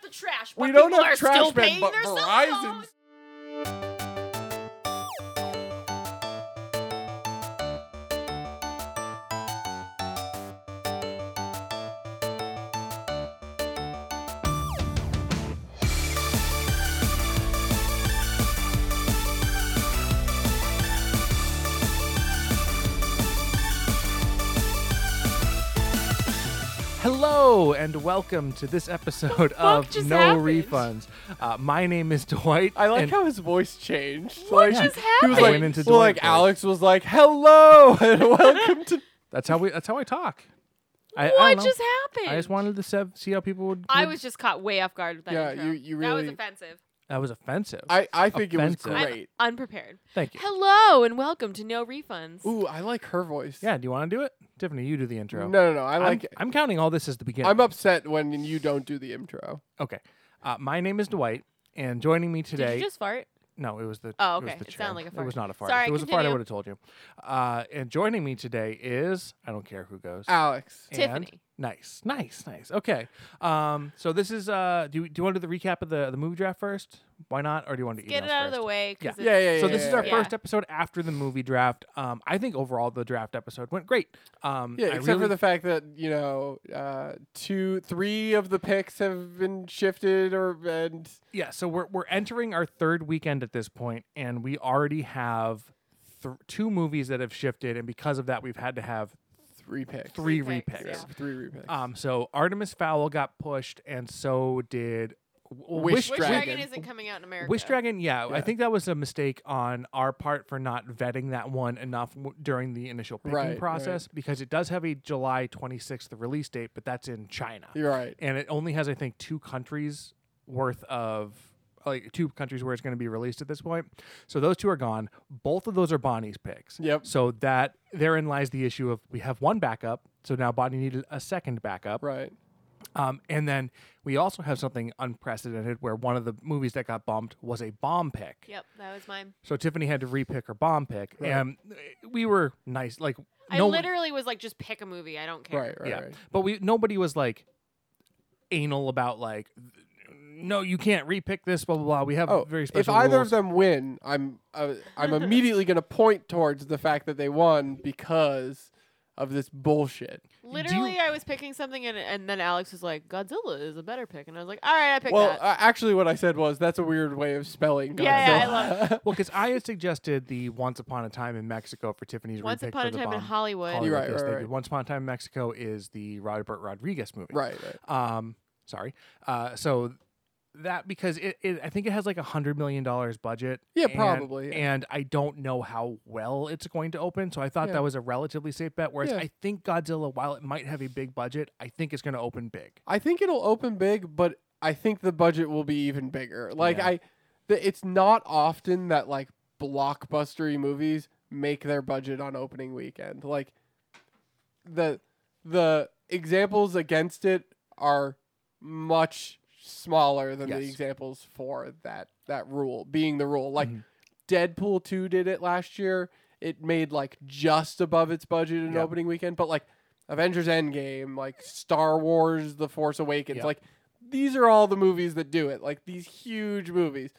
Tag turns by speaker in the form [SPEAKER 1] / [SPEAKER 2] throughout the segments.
[SPEAKER 1] But
[SPEAKER 2] we don't
[SPEAKER 1] people
[SPEAKER 2] have
[SPEAKER 1] are still
[SPEAKER 2] trash men,
[SPEAKER 1] paying
[SPEAKER 2] but
[SPEAKER 1] their cell
[SPEAKER 2] Verizon.
[SPEAKER 1] phones.
[SPEAKER 2] Hello and welcome to this episode of
[SPEAKER 1] just
[SPEAKER 2] No
[SPEAKER 1] happened?
[SPEAKER 2] Refunds. Uh, my name is Dwight.
[SPEAKER 3] I like
[SPEAKER 2] and
[SPEAKER 3] how his voice changed.
[SPEAKER 1] What
[SPEAKER 3] like,
[SPEAKER 1] just
[SPEAKER 3] He was
[SPEAKER 1] happened?
[SPEAKER 3] like,
[SPEAKER 2] Went into
[SPEAKER 3] well, like
[SPEAKER 2] Dornford.
[SPEAKER 3] Alex was like, "Hello and welcome to."
[SPEAKER 2] that's how we. That's how I talk. I, I
[SPEAKER 1] What
[SPEAKER 2] don't know.
[SPEAKER 1] just happened?
[SPEAKER 2] I just wanted to se- see how people would.
[SPEAKER 1] I
[SPEAKER 2] would-
[SPEAKER 1] was just caught way off guard with that.
[SPEAKER 3] Yeah,
[SPEAKER 1] intro.
[SPEAKER 3] you- you
[SPEAKER 1] That was
[SPEAKER 3] really-
[SPEAKER 1] offensive.
[SPEAKER 2] That was offensive.
[SPEAKER 3] I I think it was
[SPEAKER 2] Offensive.
[SPEAKER 1] I'm
[SPEAKER 3] great.
[SPEAKER 1] unprepared.
[SPEAKER 2] Thank you.
[SPEAKER 1] Hello and welcome to No Refunds.
[SPEAKER 3] Ooh, I like her voice.
[SPEAKER 2] Yeah. Do you want to do it, Tiffany? You do the intro.
[SPEAKER 3] No, no, no. I
[SPEAKER 2] I'm,
[SPEAKER 3] like.
[SPEAKER 2] I'm counting all this as the beginning.
[SPEAKER 3] I'm upset when you don't do the intro.
[SPEAKER 2] okay. Uh, my name is Dwight, and joining me
[SPEAKER 1] Did
[SPEAKER 2] today.
[SPEAKER 1] you just fart?
[SPEAKER 2] No, it was the.
[SPEAKER 1] Oh,
[SPEAKER 2] It, was
[SPEAKER 1] okay.
[SPEAKER 2] the
[SPEAKER 1] It sounded
[SPEAKER 2] chair.
[SPEAKER 1] like a
[SPEAKER 2] It
[SPEAKER 1] fart.
[SPEAKER 2] was not a fart.
[SPEAKER 1] Sorry,
[SPEAKER 2] if it was a fart, I
[SPEAKER 1] continue.
[SPEAKER 2] would have told you. Uh, and joining me today is I don't care who goes.
[SPEAKER 3] Alex.
[SPEAKER 2] And-
[SPEAKER 1] Tiffany.
[SPEAKER 2] Nice, nice, nice. Okay. Um. So this is. Uh. Do you, do you want to do the recap of the the movie draft first? Why not? Or do you want to do
[SPEAKER 1] Get
[SPEAKER 2] emails
[SPEAKER 1] it out of
[SPEAKER 2] first?
[SPEAKER 1] the way. 'cause
[SPEAKER 2] Yeah.
[SPEAKER 1] it's-
[SPEAKER 3] Yeah, yeah, yeah.
[SPEAKER 2] So this is our
[SPEAKER 1] Yeah.
[SPEAKER 2] first episode after the movie draft. Um, I think overall the draft episode went great. Um,
[SPEAKER 3] Yeah,
[SPEAKER 2] I
[SPEAKER 3] except
[SPEAKER 2] really-
[SPEAKER 3] for the fact that you know, uh, two, three of the picks have been shifted, or and
[SPEAKER 2] yeah. So we're we're entering our third weekend at this point, and we already have th- two movies that have shifted, and because of that, we've had to have
[SPEAKER 3] three picks.
[SPEAKER 2] three
[SPEAKER 1] Three
[SPEAKER 2] repicks.
[SPEAKER 1] picks,
[SPEAKER 3] Yeah, three repicks.
[SPEAKER 2] Um, so Artemis Fowl got pushed, and so did w-
[SPEAKER 3] Wish
[SPEAKER 1] Wish Dragon.
[SPEAKER 3] Dragon.
[SPEAKER 1] isn't coming out in America.
[SPEAKER 2] Wish Dragon, yeah, I
[SPEAKER 3] Yeah.
[SPEAKER 2] think that was a mistake on our part for not vetting that one enough w- during the initial picking
[SPEAKER 3] Right, right.
[SPEAKER 2] process because it does have a July 26th release date, but that's in China.
[SPEAKER 3] You're right.
[SPEAKER 2] And it only has, I think, two countries worth of, like, two countries where it's going to be released at this point. So those two are gone. Both of those are Bonnie's picks.
[SPEAKER 3] Yep.
[SPEAKER 2] So that, therein lies the issue of we have one backup. So now Bonnie needed a second backup.
[SPEAKER 3] Right.
[SPEAKER 2] Um, and then we also have something unprecedented where one of the movies that got bumped was a bomb pick.
[SPEAKER 1] Yep, that was mine.
[SPEAKER 2] So Tiffany had to repick her bomb pick,
[SPEAKER 3] Right.
[SPEAKER 2] and uh, we were nice. Like
[SPEAKER 1] I
[SPEAKER 2] no,
[SPEAKER 1] literally was like, just pick a movie. I don't care.
[SPEAKER 3] Right. Right.
[SPEAKER 2] yeah,
[SPEAKER 3] Right.
[SPEAKER 2] but we nobody was like anal about like, no, you can't repick this. Blah blah blah. We have
[SPEAKER 3] Oh,
[SPEAKER 2] very
[SPEAKER 3] if
[SPEAKER 2] special
[SPEAKER 3] either
[SPEAKER 2] rules.
[SPEAKER 3] of them win, I'm uh, I'm immediately going to point towards the fact that they won because of this bullshit.
[SPEAKER 1] Literally, I was picking something, and, and then Alex was like, Godzilla is a better pick. And I was like, all right, I picked
[SPEAKER 3] well,
[SPEAKER 1] that.
[SPEAKER 3] uh, actually, what I said was that's a weird way of spelling.
[SPEAKER 1] Yeah, yeah, I
[SPEAKER 3] Godzilla.
[SPEAKER 1] love
[SPEAKER 2] Well, because I had suggested the Once Upon a Time in Mexico for Tiffany's
[SPEAKER 1] Once
[SPEAKER 2] repick
[SPEAKER 1] Upon
[SPEAKER 2] for
[SPEAKER 1] a
[SPEAKER 2] the
[SPEAKER 1] Time in
[SPEAKER 2] bomb.
[SPEAKER 1] Hollywood.
[SPEAKER 2] Hollywood,
[SPEAKER 3] Right,
[SPEAKER 2] yes,
[SPEAKER 3] right,
[SPEAKER 2] they
[SPEAKER 3] right.
[SPEAKER 2] did. Once Upon a Time in Mexico is the Robert Rodriguez movie.
[SPEAKER 3] right, right.
[SPEAKER 2] Um, sorry. Uh, so that because it, it I think it has like a hundred million dollars budget.
[SPEAKER 3] Yeah,
[SPEAKER 2] and-
[SPEAKER 3] probably, yeah.
[SPEAKER 2] And I don't know how well it's going to open, so I thought
[SPEAKER 3] Yeah.
[SPEAKER 2] that was a relatively safe bet. Whereas
[SPEAKER 3] Yeah.
[SPEAKER 2] I think Godzilla, while it might have a big budget, I think it's going to open big.
[SPEAKER 3] I think it'll open big, but I think the budget will be even bigger. Like
[SPEAKER 2] Yeah.
[SPEAKER 3] I, th- it's not often that like blockbustery movies make their budget on opening weekend. Like the the examples against it are much smaller than the
[SPEAKER 2] Yes.
[SPEAKER 3] examples for that that rule being the rule. Like
[SPEAKER 2] Mhm.
[SPEAKER 3] Deadpool 2 did it last year. It made like just above its budget in
[SPEAKER 2] Yep.
[SPEAKER 3] opening weekend, but like Avengers Endgame, like Star Wars The Force Awakens,
[SPEAKER 2] Yep.
[SPEAKER 3] like these are all the movies that do it. Like these huge movies.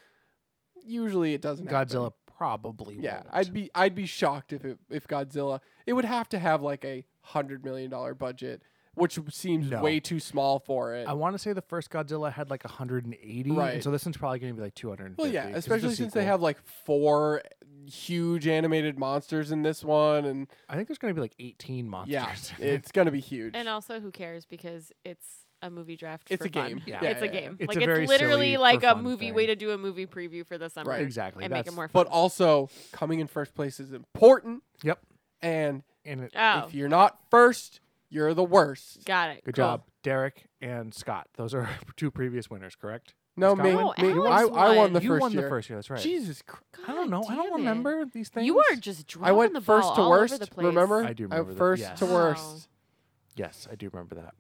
[SPEAKER 3] Usually it doesn't happen.
[SPEAKER 2] Godzilla probably.
[SPEAKER 3] Yeah,
[SPEAKER 2] won't.
[SPEAKER 3] I'd be I'd be shocked if it, if Godzilla it would have to have like a 100 million dollar budget, which seems
[SPEAKER 2] No.
[SPEAKER 3] way too small for it.
[SPEAKER 2] I want to say the first Godzilla had like 180,
[SPEAKER 3] Right.
[SPEAKER 2] and so this one's probably going to be like 250.
[SPEAKER 3] Well, yeah,
[SPEAKER 2] 'cause it's a
[SPEAKER 3] especially since they
[SPEAKER 2] sequel.
[SPEAKER 3] have like four huge animated monsters in this one, and
[SPEAKER 2] I think there's going to be like 18 monsters.
[SPEAKER 3] yeah, it's gonna be huge.
[SPEAKER 1] And also, who cares? Because it's a movie draft.
[SPEAKER 3] It's
[SPEAKER 1] for
[SPEAKER 3] a
[SPEAKER 1] fun.
[SPEAKER 3] game.
[SPEAKER 2] Yeah.
[SPEAKER 1] it's a
[SPEAKER 3] yeah, yeah.
[SPEAKER 1] game.
[SPEAKER 2] It's
[SPEAKER 1] like
[SPEAKER 2] a
[SPEAKER 1] it's
[SPEAKER 2] very silly
[SPEAKER 1] literally
[SPEAKER 2] for
[SPEAKER 1] like a
[SPEAKER 2] fun
[SPEAKER 1] movie
[SPEAKER 2] thing.
[SPEAKER 1] way to do a movie preview for the summer.
[SPEAKER 3] Right.
[SPEAKER 2] exactly.
[SPEAKER 1] And make it
[SPEAKER 2] That's,
[SPEAKER 1] more fun.
[SPEAKER 3] But also, coming in first place is important,
[SPEAKER 2] Yep.
[SPEAKER 3] and
[SPEAKER 2] And it,
[SPEAKER 1] oh,
[SPEAKER 3] if you're not first, you're the worst.
[SPEAKER 1] got it.
[SPEAKER 2] Good
[SPEAKER 1] Cool.
[SPEAKER 2] job, Derek and Scott. Those are our two previous winners, correct?
[SPEAKER 3] No,
[SPEAKER 2] Scott
[SPEAKER 3] me,
[SPEAKER 2] won?
[SPEAKER 3] me-
[SPEAKER 1] No,
[SPEAKER 3] I,
[SPEAKER 1] Oh, Alex
[SPEAKER 3] I
[SPEAKER 1] won.
[SPEAKER 3] won the
[SPEAKER 2] you
[SPEAKER 3] first
[SPEAKER 2] won
[SPEAKER 3] year.
[SPEAKER 2] the first year. That's right.
[SPEAKER 3] Jesus Christ!
[SPEAKER 2] I don't know.
[SPEAKER 1] God
[SPEAKER 2] I don't
[SPEAKER 1] damn it.
[SPEAKER 2] remember these things.
[SPEAKER 1] You are just dropping
[SPEAKER 3] I went
[SPEAKER 1] the
[SPEAKER 3] first
[SPEAKER 1] ball
[SPEAKER 3] to
[SPEAKER 1] all
[SPEAKER 3] worst.
[SPEAKER 1] Over the place.
[SPEAKER 3] remember,
[SPEAKER 2] I do remember that,
[SPEAKER 3] first
[SPEAKER 2] yes.
[SPEAKER 3] to
[SPEAKER 1] Wow.
[SPEAKER 3] worst,
[SPEAKER 2] Yes, I do remember that.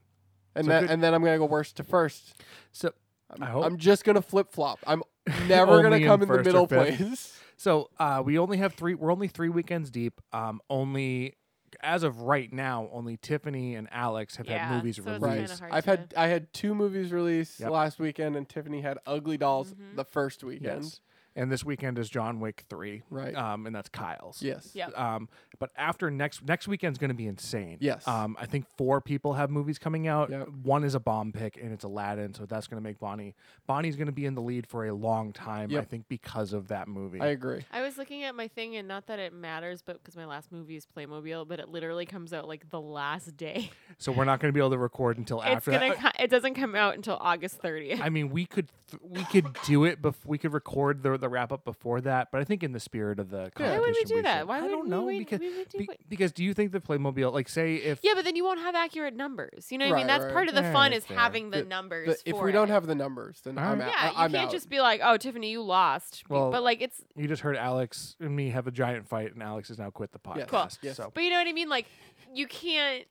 [SPEAKER 3] and
[SPEAKER 2] So
[SPEAKER 3] then
[SPEAKER 2] good-
[SPEAKER 3] and then I'm gonna go worst to first.
[SPEAKER 2] So
[SPEAKER 3] I'm,
[SPEAKER 2] I hope-
[SPEAKER 3] I'm just gonna flip flop. I'm never
[SPEAKER 2] Only
[SPEAKER 3] gonna
[SPEAKER 2] in
[SPEAKER 3] come in, the
[SPEAKER 2] first or
[SPEAKER 3] middle
[SPEAKER 2] fifth.
[SPEAKER 3] place.
[SPEAKER 2] so uh, we only have three. We're only three weekends deep. Um, only as of right now, only Tiffany and Alex have
[SPEAKER 1] Yeah,
[SPEAKER 2] had movies
[SPEAKER 1] so it's kinda
[SPEAKER 2] released.
[SPEAKER 1] hard
[SPEAKER 3] I've
[SPEAKER 1] to-
[SPEAKER 3] had I had two movies released
[SPEAKER 2] Yep.
[SPEAKER 3] last weekend, and Tiffany had Ugly Dolls
[SPEAKER 1] Mhm.
[SPEAKER 3] the first weekend.
[SPEAKER 2] Yes. And this weekend is John Wick 3.
[SPEAKER 3] Right.
[SPEAKER 2] Um, and that's Kyle's.
[SPEAKER 3] Yes.
[SPEAKER 1] Yeah.
[SPEAKER 2] Um, but after next next weekend's going to be insane.
[SPEAKER 3] Yes.
[SPEAKER 2] Um, I think four people have movies coming out.
[SPEAKER 3] Yep.
[SPEAKER 2] One is a bomb pick, and it's Aladdin, so that's going to make Bonnie Bonnie's going to be in the lead for a long time. I
[SPEAKER 3] Yep.
[SPEAKER 2] think because of that movie.
[SPEAKER 3] I agree.
[SPEAKER 1] I was looking at my thing, and not that it matters, but because my last movie is Playmobil, but it literally comes out like the last day.
[SPEAKER 2] so we're not going to be able to record until after
[SPEAKER 1] it's
[SPEAKER 2] that. Uh,
[SPEAKER 1] gonna. co- it doesn't come out until August 30th.
[SPEAKER 2] I mean, we could th- we could do it. Bef- we could record the the wrap up before that. But I think in the spirit of the
[SPEAKER 1] Why
[SPEAKER 3] Yeah.
[SPEAKER 2] competition,
[SPEAKER 1] would we do that?
[SPEAKER 2] should.
[SPEAKER 1] Why
[SPEAKER 2] I
[SPEAKER 1] would
[SPEAKER 2] don't
[SPEAKER 1] we
[SPEAKER 2] know
[SPEAKER 1] wait-
[SPEAKER 2] because
[SPEAKER 1] we would do
[SPEAKER 2] be-
[SPEAKER 1] it?
[SPEAKER 2] because do you think the Playmobil like say if
[SPEAKER 1] Yeah, but then you won't have accurate numbers. You know what I mean?
[SPEAKER 3] Right,
[SPEAKER 1] That's
[SPEAKER 3] right.
[SPEAKER 1] part of the
[SPEAKER 2] Yeah,
[SPEAKER 1] fun
[SPEAKER 2] that's
[SPEAKER 1] is
[SPEAKER 2] fair.
[SPEAKER 1] having the,
[SPEAKER 3] The-
[SPEAKER 1] numbers.
[SPEAKER 3] The- if
[SPEAKER 1] for
[SPEAKER 3] we don't
[SPEAKER 1] it.
[SPEAKER 3] have the numbers, then I'm
[SPEAKER 2] Alright.
[SPEAKER 3] out.
[SPEAKER 1] yeah,
[SPEAKER 3] I- I'm
[SPEAKER 1] you can't
[SPEAKER 3] out.
[SPEAKER 1] just be like, "Oh, Tiffany, you lost." Be-
[SPEAKER 2] Well-
[SPEAKER 1] but like it's,
[SPEAKER 2] you just heard Alex and me have a giant fight and Alex has now quit the podcast.
[SPEAKER 3] Yes.
[SPEAKER 1] Cool.
[SPEAKER 3] Yes.
[SPEAKER 2] So
[SPEAKER 1] but you know what I mean? Like you can't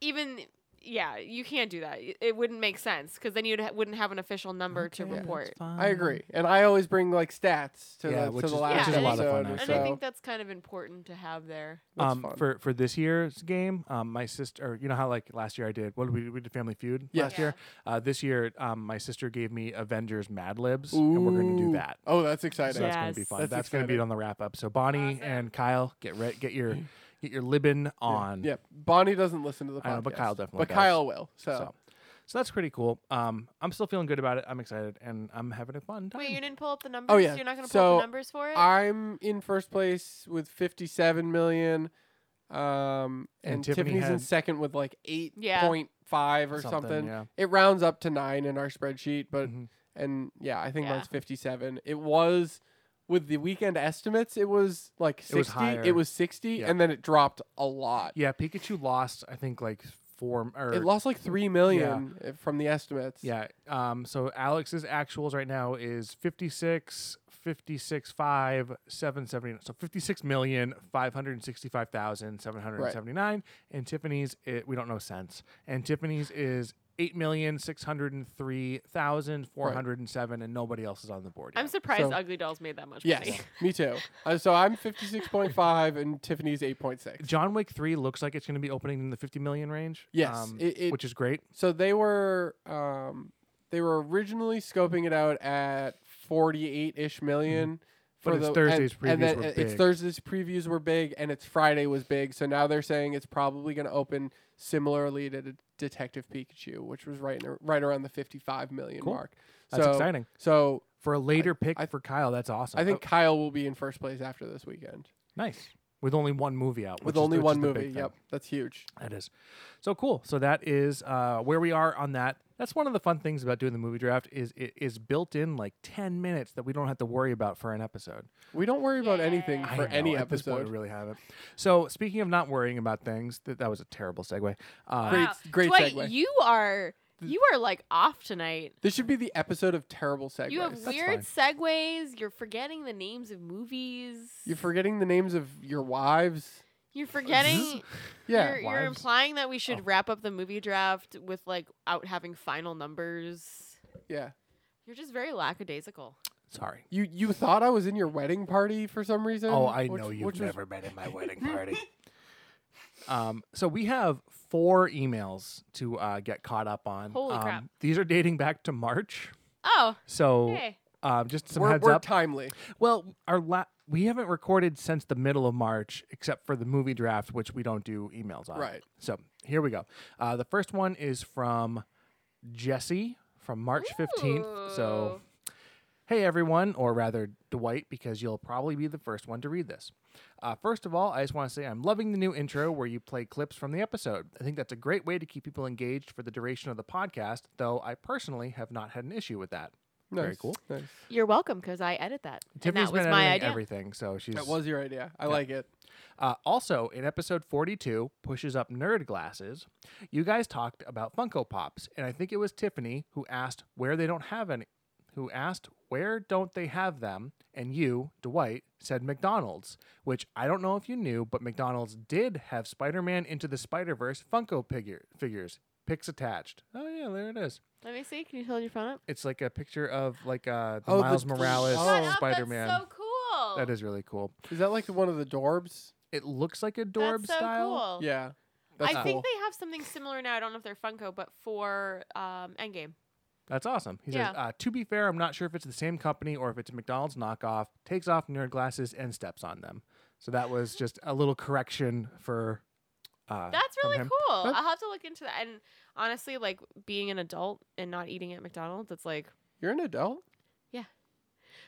[SPEAKER 1] even. Yeah, you can't do that. It- It wouldn't make sense because then you ha- wouldn't have an official number to
[SPEAKER 2] Okay, that's
[SPEAKER 1] report.
[SPEAKER 3] I agree, and I always bring like stats to
[SPEAKER 2] Um, Yeah,
[SPEAKER 3] the
[SPEAKER 2] which
[SPEAKER 3] to the
[SPEAKER 2] is-
[SPEAKER 1] which
[SPEAKER 3] last
[SPEAKER 1] is a lot of
[SPEAKER 2] fun,
[SPEAKER 3] episode or
[SPEAKER 1] And
[SPEAKER 2] actually.
[SPEAKER 1] I
[SPEAKER 3] so.
[SPEAKER 1] think that's kind of important to have there.
[SPEAKER 3] That's
[SPEAKER 2] um,
[SPEAKER 3] fun.
[SPEAKER 2] for for this year's game, um, my sister, or you know how like last year I did what did we we did Family Feud
[SPEAKER 3] Yes.
[SPEAKER 2] last year. Uh, this year, um, my sister gave me Avengers Mad Libs, and we're going to do
[SPEAKER 3] Ooh.
[SPEAKER 2] that.
[SPEAKER 3] Oh, that's
[SPEAKER 2] So
[SPEAKER 3] exciting.
[SPEAKER 2] that's going to be
[SPEAKER 1] Yes.
[SPEAKER 2] fun. That's,
[SPEAKER 3] That's
[SPEAKER 2] going to be
[SPEAKER 3] exciting.
[SPEAKER 2] on the wrap up. So Bonnie
[SPEAKER 1] Awesome.
[SPEAKER 2] and Kyle, get re- get your get your Libin on.
[SPEAKER 3] Yep. Bonnie doesn't listen to the podcast.
[SPEAKER 2] I know, but Kyle definitely
[SPEAKER 3] But
[SPEAKER 2] does.
[SPEAKER 3] Kyle will. So,
[SPEAKER 2] So, so that's pretty cool. Um, I'm still feeling good about it. I'm excited, and I'm having a fun time.
[SPEAKER 1] Wait, you didn't pull up the numbers?
[SPEAKER 3] Oh, yeah.
[SPEAKER 1] You're not going to pull
[SPEAKER 3] So,
[SPEAKER 1] up the numbers for it?
[SPEAKER 3] I'm in first place with 57 million. Um, and,
[SPEAKER 2] And Tiffany
[SPEAKER 3] Tiffany's in
[SPEAKER 2] had-
[SPEAKER 3] second with like 8.5
[SPEAKER 1] Yeah.
[SPEAKER 3] or something.
[SPEAKER 2] Yeah.
[SPEAKER 3] It rounds up to nine in our spreadsheet, but
[SPEAKER 2] Mhm.
[SPEAKER 3] and yeah, I think
[SPEAKER 1] Yeah.
[SPEAKER 3] mine's 57. It was with the weekend estimates, it was like 60. It
[SPEAKER 2] was
[SPEAKER 3] was,
[SPEAKER 2] higher.
[SPEAKER 3] 60,
[SPEAKER 2] Yeah.
[SPEAKER 3] and then it dropped a lot.
[SPEAKER 2] Yeah, Pikachu lost. I think like four or
[SPEAKER 3] It lost like 3 million uh, from the estimates.
[SPEAKER 2] yeah. Um, so Alex's actuals right now is 56, 56, 5, 779. So 56 million, 565,779. And Tiffany's, it, we don't know cents. And Tiffany's is. Eight million six hundred and three thousand four hundred and seven, and nobody else is on the board.
[SPEAKER 1] I'm
[SPEAKER 2] yet.
[SPEAKER 1] surprised
[SPEAKER 3] So-
[SPEAKER 1] Ugly Dolls made that much
[SPEAKER 3] Yes,
[SPEAKER 1] money.
[SPEAKER 3] me too. Uh, so I'm 56.5 and Tiffany's 8.6.
[SPEAKER 2] John Wick three looks like it's going to be opening in the fifty million range.
[SPEAKER 3] Yes,
[SPEAKER 2] um,
[SPEAKER 3] it- it-
[SPEAKER 2] which is great.
[SPEAKER 3] So they were um, they were originally scoping it out at 48 ish million.
[SPEAKER 2] Mm-hmm. But
[SPEAKER 3] for
[SPEAKER 2] it's
[SPEAKER 3] the-
[SPEAKER 2] Thursday's
[SPEAKER 3] and, and
[SPEAKER 2] previews
[SPEAKER 3] then
[SPEAKER 2] were
[SPEAKER 3] it's
[SPEAKER 2] big.
[SPEAKER 3] Thursday's previews were big, and it's Friday was big. So now they're saying it's probably going to open similarly to De- Detective Pikachu, which was right in, right around the 55 million
[SPEAKER 2] Cool.
[SPEAKER 3] mark.
[SPEAKER 2] That's
[SPEAKER 3] so,
[SPEAKER 2] exciting
[SPEAKER 3] So
[SPEAKER 2] for a later pick
[SPEAKER 3] I-
[SPEAKER 2] for Kyle. That's awesome.
[SPEAKER 3] I think
[SPEAKER 2] Oh,
[SPEAKER 3] Kyle will be in first place after this weekend
[SPEAKER 2] nice with only one movie out. which
[SPEAKER 3] with
[SPEAKER 2] is-
[SPEAKER 3] only
[SPEAKER 2] which is
[SPEAKER 3] one
[SPEAKER 2] the
[SPEAKER 3] movie.
[SPEAKER 2] big thing.
[SPEAKER 3] Yep, that's huge.
[SPEAKER 2] That is. So cool. So that is uh, where we are on that. That's one of the fun things about doing the movie draft is it is built in like 10 minutes that we don't have to worry about for an episode.
[SPEAKER 3] We don't worry about anything
[SPEAKER 2] I
[SPEAKER 3] for
[SPEAKER 2] know,
[SPEAKER 3] any
[SPEAKER 2] at this point, we
[SPEAKER 3] episode.
[SPEAKER 2] really haven't. So speaking of not worrying about things, that that was a terrible segue. Uh,
[SPEAKER 3] Great- great
[SPEAKER 1] Dwight,
[SPEAKER 3] segue.
[SPEAKER 1] you are you are like off tonight.
[SPEAKER 3] This should be the episode of terrible segues.
[SPEAKER 1] You have
[SPEAKER 2] That's
[SPEAKER 1] weird segues. You're forgetting the names of movies.
[SPEAKER 3] You're forgetting the names of your wives.
[SPEAKER 1] You're forgetting.
[SPEAKER 3] Yeah.
[SPEAKER 1] you're, you're
[SPEAKER 2] wives.
[SPEAKER 1] implying that we should
[SPEAKER 2] Oh.
[SPEAKER 1] wrap up the movie draft with like out having final numbers.
[SPEAKER 3] Yeah.
[SPEAKER 1] You're just very lackadaisical.
[SPEAKER 2] Sorry.
[SPEAKER 3] You you thought I was in your wedding party for some reason?
[SPEAKER 2] Oh, I
[SPEAKER 3] Which-
[SPEAKER 2] know you've
[SPEAKER 3] which was-
[SPEAKER 2] never been in my wedding party. um, so we have four emails to uh, get caught up on.
[SPEAKER 1] Holy
[SPEAKER 2] um,
[SPEAKER 1] crap.
[SPEAKER 2] These are dating back to March.
[SPEAKER 1] Oh,
[SPEAKER 2] So
[SPEAKER 1] hey.
[SPEAKER 2] um, just some
[SPEAKER 3] we're,
[SPEAKER 2] heads
[SPEAKER 3] we're
[SPEAKER 2] up.
[SPEAKER 3] timely.
[SPEAKER 2] well, our la- we haven't recorded since the middle of March, except for the movie draft, which we don't do emails on.
[SPEAKER 3] Right.
[SPEAKER 2] So here we go. Uh, the first one is from Jesse from March fifteenth. So Hey everyone, or rather Dwight, because you'll probably be the first one to read this. Uh, first of all, I just want to say I'm loving the new intro where you play clips from the episode. I think that's a great way to keep people engaged for the duration of the podcast, though I personally have not had an issue with that.
[SPEAKER 3] Nice.
[SPEAKER 2] Very cool.
[SPEAKER 3] Nice.
[SPEAKER 1] You're welcome because I edit that. And
[SPEAKER 2] Tiffany's
[SPEAKER 1] that was
[SPEAKER 2] been
[SPEAKER 1] my
[SPEAKER 2] editing
[SPEAKER 1] idea.
[SPEAKER 2] everything, so she's.
[SPEAKER 3] That was your idea. I like it.
[SPEAKER 2] Uh, also, in episode 42, Pushes Up Nerd Glasses, you guys talked about Funko Pops, and I think it was Tiffany who asked where they don't have any, who asked where don't they have them, and you, Dwight, said McDonald's, which I don't know if you knew, but McDonald's did have Spider-Man Into the Spider-Verse Funko figure, figures, pics attached. Oh yeah, there it is.
[SPEAKER 1] Let me see. Can you hold your phone up?
[SPEAKER 2] It's like a picture of like uh, the
[SPEAKER 3] Oh, the-
[SPEAKER 2] Miles Morales
[SPEAKER 3] Shut
[SPEAKER 1] Shut
[SPEAKER 3] Oh.
[SPEAKER 1] up,
[SPEAKER 2] Spider-Man.
[SPEAKER 1] That's so cool.
[SPEAKER 2] That is really cool.
[SPEAKER 3] Is that like one of the Dorbs?
[SPEAKER 2] It looks like a Dorb
[SPEAKER 1] That's so
[SPEAKER 2] style.
[SPEAKER 1] cool.
[SPEAKER 3] Yeah. That's
[SPEAKER 1] I
[SPEAKER 3] cool.
[SPEAKER 1] think they have something similar now. I don't know if they're Funko, but for um, Endgame.
[SPEAKER 2] That's awesome. He
[SPEAKER 1] Yeah.
[SPEAKER 2] says, uh, to be fair, I'm not sure if it's the same company or if it's a McDonald's knockoff. Takes off nerd glasses and steps on them. So that was just a little correction for. Uh,
[SPEAKER 1] That's
[SPEAKER 2] from
[SPEAKER 1] really
[SPEAKER 2] him.
[SPEAKER 1] cool.
[SPEAKER 2] That-
[SPEAKER 1] I'll have to look into that. And honestly, like being an adult and not eating at McDonald's, it's like,
[SPEAKER 3] You're an adult.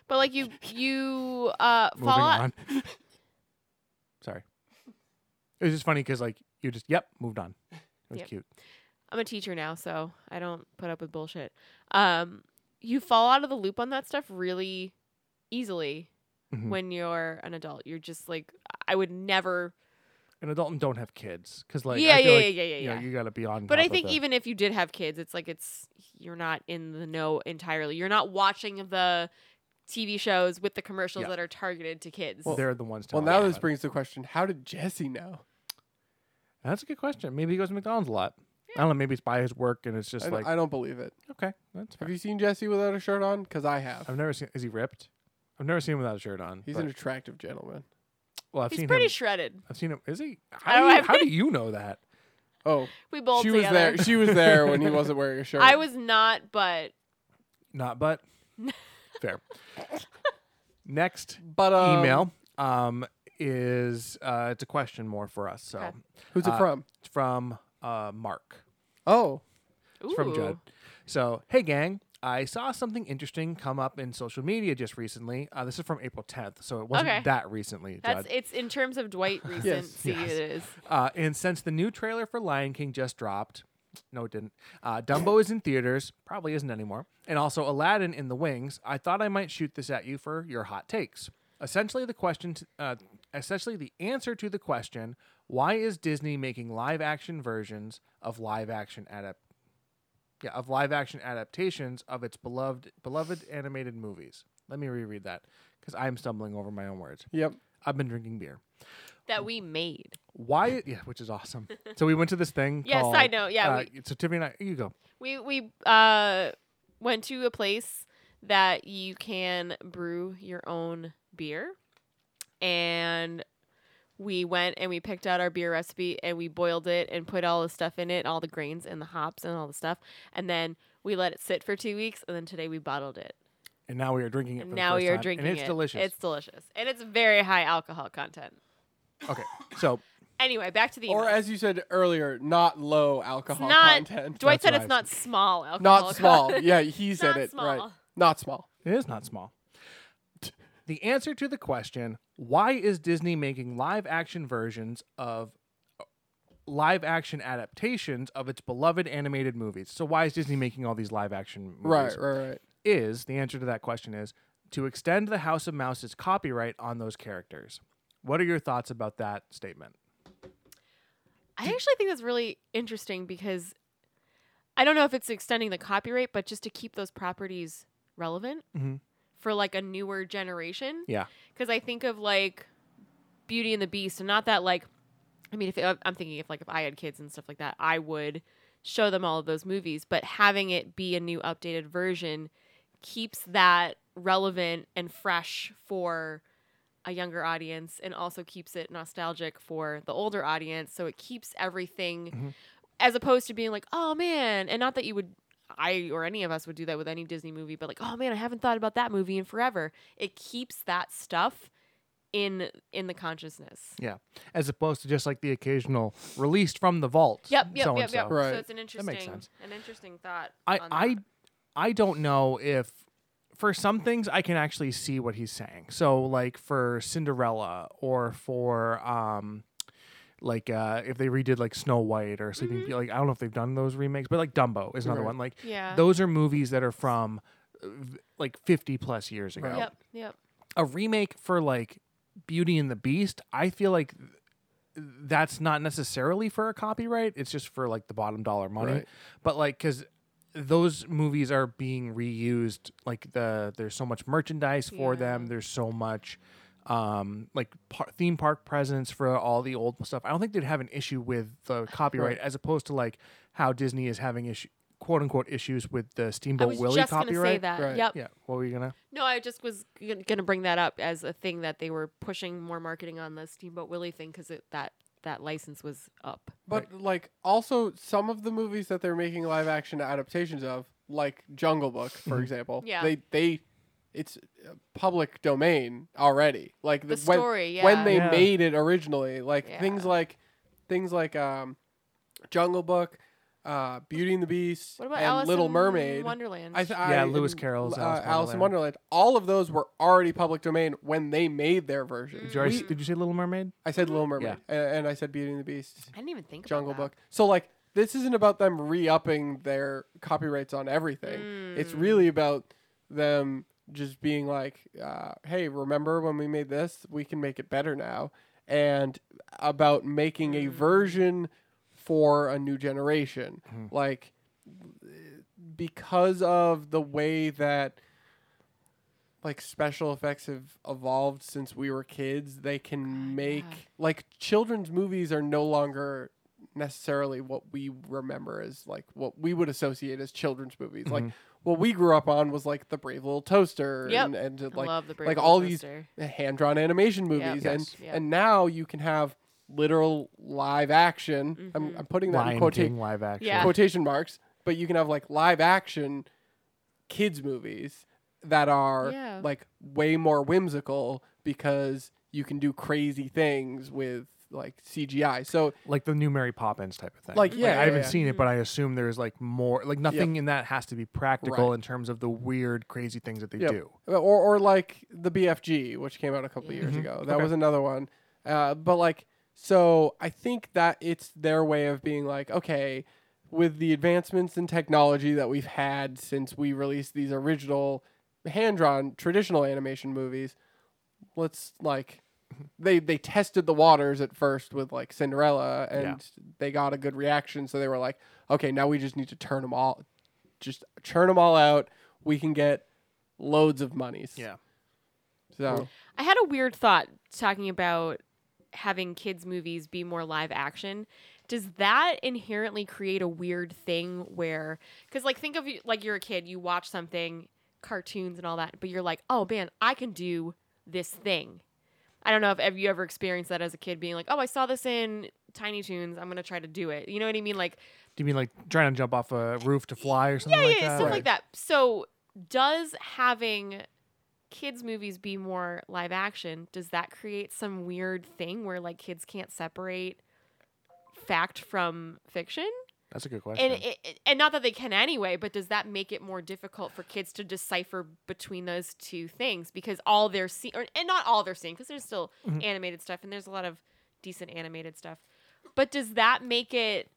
[SPEAKER 1] but like you you uh
[SPEAKER 2] Moving
[SPEAKER 1] fall out.
[SPEAKER 2] on. Sorry. It was just funny because like you just yep moved on. It was
[SPEAKER 1] Yep.
[SPEAKER 2] cute.
[SPEAKER 1] I'm a teacher now, so I don't put up with bullshit. Um, you fall out of the loop on that stuff really easily
[SPEAKER 2] Mhm.
[SPEAKER 1] when you're an adult. You're just like, I would never.
[SPEAKER 2] An adult and don't have kids because like
[SPEAKER 1] yeah,
[SPEAKER 2] I feel
[SPEAKER 1] yeah,
[SPEAKER 2] like,
[SPEAKER 1] yeah, yeah, yeah,
[SPEAKER 2] you know,
[SPEAKER 1] yeah.
[SPEAKER 2] you gotta be on.
[SPEAKER 1] But
[SPEAKER 2] top
[SPEAKER 1] I
[SPEAKER 2] of
[SPEAKER 1] think
[SPEAKER 2] the-
[SPEAKER 1] even if you did have kids, it's like it's you're not in the know entirely. You're not watching the TV shows with the commercials
[SPEAKER 2] Yeah.
[SPEAKER 1] that are targeted to kids.
[SPEAKER 2] they're the ones.
[SPEAKER 3] Well,
[SPEAKER 2] telling
[SPEAKER 3] now
[SPEAKER 2] you
[SPEAKER 3] this
[SPEAKER 2] about it.
[SPEAKER 3] brings the question: How did Jesse know?
[SPEAKER 2] That's a good question. Maybe he goes to McDonald's a lot. I don't know. Maybe it's by his work and it's just
[SPEAKER 3] I,
[SPEAKER 2] like
[SPEAKER 3] I don't believe it.
[SPEAKER 2] okay, that's fine.
[SPEAKER 3] Have you seen Jesse without a shirt on? Because I have.
[SPEAKER 2] I've never seen. Is he ripped? I've never seen him without a shirt on.
[SPEAKER 3] He's
[SPEAKER 2] but-
[SPEAKER 3] an attractive gentleman.
[SPEAKER 2] well, I've
[SPEAKER 1] He's
[SPEAKER 2] seen
[SPEAKER 1] pretty
[SPEAKER 2] him.
[SPEAKER 1] shredded.
[SPEAKER 2] I've seen him. Is he?
[SPEAKER 1] I
[SPEAKER 2] How,
[SPEAKER 1] don't
[SPEAKER 2] do you,
[SPEAKER 1] have
[SPEAKER 2] how do you know that?
[SPEAKER 3] Oh,
[SPEAKER 1] We both
[SPEAKER 3] she was
[SPEAKER 1] together.
[SPEAKER 3] there. She was there when he wasn't wearing a shirt.
[SPEAKER 1] I was not, but
[SPEAKER 2] Not but. Fair. Next
[SPEAKER 3] But um,
[SPEAKER 2] email um, is uh, it's a question more for us. So
[SPEAKER 1] Okay.
[SPEAKER 3] Who's it
[SPEAKER 2] Uh,
[SPEAKER 3] from?
[SPEAKER 2] it's from uh, Mark.
[SPEAKER 3] Oh,
[SPEAKER 1] ooh,
[SPEAKER 2] It's from Judd. So, hey, gang. I saw something interesting come up in social media just recently. Uh, this is from April 10th, so it wasn't
[SPEAKER 1] Okay.
[SPEAKER 2] that recently,
[SPEAKER 1] That's
[SPEAKER 2] Judd.
[SPEAKER 1] it's in terms of Dwight recency.
[SPEAKER 2] Yes.
[SPEAKER 1] It is.
[SPEAKER 2] Uh, and since the new trailer for Lion King just dropped, no, it didn't. Uh, Dumbo is in theaters, probably isn't anymore, and also Aladdin in the wings. I thought I might shoot this at you for your hot takes. Essentially, the question, t- uh, essentially the answer to the question, why is Disney making live action versions of live action adap- yeah, of live action adaptations of its beloved beloved animated movies? Let me reread that because I'm stumbling over my own words.
[SPEAKER 3] yep.
[SPEAKER 2] I've been drinking beer
[SPEAKER 1] That we made.
[SPEAKER 2] why yeah which is awesome so we went to this thing
[SPEAKER 1] Yeah,
[SPEAKER 2] called,
[SPEAKER 1] side note, yeah,
[SPEAKER 2] uh, so tiffany and i you go
[SPEAKER 1] We we uh went to a place that you can brew your own beer, and we went and we picked out our beer recipe and we boiled it and put all the stuff in it, all the grains and the hops and all the stuff, and then we let it sit for two weeks, and then today we bottled it.
[SPEAKER 2] and now we are drinking it
[SPEAKER 1] And
[SPEAKER 2] for the
[SPEAKER 1] now
[SPEAKER 2] first
[SPEAKER 1] we are
[SPEAKER 2] time,
[SPEAKER 1] drinking
[SPEAKER 2] and it's
[SPEAKER 1] it.
[SPEAKER 2] delicious
[SPEAKER 1] It's delicious, and it's very high alcohol content.
[SPEAKER 2] okay so
[SPEAKER 1] Anyway, back to the
[SPEAKER 3] Or
[SPEAKER 1] email.
[SPEAKER 3] as you said earlier, not low alcohol
[SPEAKER 1] not-
[SPEAKER 3] content.
[SPEAKER 1] Dwight
[SPEAKER 2] That's
[SPEAKER 1] said
[SPEAKER 2] what
[SPEAKER 1] it's
[SPEAKER 2] I
[SPEAKER 1] not small alcohol.
[SPEAKER 3] Not small.
[SPEAKER 1] content.
[SPEAKER 3] Yeah, he said
[SPEAKER 1] Not
[SPEAKER 3] it right.
[SPEAKER 1] small.
[SPEAKER 3] Not small.
[SPEAKER 2] it is not small the answer to the question why is disney making live action versions of uh, live action adaptations of its beloved animated movies so why is disney making all these live action movies
[SPEAKER 3] Right, right, right.
[SPEAKER 2] is the answer to that question is to extend the house of mouse's copyright on those characters what are your thoughts about that statement
[SPEAKER 1] I actually think that's really interesting because I don't know if it's extending the copyright, but just to keep those properties relevant
[SPEAKER 2] Mhm.
[SPEAKER 1] for like a newer generation.
[SPEAKER 2] yeah
[SPEAKER 1] Because I think of like Beauty and the Beast, and not that like, I mean, if it, I'm thinking if like if I had kids and stuff like that, I would show them all of those movies. But having it be a new updated version keeps that relevant and fresh for a younger audience and also keeps it nostalgic for the older audience. So it keeps everything
[SPEAKER 2] Mhm.
[SPEAKER 1] as opposed to being like, oh man, and not that you would. I or any of us would do that with any Disney movie, but like, oh man, I haven't thought about that movie in forever. It keeps that stuff in in the consciousness.
[SPEAKER 2] as opposed to just like the occasional released from the vault.
[SPEAKER 1] Yep, yep,
[SPEAKER 2] so
[SPEAKER 1] yep, yep.
[SPEAKER 3] Right.
[SPEAKER 1] So it's an interesting,
[SPEAKER 2] sense.
[SPEAKER 1] an interesting thought.
[SPEAKER 2] I,
[SPEAKER 1] on
[SPEAKER 2] I,
[SPEAKER 1] that.
[SPEAKER 2] I don't know if for some things I can actually see what he's saying. So like for Cinderella or for um, like uh, if they redid like Snow White or Sleeping
[SPEAKER 1] Mm-hmm.
[SPEAKER 2] Beauty, like I don't know if they've done those remakes, but like Dumbo is another
[SPEAKER 3] Right.
[SPEAKER 2] one. Like
[SPEAKER 1] yeah,
[SPEAKER 2] those are movies that are from uh, v- like 50 plus years ago.
[SPEAKER 3] Right.
[SPEAKER 1] yep, yep.
[SPEAKER 2] a remake for like Beauty and the Beast, I feel like th- that's not necessarily for a copyright. It's just for like the bottom dollar money.
[SPEAKER 3] Right.
[SPEAKER 2] But like, because those movies are being reused. Like the there's so much merchandise for them.
[SPEAKER 1] Yeah.
[SPEAKER 2] There's so much um like par- theme park presence for all the old stuff. I don't think they'd have an issue with the copyright as opposed to like how Disney is having issue quote unquote issues with the
[SPEAKER 1] I
[SPEAKER 2] Steamboat
[SPEAKER 1] was
[SPEAKER 2] Willie
[SPEAKER 1] just
[SPEAKER 2] copyright.
[SPEAKER 1] gonna say that.
[SPEAKER 3] Right.
[SPEAKER 1] Yep.
[SPEAKER 2] Yeah. What were you gonna?
[SPEAKER 1] No, I just was g- gonna bring that up as a thing that they were pushing more marketing on the Steamboat Willie thing because that that license was up.
[SPEAKER 3] But like also some of the movies that they're making live action adaptations of, like Jungle Book, for example.
[SPEAKER 1] Yeah.
[SPEAKER 3] They they it's uh, public domain already. Like
[SPEAKER 1] The
[SPEAKER 3] th- when,
[SPEAKER 1] story, yeah.
[SPEAKER 3] when they
[SPEAKER 2] Yeah.
[SPEAKER 3] made it originally, like things
[SPEAKER 1] Yeah.
[SPEAKER 3] like things like um Jungle Book, uh Beauty and the Beast,
[SPEAKER 1] what about
[SPEAKER 3] and
[SPEAKER 1] Alice
[SPEAKER 3] Little
[SPEAKER 1] in
[SPEAKER 3] Mermaid.
[SPEAKER 1] Wonderland?
[SPEAKER 3] I th-
[SPEAKER 2] Yeah,
[SPEAKER 3] I-
[SPEAKER 2] Lewis
[SPEAKER 3] and,
[SPEAKER 2] Carroll's
[SPEAKER 3] uh,
[SPEAKER 2] Alice in
[SPEAKER 3] Alice in Wonderland. All of those were already public domain when they made their
[SPEAKER 1] Mm.
[SPEAKER 3] version.
[SPEAKER 2] Did, you already-
[SPEAKER 3] We-
[SPEAKER 2] did you say Little Mermaid?
[SPEAKER 3] I said Little Mermaid, a- and, I said Beauty and the Beast.
[SPEAKER 1] I didn't even think
[SPEAKER 3] Jungle
[SPEAKER 1] about that.
[SPEAKER 3] Book. So like this isn't about them re-upping their copyrights on everything. It's
[SPEAKER 1] Mm.
[SPEAKER 3] really about them just being like, uh, "Hey, remember when we made this? We can make it better now." And about making a
[SPEAKER 1] Mm.
[SPEAKER 3] version for a new generation.
[SPEAKER 2] Mhm.
[SPEAKER 3] Like because of the way that like special effects have evolved since we were kids, they can
[SPEAKER 1] God,
[SPEAKER 3] make
[SPEAKER 1] Ah, yeah.
[SPEAKER 3] like children's movies are no longer necessarily what we remember as like what we would associate as children's movies. Like
[SPEAKER 2] Mhm.
[SPEAKER 3] what we grew up on was like the Brave Little Toaster
[SPEAKER 1] Yep.
[SPEAKER 3] and, and
[SPEAKER 1] I
[SPEAKER 3] like
[SPEAKER 1] love the Brave
[SPEAKER 3] like
[SPEAKER 1] Little
[SPEAKER 3] all these-
[SPEAKER 1] Toaster.
[SPEAKER 3] hand drawn animation movies and
[SPEAKER 2] Yes.
[SPEAKER 1] Yep.
[SPEAKER 3] and now you can have literal live action. I'm,
[SPEAKER 1] Mhm.
[SPEAKER 3] I'm putting that in
[SPEAKER 2] Lion
[SPEAKER 3] quotation
[SPEAKER 2] King live action.
[SPEAKER 1] Yeah.
[SPEAKER 3] quotation marks, but you can have like live action kids movies that are
[SPEAKER 1] Yeah.
[SPEAKER 3] like way more whimsical because you can do crazy things with like CGI. So
[SPEAKER 2] Like the new Mary Poppins type of thing.
[SPEAKER 3] Like, yeah, yeah,
[SPEAKER 2] I haven't
[SPEAKER 3] yeah.
[SPEAKER 2] seen it,
[SPEAKER 1] Mm-hmm.
[SPEAKER 2] but I assume there's like more. Like nothing in that has to be practical
[SPEAKER 3] Right.
[SPEAKER 2] in terms of the weird, crazy things that they
[SPEAKER 3] Yep.
[SPEAKER 2] do.
[SPEAKER 3] or or like the BFG, which came out a couple
[SPEAKER 1] Yeah.
[SPEAKER 3] years
[SPEAKER 2] Mhm.
[SPEAKER 3] ago. That
[SPEAKER 2] Okay.
[SPEAKER 3] was another one. Uh, but like, so I think that it's their way of being like, okay, with the advancements in technology that we've had since we released these original hand drawn traditional animation movies, let's like. They, they tested the waters at first with like Cinderella and
[SPEAKER 2] Yeah.
[SPEAKER 3] they got a good reaction so they were like okay now we just need to turn them all just churn them all out we can get loads of monies.
[SPEAKER 2] Yeah.
[SPEAKER 3] So
[SPEAKER 1] I had a weird thought talking about having kids' movies be more live action. Does that inherently create a weird thing where, because like think of you- like you're a kid, you watch something, cartoons and all that, but you're like, oh man, I can do this thing. I don't know if have you ever experienced that as a kid, being like, oh, I saw this in Tiny Toons, I'm gonna try to do it. You know what I mean? Like
[SPEAKER 2] Do you mean like trying to jump off a roof to fly or something
[SPEAKER 1] yeah,
[SPEAKER 2] like
[SPEAKER 1] yeah,
[SPEAKER 2] that?
[SPEAKER 1] stuff like that. So, does having kids' movies be more live action? Does that create some weird thing where like kids can't separate fact from fiction?
[SPEAKER 2] That's a good question.
[SPEAKER 1] And it, it- and not that they can anyway, but does that make it more difficult for kids to decipher between those two things because all they're seeing, and not all they're seeing, because there's still
[SPEAKER 2] Mhm.
[SPEAKER 1] animated stuff and there's a lot of decent animated stuff. But does that make it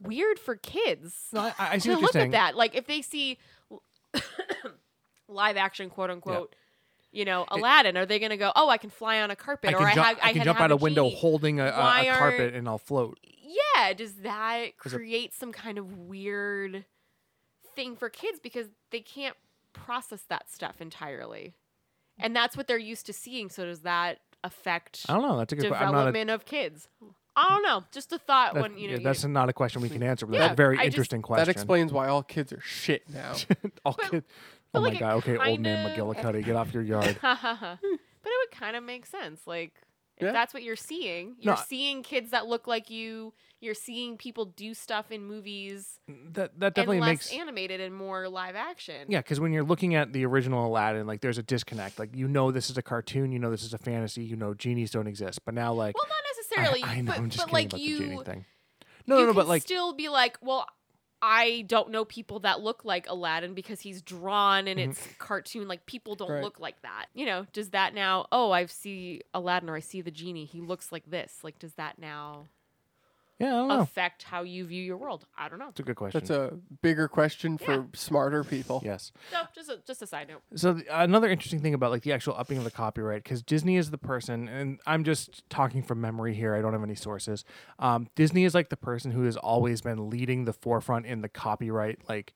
[SPEAKER 1] weird for kids?
[SPEAKER 2] no, I, I see
[SPEAKER 1] to
[SPEAKER 2] what you're
[SPEAKER 1] look
[SPEAKER 2] saying.
[SPEAKER 1] at that. Like if they see live action, quote unquote, you know, Aladdin, are they going to go, "Oh, I can fly on a carpet,"
[SPEAKER 2] I
[SPEAKER 1] or
[SPEAKER 2] can,
[SPEAKER 1] I,
[SPEAKER 2] jump,
[SPEAKER 1] have,
[SPEAKER 2] I can
[SPEAKER 1] had
[SPEAKER 2] jump
[SPEAKER 1] have
[SPEAKER 2] out a window
[SPEAKER 1] genie.
[SPEAKER 2] holding a, a,
[SPEAKER 1] Why
[SPEAKER 2] a
[SPEAKER 1] aren't-
[SPEAKER 2] carpet and I'll float.
[SPEAKER 1] Yeah, does that
[SPEAKER 2] There's a-
[SPEAKER 1] create some kind of weird thing for kids because they can't process that stuff entirely, and that's what they're used to seeing. So does that affect
[SPEAKER 2] I don't know. That's a good question. I'm not a,
[SPEAKER 1] development of kids? I don't know. Just a thought
[SPEAKER 2] that-
[SPEAKER 1] when you know.
[SPEAKER 2] yeah,
[SPEAKER 1] you-
[SPEAKER 2] that's not a question we can answer, but that's
[SPEAKER 1] Yeah,
[SPEAKER 2] a very
[SPEAKER 1] I just-
[SPEAKER 2] interesting question.
[SPEAKER 3] that explains why all kids are shit now.
[SPEAKER 2] All
[SPEAKER 1] But-
[SPEAKER 2] kid-
[SPEAKER 1] but
[SPEAKER 2] oh my
[SPEAKER 1] like, it
[SPEAKER 2] god! Okay, old man
[SPEAKER 1] kinda-
[SPEAKER 2] McGillicuddy, get off your yard.
[SPEAKER 1] but it would kind of make sense. Like if
[SPEAKER 3] Yeah.
[SPEAKER 1] that's what you're seeing, you're
[SPEAKER 2] No.
[SPEAKER 1] seeing kids that look like you. You're seeing people do stuff in movies
[SPEAKER 2] that that definitely
[SPEAKER 1] and less
[SPEAKER 2] makes
[SPEAKER 1] animated and more live action.
[SPEAKER 2] yeah. Because when you're looking at the original Aladdin, like there's a disconnect. Like you know this is a cartoon, you know this is a fantasy, you know genies don't exist. But now like
[SPEAKER 1] Well, not
[SPEAKER 2] I-
[SPEAKER 1] necessarily.
[SPEAKER 2] I, know
[SPEAKER 1] but,
[SPEAKER 2] I'm just
[SPEAKER 1] but
[SPEAKER 2] kidding
[SPEAKER 1] like
[SPEAKER 2] about
[SPEAKER 1] you,
[SPEAKER 2] the genie thing. No,
[SPEAKER 1] you
[SPEAKER 2] no, no,
[SPEAKER 1] can
[SPEAKER 2] but like
[SPEAKER 1] still be like, well, I don't know people that look like Aladdin because he's drawn and
[SPEAKER 2] Mhm.
[SPEAKER 1] it's cartoon. Like people don't
[SPEAKER 3] Right.
[SPEAKER 1] look like that. You know, does that now? Oh, I see Aladdin or I see the genie. He looks like this. Like, does that now
[SPEAKER 2] yeah, I don't
[SPEAKER 1] Oh.
[SPEAKER 2] know.
[SPEAKER 1] affect how you view your world? I don't know.
[SPEAKER 2] That's a good question.
[SPEAKER 3] That's a bigger question for
[SPEAKER 1] Yeah.
[SPEAKER 3] smarter people.
[SPEAKER 2] yes.
[SPEAKER 1] No, just a, just a side note.
[SPEAKER 2] So th- another interesting thing about like the actual upping of the copyright, because Disney is the person, and I'm just talking from memory here. I don't have any sources. Um, Disney is like the person who has always been leading the forefront in the copyright like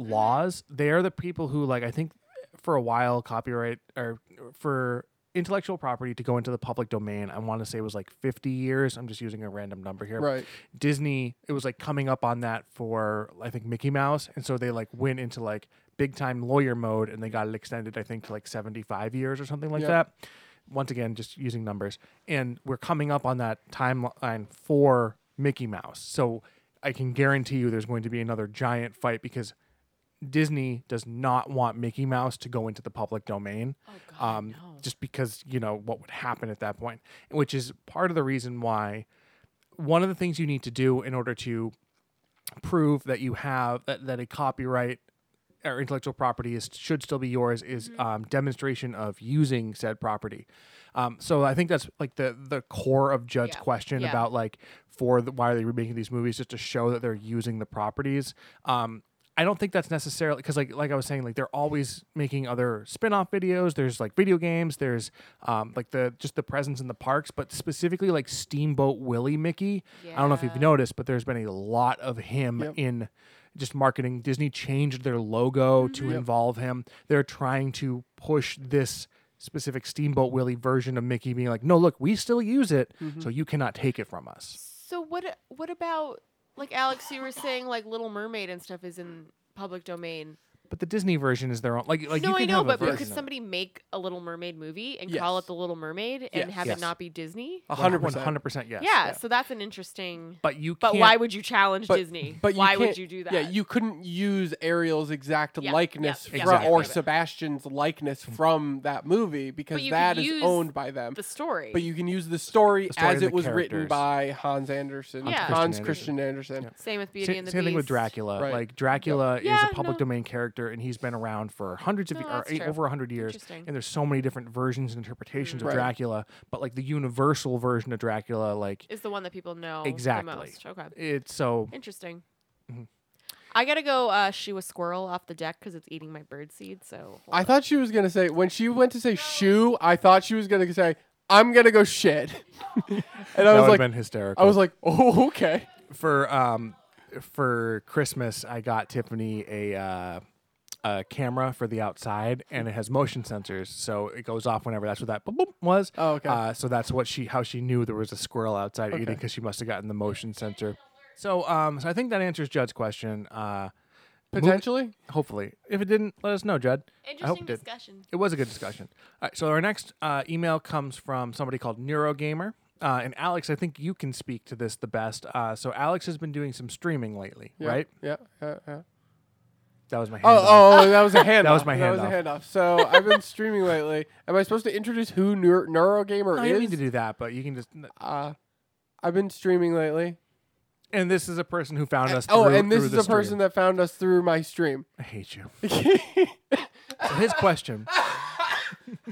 [SPEAKER 2] Mm-hmm. laws. They are the people who like I think for a while copyright or for intellectual property to go into the public domain. I want to say it was like 50 years. I'm just using a random number here.
[SPEAKER 3] Right.
[SPEAKER 2] Disney, it was like coming up on that for I think Mickey Mouse, and so they like went into like big time lawyer mode, and they got it extended I think to like 75 years or something like
[SPEAKER 3] Yeah.
[SPEAKER 2] that. Once again, just using numbers, and we're coming up on that timeline for Mickey Mouse. So I can guarantee you, there's going to be another giant fight because Disney does not want Mickey Mouse to go into the public domain.
[SPEAKER 1] Oh,
[SPEAKER 2] um, Just because, you know, what would happen at that point, which is part of the reason why one of the things you need to do in order to prove that you have that, that a copyright or intellectual property is should still be yours is
[SPEAKER 1] Mm-hmm.
[SPEAKER 2] um, demonstration of using said property. Um, so I think that's like the the core of Judd's
[SPEAKER 1] Yeah.
[SPEAKER 2] question
[SPEAKER 1] Yeah.
[SPEAKER 2] about like for the, why are they remaking these movies just to show that they're using the properties. Um, I don't think that's necessarily because like like I was saying like they're always making other spin-off videos. There's like video games. There's um, like the just the presence in the parks, but specifically like Steamboat Willie Mickey. I don't know if you've
[SPEAKER 1] Yeah.
[SPEAKER 2] noticed, but there's been a lot of him
[SPEAKER 3] Yep.
[SPEAKER 2] in just marketing. Disney changed their logo
[SPEAKER 3] Mm-hmm.
[SPEAKER 2] to involve him. They're trying to push this specific Steamboat Willie version of Mickey being like, no, look, we still use it,
[SPEAKER 3] Mm-hmm.
[SPEAKER 2] so you cannot take it from us.
[SPEAKER 1] So what? What about like Alex? You were saying like Little Mermaid and stuff is in public domain.
[SPEAKER 2] But the Disney version is their own. Like, like you
[SPEAKER 1] no,
[SPEAKER 2] can
[SPEAKER 1] I know,
[SPEAKER 2] have
[SPEAKER 1] but
[SPEAKER 2] a version
[SPEAKER 1] could
[SPEAKER 2] of it.
[SPEAKER 1] somebody make a Little Mermaid movie and call
[SPEAKER 3] Yes.
[SPEAKER 1] it the Little Mermaid and
[SPEAKER 3] Yes.
[SPEAKER 1] have
[SPEAKER 2] Yes.
[SPEAKER 1] it not be Disney?
[SPEAKER 3] A hundred
[SPEAKER 2] One-
[SPEAKER 3] percent.
[SPEAKER 2] 100%, yes.
[SPEAKER 1] yeah, So that's an interesting.
[SPEAKER 2] But you
[SPEAKER 1] But
[SPEAKER 2] can't-
[SPEAKER 1] why would you challenge
[SPEAKER 3] But-
[SPEAKER 1] Disney?
[SPEAKER 3] But you
[SPEAKER 1] why would
[SPEAKER 3] can't-
[SPEAKER 1] you do that?
[SPEAKER 3] Yeah, you couldn't use Ariel's exact
[SPEAKER 1] Yeah, yeah,
[SPEAKER 3] likeness
[SPEAKER 1] yeah,
[SPEAKER 3] from,
[SPEAKER 2] yeah,
[SPEAKER 3] or
[SPEAKER 1] yeah.
[SPEAKER 3] Sebastian's likeness from that movie because
[SPEAKER 1] you
[SPEAKER 3] that
[SPEAKER 1] could
[SPEAKER 3] is
[SPEAKER 1] use
[SPEAKER 3] owned by them.
[SPEAKER 1] the story.
[SPEAKER 3] But you can use the story,
[SPEAKER 2] The story
[SPEAKER 3] as
[SPEAKER 2] and
[SPEAKER 3] it
[SPEAKER 2] the
[SPEAKER 3] was written
[SPEAKER 2] characters.
[SPEAKER 3] by Hans Anderson.
[SPEAKER 1] Yeah. Christian
[SPEAKER 3] Hans
[SPEAKER 2] Andersen.
[SPEAKER 3] Christian Andersen.
[SPEAKER 1] same with Beauty
[SPEAKER 2] Sa-
[SPEAKER 1] and
[SPEAKER 2] Same
[SPEAKER 1] the
[SPEAKER 2] thing with
[SPEAKER 1] Beast.
[SPEAKER 2] Dracula.
[SPEAKER 3] Right.
[SPEAKER 2] Like Dracula is
[SPEAKER 1] Yeah,
[SPEAKER 2] a public
[SPEAKER 1] no.
[SPEAKER 2] domain character, and he's been around for hundreds of
[SPEAKER 1] No,
[SPEAKER 2] ye- or
[SPEAKER 1] that's
[SPEAKER 2] eight,
[SPEAKER 1] true.
[SPEAKER 2] over hundred years.
[SPEAKER 1] Interesting.
[SPEAKER 2] And there's so many different versions and interpretations of
[SPEAKER 3] Right.
[SPEAKER 2] Dracula. But like the universal version of Dracula, like
[SPEAKER 1] Is the one that people know
[SPEAKER 2] Exactly.
[SPEAKER 1] The most. Okay.
[SPEAKER 2] it's so
[SPEAKER 1] Interesting.
[SPEAKER 2] Mm-hmm.
[SPEAKER 1] I gotta go. Uh, shoe a squirrel off the deck because it's eating my bird seed. So hold
[SPEAKER 3] I
[SPEAKER 1] on.
[SPEAKER 3] thought she was gonna say when she went to say shoe, I thought she was gonna say I'm gonna go shit, and
[SPEAKER 2] that
[SPEAKER 3] I
[SPEAKER 2] would
[SPEAKER 3] was
[SPEAKER 2] have
[SPEAKER 3] like,
[SPEAKER 2] been hysterical.
[SPEAKER 3] I was like, oh okay,
[SPEAKER 2] for um for Christmas, I got Tiffany a. Uh, a camera for the outside, and it has motion sensors, so it goes off whenever. That's what that boop, boop was.
[SPEAKER 3] Oh, okay.
[SPEAKER 2] Uh, so that's what she, how she knew there was a squirrel outside eating
[SPEAKER 3] Okay.
[SPEAKER 2] because she must have gotten the motion sensor. So, um, so I think that answers Judd's question. Uh,
[SPEAKER 3] potentially.
[SPEAKER 2] Hopefully. If it didn't, let us know, Judd. I hope
[SPEAKER 1] Interesting
[SPEAKER 2] it did.
[SPEAKER 1] discussion.
[SPEAKER 2] It was a good discussion. All right, so our next uh, email comes from somebody called Neurogamer. Uh, and Alex, I think you can speak to this the best. Uh, so Alex has been doing some streaming lately,
[SPEAKER 3] Yeah,
[SPEAKER 2] right?
[SPEAKER 3] Yeah. yeah, yeah.
[SPEAKER 2] That was my hand. off.
[SPEAKER 3] Oh, oh, that was a hand.
[SPEAKER 2] That was my
[SPEAKER 3] That was a hand off. So I've been streaming lately. Am I supposed to introduce who Neur- Neurogamer
[SPEAKER 2] No,
[SPEAKER 3] is?
[SPEAKER 2] you don't need to do that, but you can just.
[SPEAKER 3] uh, I've been streaming lately.
[SPEAKER 2] And this is a person who found us.
[SPEAKER 3] oh,
[SPEAKER 2] through-
[SPEAKER 3] and this
[SPEAKER 2] through
[SPEAKER 3] is
[SPEAKER 2] the
[SPEAKER 3] a person
[SPEAKER 2] stream.
[SPEAKER 3] that found us through my stream.
[SPEAKER 2] I hate you. So his question.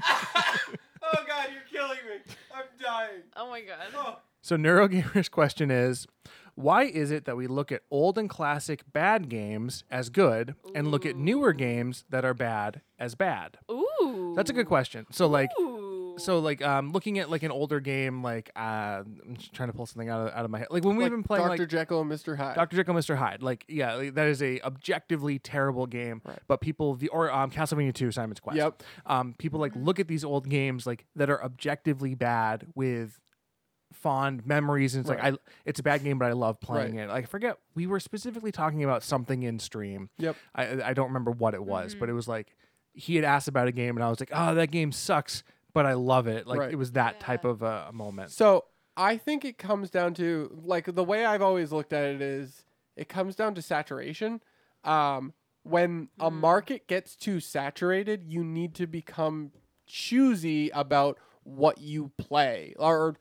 [SPEAKER 3] Oh God, you're killing me! I'm dying.
[SPEAKER 1] Oh my god.
[SPEAKER 2] So Neurogamer's question is, why is it that we look at old and classic bad games as good, and look at newer games that are bad as bad?
[SPEAKER 1] Ooh.
[SPEAKER 2] That's a good question. So like
[SPEAKER 1] Ooh.
[SPEAKER 2] so like um looking at like an older game like uh, I'm just trying to pull something out of out of my head. Like when we've been playing
[SPEAKER 3] Dr.
[SPEAKER 2] like
[SPEAKER 3] Jekyll and Mr. Hyde.
[SPEAKER 2] Dr. Jekyll and Mr. Hyde. Like yeah, like, that is a objectively terrible game,
[SPEAKER 3] Right.
[SPEAKER 2] but people the or um Castlevania 2 Simon's Quest.
[SPEAKER 3] Yep.
[SPEAKER 2] Um people like look at these old games like that are objectively bad with fond memories and it's like I it's a bad game but I love playing it. Like I forget we were specifically talking about something in stream.
[SPEAKER 3] Yep.
[SPEAKER 2] I I don't remember what it was,
[SPEAKER 1] Mm-hmm.
[SPEAKER 2] but it was like he had asked about a game, and I was like, "Oh, that game sucks, but I love it." Like
[SPEAKER 3] Right.
[SPEAKER 2] it was that
[SPEAKER 1] Yeah.
[SPEAKER 2] type of uh, a moment.
[SPEAKER 3] So I think it comes down to like the way I've always looked at it is it comes down to saturation. Um, when a market gets too saturated, you need to become choosy about what you play or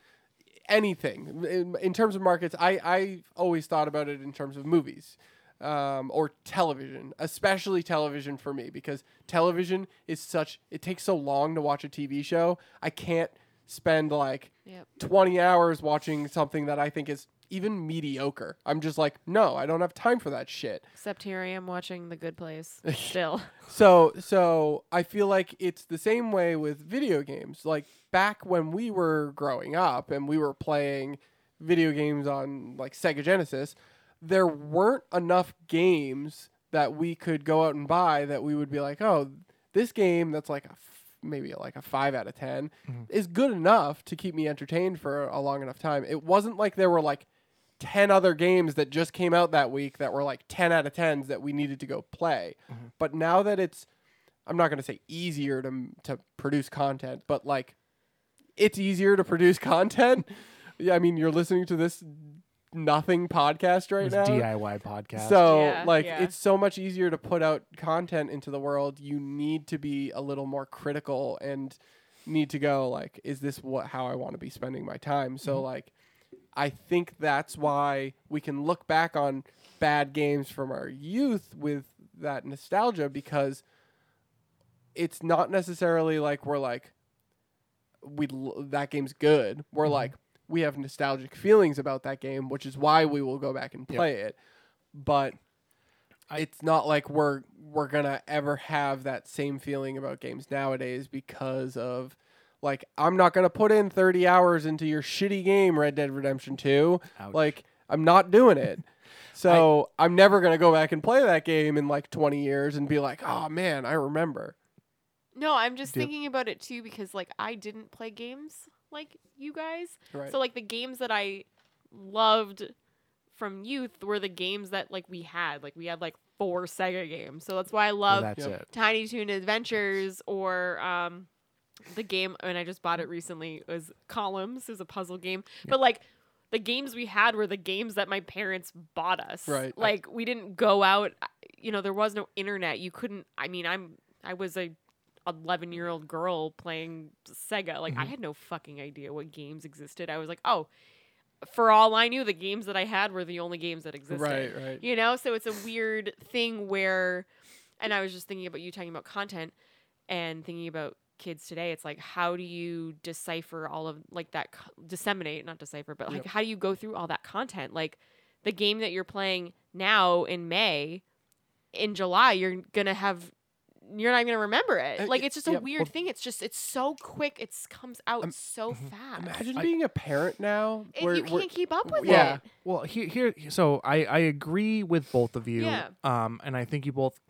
[SPEAKER 3] anything. In, in terms of markets, I, I always thought about it in terms of movies um, or television, especially television for me, because television is such, it takes so long to watch a TV show. I can't spend like
[SPEAKER 1] Yep.
[SPEAKER 3] 20 hours watching something that I think is even mediocre. I'm just like, no, I don't have time for that shit.
[SPEAKER 1] Except here I am watching The Good Place still.
[SPEAKER 3] So, so I feel like it's the same way with video games. Like back when we were growing up and we were playing video games on like Sega Genesis, there weren't enough games that we could go out and buy that we would be like, oh, this game that's like a f- maybe like a five out of 10 is good enough to keep me entertained for a long enough time. It wasn't like there were like ten other games that just came out that week that were like ten out of tens that we needed to go play. But now that it's, I'm not gonna say easier to to produce content, but like it's easier to produce content. yeah, I mean you're listening to this nothing podcast right
[SPEAKER 2] This
[SPEAKER 3] now.
[SPEAKER 2] DIY podcast.
[SPEAKER 3] So
[SPEAKER 1] Yeah,
[SPEAKER 3] like
[SPEAKER 1] yeah.
[SPEAKER 3] it's so much easier to put out content into the world. You need to be a little more critical and need to go like is this what how I want to be spending my time? So
[SPEAKER 2] Mm-hmm.
[SPEAKER 3] like I think that's why we can look back on bad games from our youth with that nostalgia because it's not necessarily like we're like we l- that game's good. We're
[SPEAKER 2] Mm-hmm.
[SPEAKER 3] like we have nostalgic feelings about that game, which is why we will go back and
[SPEAKER 2] Yep.
[SPEAKER 3] play it. But
[SPEAKER 2] I-
[SPEAKER 3] it's not like we're we're gonna ever have that same feeling about games nowadays because of like I'm not gonna put in 30 hours into your shitty game Red Dead Redemption 2.
[SPEAKER 2] Ouch.
[SPEAKER 3] Like I'm not doing it. So I'm never gonna go back and play that game in like 20 years and be like, oh man, I remember.
[SPEAKER 1] No, I'm just
[SPEAKER 2] Do-
[SPEAKER 1] thinking about it too because like I didn't play games like you guys.
[SPEAKER 3] Right.
[SPEAKER 1] So like the games that I loved from youth were the games that like we had. Like we had like four Sega games. So that's why I
[SPEAKER 2] Well,
[SPEAKER 1] love
[SPEAKER 2] that's
[SPEAKER 3] Yep.
[SPEAKER 2] it.
[SPEAKER 1] Tiny Toon Adventures or um the game and I just bought it recently it was Columns, it was a puzzle game. But like the games we had were the games that my parents bought us.
[SPEAKER 3] Right.
[SPEAKER 1] Like we didn't go out you know, there was no internet. You couldn't I mean, I'm I was a 11 year old girl playing Sega. Like, I had no fucking idea what games existed. I was like, oh, for all I knew, the games that I had were the only games that existed.
[SPEAKER 3] Right, right.
[SPEAKER 1] You know? So it's a weird thing where, and I was just thinking about you talking about content and thinking about kids today. It's like, how do you decipher all of like that, co- disseminate, not decipher, but like,
[SPEAKER 3] Yep.
[SPEAKER 1] how do you go through all that content? Like, the game that you're playing now in May, in July, you're gonna have you're not even gonna remember
[SPEAKER 3] Uh,
[SPEAKER 1] it. Like
[SPEAKER 3] y-
[SPEAKER 1] it's just a
[SPEAKER 3] yeah,
[SPEAKER 1] weird thing. It's just it's so quick. It comes out
[SPEAKER 3] Um,
[SPEAKER 1] so fast.
[SPEAKER 3] Imagine
[SPEAKER 2] I-
[SPEAKER 3] being a parent now.
[SPEAKER 1] If you can't keep up with
[SPEAKER 3] yeah.
[SPEAKER 1] it.
[SPEAKER 2] Well, here, here. So I, I agree with both of you.
[SPEAKER 1] Yeah.
[SPEAKER 2] Um, and I think you both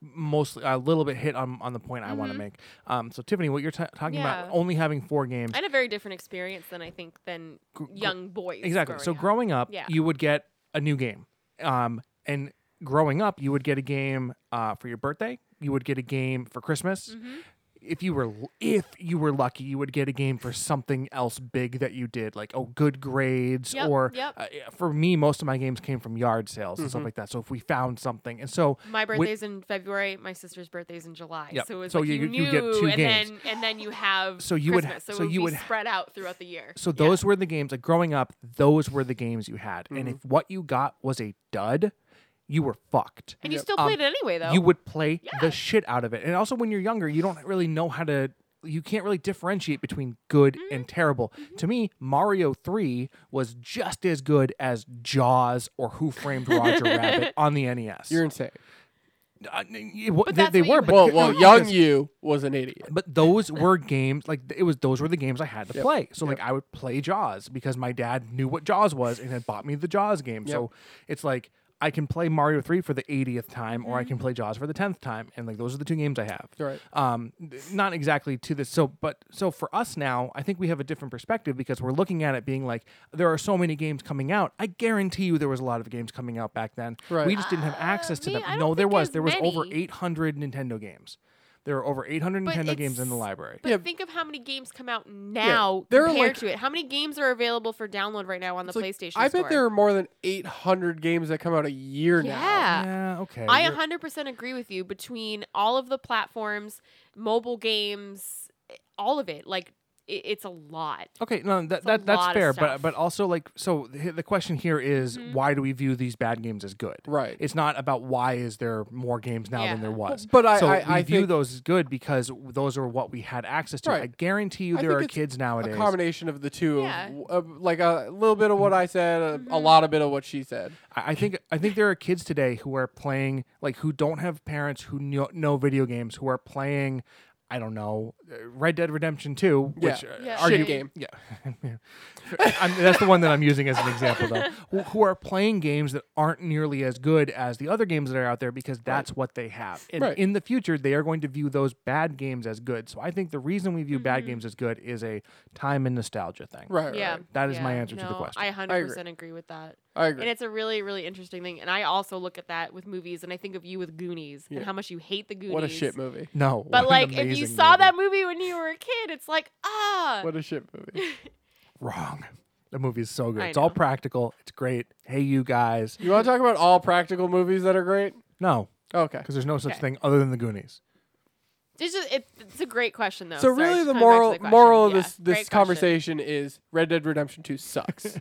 [SPEAKER 2] mostly a little bit hit on on the point I want to
[SPEAKER 1] Mhm.
[SPEAKER 2] make. Um, so Tiffany, what you're ta talking
[SPEAKER 1] Yeah.
[SPEAKER 2] about, only having four games.
[SPEAKER 1] I had a very different experience than I think than
[SPEAKER 2] Gr- gr-
[SPEAKER 1] young boys.
[SPEAKER 2] exactly. so
[SPEAKER 1] growing
[SPEAKER 2] growing up,
[SPEAKER 1] Yeah.
[SPEAKER 2] you would get a new game. Um, and growing up, you would get a game uh, for your birthday. You would get a game for Christmas.
[SPEAKER 1] up. Mhm.
[SPEAKER 2] if you were l- if you were lucky, you would get a game for something else big that you did, like oh, good grades,
[SPEAKER 1] Yep,
[SPEAKER 2] or
[SPEAKER 1] yep.
[SPEAKER 2] uh, yeah, for me, most of my games came from yard sales and stuff like that. So if we found something, and so
[SPEAKER 1] My birthday's in February. My sister's birthday's in July.
[SPEAKER 2] Yep.
[SPEAKER 1] So it was
[SPEAKER 2] So
[SPEAKER 1] like
[SPEAKER 2] you-
[SPEAKER 1] you,
[SPEAKER 2] you
[SPEAKER 1] knew,
[SPEAKER 2] get two
[SPEAKER 1] and
[SPEAKER 2] games.
[SPEAKER 1] then and then you have
[SPEAKER 2] So you would ha-
[SPEAKER 1] Christmas. so,
[SPEAKER 2] so
[SPEAKER 1] it would
[SPEAKER 2] you
[SPEAKER 1] be
[SPEAKER 2] would ha-
[SPEAKER 1] spread out throughout the year.
[SPEAKER 2] so
[SPEAKER 1] Yeah.
[SPEAKER 2] those were the games. Like growing up, those were the games you had, and if what you got was a dud, you were fucked.
[SPEAKER 1] and you
[SPEAKER 3] Yep.
[SPEAKER 1] still
[SPEAKER 2] um,
[SPEAKER 1] played it anyway though.
[SPEAKER 2] you would play
[SPEAKER 1] Yeah.
[SPEAKER 2] the shit out of it. And also, when you're younger, you don't really know how to. You can't really differentiate between good
[SPEAKER 1] Mm-hmm.
[SPEAKER 2] and terrible. To me, Mario 3 was just as good as Jaws or Who Framed Roger Rabbit on the NES.
[SPEAKER 3] You're insane.
[SPEAKER 2] Uh, n- it wa-
[SPEAKER 1] But
[SPEAKER 2] they,
[SPEAKER 1] that's
[SPEAKER 2] they
[SPEAKER 1] what you
[SPEAKER 2] were,
[SPEAKER 1] were-
[SPEAKER 2] but
[SPEAKER 3] Well,
[SPEAKER 2] c-
[SPEAKER 3] well,
[SPEAKER 2] no,
[SPEAKER 3] young
[SPEAKER 2] because-
[SPEAKER 3] you was an idiot.
[SPEAKER 2] But those were games like it was. Those were the games I had to
[SPEAKER 3] Yep.
[SPEAKER 2] play. So like I would play Jaws because my dad knew what Jaws was and had bought me the Jaws game. So it's like I can play Mario three for the 80th time, or I
[SPEAKER 1] Mm-hmm.
[SPEAKER 2] can play Jaws for the 10th time, and like those are the two games I have.
[SPEAKER 3] Right.
[SPEAKER 2] Um, th- not exactly to this. So but so for us now, I think we have a different perspective because we're looking at it being like there are so many games coming out. I guarantee you there was a lot of games coming out back then.
[SPEAKER 3] Right.
[SPEAKER 2] We just didn't have
[SPEAKER 1] Uh,
[SPEAKER 2] access to
[SPEAKER 1] me-
[SPEAKER 2] them.
[SPEAKER 1] I
[SPEAKER 2] no,
[SPEAKER 1] don't
[SPEAKER 2] there
[SPEAKER 1] think
[SPEAKER 2] was
[SPEAKER 1] as
[SPEAKER 2] there was over
[SPEAKER 1] many.
[SPEAKER 2] 800 Nintendo games. There are over 800
[SPEAKER 1] But
[SPEAKER 2] Nintendo games in the
[SPEAKER 1] it's-
[SPEAKER 2] library.
[SPEAKER 1] But
[SPEAKER 3] Yeah.
[SPEAKER 1] think of how many games come out now
[SPEAKER 3] there are,
[SPEAKER 1] compared
[SPEAKER 3] like-
[SPEAKER 1] to it. How many games are available for download right now on the
[SPEAKER 3] It's like,
[SPEAKER 1] PlayStation?
[SPEAKER 3] I bet
[SPEAKER 1] Store?
[SPEAKER 3] there are more than 800 games that come out a year now.
[SPEAKER 1] Yeah.
[SPEAKER 2] yeah, okay.
[SPEAKER 1] I
[SPEAKER 2] you're-
[SPEAKER 1] 100% agree with you between all of the platforms, mobile games, eh, all of it. Like it, it's a lot.
[SPEAKER 2] Okay, no, that,
[SPEAKER 1] a
[SPEAKER 2] that
[SPEAKER 1] lot
[SPEAKER 2] that's
[SPEAKER 1] of
[SPEAKER 2] fair, but
[SPEAKER 1] stuff.
[SPEAKER 2] but also like so the, the question here is,
[SPEAKER 1] Mhm.
[SPEAKER 2] why do we view these bad games as good?
[SPEAKER 3] Right.
[SPEAKER 2] It's not about why is there more games now than
[SPEAKER 1] Yeah.
[SPEAKER 2] there was.
[SPEAKER 3] But I,
[SPEAKER 2] so
[SPEAKER 3] I,
[SPEAKER 2] we
[SPEAKER 3] I
[SPEAKER 2] view
[SPEAKER 3] think
[SPEAKER 2] those as good because those are what we had access to.
[SPEAKER 3] Right.
[SPEAKER 2] I guarantee you
[SPEAKER 3] I
[SPEAKER 2] there
[SPEAKER 3] think
[SPEAKER 2] are
[SPEAKER 3] it's
[SPEAKER 2] kids
[SPEAKER 3] a
[SPEAKER 2] nowadays.
[SPEAKER 3] combination of the two,
[SPEAKER 1] Yeah.
[SPEAKER 3] of, of like a little bit of what I said, a, a
[SPEAKER 1] Mhm.
[SPEAKER 3] lot of bit of what she said.
[SPEAKER 2] I I think I think there are kids today who are playing like who don't have parents who know, know video games who are playing I don't know, uh, Red Dead Redemption 2, which
[SPEAKER 3] Yeah.
[SPEAKER 2] uh,
[SPEAKER 1] Yeah.
[SPEAKER 2] are
[SPEAKER 3] Shit
[SPEAKER 2] you
[SPEAKER 3] game.
[SPEAKER 2] Yeah. I'm, that's the one that I'm using as an example though. Who, who are playing games that aren't nearly as good as the other games that are out there because that's what they have. And
[SPEAKER 3] Right.
[SPEAKER 2] in the future they are going to view those bad games as good. So I think the reason we view bad
[SPEAKER 1] Mm-hmm.
[SPEAKER 2] games as good is a time and nostalgia thing.
[SPEAKER 3] Right. right,
[SPEAKER 1] yeah.
[SPEAKER 3] right.
[SPEAKER 2] That is my
[SPEAKER 1] yeah.
[SPEAKER 2] answer to the
[SPEAKER 1] No,
[SPEAKER 2] question.
[SPEAKER 1] I 100% agree. with that.
[SPEAKER 3] I agree.
[SPEAKER 1] And it's a really, really interesting thing. And I also look at that with movies, and I think of you with Goonies
[SPEAKER 3] Yeah.
[SPEAKER 1] and how much you hate the Goonies.
[SPEAKER 3] what a shit movie.
[SPEAKER 2] no.
[SPEAKER 1] But
[SPEAKER 2] what an
[SPEAKER 1] like, if you
[SPEAKER 2] amazing
[SPEAKER 1] saw
[SPEAKER 2] movie.
[SPEAKER 1] that movie when you were a kid, it's like ah,
[SPEAKER 3] What a shit movie.
[SPEAKER 2] wrong. The movie is so good.
[SPEAKER 1] I
[SPEAKER 2] It's all
[SPEAKER 1] know.
[SPEAKER 2] practical. It's great. Hey you guys.
[SPEAKER 3] You want to talk about all practical movies that are great?
[SPEAKER 2] No,
[SPEAKER 3] Okay.
[SPEAKER 2] because there's no such
[SPEAKER 1] Okay.
[SPEAKER 2] thing other than the Goonies.
[SPEAKER 1] it's just it, it's a great question though.
[SPEAKER 3] So
[SPEAKER 1] Sorry,
[SPEAKER 3] really,
[SPEAKER 1] just
[SPEAKER 3] the
[SPEAKER 1] coming back to
[SPEAKER 3] moral
[SPEAKER 1] question.
[SPEAKER 3] moral of
[SPEAKER 1] Yeah,
[SPEAKER 3] this this
[SPEAKER 1] great question.
[SPEAKER 3] conversation is Red Dead Redemption Two sucks.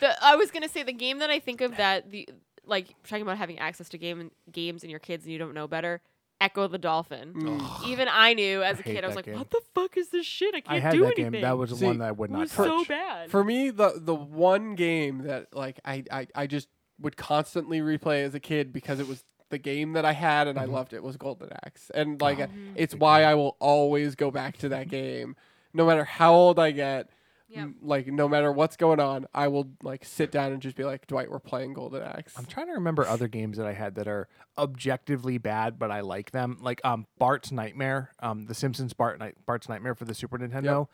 [SPEAKER 1] The, I was gonna say the game that I think of that the like talking about having access to game games and your kids and you don't know better. Echo the Dolphin.
[SPEAKER 3] Mm.
[SPEAKER 1] Even I knew as
[SPEAKER 2] I
[SPEAKER 1] a
[SPEAKER 2] hate
[SPEAKER 1] kid, I was
[SPEAKER 2] that
[SPEAKER 1] like,
[SPEAKER 2] game.
[SPEAKER 1] "What the fuck is this shit? I can't
[SPEAKER 2] I had
[SPEAKER 1] do
[SPEAKER 2] that
[SPEAKER 1] anything."
[SPEAKER 2] game. That was the
[SPEAKER 3] See,
[SPEAKER 2] one that I would
[SPEAKER 1] it
[SPEAKER 2] not
[SPEAKER 1] was
[SPEAKER 2] touch.
[SPEAKER 1] so bad.
[SPEAKER 3] For me, the the one game that like I, I I just would constantly replay as a kid because it was the game that I had
[SPEAKER 2] Mm-hmm.
[SPEAKER 3] and I loved it was Golden Axe, and like uh, it's why I will always go back to that game, no matter how old I get.
[SPEAKER 1] Yep.
[SPEAKER 3] m- Like no matter what's going on, I will like sit down and just be like, Dwight, we're playing Golden Axe.
[SPEAKER 2] I'm trying to remember other games that I had that are objectively bad, but I like them. Like um, Bart's Nightmare, um, The Simpsons Bart Night- Bart's Nightmare for the Super Nintendo.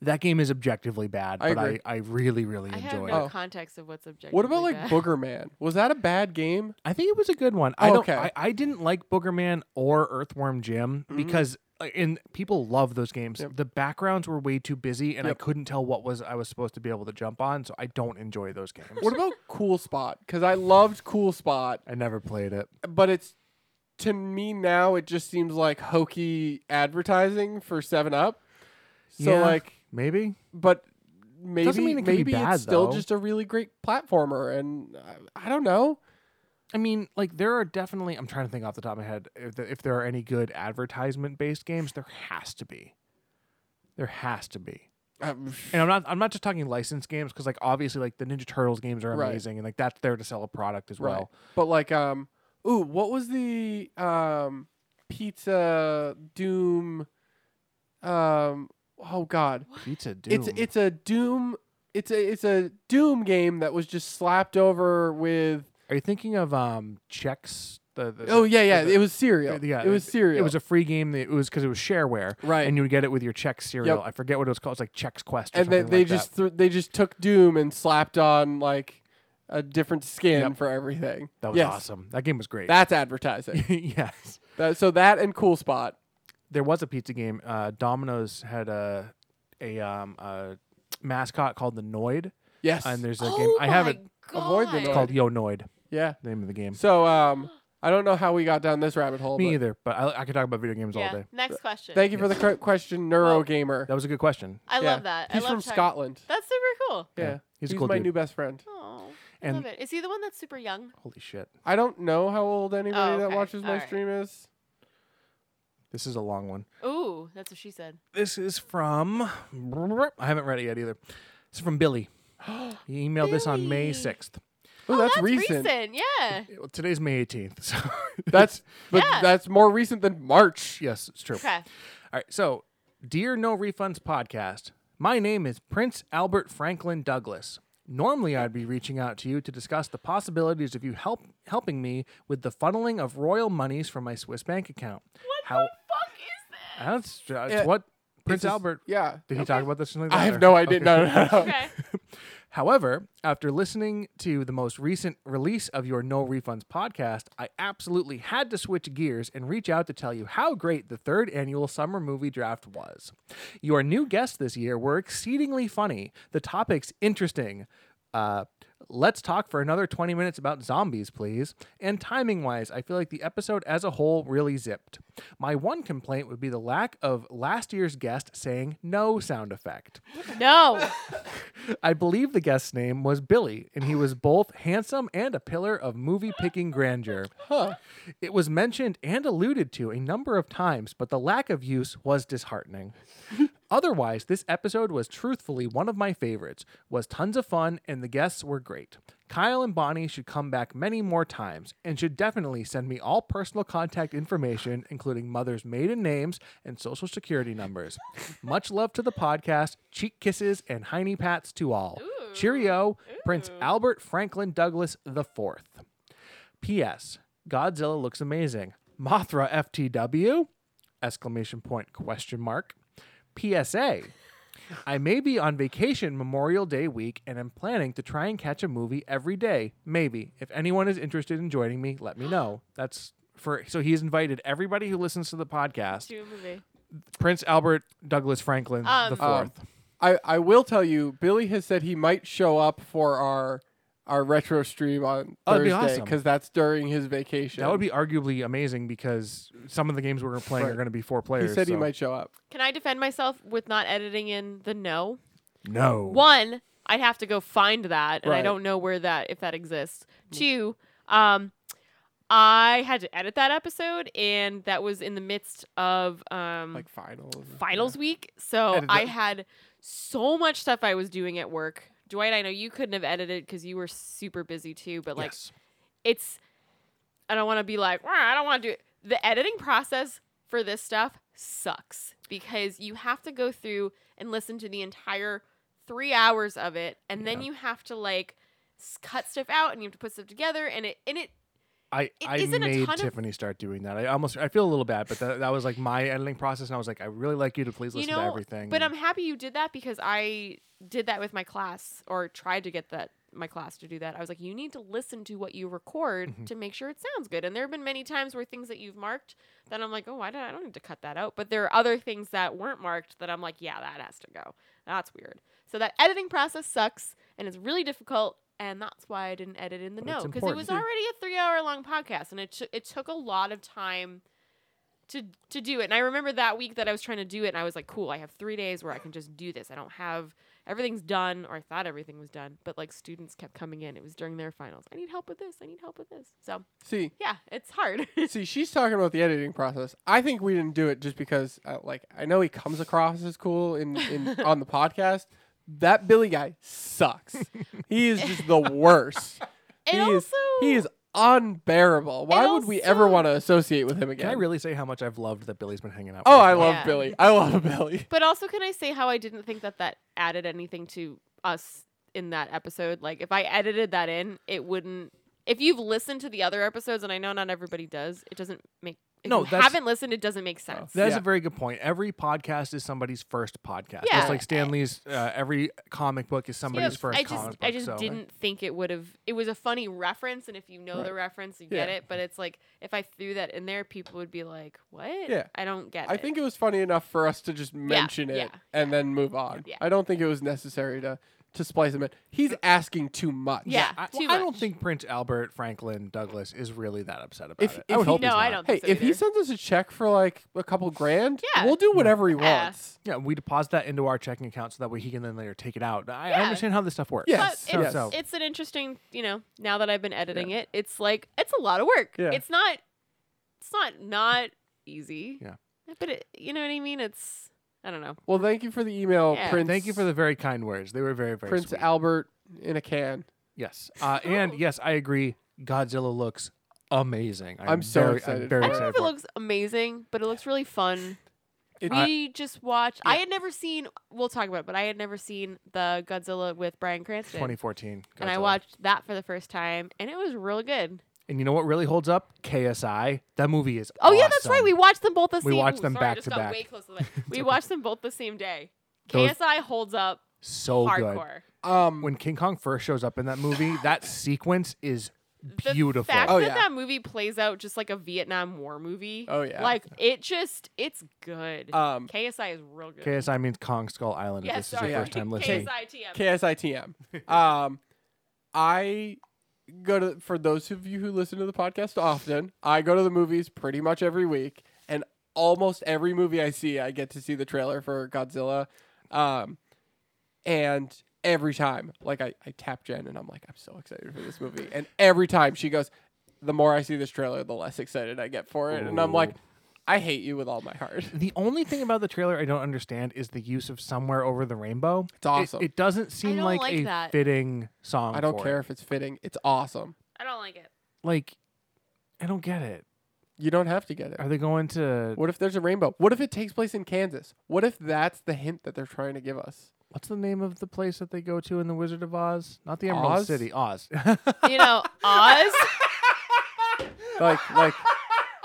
[SPEAKER 2] That game is objectively bad,
[SPEAKER 3] I
[SPEAKER 2] but I,
[SPEAKER 3] agree.
[SPEAKER 2] I really really
[SPEAKER 1] I had
[SPEAKER 2] enjoy it.
[SPEAKER 1] no
[SPEAKER 3] Oh.
[SPEAKER 1] context of what's objective.
[SPEAKER 3] What about like Booger Man? Was that a bad game?
[SPEAKER 2] I think it was a good one. I don't.
[SPEAKER 3] Oh, Okay.
[SPEAKER 2] I, I didn't like Boogerman or Earthworm Jim because like, and people love those games.
[SPEAKER 3] Mm-hmm. Yep.
[SPEAKER 2] The backgrounds were way too busy, and
[SPEAKER 3] Yep.
[SPEAKER 2] I couldn't tell what was I was supposed to be able to jump on. So I don't enjoy those games.
[SPEAKER 3] What about Cool Spot? Because I loved Cool Spot,
[SPEAKER 2] I never played it.
[SPEAKER 3] but it's to me now it just seems like hokey advertising for Seven Up. So
[SPEAKER 2] Yeah.
[SPEAKER 3] like,
[SPEAKER 2] Maybe
[SPEAKER 3] but maybe
[SPEAKER 2] mean it can be
[SPEAKER 3] maybe
[SPEAKER 2] bad,
[SPEAKER 3] it's still
[SPEAKER 2] though.
[SPEAKER 3] just a really great platformer, and I, I don't know.
[SPEAKER 2] I mean, like there are definitely. I'm trying to think off the top of my head if, the, if there are any good advertisement-based games. There has to be. There has to be.
[SPEAKER 3] Um,
[SPEAKER 2] And I'm not. I'm not just talking licensed games because, like, obviously, like the Ninja Turtles games are
[SPEAKER 3] Right.
[SPEAKER 2] amazing, and like that's there to sell a product as
[SPEAKER 3] right.
[SPEAKER 2] well.
[SPEAKER 3] But like, um, ooh, what was the um pizza Doom? Um, oh God,
[SPEAKER 2] Pizza Doom.
[SPEAKER 3] it's it's a Doom. It's a it's a Doom game that was just slapped over with
[SPEAKER 2] Are you thinking of um checks? The, the
[SPEAKER 3] Oh yeah, yeah.
[SPEAKER 2] the-
[SPEAKER 3] It was cereal.
[SPEAKER 2] the- yeah,
[SPEAKER 3] it was cereal.
[SPEAKER 2] It was a free game. That it was because it was shareware,
[SPEAKER 3] right.
[SPEAKER 2] and you would get it with your check cereal.
[SPEAKER 3] Yep.
[SPEAKER 2] I forget what it was called. It's like Chex Quest. Or
[SPEAKER 3] and then
[SPEAKER 2] something
[SPEAKER 3] they
[SPEAKER 2] like that.
[SPEAKER 3] just threw they just took Doom and slapped on like a different skin
[SPEAKER 2] Yep.
[SPEAKER 3] for everything.
[SPEAKER 2] that was
[SPEAKER 3] Yes,
[SPEAKER 2] awesome. That game was great.
[SPEAKER 3] That's advertising.
[SPEAKER 2] yes.
[SPEAKER 3] That- so that and Cool Spot.
[SPEAKER 2] there was a pizza game. Uh, Domino's had a a um a mascot called the Noid,
[SPEAKER 3] Yes.
[SPEAKER 2] and there's a
[SPEAKER 1] oh
[SPEAKER 2] game I have
[SPEAKER 1] my
[SPEAKER 2] it
[SPEAKER 3] avoid the
[SPEAKER 1] God.
[SPEAKER 2] it's called Yo Noid.
[SPEAKER 3] yeah.
[SPEAKER 2] The name of the game.
[SPEAKER 3] So um, I don't know how we got down this rabbit hole.
[SPEAKER 2] Me
[SPEAKER 3] but
[SPEAKER 2] either, but I, I could talk about video games all
[SPEAKER 1] Yeah.
[SPEAKER 2] day.
[SPEAKER 1] Next question.
[SPEAKER 3] Thank you for the cr- question, Neurogamer.
[SPEAKER 2] That was a good question.
[SPEAKER 1] I
[SPEAKER 3] Yeah.
[SPEAKER 1] love that.
[SPEAKER 3] He's
[SPEAKER 1] I love
[SPEAKER 3] from
[SPEAKER 1] talking-
[SPEAKER 3] Scotland.
[SPEAKER 1] That's super cool.
[SPEAKER 3] Yeah.
[SPEAKER 2] he's
[SPEAKER 3] He's,
[SPEAKER 2] a cool
[SPEAKER 3] my
[SPEAKER 2] dude.
[SPEAKER 3] new best friend.
[SPEAKER 1] Oh, I
[SPEAKER 2] And-
[SPEAKER 1] love it. Is he the one that's super young?
[SPEAKER 2] Holy shit,
[SPEAKER 3] I don't know how old anybody
[SPEAKER 1] Oh,
[SPEAKER 3] that
[SPEAKER 1] okay.
[SPEAKER 3] watches my
[SPEAKER 1] All right.
[SPEAKER 3] stream is.
[SPEAKER 2] this is a long one.
[SPEAKER 1] Ooh, that's what she said.
[SPEAKER 2] This is from I haven't read it yet either. This is from Billy. He emailed this on May
[SPEAKER 1] Billy.
[SPEAKER 2] sixth.
[SPEAKER 3] Oh,
[SPEAKER 1] oh,
[SPEAKER 3] that's,
[SPEAKER 1] Yeah.
[SPEAKER 2] Today's May eighteenth. So
[SPEAKER 3] That's but
[SPEAKER 1] Yeah.
[SPEAKER 3] that's more recent than March.
[SPEAKER 2] yes, it's true.
[SPEAKER 1] Okay.
[SPEAKER 2] All right. So, dear No Refunds podcast, my name is Prince Albert Franklin Douglas. Normally, I'd be reaching out to you to discuss the possibilities of you help helping me with the funneling of royal monies from my Swiss bank account. What How,
[SPEAKER 1] Fuck is that?
[SPEAKER 2] That's uh, it's
[SPEAKER 3] Yeah,
[SPEAKER 2] what Prince
[SPEAKER 3] It's just-
[SPEAKER 2] Albert.
[SPEAKER 3] Yeah.
[SPEAKER 2] Did he talk about this? or something like
[SPEAKER 3] I
[SPEAKER 2] that,
[SPEAKER 3] have
[SPEAKER 2] or-
[SPEAKER 3] no idea.
[SPEAKER 2] Okay.
[SPEAKER 3] No, no, no.
[SPEAKER 1] Okay.
[SPEAKER 2] However, after listening to the most recent release of your No Refunds podcast, I absolutely had to switch gears and reach out to tell you how great the third annual summer movie draft was. Your new guests this year were exceedingly funny, the topics interesting. Uh, let's talk for another 20 minutes about zombies, please. And timing wise, I feel like the episode as a whole really zipped. My one complaint would be the lack of last year's guest saying no sound effect.
[SPEAKER 1] No.
[SPEAKER 2] I believe the guest's name was Billy, and he was both handsome and a pillar of movie picking grandeur.
[SPEAKER 3] Huh.
[SPEAKER 2] It was mentioned and alluded to a number of times, but the lack of use was disheartening. Otherwise, this episode was truthfully one of my favorites. Was tons of fun and the guests were great. Kyle and Bonnie should come back many more times and should definitely send me all personal contact information including mother's maiden names and social security numbers. Much love to the podcast. Cheek kisses and heiny pats to all. Cheerio, Prince Albert Franklin Douglas the Fourth. P.S. Godzilla looks amazing. Mothra FTW? Exclamation point question mark. PSA. I may be on vacation Memorial Day week and am planning to try and catch a movie every day. Maybe. If anyone is interested in joining me, let me know. That's for so he's invited everybody who listens to the podcast.
[SPEAKER 1] To a movie.
[SPEAKER 2] Prince Albert Douglas Franklin
[SPEAKER 1] Um,
[SPEAKER 2] the
[SPEAKER 3] Um,
[SPEAKER 2] fourth.
[SPEAKER 3] I, I will tell you, Billy has said he might show up for our our retro stream on
[SPEAKER 2] Oh, that'd be
[SPEAKER 3] Thursday
[SPEAKER 2] awesome.
[SPEAKER 3] that's during his vacation.
[SPEAKER 2] that would be arguably amazing because some of the games we're playing are
[SPEAKER 3] Right.
[SPEAKER 2] going to be four
[SPEAKER 3] He
[SPEAKER 2] players.
[SPEAKER 3] said he
[SPEAKER 2] so-
[SPEAKER 3] might show up.
[SPEAKER 1] Can I defend myself with not editing in the no?
[SPEAKER 2] No.
[SPEAKER 1] One, I'd have to go find that, and I
[SPEAKER 3] Right.
[SPEAKER 1] don't know where that if that exists. Two, um, I had to edit that episode, and that was in the midst of um
[SPEAKER 3] Like finals.
[SPEAKER 1] finals week, so
[SPEAKER 2] Edit
[SPEAKER 1] I
[SPEAKER 2] that.
[SPEAKER 1] had so much stuff I was doing at work. Dwight, I know you couldn't have edited because you were super busy too, but like
[SPEAKER 2] Yes.
[SPEAKER 1] it's I don't want to be like, "Wah, I don't want to do it. The editing process for this stuff sucks because you have to go through and listen to the entire 3 hours of it and then you have to like s- cut stuff out and you have to put stuff together and it and it
[SPEAKER 2] I,
[SPEAKER 1] It
[SPEAKER 2] I
[SPEAKER 1] isn't a
[SPEAKER 2] made
[SPEAKER 1] ton of-
[SPEAKER 2] Tiffany start doing that. I almost I feel a little bad, but that, that was like my editing process, and I was like, I really like you to please
[SPEAKER 1] You
[SPEAKER 2] listen to
[SPEAKER 1] know,
[SPEAKER 2] everything.
[SPEAKER 1] but I'm
[SPEAKER 2] and-
[SPEAKER 1] happy you did that because I did that with my class or tried to get that my class to do that. I was like, you need to listen to what you record
[SPEAKER 2] Mhm.
[SPEAKER 1] to make sure it sounds good. And there have been many times where things that you've marked that I'm like, oh, why did I don't need to cut that out? But there are other things that weren't marked that I'm like, yeah, that has to go. That's weird. So that editing process sucks and it's really difficult. And that's why I didn't edit in the
[SPEAKER 2] But it's
[SPEAKER 1] note because it was
[SPEAKER 2] important.
[SPEAKER 1] already a three-hour-long podcast, and it took it took a lot of time to to do it. And I remember that week that I was trying to do it, and I was like, "Cool, I have three days where I can just do this. I don't have everything's done, or I thought everything was done, but like students kept coming in. It was during their finals. I need help with this. I need help with this. So
[SPEAKER 3] See,
[SPEAKER 1] yeah, it's hard.
[SPEAKER 3] see, she's talking about the editing process. I think we didn't do it just because, uh, like, I know he comes across as cool in, in on the podcast. That Billy guy sucks. he is just the worst.
[SPEAKER 1] and
[SPEAKER 3] he
[SPEAKER 1] also,
[SPEAKER 3] is he is unbearable. Why would we ever
[SPEAKER 1] also-
[SPEAKER 3] want to associate with him again?
[SPEAKER 2] Can I really say how much I've loved that Billy's been hanging out?
[SPEAKER 3] Oh,
[SPEAKER 2] with
[SPEAKER 3] I
[SPEAKER 2] us?
[SPEAKER 3] love
[SPEAKER 1] Yeah.
[SPEAKER 3] Billy. I love Billy.
[SPEAKER 1] But also, can I say how I didn't think that that added anything to us in that episode? Like, if I edited that in, it wouldn't. If you've listened to the other episodes, and I know not everybody does, it doesn't make. If
[SPEAKER 2] No,
[SPEAKER 1] you
[SPEAKER 2] that's-
[SPEAKER 1] haven't listened, it doesn't make sense.
[SPEAKER 2] That's
[SPEAKER 3] Yeah.
[SPEAKER 2] a very good point. Every podcast is somebody's first podcast.
[SPEAKER 1] Yeah.
[SPEAKER 2] Just like Stanley's, uh, every comic book is somebody's
[SPEAKER 1] Yeah,
[SPEAKER 2] first
[SPEAKER 1] I just
[SPEAKER 2] comic book.
[SPEAKER 1] I just
[SPEAKER 2] so.
[SPEAKER 1] didn't think it would have. It was a funny reference, and if you know the reference, you get
[SPEAKER 3] Yeah.
[SPEAKER 1] it. But it's like if I threw that in there, people would be like, "What?
[SPEAKER 3] Yeah.
[SPEAKER 1] I don't get
[SPEAKER 3] I
[SPEAKER 1] it."
[SPEAKER 3] think it was funny enough for us to just mention it
[SPEAKER 1] yeah,
[SPEAKER 3] and then move on.
[SPEAKER 1] yeah.
[SPEAKER 3] I don't think it was necessary to to splice him in. He's asking too much.
[SPEAKER 1] Yeah.
[SPEAKER 2] I,
[SPEAKER 1] uh, too
[SPEAKER 2] I don't
[SPEAKER 1] much.
[SPEAKER 2] think Prince Albert Franklin Douglas is really that upset about
[SPEAKER 3] If-
[SPEAKER 2] it. I
[SPEAKER 3] if
[SPEAKER 2] would
[SPEAKER 3] he-
[SPEAKER 2] hope
[SPEAKER 1] no,
[SPEAKER 2] he's
[SPEAKER 1] I don't.
[SPEAKER 2] not.
[SPEAKER 3] Hey,
[SPEAKER 1] think so
[SPEAKER 3] if he
[SPEAKER 1] either.
[SPEAKER 3] sends us a check for like a couple grand,
[SPEAKER 1] Yeah.
[SPEAKER 3] we'll do whatever he
[SPEAKER 1] Yeah.
[SPEAKER 3] wants.
[SPEAKER 2] Yeah, we deposit that into our checking account so that way he can then later take it out. I, I
[SPEAKER 1] Yeah.
[SPEAKER 2] understand how this stuff works.
[SPEAKER 1] but
[SPEAKER 3] Yes,
[SPEAKER 1] Uh, it's,
[SPEAKER 3] yes. So-
[SPEAKER 1] it's an interesting, you know, now that I've been editing it, it's like it's a lot of work.
[SPEAKER 3] Yeah.
[SPEAKER 1] It's not it's not not easy.
[SPEAKER 2] Yeah.
[SPEAKER 1] But it, you know what I mean? It's I don't know.
[SPEAKER 3] Well, thank you for the email,
[SPEAKER 1] Yeah.
[SPEAKER 3] Prince.
[SPEAKER 2] Thank you for the very kind words. They were very, very
[SPEAKER 3] Prince
[SPEAKER 2] sweet.
[SPEAKER 3] Albert in a can.
[SPEAKER 2] Yes. Uh,
[SPEAKER 3] Oh.
[SPEAKER 2] and yes, I agree. Godzilla looks amazing. I'm,
[SPEAKER 3] I'm so
[SPEAKER 2] very, I'm
[SPEAKER 3] excited
[SPEAKER 2] very
[SPEAKER 3] for
[SPEAKER 1] I
[SPEAKER 3] it.
[SPEAKER 1] don't know
[SPEAKER 2] excited
[SPEAKER 1] if it
[SPEAKER 2] for it.
[SPEAKER 1] looks amazing, but it looks really fun.
[SPEAKER 3] It-
[SPEAKER 1] we just watched I had never seen we'll talk about it, but I had never seen the Godzilla with Brian Cranston.
[SPEAKER 2] 2014.
[SPEAKER 1] And I
[SPEAKER 2] Godzilla.
[SPEAKER 1] watched that for the first time and it was real good.
[SPEAKER 2] And you know what really holds up? KSI. That movie is.
[SPEAKER 1] Oh yeah, that's right.
[SPEAKER 2] awesome.
[SPEAKER 1] We watched them both the
[SPEAKER 2] We
[SPEAKER 1] same
[SPEAKER 2] watched
[SPEAKER 1] Ooh,
[SPEAKER 2] them
[SPEAKER 1] sorry, I
[SPEAKER 2] back
[SPEAKER 1] just
[SPEAKER 2] to
[SPEAKER 1] got
[SPEAKER 2] back.
[SPEAKER 1] way close to the mic. We watched them both the same day.
[SPEAKER 2] Those-
[SPEAKER 1] KSI holds up
[SPEAKER 2] so good.
[SPEAKER 1] hardcore.
[SPEAKER 3] Um,
[SPEAKER 2] When King Kong first shows up in that movie, that sequence is
[SPEAKER 1] The
[SPEAKER 2] beautiful.
[SPEAKER 1] fact
[SPEAKER 3] Oh,
[SPEAKER 1] that
[SPEAKER 3] yeah.
[SPEAKER 1] that movie plays out just like a Vietnam War movie.
[SPEAKER 3] Oh, yeah.
[SPEAKER 1] Like it just it's good.
[SPEAKER 3] um,
[SPEAKER 1] KSI is real good.
[SPEAKER 2] KSI means Kong Skull Island.
[SPEAKER 1] yeah,
[SPEAKER 2] if this
[SPEAKER 1] sorry.
[SPEAKER 2] is your first time listening.
[SPEAKER 1] KSITM.
[SPEAKER 3] KSITM. um, I go to for those of you who listen to the podcast often. I go to the movies pretty much every week, and almost every movie I see, I get to see the trailer for Godzilla, um, and every time, like I, I tap Jen and I'm like, I'm so excited for this movie, and every time she goes, the more I see this trailer, the less excited I get for it, and I'm like. I hate you with all my heart.
[SPEAKER 2] The only thing about the trailer I don't understand is the use of "Somewhere Over the Rainbow." It-
[SPEAKER 3] awesome.
[SPEAKER 2] It, doesn't seem
[SPEAKER 1] don't
[SPEAKER 2] like,
[SPEAKER 1] like
[SPEAKER 2] a
[SPEAKER 1] that.
[SPEAKER 2] fitting song.
[SPEAKER 3] I don't
[SPEAKER 2] for
[SPEAKER 3] care
[SPEAKER 2] it.
[SPEAKER 3] if it's fitting. It's awesome.
[SPEAKER 1] I don't like it.
[SPEAKER 2] Like, I don't get it.
[SPEAKER 3] You don't have to get it.
[SPEAKER 2] Are they going to
[SPEAKER 3] What if there's a rainbow? What if it takes place in Kansas? What if that's the hint that they're trying to give us?
[SPEAKER 2] what's the name of the place that they go to in the Wizard of Oz? Not the Emerald
[SPEAKER 3] Oz?
[SPEAKER 2] City, Oz.
[SPEAKER 1] You know, Oz.
[SPEAKER 3] Like like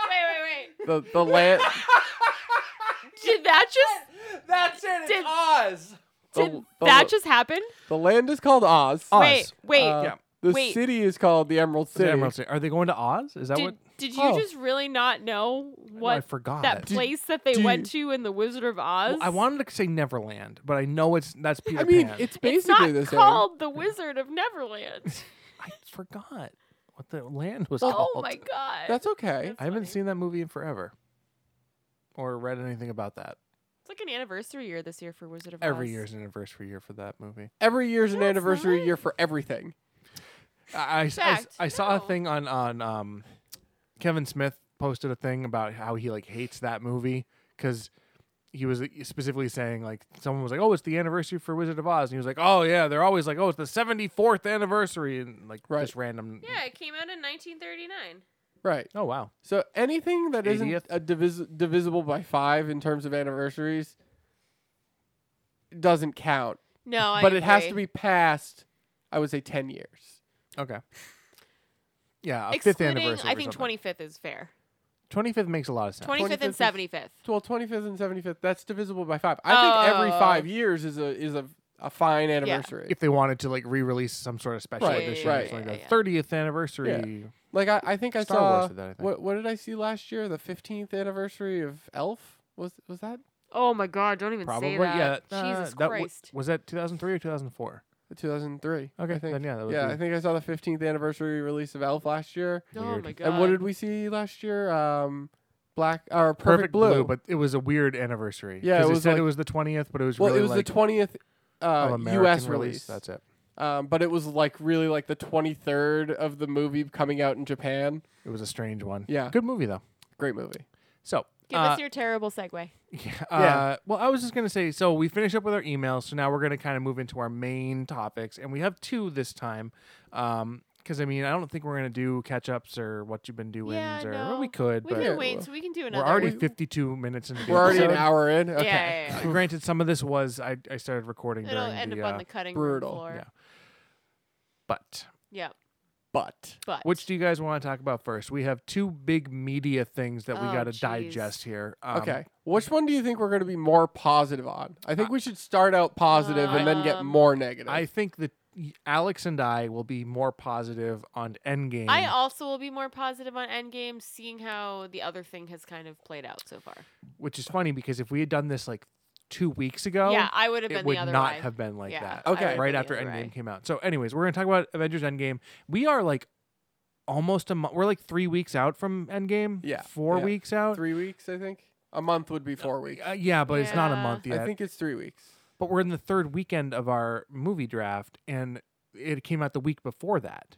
[SPEAKER 1] wait, wait,
[SPEAKER 3] the the land
[SPEAKER 1] wait. Did that just
[SPEAKER 2] That's it.
[SPEAKER 1] Did-
[SPEAKER 2] Oz.
[SPEAKER 3] The-
[SPEAKER 1] did
[SPEAKER 3] the-
[SPEAKER 1] that just happen?
[SPEAKER 3] the land is called Oz.
[SPEAKER 2] Oh, Oz.
[SPEAKER 1] Wait, wait.
[SPEAKER 3] Uh,
[SPEAKER 2] yeah.
[SPEAKER 3] The
[SPEAKER 1] Wait.
[SPEAKER 3] city is called the Emerald
[SPEAKER 2] The
[SPEAKER 3] City.
[SPEAKER 2] Emerald City. Are they going to Oz? Is that
[SPEAKER 1] did,
[SPEAKER 2] what?
[SPEAKER 1] did you
[SPEAKER 3] Oh.
[SPEAKER 1] just really not know
[SPEAKER 2] I
[SPEAKER 1] what
[SPEAKER 2] forgot.
[SPEAKER 1] that
[SPEAKER 3] Did-
[SPEAKER 1] place that they
[SPEAKER 3] do
[SPEAKER 1] went to in The Wizard of Oz?
[SPEAKER 2] Well, I wanted to say Neverland, but I know it's that's Peter
[SPEAKER 3] I mean,
[SPEAKER 2] Pan.
[SPEAKER 3] it's
[SPEAKER 1] It's
[SPEAKER 3] basically
[SPEAKER 1] not
[SPEAKER 3] the same.
[SPEAKER 1] called The Wizard of Neverland.
[SPEAKER 2] I forgot what the land was called.
[SPEAKER 1] oh my god.
[SPEAKER 3] That's okay.
[SPEAKER 1] That's
[SPEAKER 2] I
[SPEAKER 1] funny.
[SPEAKER 2] haven't seen that movie in forever, or read anything about that.
[SPEAKER 1] It's like an anniversary year this year for Wizard of Oz.
[SPEAKER 2] Every year's an anniversary year for that movie.
[SPEAKER 3] Every year's an
[SPEAKER 1] No, it's
[SPEAKER 3] anniversary
[SPEAKER 1] not.
[SPEAKER 3] year for everything.
[SPEAKER 2] I, I s- I s-
[SPEAKER 1] Fact,
[SPEAKER 2] I saw a
[SPEAKER 1] no.
[SPEAKER 2] thing on on um, Kevin Smith posted a thing about how he like hates that movie because he was specifically saying like someone was like oh it's the anniversary for Wizard of Oz and he was like oh yeah they're always like oh it's the seventy fourth anniversary and like
[SPEAKER 3] Right.
[SPEAKER 2] just random
[SPEAKER 1] Yeah, it came out in 1939.
[SPEAKER 3] Right.
[SPEAKER 2] oh wow
[SPEAKER 3] So anything that
[SPEAKER 2] 80th?
[SPEAKER 3] not a divis- divisible by five in terms of anniversaries doesn't count.
[SPEAKER 1] No, I
[SPEAKER 3] but it has to
[SPEAKER 1] agree.
[SPEAKER 3] be past, I would say, ten years.
[SPEAKER 2] okay yeah a fifth
[SPEAKER 1] excluding.
[SPEAKER 2] anniversary
[SPEAKER 1] I think 25th is fair.
[SPEAKER 2] twenty fifth makes a lot of sense
[SPEAKER 1] 25th and
[SPEAKER 3] 25th is-
[SPEAKER 1] 75th.
[SPEAKER 3] Well, twenty fifth and seventy fifth. That's divisible by five. I think every
[SPEAKER 1] Oh.
[SPEAKER 3] five years is a is a, a fine anniversary.
[SPEAKER 2] if they wanted to like re-release some sort of special
[SPEAKER 3] Right,
[SPEAKER 2] edition
[SPEAKER 3] right,
[SPEAKER 2] it's like
[SPEAKER 1] yeah,
[SPEAKER 2] the
[SPEAKER 1] yeah.
[SPEAKER 2] 30th anniversary
[SPEAKER 3] Like I, I think I
[SPEAKER 2] Star
[SPEAKER 3] saw
[SPEAKER 2] Wars did that I think.
[SPEAKER 3] what what did I see last year? The fifteenth anniversary of Elf was was that
[SPEAKER 1] Oh my god, don't even
[SPEAKER 2] probably
[SPEAKER 1] say that.
[SPEAKER 2] yeah
[SPEAKER 1] Jesus
[SPEAKER 2] uh, that wa-
[SPEAKER 1] Christ.
[SPEAKER 2] was that 2003 or 2004
[SPEAKER 3] two thousand three?
[SPEAKER 2] Okay,
[SPEAKER 3] I think.
[SPEAKER 2] then yeah, that would
[SPEAKER 3] yeah.
[SPEAKER 2] be-
[SPEAKER 3] I think I saw the fifteenth anniversary release of Elf last year.
[SPEAKER 1] oh
[SPEAKER 2] weird.
[SPEAKER 1] my god.
[SPEAKER 3] And what did we see last year? Um, Black or Perfect,
[SPEAKER 2] Perfect
[SPEAKER 3] Blue.
[SPEAKER 2] Blue. but it was a weird anniversary.
[SPEAKER 3] Yeah,
[SPEAKER 2] 'Cause
[SPEAKER 3] it
[SPEAKER 2] it,
[SPEAKER 3] was
[SPEAKER 2] said
[SPEAKER 3] like-
[SPEAKER 2] it was the twentieth, but it was
[SPEAKER 3] well,
[SPEAKER 2] really
[SPEAKER 3] it was
[SPEAKER 2] like
[SPEAKER 3] the twentieth
[SPEAKER 2] of
[SPEAKER 3] uh,
[SPEAKER 2] American
[SPEAKER 3] U.S. release.
[SPEAKER 2] That's it.
[SPEAKER 3] Um, but it was like really like the twenty third of the movie coming out in Japan.
[SPEAKER 2] It was a strange one.
[SPEAKER 3] Yeah.
[SPEAKER 2] good movie though.
[SPEAKER 3] Great movie.
[SPEAKER 2] So
[SPEAKER 1] Give
[SPEAKER 2] uh,
[SPEAKER 1] us your terrible segue.
[SPEAKER 2] yeah,
[SPEAKER 3] Yeah.
[SPEAKER 2] uh, well, I was just gonna say. So we finished up with our emails. So now we're gonna kind of move into our main topics, and we have two this time. Um, because I mean, I don't think we're gonna do catch ups or what you've been doing,
[SPEAKER 1] Yeah,
[SPEAKER 2] or
[SPEAKER 1] no.
[SPEAKER 2] well, we could,
[SPEAKER 1] We
[SPEAKER 2] but
[SPEAKER 1] can
[SPEAKER 3] Yeah,
[SPEAKER 1] wait,
[SPEAKER 3] well,
[SPEAKER 1] so we can do
[SPEAKER 2] we're
[SPEAKER 1] another.
[SPEAKER 2] already
[SPEAKER 1] one.
[SPEAKER 2] fifty-two minutes into the
[SPEAKER 3] We're already an
[SPEAKER 2] episode.
[SPEAKER 3] hour in. Okay.
[SPEAKER 1] Yeah, yeah, yeah.
[SPEAKER 2] Uh, Granted, some of this was I, I started recording
[SPEAKER 1] It'll
[SPEAKER 2] during
[SPEAKER 1] end
[SPEAKER 2] the,
[SPEAKER 1] up on
[SPEAKER 2] uh,
[SPEAKER 1] the cutting
[SPEAKER 3] brutal.
[SPEAKER 1] room floor.
[SPEAKER 2] yeah. but
[SPEAKER 1] Yeah.
[SPEAKER 3] But
[SPEAKER 1] but
[SPEAKER 2] Which do you guys want to talk about first? We have two big media things that we
[SPEAKER 1] Oh,
[SPEAKER 2] got to
[SPEAKER 1] jeez.
[SPEAKER 2] digest here. Um,
[SPEAKER 3] okay, which one do you think we're going to be more positive on? I think we should start out positive and then get
[SPEAKER 1] Uh, Um,
[SPEAKER 3] more negative.
[SPEAKER 2] I think that y- Alex and I will be more positive on Endgame.
[SPEAKER 1] I also will be more positive on Endgame, seeing how the other thing has kind of played out so far.
[SPEAKER 2] which is funny because if we had done this like two weeks ago,
[SPEAKER 1] yeah, I would have
[SPEAKER 2] it
[SPEAKER 1] been
[SPEAKER 2] would
[SPEAKER 1] the other
[SPEAKER 2] not
[SPEAKER 1] way.
[SPEAKER 2] have been like
[SPEAKER 1] Yeah,
[SPEAKER 2] that.
[SPEAKER 1] I
[SPEAKER 3] Okay.
[SPEAKER 1] would've
[SPEAKER 2] right
[SPEAKER 1] been the
[SPEAKER 2] after
[SPEAKER 1] other
[SPEAKER 2] Endgame
[SPEAKER 1] way.
[SPEAKER 2] came out. So, anyways, we're gonna talk about Avengers Endgame. We are like almost a month. We're like three weeks out from Endgame.
[SPEAKER 3] Yeah,
[SPEAKER 2] four
[SPEAKER 3] yeah.
[SPEAKER 2] weeks out.
[SPEAKER 3] three weeks. I think a month would be four weeks.
[SPEAKER 2] Uh, yeah, but it's not a
[SPEAKER 1] Yeah.
[SPEAKER 2] month yet.
[SPEAKER 3] I think it's three weeks.
[SPEAKER 2] but we're in the third weekend of our movie draft and it came out the week before that.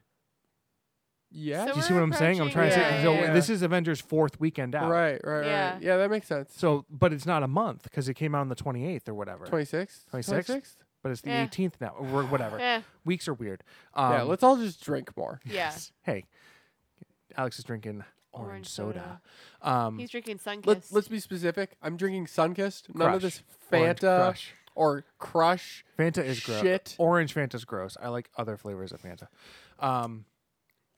[SPEAKER 3] Yeah.
[SPEAKER 1] So
[SPEAKER 2] Do you see what I'm saying? I'm trying
[SPEAKER 1] approaching-
[SPEAKER 2] to say
[SPEAKER 3] Yeah,
[SPEAKER 2] so
[SPEAKER 3] yeah.
[SPEAKER 2] this is Avengers fourth weekend out.
[SPEAKER 3] Right, right,
[SPEAKER 1] Yeah.
[SPEAKER 3] right. Yeah, that makes sense.
[SPEAKER 2] So but it's not a month because it came out on the 28th or whatever.
[SPEAKER 3] 26th?
[SPEAKER 2] 26th? But it's the
[SPEAKER 1] Yeah.
[SPEAKER 2] 18th now or whatever.
[SPEAKER 1] Eh,
[SPEAKER 2] Weeks are weird. Um,
[SPEAKER 3] yeah, let's all just drink more.
[SPEAKER 1] yeah.
[SPEAKER 2] Hey. Alex is drinking orange,
[SPEAKER 1] Orange
[SPEAKER 2] soda.
[SPEAKER 1] soda.
[SPEAKER 2] Um
[SPEAKER 1] He's drinking Sunkist.
[SPEAKER 3] Let's let's be specific. I'm drinking Sunkist. None of
[SPEAKER 2] Crush.
[SPEAKER 3] this
[SPEAKER 2] Orange
[SPEAKER 3] Fanta
[SPEAKER 2] Crush.
[SPEAKER 3] or Crush.
[SPEAKER 2] Fanta is gross.
[SPEAKER 3] Shit.
[SPEAKER 2] Orange Fanta's gross. I like other flavors of Fanta. Um,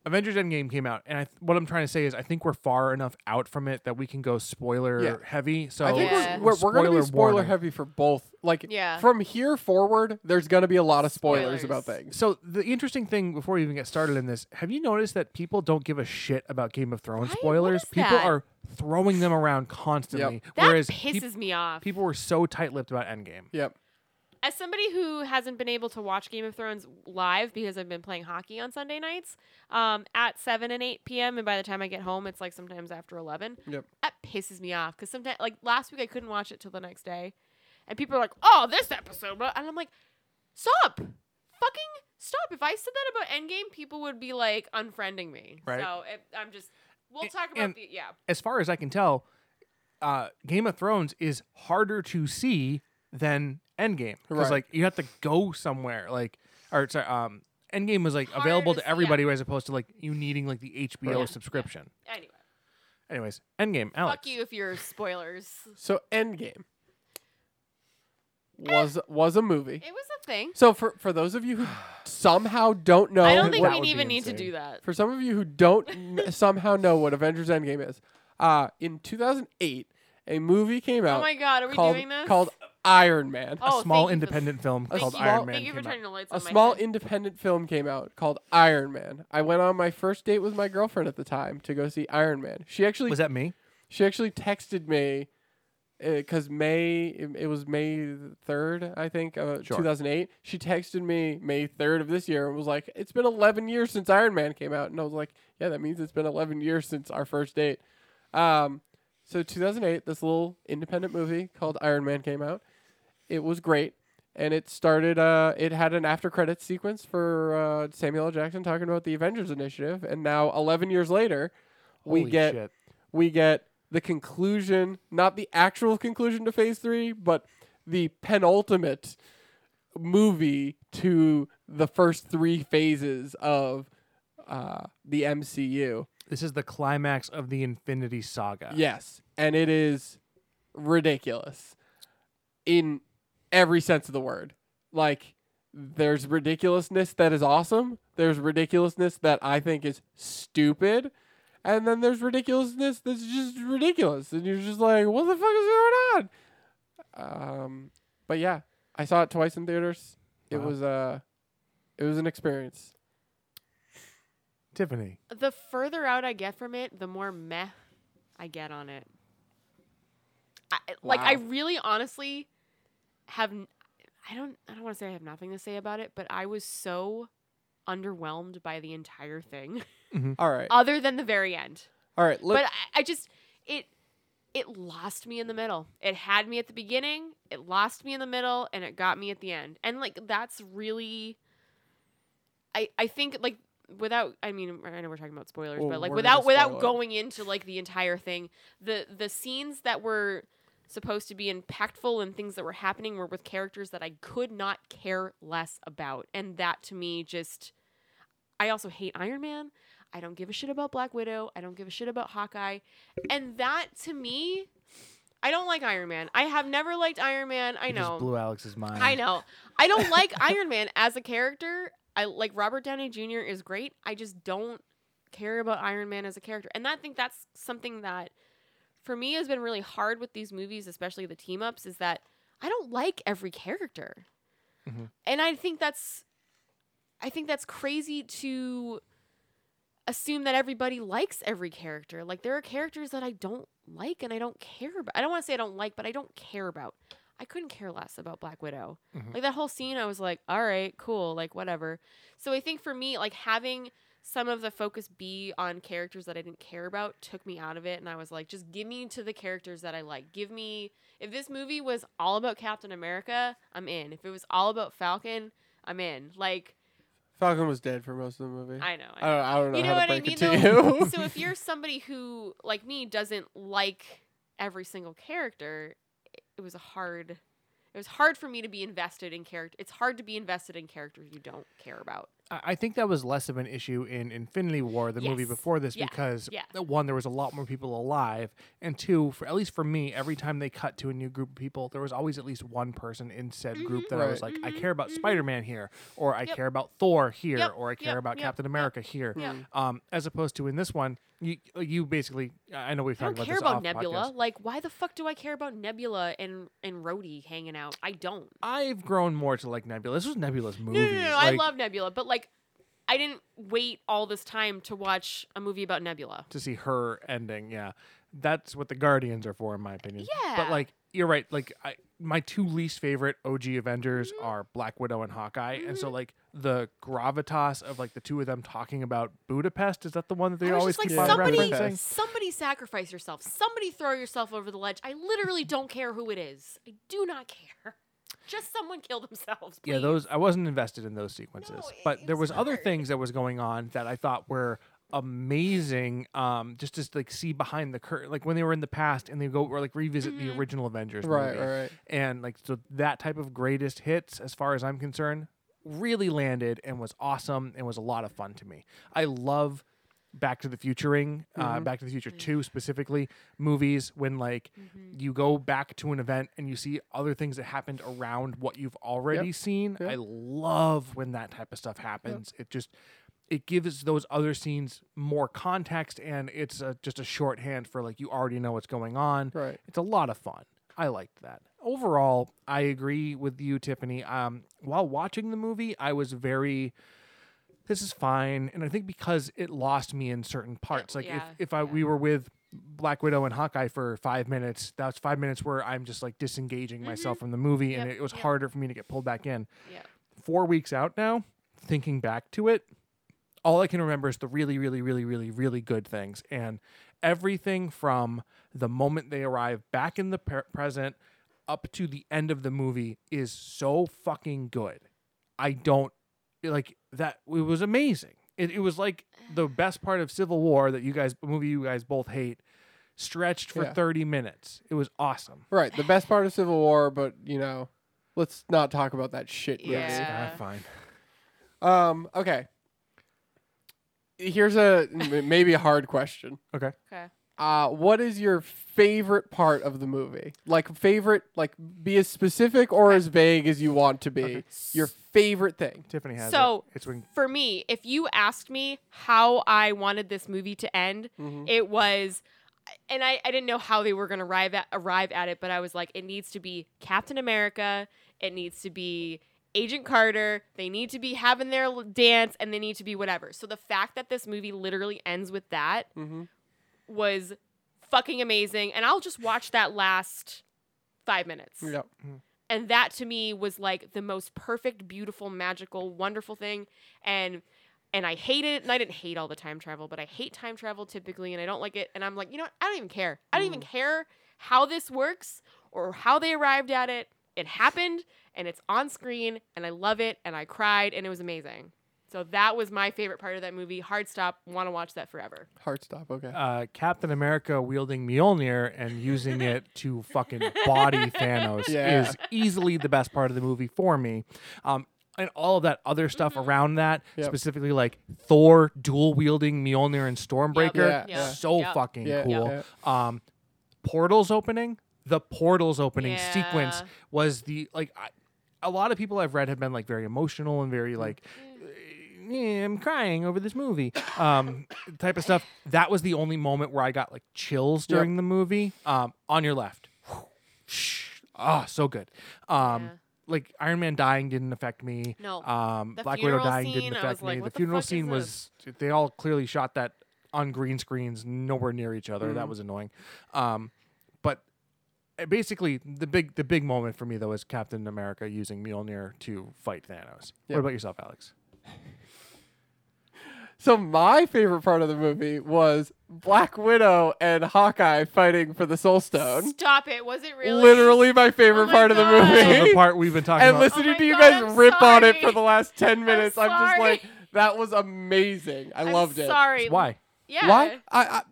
[SPEAKER 2] Avengers Endgame came out, and I, what I'm trying to say is I think we're far enough out from it that we can go spoiler
[SPEAKER 3] Yeah.
[SPEAKER 2] heavy. So
[SPEAKER 3] I think
[SPEAKER 1] Yeah.
[SPEAKER 3] we're, we're, we're going to
[SPEAKER 2] spoiler
[SPEAKER 3] be spoiler
[SPEAKER 2] warning.
[SPEAKER 3] heavy for both. Like
[SPEAKER 1] Yeah.
[SPEAKER 3] from here forward, there's going to be a lot of spoilers,
[SPEAKER 1] Spoilers.
[SPEAKER 3] about things.
[SPEAKER 2] So the interesting thing before we even get started in this, have you noticed that people don't give a shit about Game of Thrones
[SPEAKER 1] I
[SPEAKER 2] spoilers?
[SPEAKER 1] noticed
[SPEAKER 2] People
[SPEAKER 1] that.
[SPEAKER 2] are throwing them around constantly,
[SPEAKER 1] that
[SPEAKER 2] whereas peop-
[SPEAKER 1] pisses me off.
[SPEAKER 2] people were so tight-lipped about Endgame.
[SPEAKER 3] Yep.
[SPEAKER 1] As somebody who hasn't been able to watch Game of Thrones live because I've been playing hockey on Sunday nights um, at 7 and 8 p.m., and by the time I get home, it's like sometimes after 11.
[SPEAKER 3] Yep.
[SPEAKER 1] That pisses me off because sometimes, like last week, I couldn't watch it till the next day, and people are like, "Oh, this episode," blah," and I'm like, "Stop, fucking stop!" If I said that about Endgame, people would be like unfriending me.
[SPEAKER 2] Right.
[SPEAKER 1] So it, I'm just. We'll
[SPEAKER 2] A-
[SPEAKER 1] talk about
[SPEAKER 2] and-
[SPEAKER 1] the yeah.
[SPEAKER 2] As far as I can tell, uh, Game of Thrones is harder to see than Endgame because
[SPEAKER 3] Right.
[SPEAKER 2] like you have to go somewhere. Like or sorry, um, Endgame was like
[SPEAKER 1] Hard
[SPEAKER 2] available
[SPEAKER 1] to
[SPEAKER 2] to
[SPEAKER 1] see,
[SPEAKER 2] everybody as opposed to like you needing like the HBO
[SPEAKER 1] Yeah.
[SPEAKER 2] subscription.
[SPEAKER 1] Anyway,
[SPEAKER 2] Anyways, Endgame, Alex.
[SPEAKER 1] fuck you if you're spoilers.
[SPEAKER 3] So Endgame was was a movie.
[SPEAKER 1] It was a thing.
[SPEAKER 3] So for for those of you who somehow don't know,
[SPEAKER 1] I don't think
[SPEAKER 3] what-
[SPEAKER 2] that would
[SPEAKER 1] we
[SPEAKER 2] be
[SPEAKER 1] even need to
[SPEAKER 2] insane.
[SPEAKER 1] do that.
[SPEAKER 3] for some of you who don't n- somehow know what Avengers Endgame is, uh, in 2008, a movie came out
[SPEAKER 1] Oh my god, are we
[SPEAKER 3] called
[SPEAKER 1] doing this?
[SPEAKER 3] called Iron Man.
[SPEAKER 2] A
[SPEAKER 1] Oh,
[SPEAKER 2] small
[SPEAKER 1] thank you for-
[SPEAKER 2] independent film
[SPEAKER 3] A
[SPEAKER 2] called
[SPEAKER 3] small-
[SPEAKER 2] Iron Man.
[SPEAKER 1] Thank you for
[SPEAKER 2] came out.
[SPEAKER 1] turning the lights on.
[SPEAKER 3] a
[SPEAKER 1] my
[SPEAKER 3] small
[SPEAKER 1] head.
[SPEAKER 3] independent film came out called Iron Man. I went on my first date with my girlfriend at the time to go see Iron Man. She actually
[SPEAKER 2] Was that me?
[SPEAKER 3] she actually texted me because May it, it was May third, I think, uh,
[SPEAKER 2] Sure.
[SPEAKER 3] two thousand eight. She texted me May third of this year and was like, "It's been eleven years since Iron Man came out," and I was like, "Yeah, that means it's been eleven years since our first date." Um, so two thousand eight, this little independent movie called Iron Man came out. It was great. And it started. Uh, it had an after credits sequence for uh, Samuel L. Jackson talking about the Avengers Initiative, and now eleven years later, we
[SPEAKER 2] Holy
[SPEAKER 3] get
[SPEAKER 2] shit.
[SPEAKER 3] we get the conclusion, not the actual conclusion to phase three, but the penultimate movie to the first three phases of uh, the MCU.
[SPEAKER 2] This is the climax of the Infinity Saga.
[SPEAKER 3] Yes. And it is ridiculous in every sense of the word. Like, there's ridiculousness that is awesome, there's ridiculousness that I think is stupid. And then there's ridiculousness that's just ridiculous. And you're just like, what the fuck is going on? Um, but yeah, I saw it twice in theaters. It
[SPEAKER 2] Wow.
[SPEAKER 3] was uh it was an experience.
[SPEAKER 2] Tiffany.
[SPEAKER 1] the further out I get from it, the more meh I get on it. I, Like I
[SPEAKER 3] Wow.
[SPEAKER 1] really honestly have n- I don't I don't want to say I have nothing to say about it, but I was so underwhelmed by the entire thing
[SPEAKER 3] All right.
[SPEAKER 1] other than the very end.
[SPEAKER 3] All right. Let,
[SPEAKER 1] but I, I just it it lost me in the middle. It had me at the beginning, it lost me in the middle, and it got me at the end. And like that's really I I think like without I mean I know we're talking about spoilers,
[SPEAKER 3] Well,
[SPEAKER 1] but like
[SPEAKER 3] we're
[SPEAKER 1] without
[SPEAKER 3] gonna
[SPEAKER 1] without
[SPEAKER 3] spoil it.
[SPEAKER 1] going into like the entire thing, the the scenes that were supposed to be impactful and things that were happening were with characters that I could not care less about. And that to me just I also hate Iron Man. I don't give a shit about Black Widow. I don't give a shit about Hawkeye. And that to me I don't like Iron Man. I have never liked Iron Man. I
[SPEAKER 2] You
[SPEAKER 1] know.
[SPEAKER 2] Just blew Alex's mind.
[SPEAKER 1] I know. I don't like Iron Man as a character. I like Robert Downey Jr. is great. I just don't care about Iron Man as a character. And I think that's something that for me has been really hard with these movies, especially the team ups, is that I don't like every character.
[SPEAKER 2] Mhm.
[SPEAKER 1] And I think that's I think that's crazy to assume that everybody likes every character. Like there are characters that I don't like and I don't care about. I don't want to say I don't like, but I don't care about. I couldn't care less about Black Widow.
[SPEAKER 2] Mhm.
[SPEAKER 1] Like that whole scene, I was like, all right, cool, like whatever. So I think for me, like having some of the focus be on characters that I didn't care about took me out of it. And I was like, just give me to the characters that I like. Give me, if this movie was all about Captain America, I'm in. If it was all about Falcon, I'm in. Like,
[SPEAKER 3] Falcon was dead for most of the movie. I,
[SPEAKER 1] I know. I know.
[SPEAKER 3] don't, I don't know
[SPEAKER 1] You know
[SPEAKER 3] how to
[SPEAKER 1] what I
[SPEAKER 3] break
[SPEAKER 1] mean,
[SPEAKER 3] it
[SPEAKER 1] though?
[SPEAKER 3] to you.
[SPEAKER 1] so if you're somebody who, like me, doesn't like every single character, it- it was a hard. It was hard for me to be invested in character. It's hard to be invested in characters you don't care about.
[SPEAKER 2] I I think that was less of an issue in Infinity War, the movie
[SPEAKER 1] Yes.
[SPEAKER 2] before this,
[SPEAKER 1] Yeah.
[SPEAKER 2] because
[SPEAKER 1] Yeah.
[SPEAKER 2] uh, one, there was a lot more people alive, and two, for at least for me, every time they cut to a new group of people, there was always at least one person in said group that I was like,
[SPEAKER 1] Right.
[SPEAKER 2] I
[SPEAKER 1] Mhm.
[SPEAKER 2] care about
[SPEAKER 1] Mhm.
[SPEAKER 2] Spider-Man here, or I
[SPEAKER 1] Yep.
[SPEAKER 2] care about Thor here,
[SPEAKER 1] Yep.
[SPEAKER 2] or I care
[SPEAKER 1] Yep.
[SPEAKER 2] about
[SPEAKER 1] Yep.
[SPEAKER 2] Captain
[SPEAKER 1] Yep.
[SPEAKER 2] America here.
[SPEAKER 1] Yeah.
[SPEAKER 2] Um, as opposed to in this one, you you basically, I know we've
[SPEAKER 1] I
[SPEAKER 2] talked
[SPEAKER 1] don't
[SPEAKER 2] about
[SPEAKER 1] care
[SPEAKER 2] this
[SPEAKER 1] about
[SPEAKER 2] off podcast.
[SPEAKER 1] Nebula. Like, why the fuck do I care about Nebula and and Rhodey hanging out? I don't.
[SPEAKER 2] I've grown more to like Nebula. This was Nebula's movie.
[SPEAKER 1] No, no, no, no. I
[SPEAKER 2] like,
[SPEAKER 1] love Nebula, but like, I didn't wait all this time to watch a movie about Nebula.
[SPEAKER 2] to see her ending. Yeah, that's what the Guardians are for, in my opinion. but
[SPEAKER 1] Yeah.
[SPEAKER 2] like you're right. Like I, my two least favorite OG Avengers
[SPEAKER 1] Mm-hmm.
[SPEAKER 2] are Black Widow and Hawkeye, and so like the gravitas of like the two of them talking about Budapest is that the one that they
[SPEAKER 1] I was
[SPEAKER 2] always
[SPEAKER 1] just like,
[SPEAKER 2] keep on
[SPEAKER 1] somebody,
[SPEAKER 2] referencing.
[SPEAKER 1] somebody sacrifice yourself. Somebody throw yourself over the ledge. I literally don't care who it is. I do not care. Just someone kill themselves.
[SPEAKER 2] Yeah,
[SPEAKER 1] please.
[SPEAKER 2] those I wasn't invested in those sequences,
[SPEAKER 1] No, it-
[SPEAKER 2] but there
[SPEAKER 1] it's
[SPEAKER 2] was other
[SPEAKER 1] hard.
[SPEAKER 2] things that was going on that I thought were amazing um just to like see behind the curtain like when they were in the past and they go or like revisit the
[SPEAKER 1] Mm-hmm.
[SPEAKER 2] original avengers
[SPEAKER 3] Right,
[SPEAKER 2] movie.
[SPEAKER 3] right, right.
[SPEAKER 2] and like so that type of greatest hits as far as i'm concerned really landed and was awesome and was a lot of fun to me i love back to the futuring
[SPEAKER 3] Mm-hmm.
[SPEAKER 2] uh, back to the
[SPEAKER 3] Mm.
[SPEAKER 2] future 2 specifically movies when like
[SPEAKER 3] Mm-hmm.
[SPEAKER 2] you go back to an event and you see other things that happened around what you've already seen
[SPEAKER 3] Yep.
[SPEAKER 2] i love when that type of stuff happens it just it gives those other scenes more context and it's a, just a shorthand for like you already know what's going on
[SPEAKER 3] Right.
[SPEAKER 2] it's a lot of fun. I liked that. Overall, I agree with you, Tiffany. Um, while watching the movie, I was very, this is fine, and I think because it lost me in certain parts. Like
[SPEAKER 1] yeah,
[SPEAKER 2] if, if I we were with Black Widow and Hawkeye for five minutes, that's five minutes where I'm just like disengaging myself from the movie, and
[SPEAKER 1] Mm-hmm. Yep,
[SPEAKER 2] it was
[SPEAKER 1] yep.
[SPEAKER 2] harder for me to get pulled back in.
[SPEAKER 1] Yeah.
[SPEAKER 2] Four weeks out now, thinking back to it, all I can remember is the really, really, really, really, really good things. And everything from the moment they arrive back in the pre- present up to the end of the movie is so fucking good. I don't like that. It was amazing. It, it was like the best part of Civil War that you guys, movie you guys both hate, stretched for
[SPEAKER 3] Yeah.
[SPEAKER 2] 30 minutes. It was awesome.
[SPEAKER 3] Right. The best part of Civil War, but you know, let's not talk about that shit. movie.
[SPEAKER 1] Yeah.
[SPEAKER 2] Ah, fine.
[SPEAKER 3] Um. Okay. Here's a m- maybe a hard question.
[SPEAKER 2] Okay.
[SPEAKER 1] Okay.
[SPEAKER 3] Uh, what is your favorite part of the movie? Like favorite, like be as specific or as vague as you want to be. Your favorite thing.
[SPEAKER 2] Tiffany has
[SPEAKER 1] So-
[SPEAKER 2] it. It's when
[SPEAKER 1] For me, if you asked me how I wanted this movie to end,
[SPEAKER 2] Mm-hmm.
[SPEAKER 1] it was and I, I didn't know how they were gonna arrive at arrive at it, but I was like, it needs to be Captain America, it needs to be Agent Carter, they need to be having their l- dance and they need to be whatever. So the fact that this movie literally ends with that
[SPEAKER 3] Mhm.
[SPEAKER 1] was fucking amazing. And I'll just watch that last five minutes.
[SPEAKER 3] Yep.
[SPEAKER 1] And that to me was like the most perfect, beautiful, magical, wonderful thing. And and I hate it. And I didn't hate all the time travel, but I hate time travel typically and I don't like it. And I'm like, you know what? I don't even care. I don't even care how this works or how they arrived at it. It happened and it's on screen and I love it and I cried and it was amazing. So that was my favorite part of that movie. Hard stop. Want to watch that forever.
[SPEAKER 3] Heart stop. Okay.
[SPEAKER 2] uh, Captain America wielding Mjolnir and using it to fucking body Thanos
[SPEAKER 3] Yeah.
[SPEAKER 2] is easily the best part of the movie for me. Um, and all of that other stuff
[SPEAKER 3] Mm-hmm.
[SPEAKER 2] around that,
[SPEAKER 3] Yep.
[SPEAKER 2] specifically like Thor dual wielding Mjolnir and
[SPEAKER 3] Yep.
[SPEAKER 2] Stormbreaker,
[SPEAKER 3] Yeah.
[SPEAKER 2] so
[SPEAKER 1] Yep.
[SPEAKER 2] fucking
[SPEAKER 3] Yeah,
[SPEAKER 2] cool. Um, portals opening, the portals opening sequence
[SPEAKER 1] Yeah.
[SPEAKER 2] was the like. I, a lot of people I've read have been like very emotional and
[SPEAKER 1] Mm.
[SPEAKER 2] very like "Eh, I'm crying over this movie um, type of stuff. That was the only moment where I got like chills during the movie. Um, on your left, ah, so good. Um,
[SPEAKER 1] Yeah.
[SPEAKER 2] Like Iron Man dying didn't affect me.
[SPEAKER 1] No.
[SPEAKER 2] um,
[SPEAKER 1] The
[SPEAKER 2] Black Widow
[SPEAKER 1] funeral
[SPEAKER 2] dying
[SPEAKER 1] scene,
[SPEAKER 2] didn't
[SPEAKER 1] I was
[SPEAKER 2] affect
[SPEAKER 1] like,
[SPEAKER 2] me. The
[SPEAKER 1] "What the
[SPEAKER 2] funeral
[SPEAKER 1] fuck is
[SPEAKER 2] scene was
[SPEAKER 1] this?"
[SPEAKER 2] they all clearly shot that on green screens, nowhere near each other.
[SPEAKER 1] Mm-hmm.
[SPEAKER 2] That was annoying. Um, but uh, basically, the big the big moment for me though is Captain America using Mjolnir to fight Thanos. What
[SPEAKER 3] Yep.
[SPEAKER 2] about yourself, Alex?
[SPEAKER 3] So my favorite part of the movie was Black Widow and Hawkeye fighting for the Soul Stone.
[SPEAKER 1] Stop it. Was it really?
[SPEAKER 3] Literally my favorite
[SPEAKER 1] Oh my
[SPEAKER 3] part of the
[SPEAKER 1] God.
[SPEAKER 3] movie.
[SPEAKER 2] So the part we've been talking
[SPEAKER 3] and
[SPEAKER 2] about.
[SPEAKER 3] listening
[SPEAKER 1] Oh
[SPEAKER 3] to
[SPEAKER 1] my
[SPEAKER 3] you
[SPEAKER 1] God,
[SPEAKER 3] guys
[SPEAKER 1] I'm
[SPEAKER 3] rip on it
[SPEAKER 1] sorry.
[SPEAKER 3] for the last 10 minutes i'm, just
[SPEAKER 1] sorry.
[SPEAKER 3] like that was amazing i
[SPEAKER 1] I'm
[SPEAKER 3] loved it
[SPEAKER 1] Sorry.
[SPEAKER 2] Why?
[SPEAKER 1] Yeah.
[SPEAKER 3] why i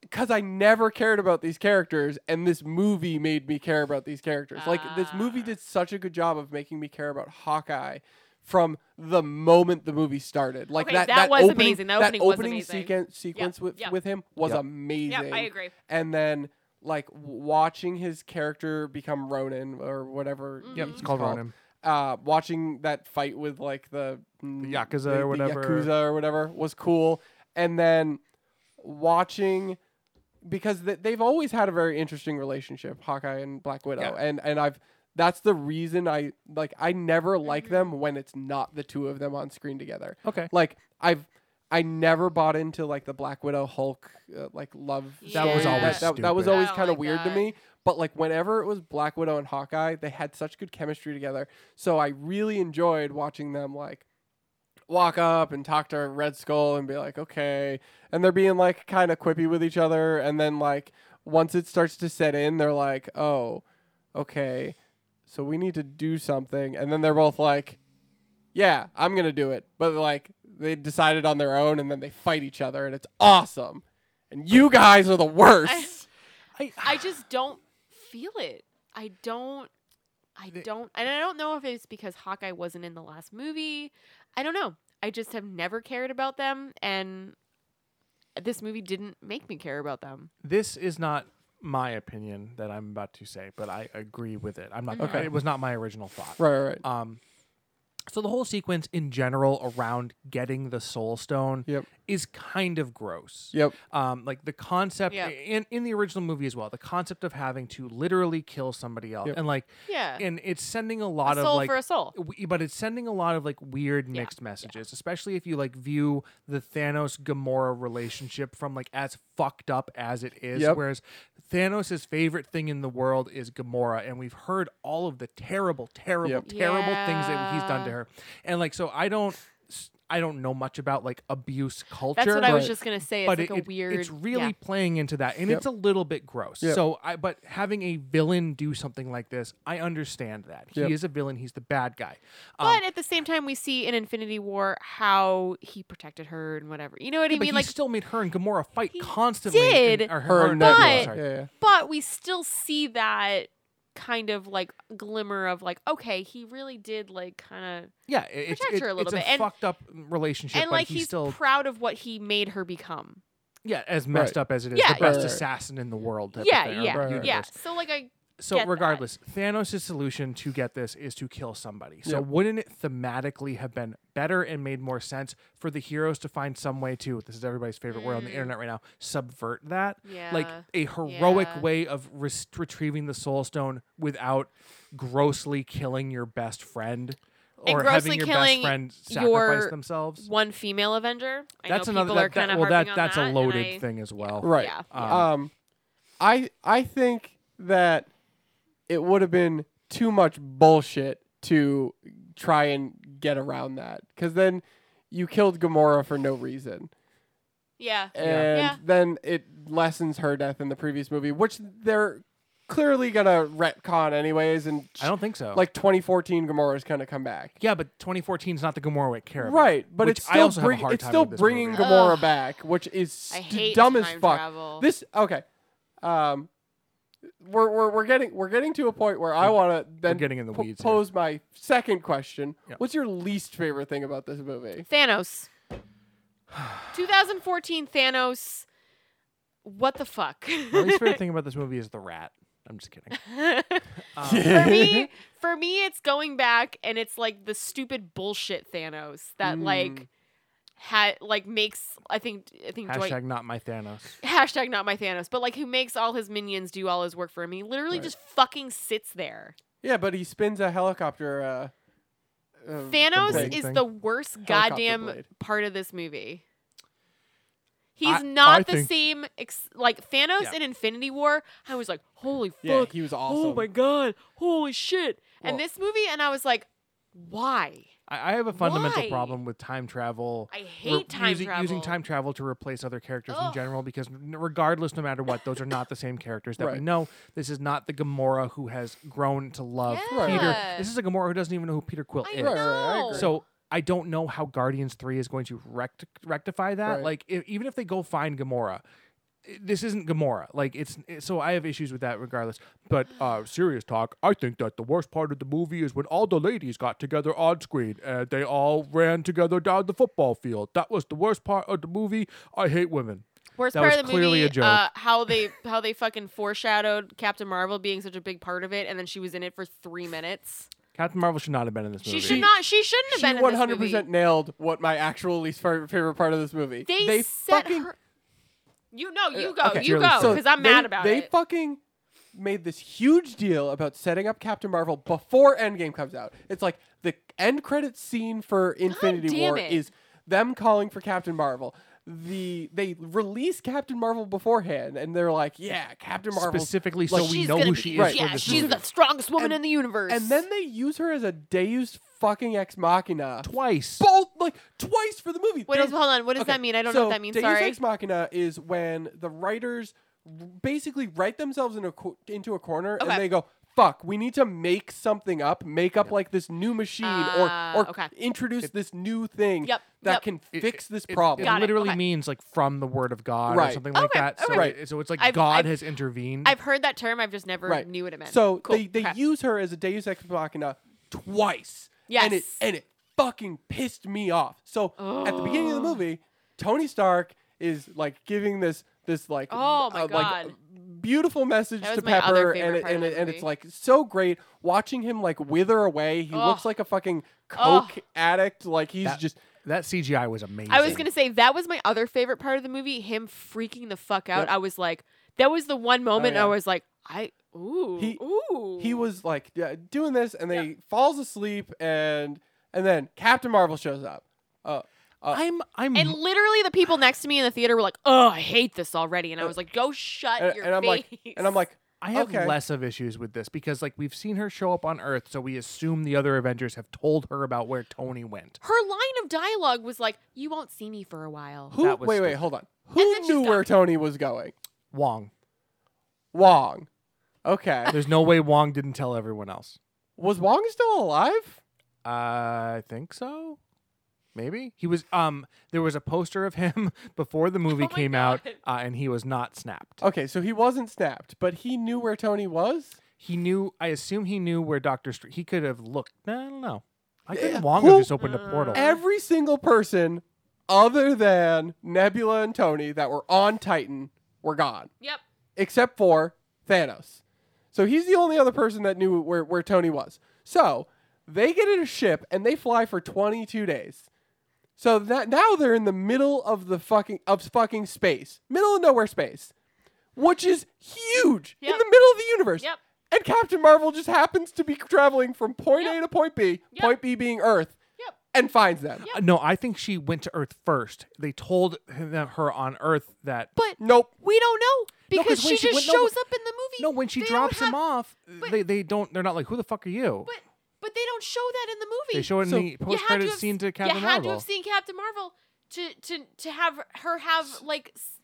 [SPEAKER 3] because I, never cared about these characters and this movie made me care about these characters like this movie
[SPEAKER 1] Ah.
[SPEAKER 3] did such a good job of making me care about hawkeye from the moment the movie started like
[SPEAKER 1] Okay,
[SPEAKER 3] that,
[SPEAKER 1] that was
[SPEAKER 3] opening,
[SPEAKER 1] amazing. That opening was
[SPEAKER 3] opening
[SPEAKER 1] amazing.
[SPEAKER 3] sequen- sequence with,
[SPEAKER 1] yeah.
[SPEAKER 3] with him was
[SPEAKER 2] Yeah.
[SPEAKER 3] amazing
[SPEAKER 1] Yeah, I agree.
[SPEAKER 3] and then like w- watching his character become ronin or whatever
[SPEAKER 2] Yep,
[SPEAKER 3] he's
[SPEAKER 2] it's called Ronin.
[SPEAKER 3] uh, watching that fight with like the, mm,
[SPEAKER 2] Yakuza or whatever.
[SPEAKER 3] Yakuza or whatever was cool, and then watching because th- they've always had a very interesting relationship, Hawkeye and Black Widow,
[SPEAKER 2] Yeah.
[SPEAKER 3] and and I've that's the reason I like I never like them when it's not the two of them on screen together.
[SPEAKER 2] Okay.
[SPEAKER 3] Like I've. I never bought into like the Black Widow Hulk uh, like love.
[SPEAKER 1] That was
[SPEAKER 3] story.
[SPEAKER 1] always
[SPEAKER 3] that, that, that was
[SPEAKER 2] stupid.
[SPEAKER 3] always
[SPEAKER 1] Oh
[SPEAKER 3] kind of
[SPEAKER 1] my
[SPEAKER 3] weird to
[SPEAKER 1] God.
[SPEAKER 3] me. But like whenever it was Black Widow and Hawkeye, they had such good chemistry together. So I really enjoyed watching them like walk up and talk to Red Skull and be like, okay. And they're being like kind of quippy with each other. And then like once it starts to set in, they're like, oh, okay. So we need to do something. And then they're both like, yeah, I'm going to do it. But like they decided on their own and then they fight each other and it's awesome. And you guys are the worst.
[SPEAKER 1] I just don't feel it. I don't. I
[SPEAKER 2] The-
[SPEAKER 1] don't. And I don't know if it's because Hawkeye wasn't in the last movie. I don't know. I just have never cared about them, and this movie didn't make me care about them.
[SPEAKER 2] this is not my opinion that I'm about to say, but I agree with it. I'm not.
[SPEAKER 3] Okay.
[SPEAKER 2] It was not my original thought.
[SPEAKER 3] right, right, right.
[SPEAKER 2] Um, so the whole sequence in general around getting the Soul Stone
[SPEAKER 3] Yep.
[SPEAKER 2] is kind of gross.
[SPEAKER 3] Yep.
[SPEAKER 2] Um, like the concept
[SPEAKER 1] Yeah.
[SPEAKER 2] in in the original movie as well, the concept of having to literally kill somebody else,
[SPEAKER 3] Yep.
[SPEAKER 2] and like,
[SPEAKER 1] Yeah,
[SPEAKER 2] and it's sending
[SPEAKER 1] a
[SPEAKER 2] a lot of
[SPEAKER 1] soul
[SPEAKER 2] like
[SPEAKER 1] for a soul.
[SPEAKER 2] w- but it's sending a lot of like weird
[SPEAKER 1] Yeah,
[SPEAKER 2] mixed messages, especially if you like view the Thanos Gamora relationship from like as fucked up as it is.
[SPEAKER 3] Yep.
[SPEAKER 2] Whereas Thanos' favorite thing in the world is Gamora, and we've heard all of the terrible, terrible,
[SPEAKER 3] Yep.
[SPEAKER 2] terrible things that he's done to
[SPEAKER 1] Yeah.
[SPEAKER 2] her. And like, so I don't, s- I don't know much about like abuse culture.
[SPEAKER 1] That's what I was
[SPEAKER 3] Right.
[SPEAKER 1] just gonna say. It's
[SPEAKER 2] but
[SPEAKER 1] like
[SPEAKER 2] it-
[SPEAKER 1] a
[SPEAKER 2] it-
[SPEAKER 1] weird.
[SPEAKER 2] it's really
[SPEAKER 1] yeah.
[SPEAKER 2] playing into that and
[SPEAKER 3] Yep.
[SPEAKER 2] it's a little bit gross
[SPEAKER 3] Yep.
[SPEAKER 2] so i but having a villain do something like this i understand that
[SPEAKER 3] Yep.
[SPEAKER 2] he is a villain he's the bad guy um,
[SPEAKER 1] But at the same time, we see in Infinity War how he protected her and whatever. You know what I
[SPEAKER 2] Yeah, but
[SPEAKER 1] mean?
[SPEAKER 2] he
[SPEAKER 1] Like,
[SPEAKER 2] still made her and Gamora fight
[SPEAKER 1] He
[SPEAKER 2] constantly.
[SPEAKER 1] did,
[SPEAKER 2] and- or
[SPEAKER 3] Her
[SPEAKER 2] and
[SPEAKER 1] Nebula,
[SPEAKER 2] Nebula,
[SPEAKER 1] but-
[SPEAKER 2] sorry.
[SPEAKER 3] Yeah, yeah.
[SPEAKER 1] but we still see that kind of like glimmer of like, okay, he really did like kind of
[SPEAKER 2] yeah, it- it's,
[SPEAKER 1] protects
[SPEAKER 2] it-
[SPEAKER 1] her a little
[SPEAKER 2] it's
[SPEAKER 1] bit,
[SPEAKER 2] a
[SPEAKER 1] and-
[SPEAKER 2] fucked up relationship,
[SPEAKER 1] and
[SPEAKER 2] but
[SPEAKER 1] like
[SPEAKER 2] he's,
[SPEAKER 1] he's
[SPEAKER 2] still
[SPEAKER 1] proud of what he made her become.
[SPEAKER 2] yeah as messed
[SPEAKER 3] Right.
[SPEAKER 2] up as it is,
[SPEAKER 1] Yeah,
[SPEAKER 2] the best
[SPEAKER 3] yeah.
[SPEAKER 2] assassin in the world. type of
[SPEAKER 1] Yeah,
[SPEAKER 2] thing, or
[SPEAKER 1] yeah,
[SPEAKER 2] the
[SPEAKER 3] Right, right.
[SPEAKER 1] yeah.
[SPEAKER 2] universe.
[SPEAKER 1] So like I
[SPEAKER 2] So
[SPEAKER 1] get that.
[SPEAKER 2] regardless, Thanos' solution to get this is to kill somebody. So
[SPEAKER 3] Yep.
[SPEAKER 2] wouldn't it thematically have been better and made more sense for the heroes to find some way to this is everybody's favorite word on the
[SPEAKER 1] Mm.
[SPEAKER 2] internet right now, subvert that?
[SPEAKER 1] yeah.
[SPEAKER 2] Like a heroic
[SPEAKER 1] yeah.
[SPEAKER 2] way of res- retrieving the soul stone without grossly killing your best friend
[SPEAKER 1] And
[SPEAKER 2] or
[SPEAKER 1] grossly
[SPEAKER 2] having your
[SPEAKER 1] killing
[SPEAKER 2] best friend sacrifice
[SPEAKER 1] your-
[SPEAKER 2] themselves.
[SPEAKER 1] one female Avenger. I
[SPEAKER 2] that's
[SPEAKER 1] know
[SPEAKER 2] another
[SPEAKER 1] people
[SPEAKER 2] that-
[SPEAKER 1] are
[SPEAKER 2] that-
[SPEAKER 1] kind of
[SPEAKER 2] well that
[SPEAKER 1] on
[SPEAKER 2] that's
[SPEAKER 1] that,
[SPEAKER 2] a
[SPEAKER 1] and
[SPEAKER 2] loaded
[SPEAKER 1] I-
[SPEAKER 2] thing as well.
[SPEAKER 3] Right.
[SPEAKER 1] Yeah.
[SPEAKER 2] Um,
[SPEAKER 3] Um, I I think that it would have been too much bullshit to try and get around that, because then you killed Gamora for no reason,
[SPEAKER 1] Yeah.
[SPEAKER 3] and
[SPEAKER 1] Yeah.
[SPEAKER 3] then it lessens her death in the previous movie, which they're clearly gonna retcon anyways. And
[SPEAKER 2] I don't think so.
[SPEAKER 3] like 2014 Gamora's gonna come back,
[SPEAKER 2] yeah, but 2014 is not the Gamora we care about.
[SPEAKER 3] right? But
[SPEAKER 2] Which
[SPEAKER 3] it's
[SPEAKER 2] I
[SPEAKER 3] still
[SPEAKER 2] also have a
[SPEAKER 3] bring-
[SPEAKER 2] hard
[SPEAKER 3] it's
[SPEAKER 2] time
[SPEAKER 3] still
[SPEAKER 2] with this
[SPEAKER 3] bringing
[SPEAKER 2] movie.
[SPEAKER 3] Gamora
[SPEAKER 1] Ugh.
[SPEAKER 3] back, which is
[SPEAKER 1] I
[SPEAKER 3] st-
[SPEAKER 1] hate
[SPEAKER 3] dumb as
[SPEAKER 1] time
[SPEAKER 3] fuck.
[SPEAKER 1] travel.
[SPEAKER 3] This okay. Um, we're, we're we're getting we're getting to a point where I want to then
[SPEAKER 2] getting in the
[SPEAKER 3] po-
[SPEAKER 2] weeds here.
[SPEAKER 3] pose my second question.
[SPEAKER 2] Yeah.
[SPEAKER 3] What's your least favorite thing about this movie?
[SPEAKER 1] Thanos. 2014 Thanos. What the fuck?
[SPEAKER 2] My least favorite thing about this movie is the rat. I'm just kidding. Um,
[SPEAKER 1] for me, for me, it's going back and it's like the stupid bullshit Thanos that like had like makes I think I think Dwight
[SPEAKER 2] hashtag not my Thanos.
[SPEAKER 1] hashtag not my Thanos, but like who makes all his minions do all his work for him. He literally
[SPEAKER 3] Right.
[SPEAKER 1] just fucking sits there.
[SPEAKER 3] Yeah, but he spins a helicopter. Uh, uh,
[SPEAKER 2] um,
[SPEAKER 1] Thanos
[SPEAKER 2] blade
[SPEAKER 1] is
[SPEAKER 2] thing.
[SPEAKER 1] the worst
[SPEAKER 3] Helicopter
[SPEAKER 1] goddamn
[SPEAKER 3] blade.
[SPEAKER 1] part of this movie. He's
[SPEAKER 2] I-
[SPEAKER 1] not
[SPEAKER 2] I
[SPEAKER 1] the
[SPEAKER 2] think-
[SPEAKER 1] same ex- like Thanos
[SPEAKER 2] Yeah.
[SPEAKER 1] in Infinity War. I was like, holy fuck,
[SPEAKER 3] yeah, he was awesome.
[SPEAKER 1] oh my god, holy shit.
[SPEAKER 3] Well-
[SPEAKER 1] and this movie, and I was like, why?
[SPEAKER 2] I, I have a fundamental
[SPEAKER 1] Why?
[SPEAKER 2] problem with time travel.
[SPEAKER 1] I
[SPEAKER 2] re-
[SPEAKER 1] hate time
[SPEAKER 2] using,
[SPEAKER 1] travel.
[SPEAKER 2] using time travel to replace other characters in
[SPEAKER 1] Ugh.
[SPEAKER 2] general because n- regardless, no matter what, those are not the same characters that we
[SPEAKER 3] Right.
[SPEAKER 2] know. This is not the Gamora who has grown to love Peter.
[SPEAKER 1] Yeah.
[SPEAKER 2] This is a Gamora who doesn't even know who Peter Quill
[SPEAKER 1] I
[SPEAKER 2] is.
[SPEAKER 3] Right, right, I
[SPEAKER 1] know.
[SPEAKER 3] agree.
[SPEAKER 2] So I don't know how Guardians Three is going to rect- rectify that.
[SPEAKER 3] Right.
[SPEAKER 2] Like, if, even if they go find Gamora, i- this isn't Gamora. Like, it's it- so I have issues with that regardless. But uh, serious talk, I think that the worst part of the movie is when all the ladies got together on screen and they all ran together down the football field. That was the worst part of the movie. I hate women.
[SPEAKER 1] Worst
[SPEAKER 2] That
[SPEAKER 1] part
[SPEAKER 2] was
[SPEAKER 1] of the
[SPEAKER 2] clearly
[SPEAKER 1] movie,
[SPEAKER 2] a joke.
[SPEAKER 1] Uh, how they how they fucking foreshadowed Captain Marvel being such a big part of it, and then she was in it for three minutes.
[SPEAKER 2] Captain Marvel should not have been in this
[SPEAKER 1] She
[SPEAKER 2] movie.
[SPEAKER 1] should not. She shouldn't have
[SPEAKER 3] She
[SPEAKER 1] been in
[SPEAKER 3] 100
[SPEAKER 1] this
[SPEAKER 3] percent
[SPEAKER 1] movie.
[SPEAKER 3] nailed what my actual least fa- favorite part of this movie.
[SPEAKER 1] They, set
[SPEAKER 3] fucking
[SPEAKER 1] her. You know, you go,
[SPEAKER 3] Uh, okay.
[SPEAKER 1] you
[SPEAKER 2] Really
[SPEAKER 1] go,
[SPEAKER 2] so
[SPEAKER 1] because I'm
[SPEAKER 3] they,
[SPEAKER 1] mad about
[SPEAKER 3] they
[SPEAKER 1] it.
[SPEAKER 3] fucking made this huge deal about setting up Captain Marvel before Endgame comes out. It's like the end credits scene for Infinity
[SPEAKER 1] damn
[SPEAKER 3] War
[SPEAKER 1] it.
[SPEAKER 3] is them calling for Captain Marvel. The they release Captain Marvel beforehand, and they're like, "Yeah, Captain Marvel."
[SPEAKER 2] Specifically, so
[SPEAKER 3] Like,
[SPEAKER 2] we
[SPEAKER 1] she's
[SPEAKER 2] know
[SPEAKER 1] gonna
[SPEAKER 2] who
[SPEAKER 1] be,
[SPEAKER 2] she is.
[SPEAKER 3] Right.
[SPEAKER 2] for
[SPEAKER 1] Yeah,
[SPEAKER 2] this
[SPEAKER 1] she's
[SPEAKER 2] movie.
[SPEAKER 1] the strongest woman
[SPEAKER 3] And-
[SPEAKER 1] in the universe.
[SPEAKER 3] And then they use her as a Deus fucking ex machina.
[SPEAKER 2] twice.
[SPEAKER 3] Both like twice for the movie.
[SPEAKER 1] what
[SPEAKER 3] They're-
[SPEAKER 1] is? Hold on. What does
[SPEAKER 3] Okay,
[SPEAKER 1] that mean? I don't
[SPEAKER 3] so
[SPEAKER 1] know what that means.
[SPEAKER 3] Deus
[SPEAKER 1] Sorry.
[SPEAKER 3] Ex Machina is when the writers r- basically write themselves in a co- into a corner
[SPEAKER 1] Okay.
[SPEAKER 3] and they go, fuck, we need to make something up, make up like this new machine
[SPEAKER 1] Ah,
[SPEAKER 3] or or
[SPEAKER 1] okay.
[SPEAKER 3] introduce
[SPEAKER 2] It-
[SPEAKER 3] this new thing
[SPEAKER 1] Yep,
[SPEAKER 3] that
[SPEAKER 1] yep.
[SPEAKER 3] can
[SPEAKER 2] It-
[SPEAKER 3] fix
[SPEAKER 2] it-
[SPEAKER 3] this
[SPEAKER 2] it-
[SPEAKER 3] problem.
[SPEAKER 2] It,
[SPEAKER 1] Got it,
[SPEAKER 2] literally
[SPEAKER 1] okay.
[SPEAKER 2] means like from the word of God or
[SPEAKER 3] Right.
[SPEAKER 2] something like
[SPEAKER 1] Okay,
[SPEAKER 2] that. So,
[SPEAKER 1] okay.
[SPEAKER 2] it- so it's like
[SPEAKER 1] I've-
[SPEAKER 2] God
[SPEAKER 1] I've-
[SPEAKER 2] has intervened.
[SPEAKER 1] I've heard that term. I've just never
[SPEAKER 3] Right.
[SPEAKER 1] knew what it meant.
[SPEAKER 3] So
[SPEAKER 1] Cool.
[SPEAKER 3] they they
[SPEAKER 1] Okay.
[SPEAKER 3] use her as a Deus ex machina twice. And it
[SPEAKER 1] Yes.
[SPEAKER 3] and it fucking pissed me off. So at the beginning of the
[SPEAKER 1] Ugh.
[SPEAKER 3] movie, Tony Stark is like giving this this like uh,
[SPEAKER 1] Oh my
[SPEAKER 3] like,
[SPEAKER 1] God.
[SPEAKER 3] beautiful message
[SPEAKER 1] That
[SPEAKER 3] to
[SPEAKER 1] was my other
[SPEAKER 3] Pepper
[SPEAKER 1] favorite
[SPEAKER 3] and it,
[SPEAKER 1] part
[SPEAKER 3] and,
[SPEAKER 1] of
[SPEAKER 3] it,
[SPEAKER 1] the
[SPEAKER 3] and it's
[SPEAKER 1] movie.
[SPEAKER 3] like so great watching him like wither away. He
[SPEAKER 1] Ugh.
[SPEAKER 3] looks like a fucking
[SPEAKER 1] Ugh.
[SPEAKER 3] coke addict like he's
[SPEAKER 2] That-
[SPEAKER 3] just
[SPEAKER 2] that CGI was amazing.
[SPEAKER 1] I was gonna say that was my other favorite part of the movie. Him freaking the fuck out.
[SPEAKER 3] Yep. Oh,
[SPEAKER 1] I was like, that was the one moment
[SPEAKER 3] yeah.
[SPEAKER 1] I was like, I ooh
[SPEAKER 3] He-
[SPEAKER 1] ooh.
[SPEAKER 3] he was like yeah, doing this and then he falls asleep and and then Captain Marvel shows up. Uh, uh,
[SPEAKER 2] I'm I'm
[SPEAKER 1] And literally, the people next to me in the theater were like, "Oh, I hate this already," and I was like, "Go shut
[SPEAKER 3] and,
[SPEAKER 1] your
[SPEAKER 3] and I'm
[SPEAKER 1] face."
[SPEAKER 3] like and I'm like
[SPEAKER 2] I have
[SPEAKER 3] okay.
[SPEAKER 2] less of issues with this because like we've seen her show up on Earth, so we assume the other Avengers have told her about where Tony went.
[SPEAKER 1] her line of dialogue was like, "You won't see me for a while."
[SPEAKER 3] Who?
[SPEAKER 2] That was
[SPEAKER 3] wait, wait,
[SPEAKER 2] stupid.
[SPEAKER 3] hold on.
[SPEAKER 1] And
[SPEAKER 3] Who
[SPEAKER 1] then she's
[SPEAKER 3] knew
[SPEAKER 1] gone.
[SPEAKER 3] where Tony was going?
[SPEAKER 2] Wong.
[SPEAKER 3] Wong. Okay.
[SPEAKER 2] There's no way Wong didn't tell everyone else.
[SPEAKER 3] was Wong still alive?
[SPEAKER 2] I think so. Maybe he was. Um, there was a poster of him before the movie
[SPEAKER 1] Oh my
[SPEAKER 2] came out,
[SPEAKER 1] God.
[SPEAKER 2] uh, and he was not snapped.
[SPEAKER 3] Okay, so he wasn't snapped, but he knew where Tony was.
[SPEAKER 2] He knew. I assume he knew where Doctor. Str- he could have looked. I don't know. I
[SPEAKER 3] Yeah.
[SPEAKER 2] couldn't Wong
[SPEAKER 3] Who-
[SPEAKER 2] have just opened a portal.
[SPEAKER 1] Uh.
[SPEAKER 3] Every single person other than Nebula and Tony that were on Titan were gone,
[SPEAKER 1] Yep.
[SPEAKER 3] except for Thanos. So he's the only other person that knew where, where Tony was. So they get in a ship and they fly for 22 days. So that now they're in the middle of the fucking of fucking space, middle of nowhere space, which is huge in
[SPEAKER 1] Yep.
[SPEAKER 3] the middle of the universe.
[SPEAKER 1] Yep.
[SPEAKER 3] And Captain Marvel just happens to be traveling from point A
[SPEAKER 1] Yep.
[SPEAKER 3] to point B,
[SPEAKER 1] Yep.
[SPEAKER 3] point B being Earth,
[SPEAKER 1] Yep.
[SPEAKER 3] and finds them.
[SPEAKER 1] Yep.
[SPEAKER 2] Uh, No, I think she went to Earth first. They told him, her on Earth that
[SPEAKER 1] But
[SPEAKER 3] Nope.
[SPEAKER 1] we don't know
[SPEAKER 2] No, 'cause
[SPEAKER 1] because
[SPEAKER 2] when
[SPEAKER 1] she
[SPEAKER 2] she
[SPEAKER 1] just
[SPEAKER 2] went- no,
[SPEAKER 1] shows
[SPEAKER 2] but-
[SPEAKER 1] up in the movie.
[SPEAKER 2] No, when she
[SPEAKER 1] They don't
[SPEAKER 2] drops him
[SPEAKER 1] have-
[SPEAKER 2] off,
[SPEAKER 1] but-
[SPEAKER 2] they, they don't. They're not like, who the fuck are you?
[SPEAKER 1] But but they don't show that in the movie.
[SPEAKER 2] they show it
[SPEAKER 3] so-
[SPEAKER 2] in the
[SPEAKER 1] You
[SPEAKER 2] post
[SPEAKER 1] had
[SPEAKER 2] credit
[SPEAKER 1] have-
[SPEAKER 2] scene to Captain
[SPEAKER 1] you had to
[SPEAKER 2] Marvel.
[SPEAKER 1] have seen Captain Marvel to to to have her have like s-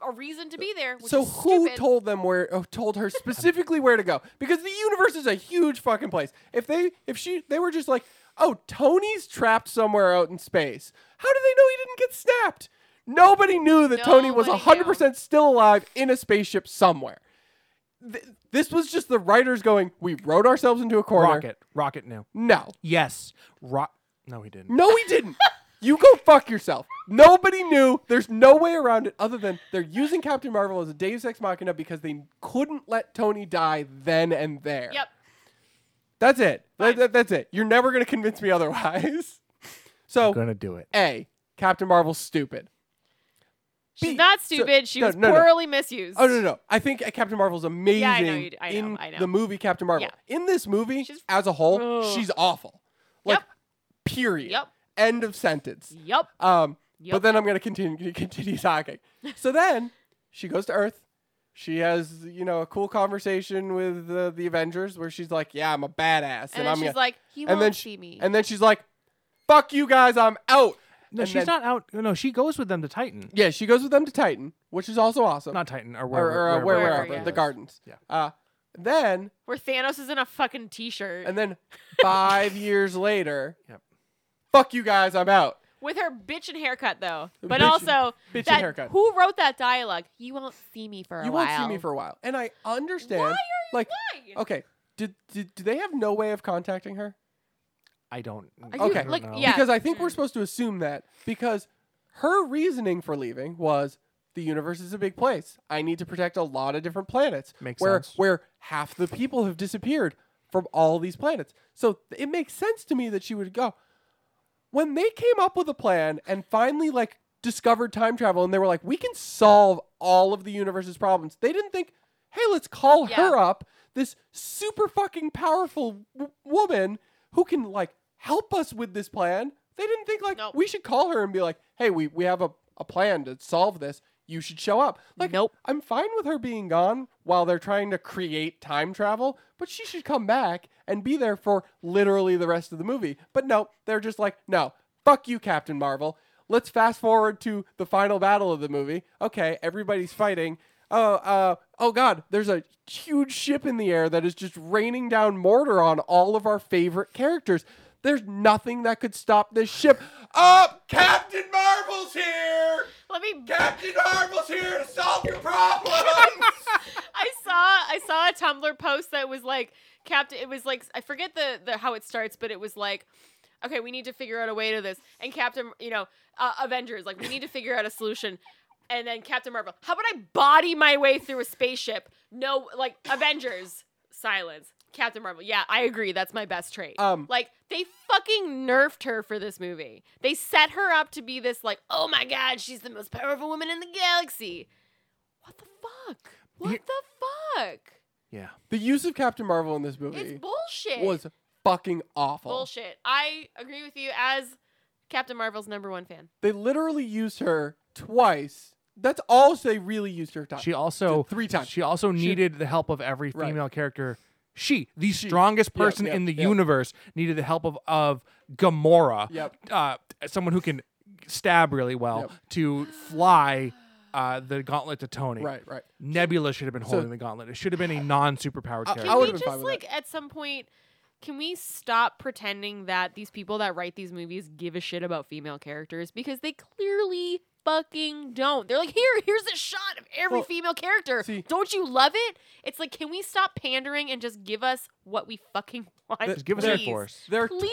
[SPEAKER 1] a reason to be there. Which
[SPEAKER 3] So
[SPEAKER 1] is
[SPEAKER 3] who
[SPEAKER 1] stupid.
[SPEAKER 3] told them where? Oh, told her specifically where to go? Because the universe is a huge fucking place. If they, if she, they were just like, oh, Tony's trapped somewhere out in space. How do they know he didn't get snapped? Nobody knew that Tony was
[SPEAKER 1] Nobody
[SPEAKER 3] hundred percent still alive in a spaceship somewhere. Th- this was just the writers going, we wrote ourselves into a corner.
[SPEAKER 2] Rocket, Rocket knew.
[SPEAKER 3] No,
[SPEAKER 2] Yes, Rock. No, he didn't.
[SPEAKER 3] no, he didn't. you go fuck yourself. Nobody knew. There's no way around it other than they're using Captain Marvel as a Deus Ex Machina because they couldn't let Tony die then and there.
[SPEAKER 1] Yep.
[SPEAKER 3] That's it. That,
[SPEAKER 1] Fine.
[SPEAKER 3] that- that's it. You're never going to convince me otherwise. so,
[SPEAKER 2] I'm gonna do it.
[SPEAKER 3] A, Captain Marvel's stupid.
[SPEAKER 1] She's
[SPEAKER 3] B,
[SPEAKER 1] not
[SPEAKER 3] so-
[SPEAKER 1] stupid. she
[SPEAKER 3] no,
[SPEAKER 1] was
[SPEAKER 3] no, no.
[SPEAKER 1] poorly misused.
[SPEAKER 3] Oh, no, no, no. I think uh, Captain Marvel's amazing
[SPEAKER 1] I know you do. I know,
[SPEAKER 3] in
[SPEAKER 1] I know.
[SPEAKER 3] the movie Captain Marvel. In this movie,
[SPEAKER 1] She's-
[SPEAKER 3] as a whole,
[SPEAKER 1] Ugh.
[SPEAKER 3] she's awful. Like,
[SPEAKER 1] Yep.
[SPEAKER 3] period.
[SPEAKER 1] Yep.
[SPEAKER 3] End of sentence.
[SPEAKER 1] Yup.
[SPEAKER 3] Um, But
[SPEAKER 1] Yep.
[SPEAKER 3] then I'm gonna continue continue talking. So then she goes to Earth. She has you know a cool conversation with uh, the Avengers where she's like, "Yeah, I'm a badass,"
[SPEAKER 1] And then
[SPEAKER 3] I'm
[SPEAKER 1] she's
[SPEAKER 3] gonna-
[SPEAKER 1] like, "He
[SPEAKER 3] and
[SPEAKER 1] won't
[SPEAKER 3] then
[SPEAKER 1] see me."
[SPEAKER 3] and then she's like, "Fuck you guys, I'm out."
[SPEAKER 2] No,
[SPEAKER 3] and
[SPEAKER 2] she's
[SPEAKER 3] then-
[SPEAKER 2] not out. No, she goes with them to Titan.
[SPEAKER 3] Yeah, she goes with them to Titan, which is also awesome.
[SPEAKER 2] Not Titan or
[SPEAKER 3] or,
[SPEAKER 2] where?
[SPEAKER 3] or, uh,
[SPEAKER 2] where,
[SPEAKER 3] where,
[SPEAKER 1] wherever,
[SPEAKER 3] wherever,
[SPEAKER 1] yeah.
[SPEAKER 3] the gardens.
[SPEAKER 2] Yeah.
[SPEAKER 3] Uh, then
[SPEAKER 1] Where Thanos is in a fucking t-shirt
[SPEAKER 3] and then five years later,
[SPEAKER 2] Yep.
[SPEAKER 3] fuck you guys, I'm out.
[SPEAKER 1] with her bitchin' haircut though.
[SPEAKER 3] The
[SPEAKER 1] But
[SPEAKER 3] bitchin-
[SPEAKER 1] also
[SPEAKER 3] bitchin'
[SPEAKER 1] that-
[SPEAKER 3] haircut.
[SPEAKER 1] who wrote that dialogue? You won't see me for a
[SPEAKER 3] You
[SPEAKER 1] while.
[SPEAKER 3] won't see me for a while, and I understand.
[SPEAKER 1] Why are you
[SPEAKER 3] like,
[SPEAKER 1] lying?
[SPEAKER 3] okay, did, did do they have no way of contacting her?
[SPEAKER 2] I don't. I
[SPEAKER 1] you-
[SPEAKER 2] don't
[SPEAKER 1] like,
[SPEAKER 2] know.
[SPEAKER 1] yeah.
[SPEAKER 3] Because I think we're supposed to assume that because her reasoning for leaving was the universe is a big place. I need to protect a lot of different planets.
[SPEAKER 2] Makes
[SPEAKER 3] where
[SPEAKER 2] sense.
[SPEAKER 3] where half the people have disappeared from all these planets. So th- it makes sense to me that she would go. When they came up with a plan and finally like discovered time travel and they were like, we can solve all of the universe's problems. They didn't think, hey, let's call
[SPEAKER 1] Yeah.
[SPEAKER 3] her up, this super fucking powerful w- woman who can like help us with this plan. They didn't think like
[SPEAKER 1] Nope.
[SPEAKER 3] we should call her and be like, hey, we, we have a, a plan to solve this. You should show up. Like,
[SPEAKER 1] Nope.
[SPEAKER 3] I'm fine with her being gone while they're trying to create time travel, but she should come back and be there for literally the rest of the movie. But no, they're just like, no, fuck you, Captain Marvel. Let's fast forward to the final battle of the movie. Okay, everybody's fighting. oh, uh, oh God, there's a huge ship in the air that is just raining down mortar on all of our favorite characters. There's nothing that could stop this ship. Up, Captain Marvel's here.
[SPEAKER 1] Let me.
[SPEAKER 3] Captain Marvel's here to solve your problems.
[SPEAKER 1] I saw I saw a Tumblr post that was like Captain. It was like I forget the, the how it starts, but it was like, okay, we need to figure out a way to this. And Captain, you know, uh, Avengers, like we need to figure out a solution. And then Captain Marvel, how about I body my way through a spaceship? No, like Avengers, silence. Captain Marvel, yeah, I agree. That's my best trait.
[SPEAKER 3] Um,
[SPEAKER 1] like they fucking nerfed her for this movie. They set her up to be this like, oh my god, she's the most powerful woman in the galaxy. What the fuck? What
[SPEAKER 2] Here-
[SPEAKER 1] the fuck?
[SPEAKER 2] Yeah.
[SPEAKER 3] the use of Captain Marvel in this movie
[SPEAKER 1] It's bullshit.
[SPEAKER 3] was fucking awful.
[SPEAKER 1] bullshit. I agree with you as Captain Marvel's number one fan.
[SPEAKER 3] They literally used her twice. That's all they really used her time.
[SPEAKER 2] She also
[SPEAKER 3] Three times.
[SPEAKER 2] She also needed the help of every
[SPEAKER 3] Right.
[SPEAKER 2] female character. She, the strongest person
[SPEAKER 3] yep,
[SPEAKER 2] in the
[SPEAKER 3] yep.
[SPEAKER 2] universe, needed the help of of Gamora.
[SPEAKER 3] Yep.
[SPEAKER 2] Uh, someone who can stab really well
[SPEAKER 3] Yep.
[SPEAKER 2] to fly uh, the gauntlet to Tony.
[SPEAKER 3] right, right.
[SPEAKER 2] Nebula should have been holding the gauntlet. It should have been a non superpowered
[SPEAKER 3] I- I
[SPEAKER 2] character.
[SPEAKER 1] Uh, Can we
[SPEAKER 3] would've been
[SPEAKER 1] just
[SPEAKER 3] fine with
[SPEAKER 1] like at some point can we stop pretending that these people that write these movies give a shit about female characters because they clearly fucking don't. They're like, "Here, here's a shot of every
[SPEAKER 3] Well,
[SPEAKER 1] female character.
[SPEAKER 3] see-
[SPEAKER 1] don't you love it?" It's like, "Can we stop pandering and just give us what we fucking want?"
[SPEAKER 3] Th-
[SPEAKER 2] Just give us
[SPEAKER 1] please?
[SPEAKER 2] Air Force.
[SPEAKER 3] They're
[SPEAKER 1] Please.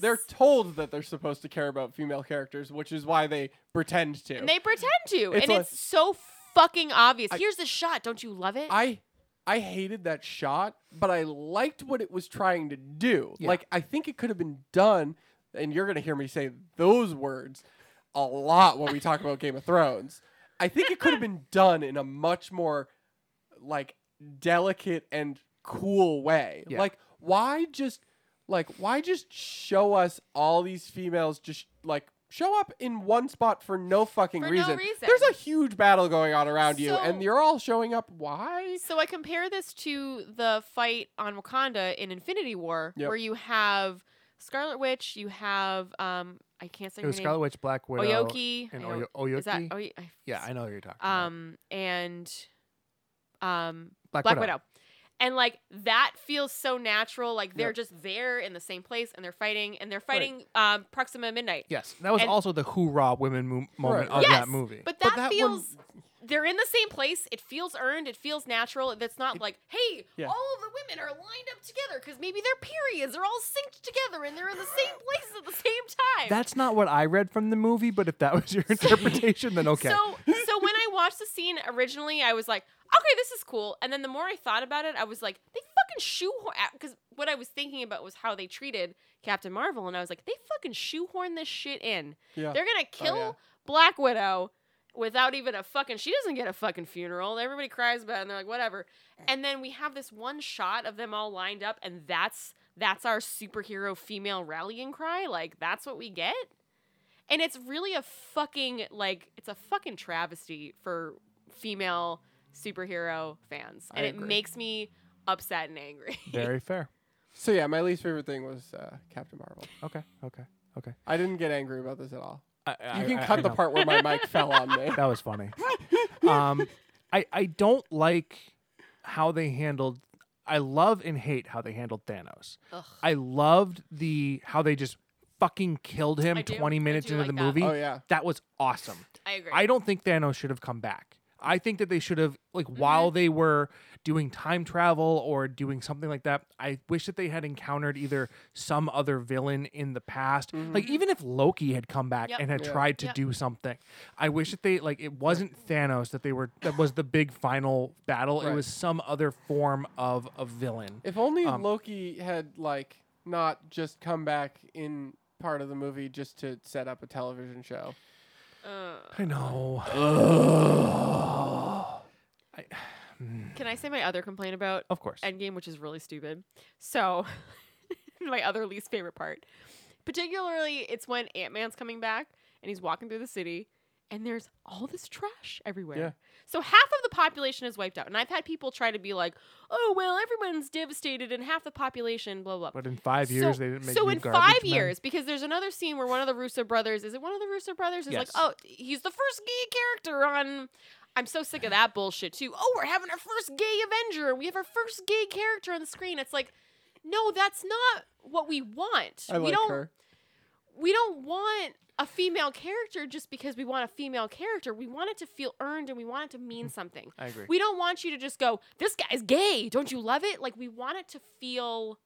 [SPEAKER 3] told they're told that they're supposed to care about female characters, which is why they pretend to.
[SPEAKER 1] And they pretend to.
[SPEAKER 3] It's
[SPEAKER 1] and
[SPEAKER 3] like-
[SPEAKER 1] it's so fucking obvious.
[SPEAKER 3] I-
[SPEAKER 1] Here's the shot. Don't you love it?
[SPEAKER 3] I I hated that shot, but I liked what it was trying to do.
[SPEAKER 2] Yeah.
[SPEAKER 3] Like I think it could have been done, and you're gonna hear me say those words a lot when we talk about Game of Thrones. I think it could have been done in a much more like delicate and cool way.
[SPEAKER 2] Yeah.
[SPEAKER 3] Like why just like why just show us all these females just like show up in one spot for no fucking
[SPEAKER 1] For no
[SPEAKER 3] reason.
[SPEAKER 1] reason.
[SPEAKER 3] There's a huge battle going on around you and
[SPEAKER 1] So-
[SPEAKER 3] you're all showing up why?
[SPEAKER 1] so I compare this to the fight on Wakanda in Infinity War,
[SPEAKER 3] Yep.
[SPEAKER 1] where you have Scarlet Witch, you have um, I can't say
[SPEAKER 2] It was
[SPEAKER 1] her
[SPEAKER 2] Scarlet Witch, Black
[SPEAKER 1] name,
[SPEAKER 2] Widow,
[SPEAKER 1] Oyoki.
[SPEAKER 2] and
[SPEAKER 1] I don't-
[SPEAKER 2] Oyo- Oyoki.
[SPEAKER 1] Is that Oy- I-
[SPEAKER 2] yeah, I know who you're talking about.
[SPEAKER 1] um, and um, Black Widow. And like that feels so natural. Like they're
[SPEAKER 3] Yep.
[SPEAKER 1] just there in the same place and they're fighting and they're
[SPEAKER 3] Right.
[SPEAKER 1] fighting um, Proxima Midnight.
[SPEAKER 2] Yes, that was
[SPEAKER 1] And-
[SPEAKER 2] also the hoorah women mo- moment
[SPEAKER 3] Right.
[SPEAKER 2] of
[SPEAKER 1] yes,
[SPEAKER 2] that movie.
[SPEAKER 1] But that,
[SPEAKER 3] that one-
[SPEAKER 1] feels they're in the same place. It feels earned. It feels natural. That's not like, hey,
[SPEAKER 3] Yeah.
[SPEAKER 1] all of the women are lined up together because maybe their periods are all synced together and they're in the same place at the same time.
[SPEAKER 2] That's not what I read from the movie, but if that was your interpretation, then okay.
[SPEAKER 1] So, so when I watched the scene originally, I was like, okay, this is cool. And then the more I thought about it, I was like, they fucking shoehorn because what I was thinking about was how they treated Captain Marvel, and I was like, they fucking shoehorn this shit in.
[SPEAKER 3] Yeah. Oh,
[SPEAKER 1] They're gonna kill
[SPEAKER 3] yeah.
[SPEAKER 1] Black Widow without even a fucking. She doesn't get a fucking funeral. Everybody cries about it, and they're like, whatever. And then we have this one shot of them all lined up, and that's that's our superhero female rallying cry. Like that's what we get. And it's really a fucking like it's a fucking travesty for female superhero fans,
[SPEAKER 3] I
[SPEAKER 1] and it
[SPEAKER 3] agree.
[SPEAKER 1] makes me upset and angry.
[SPEAKER 2] Very fair.
[SPEAKER 3] So yeah, my least favorite thing was uh, Captain Marvel.
[SPEAKER 2] Okay, okay, okay.
[SPEAKER 3] I didn't get angry about this at all.
[SPEAKER 2] I,
[SPEAKER 3] You can cut the part where my mic fell on me.
[SPEAKER 2] That was funny. um, I I don't like how they handled. I love and hate how they handled Thanos.
[SPEAKER 1] Ugh.
[SPEAKER 2] I loved the how they just fucking killed him
[SPEAKER 1] I do-
[SPEAKER 2] twenty
[SPEAKER 1] I
[SPEAKER 2] minutes
[SPEAKER 1] do
[SPEAKER 2] into
[SPEAKER 1] like
[SPEAKER 2] the
[SPEAKER 1] that.
[SPEAKER 2] movie.
[SPEAKER 3] Oh yeah.
[SPEAKER 2] That was awesome.
[SPEAKER 1] I agree.
[SPEAKER 2] I don't think Thanos should have come back. I think that they should have like
[SPEAKER 1] Mm-hmm.
[SPEAKER 2] while they were doing time travel or doing something like that. I wish that they had encountered either some other villain in the past. Like even if Loki had come
[SPEAKER 1] Mm-hmm.
[SPEAKER 2] back
[SPEAKER 1] Yep.
[SPEAKER 2] and had
[SPEAKER 3] Yeah.
[SPEAKER 2] tried to
[SPEAKER 1] Yep.
[SPEAKER 2] do something. I wish that they like it wasn't Thanos that they were that was the big final battle. It
[SPEAKER 3] Right.
[SPEAKER 2] was some other form of a villain.
[SPEAKER 3] If only
[SPEAKER 2] Um,
[SPEAKER 3] Loki had like not just come back in part of the movie just to set up a television show.
[SPEAKER 1] Ugh.
[SPEAKER 2] I know.
[SPEAKER 1] Can I say my other complaint about
[SPEAKER 2] Of course.
[SPEAKER 1] Endgame, which is really stupid. So, my other least favorite part, particularly, it's when Ant Man's coming back and he's walking through the city, and there's all this trash everywhere.
[SPEAKER 3] Yeah.
[SPEAKER 1] So half of the population is wiped out, and I've had people try to be like, "Oh well, everyone's devastated, and half the population, blah blah." blah."
[SPEAKER 2] but in five years they didn't make
[SPEAKER 1] so
[SPEAKER 2] new
[SPEAKER 1] in
[SPEAKER 2] garbage
[SPEAKER 1] five
[SPEAKER 2] men.
[SPEAKER 1] years, because there's another scene where one of the Russo brothers is it one of the Russo brothers is like,
[SPEAKER 2] Yes.
[SPEAKER 1] oh, he's the first gay character on I'm so sick of that bullshit too. Oh, we're having our first gay Avenger. We have our first gay character on the screen. It's like, no, that's not what we want.
[SPEAKER 3] I
[SPEAKER 1] we
[SPEAKER 3] like
[SPEAKER 1] don't
[SPEAKER 3] her.
[SPEAKER 1] we don't want a female character just because we want a female character. We want it to feel earned and we want it to
[SPEAKER 2] Mm-hmm.
[SPEAKER 1] mean something.
[SPEAKER 2] I agree.
[SPEAKER 1] We don't want you to just go, this guy's gay. Don't you love it? Like we want it to feel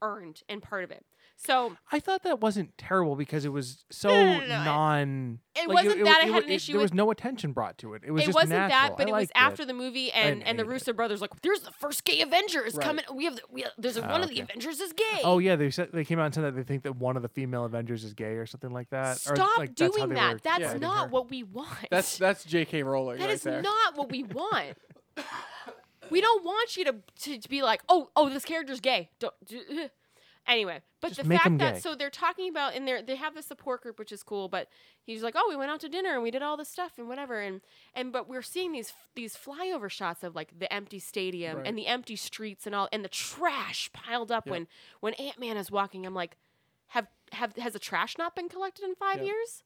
[SPEAKER 1] earned and part of it. So
[SPEAKER 2] I thought that wasn't terrible because it was so
[SPEAKER 1] no, no, no, no.
[SPEAKER 2] non.
[SPEAKER 1] It wasn't that I had
[SPEAKER 2] it wa-
[SPEAKER 1] an
[SPEAKER 2] it-
[SPEAKER 1] issue
[SPEAKER 2] There
[SPEAKER 1] with-
[SPEAKER 2] was no attention brought to it. It was
[SPEAKER 1] it
[SPEAKER 2] just
[SPEAKER 1] wasn't that,
[SPEAKER 2] natural.
[SPEAKER 1] but
[SPEAKER 2] I
[SPEAKER 1] it was
[SPEAKER 2] liked
[SPEAKER 1] after the movie and,
[SPEAKER 2] didn't
[SPEAKER 1] and the
[SPEAKER 2] hate it.
[SPEAKER 1] Russo brothers like, there's the first gay Avenger is
[SPEAKER 3] Right.
[SPEAKER 1] coming. We have the, we there's a,
[SPEAKER 2] Ah,
[SPEAKER 1] one of the
[SPEAKER 2] okay.
[SPEAKER 1] Avengers is gay.
[SPEAKER 2] Oh yeah, they said they came out and said that they think that one of the female Avengers is gay or something like that. or,
[SPEAKER 1] Stop
[SPEAKER 2] like, that's how
[SPEAKER 1] doing
[SPEAKER 2] they were
[SPEAKER 1] that. That's
[SPEAKER 2] writing
[SPEAKER 1] not
[SPEAKER 2] her.
[SPEAKER 1] what we want.
[SPEAKER 3] That's that's J.K. Rowling
[SPEAKER 1] That
[SPEAKER 3] right
[SPEAKER 1] is
[SPEAKER 3] there.
[SPEAKER 1] not what we want. we don't want you to, to to be like, oh, oh, this character's gay. Don't. d- Anyway, but
[SPEAKER 2] Just
[SPEAKER 1] the
[SPEAKER 2] make
[SPEAKER 1] fact
[SPEAKER 2] 'em
[SPEAKER 1] that
[SPEAKER 2] gay.
[SPEAKER 1] so they're talking about and they are they have the support group which is cool, but he's like, oh, we went out to dinner and we did all this stuff and whatever and and but we're seeing these these flyover shots of like the empty stadium
[SPEAKER 3] Right.
[SPEAKER 1] and the empty streets and all and the trash piled up
[SPEAKER 3] Yep.
[SPEAKER 1] when when Ant Man is walking. I'm like, have have has the trash not been collected in five
[SPEAKER 3] Yep.
[SPEAKER 1] years?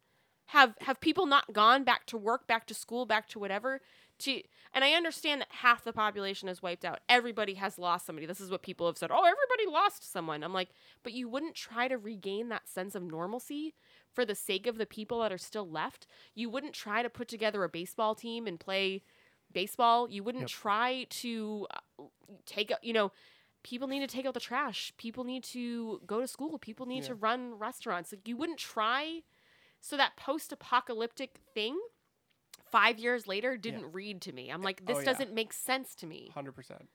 [SPEAKER 1] have have people not gone back to work back to school back to whatever to and i understand that half the population is wiped out everybody has lost somebody this is what people have said oh everybody lost someone i'm like but you wouldn't try to regain that sense of normalcy for the sake of the people that are still left you wouldn't try to put together a baseball team and play baseball you wouldn't
[SPEAKER 2] Yep.
[SPEAKER 1] try to uh, take a- you know people need to take out the trash people need to go to school people need
[SPEAKER 3] Yeah.
[SPEAKER 1] to run restaurants like you wouldn't try so that post-apocalyptic thing, five years later, didn't read to
[SPEAKER 2] Eh,
[SPEAKER 1] me. I'm
[SPEAKER 2] oh,
[SPEAKER 1] like, this
[SPEAKER 3] yeah.
[SPEAKER 1] doesn't make sense to me.
[SPEAKER 3] Hundred percent.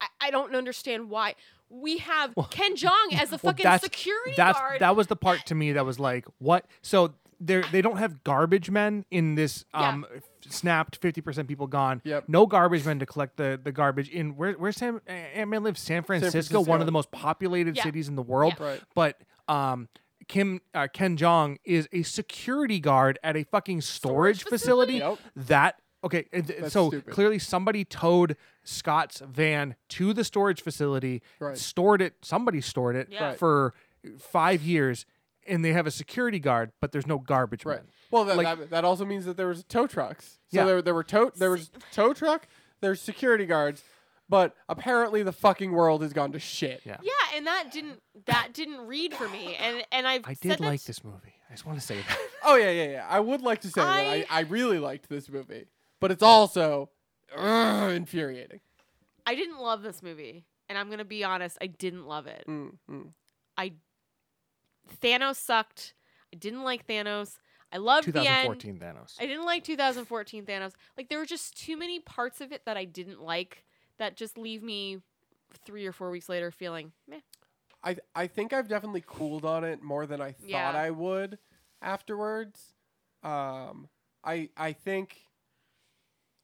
[SPEAKER 1] I, I don't understand why we have Ken Jong as a fucking
[SPEAKER 2] that's-
[SPEAKER 1] security
[SPEAKER 2] That's
[SPEAKER 1] guard.
[SPEAKER 2] that was the part to me that was like, what? So they they don't have garbage men in this
[SPEAKER 1] Yeah.
[SPEAKER 2] um f- snapped fifty percent people gone.
[SPEAKER 3] Yep.
[SPEAKER 2] No garbage men to collect the the garbage in where where Sam Ant Man lives San Francisco, one
[SPEAKER 3] Francisco.
[SPEAKER 2] of the most populated
[SPEAKER 1] Yeah.
[SPEAKER 2] cities in the world.
[SPEAKER 1] Yeah.
[SPEAKER 3] Right.
[SPEAKER 2] But um. Kim uh, Ken Jong is a security guard at a fucking storage,
[SPEAKER 1] Storage
[SPEAKER 2] facility.
[SPEAKER 3] facility?
[SPEAKER 2] That okay, and th-
[SPEAKER 3] That's
[SPEAKER 2] so
[SPEAKER 3] stupid.
[SPEAKER 2] clearly somebody towed Scott's van to the storage facility,
[SPEAKER 3] Right.
[SPEAKER 2] stored it. Somebody stored it
[SPEAKER 1] Yeah. Right.
[SPEAKER 2] for five years, and they have a security guard, but there's no garbage
[SPEAKER 3] Right.
[SPEAKER 2] man.
[SPEAKER 3] Well, that,
[SPEAKER 2] Like-
[SPEAKER 3] that, that also means that there was tow trucks. So
[SPEAKER 2] Yeah.
[SPEAKER 3] there, there were tow there was tow truck. There's security guards, but apparently the fucking world has gone to shit.
[SPEAKER 2] Yeah.
[SPEAKER 1] yeah, and that didn't that didn't read for me. And and I've
[SPEAKER 2] I
[SPEAKER 1] said
[SPEAKER 2] did
[SPEAKER 1] that
[SPEAKER 2] like
[SPEAKER 1] to-
[SPEAKER 2] this movie. I just want to say that.
[SPEAKER 3] Oh yeah, yeah, yeah. I would like to say
[SPEAKER 1] I-
[SPEAKER 3] that I, I really liked this movie, but it's also ugh, infuriating.
[SPEAKER 1] I didn't love this movie, and I'm gonna be honest, I didn't love it.
[SPEAKER 3] Mm, mm.
[SPEAKER 1] Thanos sucked. I didn't like Thanos. I loved the end.
[SPEAKER 2] 2014 Thanos.
[SPEAKER 1] I didn't like 2014 Thanos. Like there were just too many parts of it that I didn't like that just leave me three or four weeks later feeling meh.
[SPEAKER 3] I I think I've definitely cooled on it more than I thought
[SPEAKER 1] Yeah.
[SPEAKER 3] I would afterwards. Um, I I think.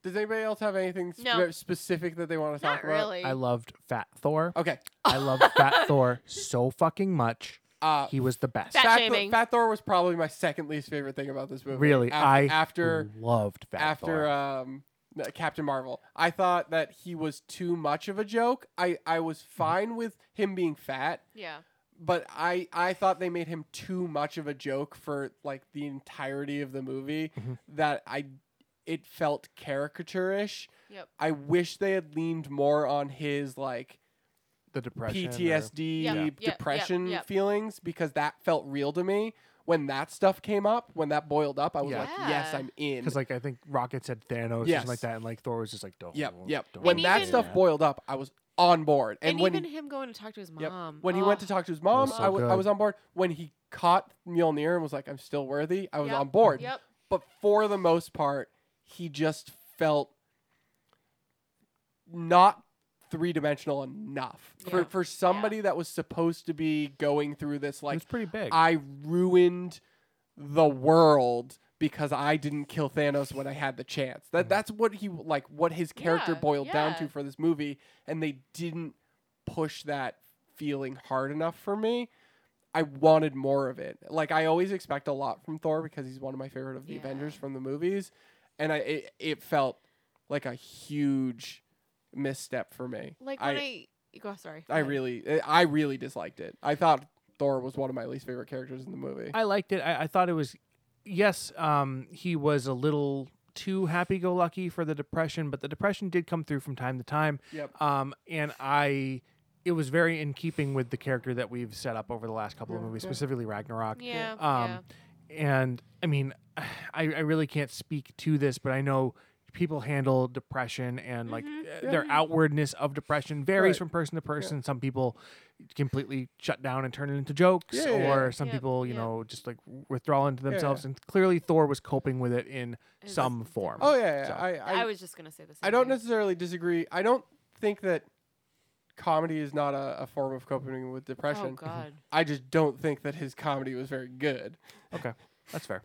[SPEAKER 3] Does anybody else have anything sp-
[SPEAKER 1] No.
[SPEAKER 3] specific that they want to
[SPEAKER 1] Not
[SPEAKER 3] talk about?
[SPEAKER 1] really.
[SPEAKER 2] I loved Fat Thor.
[SPEAKER 3] Okay.
[SPEAKER 2] I loved Fat Thor so fucking much.
[SPEAKER 3] Uh,
[SPEAKER 2] He was the best.
[SPEAKER 1] Fat
[SPEAKER 3] Fat, Thor,
[SPEAKER 1] shaming.
[SPEAKER 3] Fat Thor was probably my second least favorite thing about this movie.
[SPEAKER 2] really,
[SPEAKER 3] Af-
[SPEAKER 2] I
[SPEAKER 3] after
[SPEAKER 2] loved Fat
[SPEAKER 3] after
[SPEAKER 2] Thor.
[SPEAKER 3] um, uh, Captain Marvel, I thought that he was too much of a joke. I I was
[SPEAKER 2] Mm-hmm.
[SPEAKER 3] fine with him being fat,
[SPEAKER 1] Yeah.
[SPEAKER 3] but I I thought they made him too much of a joke for like the entirety of the movie
[SPEAKER 2] Mhm.
[SPEAKER 3] that I it felt caricature-ish.
[SPEAKER 1] Yep.
[SPEAKER 3] I wish they had leaned more on his like
[SPEAKER 2] the depression. or-
[SPEAKER 3] PTSD
[SPEAKER 1] Yep,
[SPEAKER 2] Yeah.
[SPEAKER 1] yep, yep,
[SPEAKER 3] depression
[SPEAKER 1] yep.
[SPEAKER 3] feelings because that felt real to me when that stuff came up when that boiled up I was
[SPEAKER 2] Yeah.
[SPEAKER 3] like yes
[SPEAKER 1] Yeah.
[SPEAKER 3] I'm in
[SPEAKER 2] Because like I think Rocket said Thanos or
[SPEAKER 3] Yes.
[SPEAKER 2] something like that, and like Thor was just like, "Don't."
[SPEAKER 3] yep
[SPEAKER 2] don't-
[SPEAKER 3] yep
[SPEAKER 2] don't
[SPEAKER 3] when
[SPEAKER 1] And
[SPEAKER 2] do
[SPEAKER 3] that
[SPEAKER 1] even-
[SPEAKER 3] stuff boiled up I was on board
[SPEAKER 1] And,
[SPEAKER 3] and, when
[SPEAKER 1] even him going to talk to his mom.
[SPEAKER 3] yep, when he went to
[SPEAKER 1] Ugh.
[SPEAKER 3] talk to his mom
[SPEAKER 2] so
[SPEAKER 3] I wa- I
[SPEAKER 2] good.
[SPEAKER 3] was on board when he caught Mjolnir and was like I'm still worthy I was
[SPEAKER 1] Yep,
[SPEAKER 3] on board
[SPEAKER 1] Yep.
[SPEAKER 3] but for the most part he just felt not three-dimensional enough
[SPEAKER 1] Yeah.
[SPEAKER 3] for, for somebody that was supposed to be going through this
[SPEAKER 2] It
[SPEAKER 3] like
[SPEAKER 2] was pretty big.
[SPEAKER 3] I ruined the world because I didn't kill Thanos when I had the chance. That
[SPEAKER 2] Mhm.
[SPEAKER 3] that's what he like what his character
[SPEAKER 1] Yeah,
[SPEAKER 3] boiled down to
[SPEAKER 1] yeah.
[SPEAKER 3] for this movie and they didn't push that feeling hard enough for me. I wanted more of it. Like I always expect a lot from Thor because he's one of my favorite of the
[SPEAKER 1] Yeah.
[SPEAKER 3] Avengers from the movies and I it, it felt like a huge misstep for me.
[SPEAKER 1] Like
[SPEAKER 3] I
[SPEAKER 1] when I, go sorry.
[SPEAKER 3] I really eh, I really disliked it. I thought Thor was one of my least favorite characters in the movie.
[SPEAKER 2] I liked it. I, I thought it was, yes, um, he was a little too happy go lucky for the depression, but the depression did come through from time to time.
[SPEAKER 3] Yep.
[SPEAKER 2] Um, and I, it was very in keeping with the character that we've set up over the last couple of
[SPEAKER 3] Yeah,
[SPEAKER 2] movies,
[SPEAKER 3] yeah.
[SPEAKER 2] specifically Ragnarok.
[SPEAKER 1] Yeah. yeah.
[SPEAKER 2] Um, And I mean, I, I really can't speak to this, but I know people handle depression and like uh, their outwardness of depression varies
[SPEAKER 3] Right.
[SPEAKER 2] from person to person. Some people completely shut down and turn it into jokes,
[SPEAKER 3] Yeah, yeah,
[SPEAKER 2] or
[SPEAKER 1] yeah.
[SPEAKER 2] some
[SPEAKER 1] Yep,
[SPEAKER 2] people, you
[SPEAKER 1] yeah.
[SPEAKER 2] know, just like withdraw into
[SPEAKER 3] yeah.
[SPEAKER 2] themselves. And clearly, Thor was coping with it in
[SPEAKER 1] It was-
[SPEAKER 2] some form.
[SPEAKER 3] Oh yeah, yeah.
[SPEAKER 2] So-
[SPEAKER 3] I,
[SPEAKER 1] I,
[SPEAKER 3] I, I,
[SPEAKER 1] was just gonna say this.
[SPEAKER 3] don't necessarily disagree. I don't think that comedy is not a, a form of coping with
[SPEAKER 1] Oh
[SPEAKER 3] depression.
[SPEAKER 1] God.
[SPEAKER 3] I just don't think that his comedy was very good.
[SPEAKER 2] Okay, that's fair.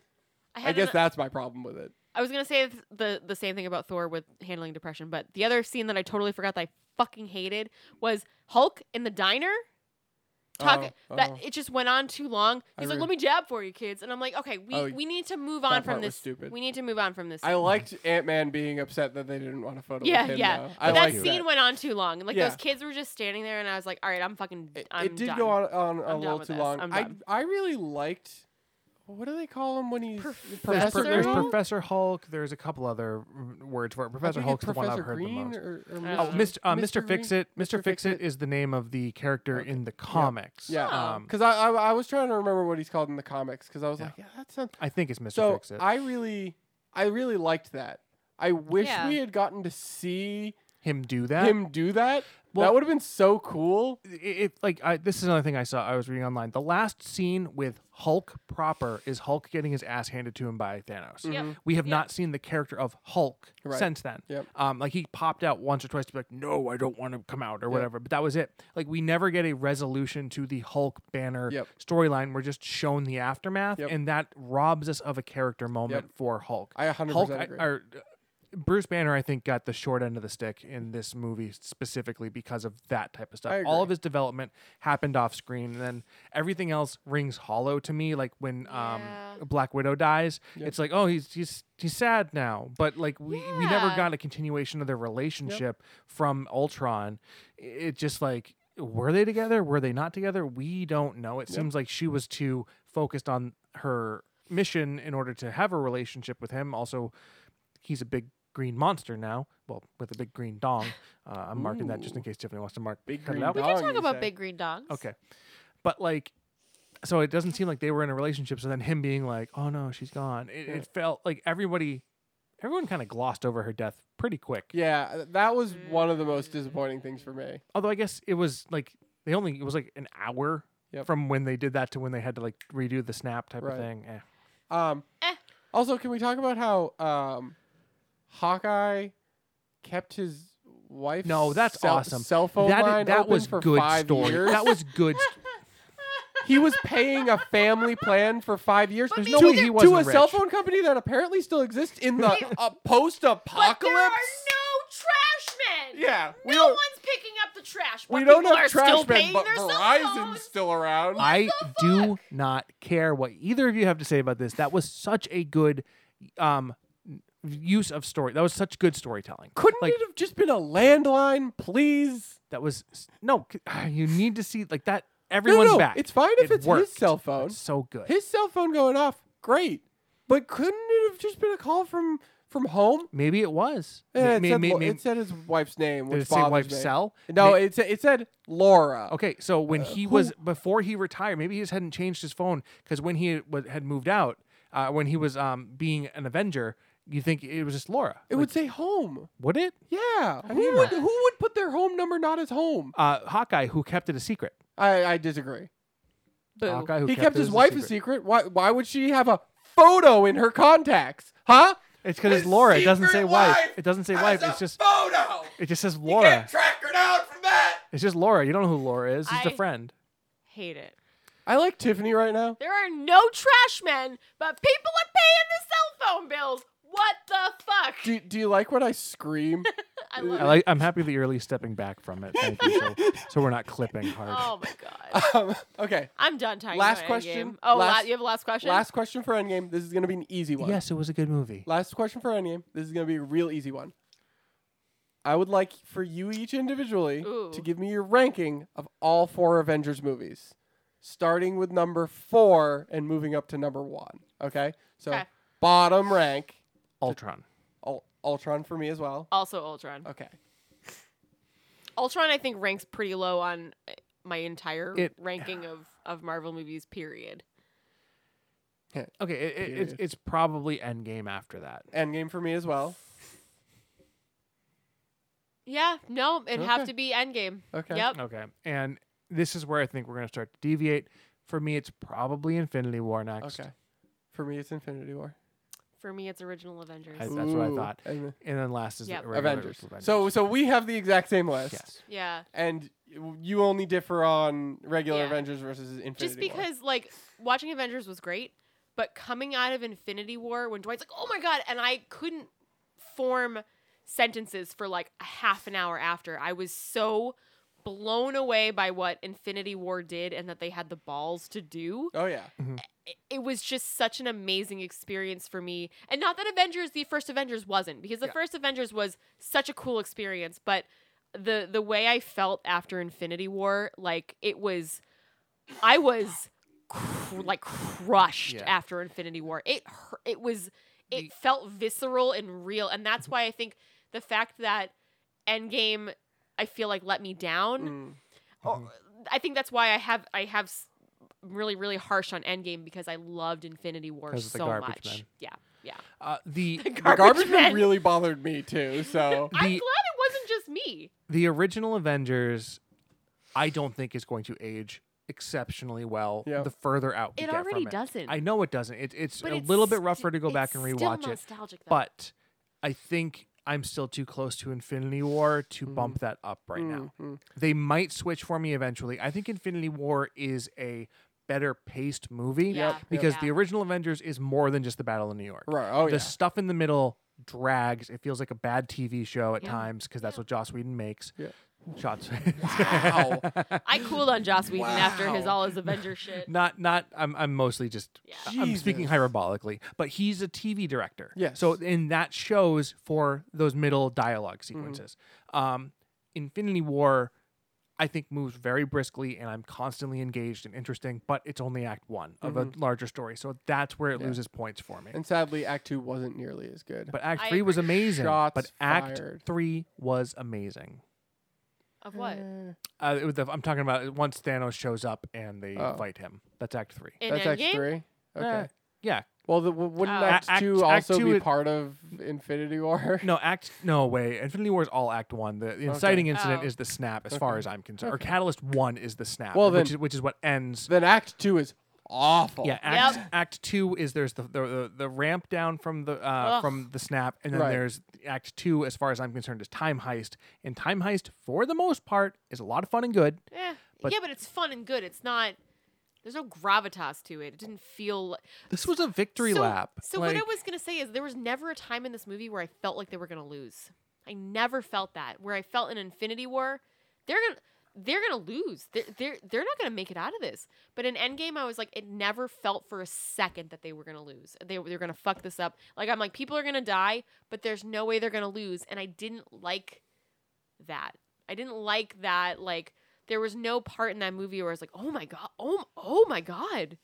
[SPEAKER 1] I,
[SPEAKER 3] I
[SPEAKER 1] had
[SPEAKER 3] guess
[SPEAKER 1] an-
[SPEAKER 3] that's my problem with it.
[SPEAKER 1] I was gonna say th- the the same thing about Thor with handling depression, but the other scene that I totally forgot that I fucking hated was Hulk in the diner. Talk
[SPEAKER 3] Oh,
[SPEAKER 1] that
[SPEAKER 3] oh.
[SPEAKER 1] it just went on too long.
[SPEAKER 3] I
[SPEAKER 1] He's like,
[SPEAKER 3] re-
[SPEAKER 1] "Let me jab for you, kids," and I'm like, "Okay, we,
[SPEAKER 3] Oh,
[SPEAKER 1] we need to move
[SPEAKER 3] that
[SPEAKER 1] on
[SPEAKER 3] part
[SPEAKER 1] from
[SPEAKER 3] was
[SPEAKER 1] this.
[SPEAKER 3] stupid.
[SPEAKER 1] We need to move on from this."
[SPEAKER 3] I liked Ant Man being upset that they didn't want a photo
[SPEAKER 1] yeah,
[SPEAKER 3] with him.
[SPEAKER 1] yeah.
[SPEAKER 3] though.
[SPEAKER 1] But
[SPEAKER 3] I
[SPEAKER 1] that
[SPEAKER 3] liked
[SPEAKER 1] scene went on too long, and like
[SPEAKER 3] Yeah.
[SPEAKER 1] those kids were just standing there, and I was like, "All right, I'm fucking,
[SPEAKER 3] It,
[SPEAKER 1] I'm
[SPEAKER 3] it did
[SPEAKER 1] done."
[SPEAKER 3] go on, on a
[SPEAKER 1] I'm done
[SPEAKER 3] little
[SPEAKER 1] with
[SPEAKER 3] too
[SPEAKER 1] this.
[SPEAKER 3] long.
[SPEAKER 1] I'm
[SPEAKER 3] I
[SPEAKER 1] done.
[SPEAKER 3] I really liked. What do they call him when he's
[SPEAKER 2] There's,
[SPEAKER 1] Professor
[SPEAKER 2] per- there's
[SPEAKER 1] Hulk?
[SPEAKER 2] Professor Hulk. There's a couple other mm, words for
[SPEAKER 3] I
[SPEAKER 2] it.
[SPEAKER 3] think
[SPEAKER 2] Professor
[SPEAKER 3] it's
[SPEAKER 2] Hulk's the one I've
[SPEAKER 3] Professor
[SPEAKER 2] heard the
[SPEAKER 3] Green
[SPEAKER 2] most.
[SPEAKER 3] or- or
[SPEAKER 1] I
[SPEAKER 2] Oh,
[SPEAKER 1] don't know.
[SPEAKER 2] Mr. Uh, Mr.
[SPEAKER 3] Green?
[SPEAKER 2] Fix It. Mr. Fix It is the name of the character
[SPEAKER 3] Okay.
[SPEAKER 2] in the comics.
[SPEAKER 3] Yeah.
[SPEAKER 1] Oh.
[SPEAKER 2] Um,
[SPEAKER 3] Because I, I I was trying to remember what he's called in the comics because I was
[SPEAKER 2] Yeah.
[SPEAKER 3] like, yeah, that sounds.
[SPEAKER 2] I think it's Mr.
[SPEAKER 3] So
[SPEAKER 2] Fix It.
[SPEAKER 3] I really I really liked that. I wish
[SPEAKER 1] Yeah.
[SPEAKER 3] we had gotten to see
[SPEAKER 2] Him do that.
[SPEAKER 3] him do that. that
[SPEAKER 2] Well-
[SPEAKER 3] would have been so cool.
[SPEAKER 2] it, it- like I, this is another thing I saw. I was reading online. The last scene with Hulk proper is Hulk getting his ass handed to him by Thanos.
[SPEAKER 1] Yep. Mhm.
[SPEAKER 2] We have
[SPEAKER 1] Yep.
[SPEAKER 2] not seen the character of Hulk
[SPEAKER 3] Mm-hmm. Right.
[SPEAKER 2] since then.
[SPEAKER 3] Yep.
[SPEAKER 2] Um, like he popped out once or twice to be like, "No, I don't want to come out" or whatever. But that was it. Like we never get a resolution to the Hulk banner
[SPEAKER 3] Yep.
[SPEAKER 2] storyline. We're just shown the aftermath,
[SPEAKER 3] Yep.
[SPEAKER 2] and that robs us of a character moment
[SPEAKER 3] Yep.
[SPEAKER 2] for Hulk.
[SPEAKER 3] I 100%
[SPEAKER 2] Hulk I-
[SPEAKER 3] agree.
[SPEAKER 2] or uh, Bruce Banner, I think, got the short end of the stick in this movie specifically because of that type of stuff.
[SPEAKER 3] I agree.
[SPEAKER 2] All of his development happened off screen, and then everything else rings hollow to me. Like when
[SPEAKER 1] Yeah.
[SPEAKER 2] um, Black Widow dies,
[SPEAKER 3] Yep.
[SPEAKER 2] it's like, oh, he's he's he's sad now, but like we, we never
[SPEAKER 1] Yeah.
[SPEAKER 2] got a continuation of their relationship from Ultron. I- It just like were they together? Were they not together? We don't know. It
[SPEAKER 3] Yep.
[SPEAKER 2] seems like she was too focused on her mission in order to have a relationship with him. Also, he's a big green monster now. Well, with a big green dong. Uh, I'm marking that just in
[SPEAKER 3] Ooh.
[SPEAKER 2] case Tiffany wants to mark.
[SPEAKER 3] Big
[SPEAKER 2] cut it
[SPEAKER 3] green
[SPEAKER 2] out.
[SPEAKER 1] We
[SPEAKER 3] Dong,
[SPEAKER 1] can talk
[SPEAKER 3] you
[SPEAKER 1] about
[SPEAKER 3] say.
[SPEAKER 1] big green dogs.
[SPEAKER 2] Okay, but like, so it doesn't seem like they were in a relationship. So then him being like, "Oh no, she's gone." It,
[SPEAKER 3] Yeah.
[SPEAKER 2] it felt like everybody, everyone kind of glossed over her death pretty quick.
[SPEAKER 3] Yeah, th- that was one of the most disappointing things for me.
[SPEAKER 2] Although I guess it was like they only it was like an hour
[SPEAKER 3] Yep.
[SPEAKER 2] from when they did that to when they had to like redo the snap type
[SPEAKER 3] Right.
[SPEAKER 2] of thing. Eh.
[SPEAKER 3] Um,
[SPEAKER 1] Eh.
[SPEAKER 3] Also, can we talk about how um, Hawkeye kept his wife's
[SPEAKER 2] No, that's
[SPEAKER 3] cell,
[SPEAKER 2] awesome.
[SPEAKER 3] cell phone
[SPEAKER 2] that
[SPEAKER 3] line
[SPEAKER 2] that
[SPEAKER 3] open
[SPEAKER 2] was
[SPEAKER 3] for
[SPEAKER 2] good
[SPEAKER 3] five
[SPEAKER 2] story.
[SPEAKER 3] years?
[SPEAKER 2] That was good. st-
[SPEAKER 3] he was paying a family plan for five years
[SPEAKER 1] But
[SPEAKER 3] to,
[SPEAKER 1] There's no maybe way
[SPEAKER 2] he
[SPEAKER 3] to
[SPEAKER 2] wasn't
[SPEAKER 3] a cell
[SPEAKER 2] rich.
[SPEAKER 3] phone company that apparently still exists in the uh, post-apocalypse.
[SPEAKER 1] But there are no trash men.
[SPEAKER 3] yeah, we
[SPEAKER 1] no
[SPEAKER 3] don't
[SPEAKER 1] one's picking up the trash.
[SPEAKER 3] we
[SPEAKER 1] but
[SPEAKER 3] don't
[SPEAKER 1] people
[SPEAKER 3] have
[SPEAKER 1] are still
[SPEAKER 3] trash men,
[SPEAKER 1] paying
[SPEAKER 3] but
[SPEAKER 1] their cell
[SPEAKER 3] Verizon's
[SPEAKER 1] phones.
[SPEAKER 3] still around.
[SPEAKER 2] I
[SPEAKER 1] the
[SPEAKER 2] do
[SPEAKER 1] fuck?
[SPEAKER 2] not care what either of you have to say about this. That was such a good um use of story. That was such good storytelling.
[SPEAKER 3] Couldn't
[SPEAKER 2] like
[SPEAKER 3] it have just been a landline, please?
[SPEAKER 2] that was no. c- You need to see like that. Everyone's
[SPEAKER 3] no, no,
[SPEAKER 2] back.
[SPEAKER 3] It's fine if
[SPEAKER 2] It
[SPEAKER 3] it's his
[SPEAKER 2] worked.
[SPEAKER 3] cell phone.
[SPEAKER 2] It's so good.
[SPEAKER 3] His cell phone going off, great. But couldn't it have just been a call from from home?
[SPEAKER 2] maybe it was.
[SPEAKER 3] Yeah, it,
[SPEAKER 2] May- may-
[SPEAKER 3] said,
[SPEAKER 2] may-
[SPEAKER 3] Lo-
[SPEAKER 2] may-
[SPEAKER 3] it said his wife's name,
[SPEAKER 2] did
[SPEAKER 3] which
[SPEAKER 2] it say
[SPEAKER 3] bothers
[SPEAKER 2] wife's
[SPEAKER 3] me.
[SPEAKER 2] cell?
[SPEAKER 3] No,
[SPEAKER 2] May-
[SPEAKER 3] it said it said Laura.
[SPEAKER 2] Okay, so when he
[SPEAKER 3] who-
[SPEAKER 2] was before he retired, maybe he just hadn't changed his phone because when he wa- had moved out, uh, when he was um, being an Avenger, you think it was just Laura?
[SPEAKER 3] It
[SPEAKER 2] Like,
[SPEAKER 3] would say home.
[SPEAKER 2] would it?
[SPEAKER 3] Yeah. Who would who would put their home number not as home?
[SPEAKER 2] Uh, Hawkeye, who kept it a secret.
[SPEAKER 3] I, I disagree.
[SPEAKER 1] Boo.
[SPEAKER 2] Hawkeye, who
[SPEAKER 3] he
[SPEAKER 2] kept,
[SPEAKER 3] kept
[SPEAKER 2] it
[SPEAKER 3] his
[SPEAKER 2] as
[SPEAKER 3] wife a secret. Why why would she have a photo in her contacts? Huh?
[SPEAKER 2] It's because it's
[SPEAKER 3] His
[SPEAKER 2] Laura. It doesn't say
[SPEAKER 3] secret
[SPEAKER 2] wife.
[SPEAKER 3] wife
[SPEAKER 2] It doesn't say
[SPEAKER 3] Has
[SPEAKER 2] wife.
[SPEAKER 3] a
[SPEAKER 2] It's just
[SPEAKER 3] photo.
[SPEAKER 2] it just says
[SPEAKER 3] You
[SPEAKER 2] Laura.
[SPEAKER 3] track her down from that.
[SPEAKER 2] It's just Laura. You don't know who Laura is. She's a
[SPEAKER 1] I-
[SPEAKER 2] friend.
[SPEAKER 1] Hate it.
[SPEAKER 3] I like Tiffany right now.
[SPEAKER 1] There are no trash men, but people are paying the cell phone bills. What the fuck?
[SPEAKER 3] Do, do you like when I scream?
[SPEAKER 1] I love
[SPEAKER 2] I like, I'm happy that you're at least stepping back from it. Thank you. So, so we're not clipping hard.
[SPEAKER 1] it. Oh my god.
[SPEAKER 3] um, okay.
[SPEAKER 1] I'm done talking
[SPEAKER 3] Last
[SPEAKER 1] about
[SPEAKER 3] question.
[SPEAKER 1] Endgame. Oh, la-
[SPEAKER 3] Last-
[SPEAKER 1] you have a last question?
[SPEAKER 3] Last question for Endgame. This is going to be an easy one.
[SPEAKER 2] Yes, it was a good movie.
[SPEAKER 3] Last question for Endgame. This is going to be a real easy one. I would like for you each individually
[SPEAKER 1] Ooh.
[SPEAKER 3] to give me your ranking of all four Avengers movies, starting with number four and moving up to number one. Okay. So
[SPEAKER 1] Okay.
[SPEAKER 3] bottom rank
[SPEAKER 2] Ultron.
[SPEAKER 3] Ultron for me as well.
[SPEAKER 1] Also Ultron.
[SPEAKER 3] Okay.
[SPEAKER 1] Ultron, I think, ranks pretty low on uh, my entire
[SPEAKER 2] It-
[SPEAKER 1] ranking of, of Marvel movies, period.
[SPEAKER 2] Okay, it, it, it's
[SPEAKER 3] Period.
[SPEAKER 2] it's probably Endgame after that.
[SPEAKER 3] Endgame for me as well.
[SPEAKER 1] Yeah, no, it'd have
[SPEAKER 3] Okay.
[SPEAKER 1] to be Endgame.
[SPEAKER 3] Okay.
[SPEAKER 1] Yep.
[SPEAKER 2] Okay, and this is where I think we're gonna start to deviate. For me, it's probably Infinity War next.
[SPEAKER 3] Okay. For me, it's Infinity War.
[SPEAKER 1] For me, it's original Avengers.
[SPEAKER 2] I- that's what I
[SPEAKER 3] Ooh,
[SPEAKER 2] thought.
[SPEAKER 3] and
[SPEAKER 2] and then last is
[SPEAKER 1] Yep.
[SPEAKER 2] regular
[SPEAKER 3] Avengers. So so we have the exact same list.
[SPEAKER 2] yes,
[SPEAKER 1] yeah.
[SPEAKER 3] And you only differ on regular
[SPEAKER 1] Yeah.
[SPEAKER 3] Avengers versus Infinity
[SPEAKER 1] Just
[SPEAKER 3] War.
[SPEAKER 1] because, like, watching Avengers was great, but coming out of Infinity War when Dwight's like, oh my God, and I couldn't form sentences for like a half an hour after. I was so blown away by what Infinity War did and that they had the balls to do.
[SPEAKER 3] Oh yeah.
[SPEAKER 1] it- it was just such an amazing experience for me. And not that Avengers, the first Avengers wasn't, because the
[SPEAKER 2] Yeah.
[SPEAKER 1] first Avengers was such a cool experience, but the the way I felt after Infinity War, like it was I was cr- like crushed
[SPEAKER 2] Yeah.
[SPEAKER 1] after Infinity War. It hurt, it was it felt visceral and real, and that's why I think the fact that Endgame I feel like let me down
[SPEAKER 3] Mm.
[SPEAKER 2] Mm-hmm.
[SPEAKER 1] or, I think that's why I have I have s- really really harsh on Endgame because I loved Infinity War
[SPEAKER 2] 'Cause of the
[SPEAKER 1] so
[SPEAKER 2] garbage
[SPEAKER 1] much.
[SPEAKER 2] men.
[SPEAKER 1] Yeah, yeah.
[SPEAKER 2] uh, the
[SPEAKER 1] The
[SPEAKER 3] The
[SPEAKER 1] garbage,
[SPEAKER 3] garbage man
[SPEAKER 1] men.
[SPEAKER 3] really bothered me too. So
[SPEAKER 1] I'm glad
[SPEAKER 2] The-
[SPEAKER 1] it wasn't just me.
[SPEAKER 2] the original Avengers, I don't think is going to age exceptionally well.
[SPEAKER 3] Yeah.
[SPEAKER 2] The further out, we
[SPEAKER 1] It
[SPEAKER 2] get
[SPEAKER 1] already
[SPEAKER 2] from it.
[SPEAKER 1] doesn't.
[SPEAKER 2] I know it doesn't. It, it's
[SPEAKER 1] But
[SPEAKER 2] a
[SPEAKER 1] it's
[SPEAKER 2] little bit
[SPEAKER 1] st-
[SPEAKER 2] rougher to go
[SPEAKER 1] it's
[SPEAKER 2] back and
[SPEAKER 1] still
[SPEAKER 2] rewatch it,
[SPEAKER 1] nostalgic, though.
[SPEAKER 2] but I think I'm still too close to Infinity War to
[SPEAKER 1] Mm.
[SPEAKER 2] bump that up right now.
[SPEAKER 3] Mm,
[SPEAKER 2] They might switch for me eventually. I think Infinity War is a better paced movie
[SPEAKER 1] Yeah, Yep.
[SPEAKER 2] because
[SPEAKER 1] yeah.
[SPEAKER 2] the original Avengers is more than just the Battle of New York.
[SPEAKER 3] right. Oh
[SPEAKER 2] the
[SPEAKER 3] yeah.
[SPEAKER 2] stuff in the middle drags. It feels like a bad TV show at
[SPEAKER 1] Yeah.
[SPEAKER 2] times because that's
[SPEAKER 1] Yeah.
[SPEAKER 2] what Joss Whedon makes.
[SPEAKER 3] Yeah.
[SPEAKER 2] Shots.
[SPEAKER 3] Wow.
[SPEAKER 1] I cooled on Joss Whedon after his
[SPEAKER 3] Wow.
[SPEAKER 1] all his Avenger shit.
[SPEAKER 2] not not I'm I'm mostly just
[SPEAKER 1] Yeah.
[SPEAKER 2] I'm speaking
[SPEAKER 3] Jesus.
[SPEAKER 2] hyperbolically, but he's a TV director.
[SPEAKER 3] Yes.
[SPEAKER 2] So and that shows for those middle dialogue
[SPEAKER 3] Mm-hmm.
[SPEAKER 2] sequences. Um, Infinity War, I think moves very briskly, and I'm constantly engaged and interesting. But it's only Act One of a larger story, so that's where it
[SPEAKER 3] Mm-hmm. Yeah.
[SPEAKER 2] loses points for me.
[SPEAKER 3] And sadly, Act Two wasn't nearly as good.
[SPEAKER 2] but Act
[SPEAKER 1] I
[SPEAKER 2] Three was amazing.
[SPEAKER 3] Shots
[SPEAKER 2] but Act
[SPEAKER 3] fired.
[SPEAKER 2] Three was amazing.
[SPEAKER 1] Of what?
[SPEAKER 3] Eh.
[SPEAKER 2] Uh, it was the, I'm talking about once Thanos shows up and they
[SPEAKER 3] Oh.
[SPEAKER 2] fight him. That's Act Three.
[SPEAKER 1] In
[SPEAKER 3] That's Act
[SPEAKER 1] Endgame?
[SPEAKER 3] Three. Okay.
[SPEAKER 2] Eh, yeah,
[SPEAKER 3] Well, the, w- wouldn't
[SPEAKER 1] Oh.
[SPEAKER 3] Act,
[SPEAKER 2] Act-
[SPEAKER 3] Two
[SPEAKER 2] Act
[SPEAKER 3] also
[SPEAKER 2] Two
[SPEAKER 3] be
[SPEAKER 2] is-
[SPEAKER 3] part of Infinity War?
[SPEAKER 2] No, act no way. Infinity War is all act one. The, the inciting incident
[SPEAKER 1] Oh.
[SPEAKER 2] is the snap, as far as I'm concerned. Or Catalyst One is the snap,
[SPEAKER 3] Well,
[SPEAKER 2] which
[SPEAKER 3] then-
[SPEAKER 2] is which is what ends.
[SPEAKER 3] then Act Two is awful.
[SPEAKER 2] Yeah, act
[SPEAKER 1] Yep.
[SPEAKER 2] act two is there's the the, the, the ramp down from the uh,
[SPEAKER 1] Ugh.
[SPEAKER 2] from the snap, and then
[SPEAKER 3] Right.
[SPEAKER 2] there's act two, as far as I'm concerned, is time heist. And time heist, for the most part, is a lot of fun and good.
[SPEAKER 1] Eh.
[SPEAKER 2] But-
[SPEAKER 1] yeah, but it's fun and good. It's not. There's no gravitas to it. It didn't feel. li-
[SPEAKER 2] This was a victory
[SPEAKER 1] so,
[SPEAKER 2] lap.
[SPEAKER 1] So what I was gonna say is there was never a time in this movie where I felt like they were gonna lose. I never felt that. Where I felt in Infinity War, they're gonna they're gonna lose. They're they're they're not gonna make it out of this. But in Endgame, I was like, it never felt for a second that they were gonna lose. They they're gonna fuck this up. Like I'm like, people are gonna die, but there's no way they're gonna lose. And I didn't like that. I didn't like that. Like there was no part in that movie where I was like, oh my god, oh oh my god.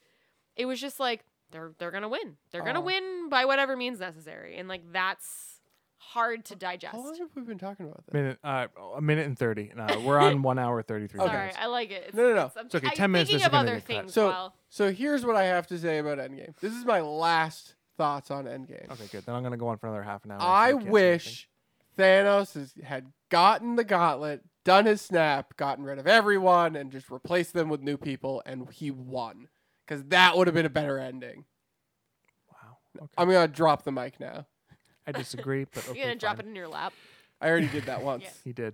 [SPEAKER 1] It was just like they're they're gonna win. They're gonna
[SPEAKER 3] Oh.
[SPEAKER 1] win by whatever means necessary, and like that's hard to digest.
[SPEAKER 3] How long have we been talking about this?
[SPEAKER 2] minute uh, a minute and thirty. No, we're on one hour thirty three
[SPEAKER 3] Okay.
[SPEAKER 1] Sorry,
[SPEAKER 2] minutes.
[SPEAKER 1] I like it.
[SPEAKER 3] No, no, no.
[SPEAKER 1] I'm,
[SPEAKER 2] It's okay.
[SPEAKER 1] I'm
[SPEAKER 2] 10 minutes
[SPEAKER 1] thinking
[SPEAKER 2] this is
[SPEAKER 1] of
[SPEAKER 2] gonna
[SPEAKER 1] other
[SPEAKER 2] get cut.
[SPEAKER 1] things.
[SPEAKER 3] So-
[SPEAKER 1] while-
[SPEAKER 3] So here's what I have to say about Endgame. This is my last thoughts on Endgame.
[SPEAKER 2] Okay, good. Then I'm gonna go on for another half an hour. so
[SPEAKER 3] I
[SPEAKER 2] can't say anything.
[SPEAKER 3] wish Thanos has, had gotten the gauntlet, done his snap, gotten rid of everyone, and just replaced them with new people, and he won. Because that would have been a better ending.
[SPEAKER 2] Wow. Okay.
[SPEAKER 3] I'm going to drop the mic now.
[SPEAKER 2] I disagree, but okay,
[SPEAKER 1] you're gonna drop
[SPEAKER 2] fine.
[SPEAKER 1] it in your lap.
[SPEAKER 3] I already did that once.
[SPEAKER 2] He did.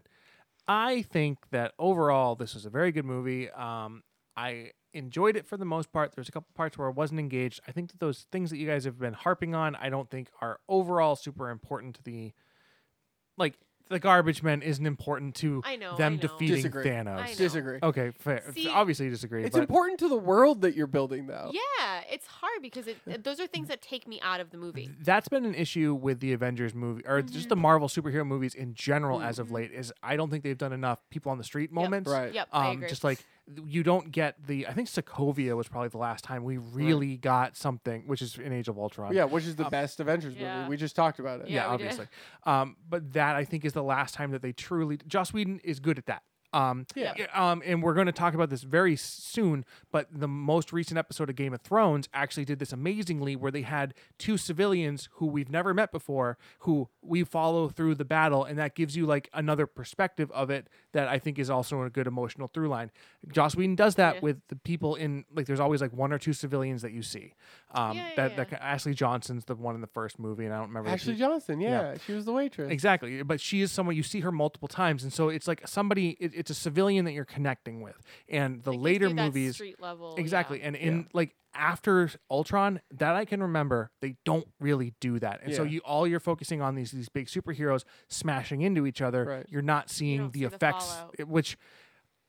[SPEAKER 2] I think that overall, this was a very good movie. Um, I enjoyed it for the most part. There's a couple parts where I wasn't engaged. I think that those things that you guys have been harping on, I don't think are overall super important to the, like the garbage man isn't important to
[SPEAKER 1] I know, I
[SPEAKER 2] them
[SPEAKER 1] know.
[SPEAKER 2] defeating
[SPEAKER 3] Disagree.
[SPEAKER 1] I know.
[SPEAKER 2] Thanos.
[SPEAKER 3] Disagree.
[SPEAKER 2] Okay, fair.
[SPEAKER 1] See,
[SPEAKER 2] Obviously, you disagree.
[SPEAKER 3] It's
[SPEAKER 2] but
[SPEAKER 3] important to the world that you're building, though.
[SPEAKER 1] Yeah, it's hard because it, those are things that take me out of the movie. Mm-hmm.
[SPEAKER 2] that's been an issue with the Avengers movie or just the Marvel superhero movies in general as of late. Is I don't think they've done enough people on the street moments.
[SPEAKER 3] Right.
[SPEAKER 1] Yep, I
[SPEAKER 2] um,
[SPEAKER 1] agree.
[SPEAKER 2] just like th- you don't get the. I think Sokovia was probably the last time we really got something, which is in Age of Ultron.
[SPEAKER 3] Yeah, which is the best Avengers
[SPEAKER 1] Um, Yeah.
[SPEAKER 3] movie. We just talked about it.
[SPEAKER 1] Yeah,
[SPEAKER 2] yeah,
[SPEAKER 1] we did.
[SPEAKER 2] obviously. Um, but that I think is the last time that they truly. Joss Whedon is good at that. Um,
[SPEAKER 3] Yeah.
[SPEAKER 2] y- Um, and we're going to talk about this very s- soon. But the most recent episode of Game of Thrones actually did this amazingly, where they had two civilians who we've never met before, who we follow through the battle, and that gives you like another perspective of it that I think is also a good emotional through line. Joss Whedon does that
[SPEAKER 1] Yeah.
[SPEAKER 2] with the people in like. There's always like one or two civilians that you see. Um,
[SPEAKER 1] Yeah, yeah,
[SPEAKER 2] that,
[SPEAKER 1] yeah.
[SPEAKER 2] that ca- Ashley Johnson's the one in the first movie, and I don't remember if
[SPEAKER 3] Ashley
[SPEAKER 2] she-
[SPEAKER 3] Johnson,
[SPEAKER 2] Yeah.
[SPEAKER 3] yeah, she was the waitress.
[SPEAKER 2] Exactly, but she is someone you see her multiple times, and so it's like somebody. It, it's a civilian that you're connecting with, and the
[SPEAKER 1] It gives
[SPEAKER 2] later
[SPEAKER 1] you that
[SPEAKER 2] movies,
[SPEAKER 1] street level, yeah.
[SPEAKER 2] exactly, and in like after Ultron, that I can remember, they don't really do that, and so
[SPEAKER 3] Yeah.
[SPEAKER 2] you all you're focusing on these these big superheroes smashing into each other.
[SPEAKER 3] Right.
[SPEAKER 2] You're not seeing
[SPEAKER 1] don't
[SPEAKER 2] the
[SPEAKER 1] see the
[SPEAKER 2] effects,
[SPEAKER 1] fallout.
[SPEAKER 2] it- which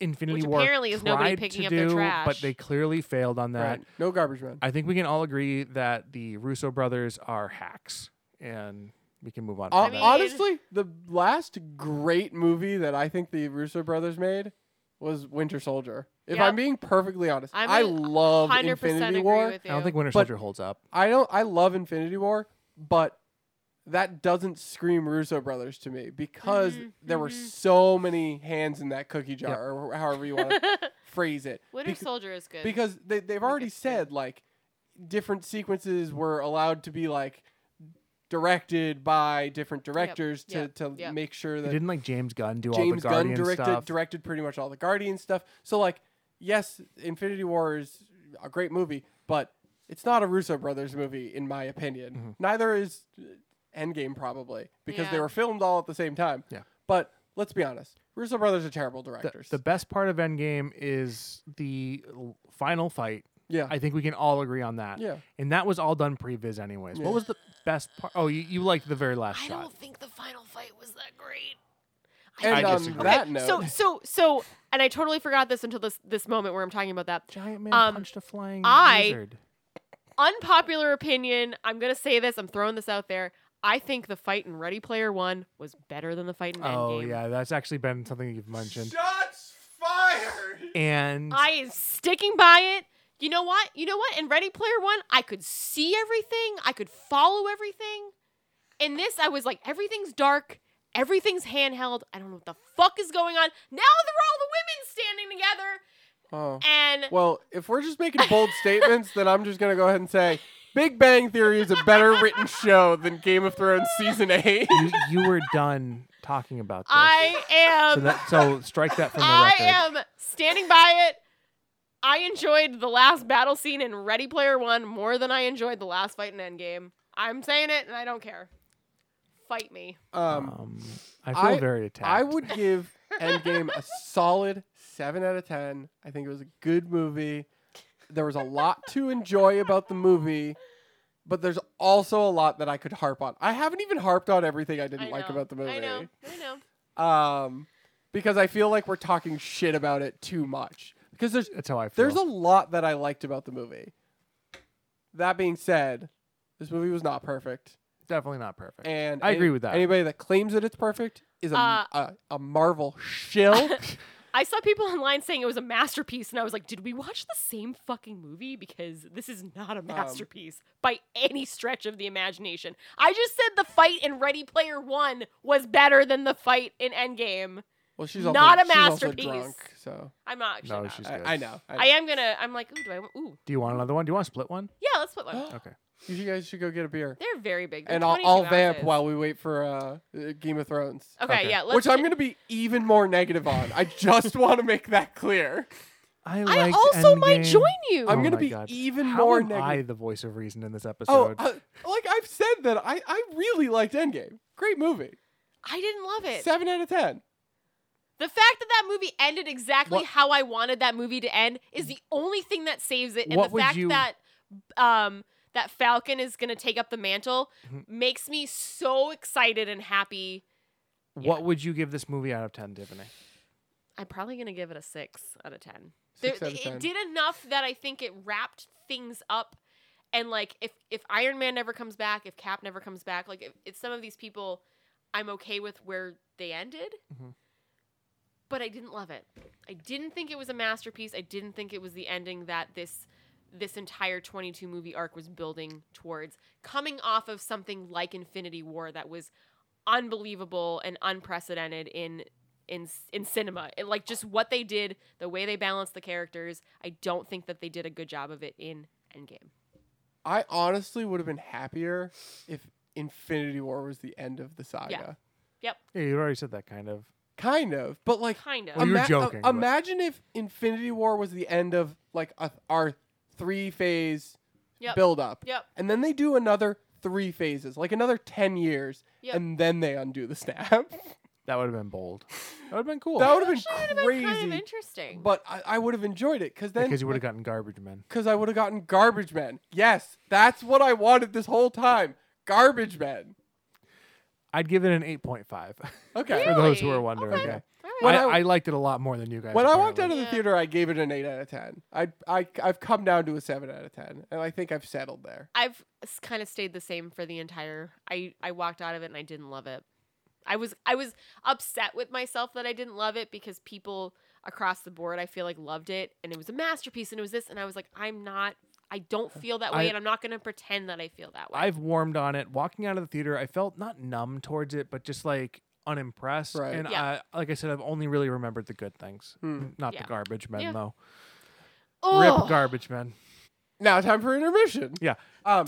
[SPEAKER 2] Infinity
[SPEAKER 1] Which
[SPEAKER 2] War
[SPEAKER 1] apparently is nobody
[SPEAKER 2] tried
[SPEAKER 1] picking
[SPEAKER 2] to
[SPEAKER 1] up
[SPEAKER 2] do,
[SPEAKER 1] their
[SPEAKER 2] but
[SPEAKER 1] trash.
[SPEAKER 2] they clearly failed on that.
[SPEAKER 3] Right. No garbage man.
[SPEAKER 2] I think we can all agree that the Russo brothers are hacks, and we can move on.
[SPEAKER 3] Hon-
[SPEAKER 2] from
[SPEAKER 1] mean-
[SPEAKER 2] that.
[SPEAKER 3] Honestly, the last great movie that I think the Russo brothers made was Winter Soldier. If
[SPEAKER 1] Yep.
[SPEAKER 3] I'm being perfectly honest,
[SPEAKER 1] I'm
[SPEAKER 3] i
[SPEAKER 1] a
[SPEAKER 3] love
[SPEAKER 1] 100%
[SPEAKER 3] Infinity
[SPEAKER 1] agree
[SPEAKER 3] War.
[SPEAKER 1] with
[SPEAKER 2] I
[SPEAKER 1] you.
[SPEAKER 2] don't think Winter
[SPEAKER 3] But-
[SPEAKER 2] Soldier holds up.
[SPEAKER 3] I don't. I love Infinity War, but that doesn't scream Russo brothers to me because
[SPEAKER 1] Mhm,
[SPEAKER 3] there were
[SPEAKER 1] mhm.
[SPEAKER 3] so many hands in that cookie jar,
[SPEAKER 2] Yep.
[SPEAKER 3] or however you want to phrase it.
[SPEAKER 1] Winter
[SPEAKER 3] Bec-
[SPEAKER 1] Soldier is good.
[SPEAKER 3] because they, they've already
[SPEAKER 1] it's good.
[SPEAKER 3] said like different sequences were allowed to be like directed by different directors
[SPEAKER 1] yep,
[SPEAKER 3] to, to
[SPEAKER 1] yep.
[SPEAKER 3] make sure
[SPEAKER 2] He
[SPEAKER 3] that
[SPEAKER 2] didn't like James Gunn do all the
[SPEAKER 3] James Gunn
[SPEAKER 2] Guardian
[SPEAKER 3] directed
[SPEAKER 2] stuff.
[SPEAKER 3] directed pretty much all the Guardian stuff. So like, yes, Infinity War is a great movie, but it's not a Russo brothers movie in my opinion.
[SPEAKER 2] Mm-hmm.
[SPEAKER 3] Neither is uh, Endgame probably because they
[SPEAKER 1] Yeah.
[SPEAKER 3] were filmed all at the same time.
[SPEAKER 2] Yeah.
[SPEAKER 3] But let's be honest, Russo brothers are terrible
[SPEAKER 2] the,
[SPEAKER 3] directors.
[SPEAKER 2] the best part of Endgame is the l- final fight.
[SPEAKER 3] yeah.
[SPEAKER 2] I think we can all agree on that.
[SPEAKER 3] Yeah.
[SPEAKER 2] And that was all done pre-viz anyways.
[SPEAKER 3] Yeah.
[SPEAKER 2] What was the best part? Oh, you, you liked the very last
[SPEAKER 1] I
[SPEAKER 2] shot.
[SPEAKER 1] don't think the final fight was that great.
[SPEAKER 3] and
[SPEAKER 2] I
[SPEAKER 3] on
[SPEAKER 2] disagree.
[SPEAKER 3] that
[SPEAKER 1] Okay,
[SPEAKER 3] note,
[SPEAKER 1] so so so, and I totally forgot this until this this moment where I'm talking about that.
[SPEAKER 2] Giant man
[SPEAKER 1] Um,
[SPEAKER 2] punched a flying
[SPEAKER 1] I-
[SPEAKER 2] lizard.
[SPEAKER 1] Unpopular opinion. I'm gonna say this. I'm throwing this out there. I think the fight in Ready Player One was better than the fight in
[SPEAKER 2] Oh
[SPEAKER 1] Endgame.
[SPEAKER 2] yeah, that's actually been something you've mentioned.
[SPEAKER 3] Shots fired.
[SPEAKER 2] And
[SPEAKER 1] I am sticking by it. You know what? You know what? In Ready Player One, I could see everything. I could follow everything. In this, I was like, everything's dark. Everything's handheld. I don't know what the fuck is going on. Now they're all the women standing together.
[SPEAKER 3] Oh.
[SPEAKER 1] And
[SPEAKER 3] Well, if we're just making bold statements, then I'm just gonna go ahead and say Big Bang Theory is a better written show than Game of Thrones season eight.
[SPEAKER 2] you, you were done talking about this.
[SPEAKER 1] I
[SPEAKER 2] so,
[SPEAKER 1] am.
[SPEAKER 2] that, so strike that from the
[SPEAKER 1] I
[SPEAKER 2] record.
[SPEAKER 1] am standing by it. I enjoyed the last battle scene in Ready Player One more than I enjoyed the last fight in Endgame. I'm saying it, and I don't care. Fight me.
[SPEAKER 3] Um,
[SPEAKER 2] Um, I feel
[SPEAKER 3] I-
[SPEAKER 2] very attacked.
[SPEAKER 3] I would give Endgame a solid seven out of ten. I think it was a good movie. There was a lot to enjoy about the movie, but there's also a lot that I could harp on. I haven't even harped on everything I didn't
[SPEAKER 1] I
[SPEAKER 3] like
[SPEAKER 1] know.
[SPEAKER 3] about the movie.
[SPEAKER 1] I know. I know.
[SPEAKER 3] um, because I feel like we're talking shit about it too much. Because there's
[SPEAKER 2] That's how I feel.
[SPEAKER 3] there's a lot that I liked about the movie. That being said, this movie was not perfect,
[SPEAKER 2] definitely not perfect.
[SPEAKER 3] and
[SPEAKER 2] I
[SPEAKER 3] any-
[SPEAKER 2] agree with that.
[SPEAKER 3] Anybody that claims that it's perfect is a
[SPEAKER 1] Uh,
[SPEAKER 3] a, a Marvel shill.
[SPEAKER 1] I saw people online saying it was a masterpiece, and I was like, did we watch the same fucking movie? Because this is not a
[SPEAKER 3] Um,
[SPEAKER 1] masterpiece by any stretch of the imagination. I just said the fight in Ready Player One was better than the fight in Endgame.
[SPEAKER 3] well, she's also,
[SPEAKER 1] Not a
[SPEAKER 3] she's also
[SPEAKER 1] masterpiece.
[SPEAKER 3] drunk, so
[SPEAKER 1] I'm not actually.
[SPEAKER 2] no,
[SPEAKER 1] not.
[SPEAKER 2] she's
[SPEAKER 3] I,
[SPEAKER 2] good.
[SPEAKER 3] I know. I know.
[SPEAKER 1] I am gonna. I'm like, ooh, do I want? Ooh,
[SPEAKER 2] Do you want another one? Do you want to split one?
[SPEAKER 1] yeah, let's put one.
[SPEAKER 2] Okay.
[SPEAKER 3] you guys should go get a beer,
[SPEAKER 1] They're very big. They're
[SPEAKER 3] and I'll,
[SPEAKER 1] 22
[SPEAKER 3] I'll vamp
[SPEAKER 1] ounces.
[SPEAKER 3] while we wait for uh, uh, Game of Thrones.
[SPEAKER 1] Okay,
[SPEAKER 2] Okay.
[SPEAKER 1] yeah. Oh, Let's
[SPEAKER 3] Which I'm going to be even more negative on. I just want to make that clear.
[SPEAKER 2] I,
[SPEAKER 1] I
[SPEAKER 2] liked
[SPEAKER 1] also might
[SPEAKER 2] Endgame.
[SPEAKER 1] join you.
[SPEAKER 3] I'm
[SPEAKER 2] Oh
[SPEAKER 3] gonna
[SPEAKER 2] my
[SPEAKER 3] be
[SPEAKER 2] God.
[SPEAKER 3] even
[SPEAKER 2] How
[SPEAKER 3] more
[SPEAKER 2] am
[SPEAKER 3] negative.
[SPEAKER 2] I the voice of reason in this
[SPEAKER 3] Oh,
[SPEAKER 2] episode?
[SPEAKER 3] uh, like I've said that I, I really liked Endgame. Great movie.
[SPEAKER 1] I didn't love it.
[SPEAKER 3] Seven out of ten.
[SPEAKER 1] The fact that that movie ended exactly
[SPEAKER 2] What-
[SPEAKER 1] how I wanted that movie to end is the only thing that saves it, and
[SPEAKER 2] What
[SPEAKER 1] the
[SPEAKER 2] would
[SPEAKER 1] fact
[SPEAKER 2] you-
[SPEAKER 1] that um that Falcon is gonna take up the mantle
[SPEAKER 2] Mhm.
[SPEAKER 1] makes me so excited and happy.
[SPEAKER 2] what would you give this movie out of ten, Tiffany?
[SPEAKER 1] I'm probably gonna give it a six out of ten.
[SPEAKER 3] Six
[SPEAKER 1] There-
[SPEAKER 3] out of ten.
[SPEAKER 1] It did enough that I think it wrapped things up, and like if if Iron Man never comes back, if Cap never comes back,
[SPEAKER 3] Mm-hmm.
[SPEAKER 1] like if, if some of these people, I'm okay with where they ended.
[SPEAKER 2] Mhm.
[SPEAKER 1] but I didn't love it. I didn't think it was a masterpiece. I didn't think it was the ending that this this entire 22 movie arc was building towards coming off of something like Infinity War that was unbelievable and unprecedented in in in cinema. It, like just what they did, the way they balanced the characters, I don't think that they did a good job of it in Endgame.
[SPEAKER 3] I honestly would have been happier if Infinity War was the end of the saga.
[SPEAKER 2] Yeah, you already said that kind of.
[SPEAKER 3] Kind of, but like
[SPEAKER 1] Kind of.
[SPEAKER 2] Well, you- Oh, you're joking, but-
[SPEAKER 3] imagine if Infinity War was the end of like a, our three phase
[SPEAKER 1] Yep.
[SPEAKER 3] build up.
[SPEAKER 1] Yep.
[SPEAKER 3] And then they do another three phases, like another 10 years,
[SPEAKER 1] Yep.
[SPEAKER 3] and then they undo the snap.
[SPEAKER 2] That would have been bold. That would have been cool.
[SPEAKER 3] that would have
[SPEAKER 1] Actually, it
[SPEAKER 3] been
[SPEAKER 1] would've
[SPEAKER 3] crazy.
[SPEAKER 1] been kind of interesting.
[SPEAKER 3] but I, I would have enjoyed it because then
[SPEAKER 2] because you would have gotten garbage men.
[SPEAKER 3] because I would have gotten garbage men. Yes, that's what I wanted this whole time. Garbage men.
[SPEAKER 2] I'd give it an 8.5.
[SPEAKER 3] Okay.
[SPEAKER 2] For those who
[SPEAKER 1] Really?
[SPEAKER 2] are wondering.
[SPEAKER 1] Okay.
[SPEAKER 2] Okay.
[SPEAKER 1] All
[SPEAKER 3] When
[SPEAKER 1] right.
[SPEAKER 2] I,
[SPEAKER 3] I-
[SPEAKER 2] I liked it a lot more than you guys.
[SPEAKER 3] When I walked out of
[SPEAKER 2] apparently.
[SPEAKER 3] the
[SPEAKER 1] Yeah.
[SPEAKER 3] theater, I gave it an eight out of ten. I I I've come down to a seven out of ten, and I think I've settled there.
[SPEAKER 1] I've kind of stayed the same for the entire. I I walked out of it and I didn't love it. I was I was upset with myself that I didn't love it because people across the board I feel like loved it and it was a masterpiece and it was this and I was like I'm not I don't feel that way
[SPEAKER 2] Uh, I-
[SPEAKER 1] and I'm not going to pretend that I feel that way.
[SPEAKER 2] I've warmed on it. Walking out of the theater, I felt not numb towards it, but just like unimpressed.
[SPEAKER 3] Right.
[SPEAKER 2] And
[SPEAKER 1] Yeah.
[SPEAKER 2] I, like I said, I've only really remembered the good things,
[SPEAKER 3] Hmm.
[SPEAKER 2] not
[SPEAKER 1] Yeah.
[SPEAKER 2] the garbage men
[SPEAKER 1] Yeah.
[SPEAKER 2] though.
[SPEAKER 1] Ugh. Oh.
[SPEAKER 2] Rip garbage men.
[SPEAKER 3] Now time for intermission.
[SPEAKER 2] Yeah.
[SPEAKER 3] Um.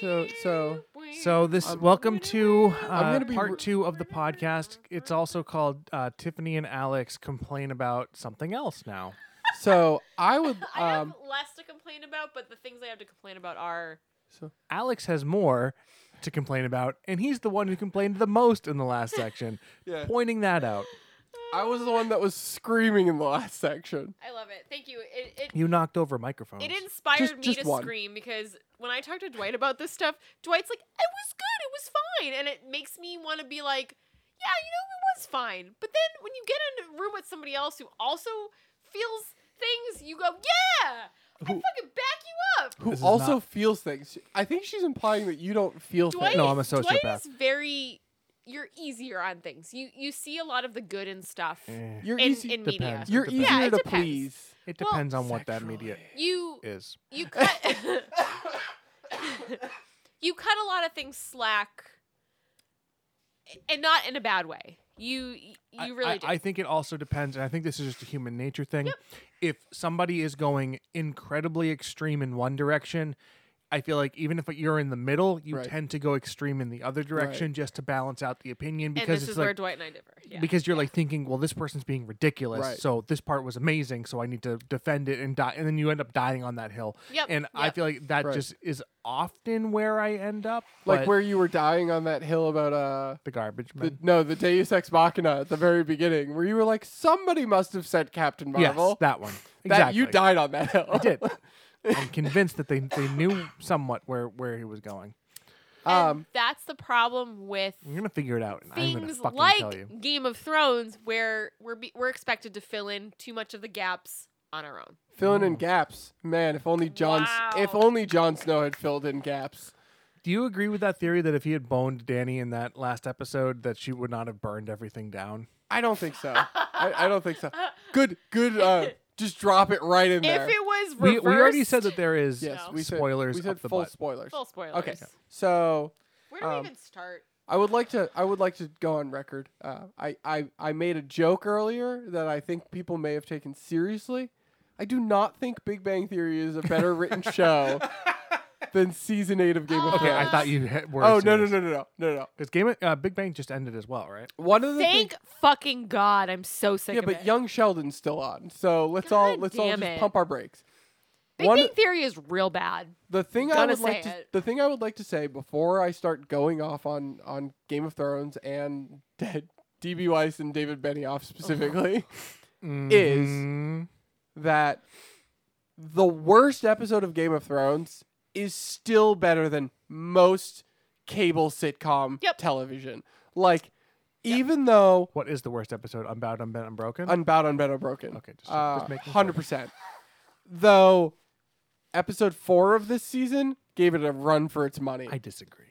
[SPEAKER 3] So so
[SPEAKER 2] So this
[SPEAKER 3] I'm-
[SPEAKER 2] welcome to uh,
[SPEAKER 3] I'm gonna be
[SPEAKER 2] part
[SPEAKER 3] re-
[SPEAKER 2] two of the podcast. It's also called uh, Tiffany and Alex complain about something else now.
[SPEAKER 3] so I would
[SPEAKER 1] I have
[SPEAKER 3] um
[SPEAKER 1] less to complain about, but the things I have to complain about are
[SPEAKER 3] so
[SPEAKER 2] Alex has more to complain about, and he's the one who complained the most in the last section.
[SPEAKER 3] Yeah.
[SPEAKER 2] Pointing that out,
[SPEAKER 3] I was the one that was screaming in the last section.
[SPEAKER 1] I love it. Thank you. It, it
[SPEAKER 2] you knocked over microphones.
[SPEAKER 1] It inspired
[SPEAKER 3] Just-
[SPEAKER 1] me
[SPEAKER 3] just
[SPEAKER 1] to
[SPEAKER 3] one.
[SPEAKER 1] scream because when I talk to Dwight about this stuff, Dwight's like, "It was good, it was fine," and it makes me want to be like, "Yeah, you know, it was fine." But then when you get in a room with somebody else who also feels things, you go, "Yeah, I
[SPEAKER 3] Who-
[SPEAKER 1] fucking back you up."
[SPEAKER 3] Who
[SPEAKER 2] This is
[SPEAKER 3] also
[SPEAKER 2] not-
[SPEAKER 3] feels things. I think she's implying that you don't feel
[SPEAKER 1] Dwight,
[SPEAKER 3] things.
[SPEAKER 2] No, I'm a
[SPEAKER 1] Dwight
[SPEAKER 2] sociopath.
[SPEAKER 1] is very. You're easier on things. You you see a lot of the good in stuff.
[SPEAKER 2] Eh.
[SPEAKER 3] You're
[SPEAKER 1] in-
[SPEAKER 3] easy.
[SPEAKER 1] in media.
[SPEAKER 2] Depends.
[SPEAKER 3] you're
[SPEAKER 2] It
[SPEAKER 3] easier
[SPEAKER 2] depends.
[SPEAKER 1] Yeah, it
[SPEAKER 3] to
[SPEAKER 1] depends.
[SPEAKER 3] please.
[SPEAKER 2] It
[SPEAKER 1] Well,
[SPEAKER 2] depends on what that media
[SPEAKER 1] You
[SPEAKER 2] is.
[SPEAKER 1] you cut you cut a lot of things slack and not in a bad way you
[SPEAKER 2] I-
[SPEAKER 1] you really
[SPEAKER 2] I,
[SPEAKER 1] do
[SPEAKER 2] I think it also depends, and I think this is just a human nature thing. If somebody is going incredibly extreme in one direction, I feel like even if you're in the middle, you
[SPEAKER 3] Right.
[SPEAKER 2] tend to go extreme in the other direction just to balance out the opinion
[SPEAKER 1] and
[SPEAKER 2] because
[SPEAKER 1] this
[SPEAKER 2] it's
[SPEAKER 1] is
[SPEAKER 2] like
[SPEAKER 1] where dwight and i differ yeah.
[SPEAKER 2] because you're like thinking, well, this person's being ridiculous,
[SPEAKER 3] Right.
[SPEAKER 2] so this part was amazing, so I need to defend it and die, and then you end up dying on that hill.
[SPEAKER 1] Yep,
[SPEAKER 2] And I
[SPEAKER 1] yep.
[SPEAKER 2] feel like that
[SPEAKER 3] Right.
[SPEAKER 2] just is often where I end up,
[SPEAKER 3] Like
[SPEAKER 2] but
[SPEAKER 3] where you were dying on that hill about uh
[SPEAKER 2] the garbage
[SPEAKER 3] The,
[SPEAKER 2] man.
[SPEAKER 3] no, the Deus Ex Machina at the very beginning, where you were like, somebody must have sent Captain
[SPEAKER 2] yes,
[SPEAKER 3] Marvel.
[SPEAKER 2] that one.
[SPEAKER 3] that
[SPEAKER 2] Exactly.
[SPEAKER 3] you died on that hill.
[SPEAKER 2] I did. I'm convinced that they, they knew somewhat where, where he was going.
[SPEAKER 1] And
[SPEAKER 3] Um,
[SPEAKER 1] that's the problem with
[SPEAKER 2] I'm gonna figure it out. and I'm gonna
[SPEAKER 1] things
[SPEAKER 2] fucking tell you.
[SPEAKER 1] like game of thrones where we're be- we're expected to fill in too much of the gaps on our own
[SPEAKER 3] filling
[SPEAKER 2] Mm.
[SPEAKER 3] in gaps, man. If only John,
[SPEAKER 1] Wow.
[SPEAKER 3] if only Jon Snow had filled in gaps.
[SPEAKER 2] Do you agree with that theory that if he had boned Danny in that last episode, that she would not have burned everything down?
[SPEAKER 3] I don't think so. I, I don't think so. Good, good. Uh, just drop it right in
[SPEAKER 1] if
[SPEAKER 3] there.
[SPEAKER 1] it was
[SPEAKER 2] We,
[SPEAKER 1] reversed,
[SPEAKER 2] we already said that there is
[SPEAKER 3] yes,
[SPEAKER 1] No.
[SPEAKER 3] we said,
[SPEAKER 2] spoilers
[SPEAKER 3] We said
[SPEAKER 2] up the
[SPEAKER 3] full
[SPEAKER 2] butt.
[SPEAKER 3] spoilers.
[SPEAKER 1] full spoilers
[SPEAKER 3] Okay, so
[SPEAKER 1] where do
[SPEAKER 3] Um,
[SPEAKER 1] we even start
[SPEAKER 3] I would like to. I would like to go on record. Uh, I, I I made a joke earlier that I think people may have taken seriously. I do not think Big Bang Theory is a better written show than season eight of Game of
[SPEAKER 2] okay,
[SPEAKER 3] Thrones.
[SPEAKER 1] Uh,
[SPEAKER 2] I thought you had- were.
[SPEAKER 3] Oh no no no no no no no.
[SPEAKER 2] Because Game of, uh, Big Bang just ended as well, right?
[SPEAKER 3] One of the
[SPEAKER 1] thank
[SPEAKER 3] things.
[SPEAKER 1] fucking god i'm so sick
[SPEAKER 3] Yeah,
[SPEAKER 1] of
[SPEAKER 3] but
[SPEAKER 1] it.
[SPEAKER 3] Young Sheldon's still on, so let's all
[SPEAKER 1] God
[SPEAKER 3] let's all
[SPEAKER 1] damn
[SPEAKER 3] just
[SPEAKER 1] it.
[SPEAKER 3] pump our brakes.
[SPEAKER 1] big
[SPEAKER 3] one-
[SPEAKER 1] bang theory is real bad
[SPEAKER 3] The thing I
[SPEAKER 1] Gotta
[SPEAKER 3] would like
[SPEAKER 1] say
[SPEAKER 3] to,
[SPEAKER 1] it.
[SPEAKER 3] the thing I would like to say before I start going off on on Game of Thrones and DB Weiss and David Benioff specifically. Mm-hmm.
[SPEAKER 2] Mhm.
[SPEAKER 3] that the worst episode of Game of Thrones is still better than most cable sitcom
[SPEAKER 1] Yep.
[SPEAKER 3] television. Like, even though
[SPEAKER 2] What is the worst episode? Unbound, Unbent, Unbroken.
[SPEAKER 3] Unbound, Unbound, Broken, Uh,
[SPEAKER 2] Okay, just- just making sure.
[SPEAKER 3] hundred percent. Though, episode four of this season gave it a run for its money.
[SPEAKER 2] I disagree.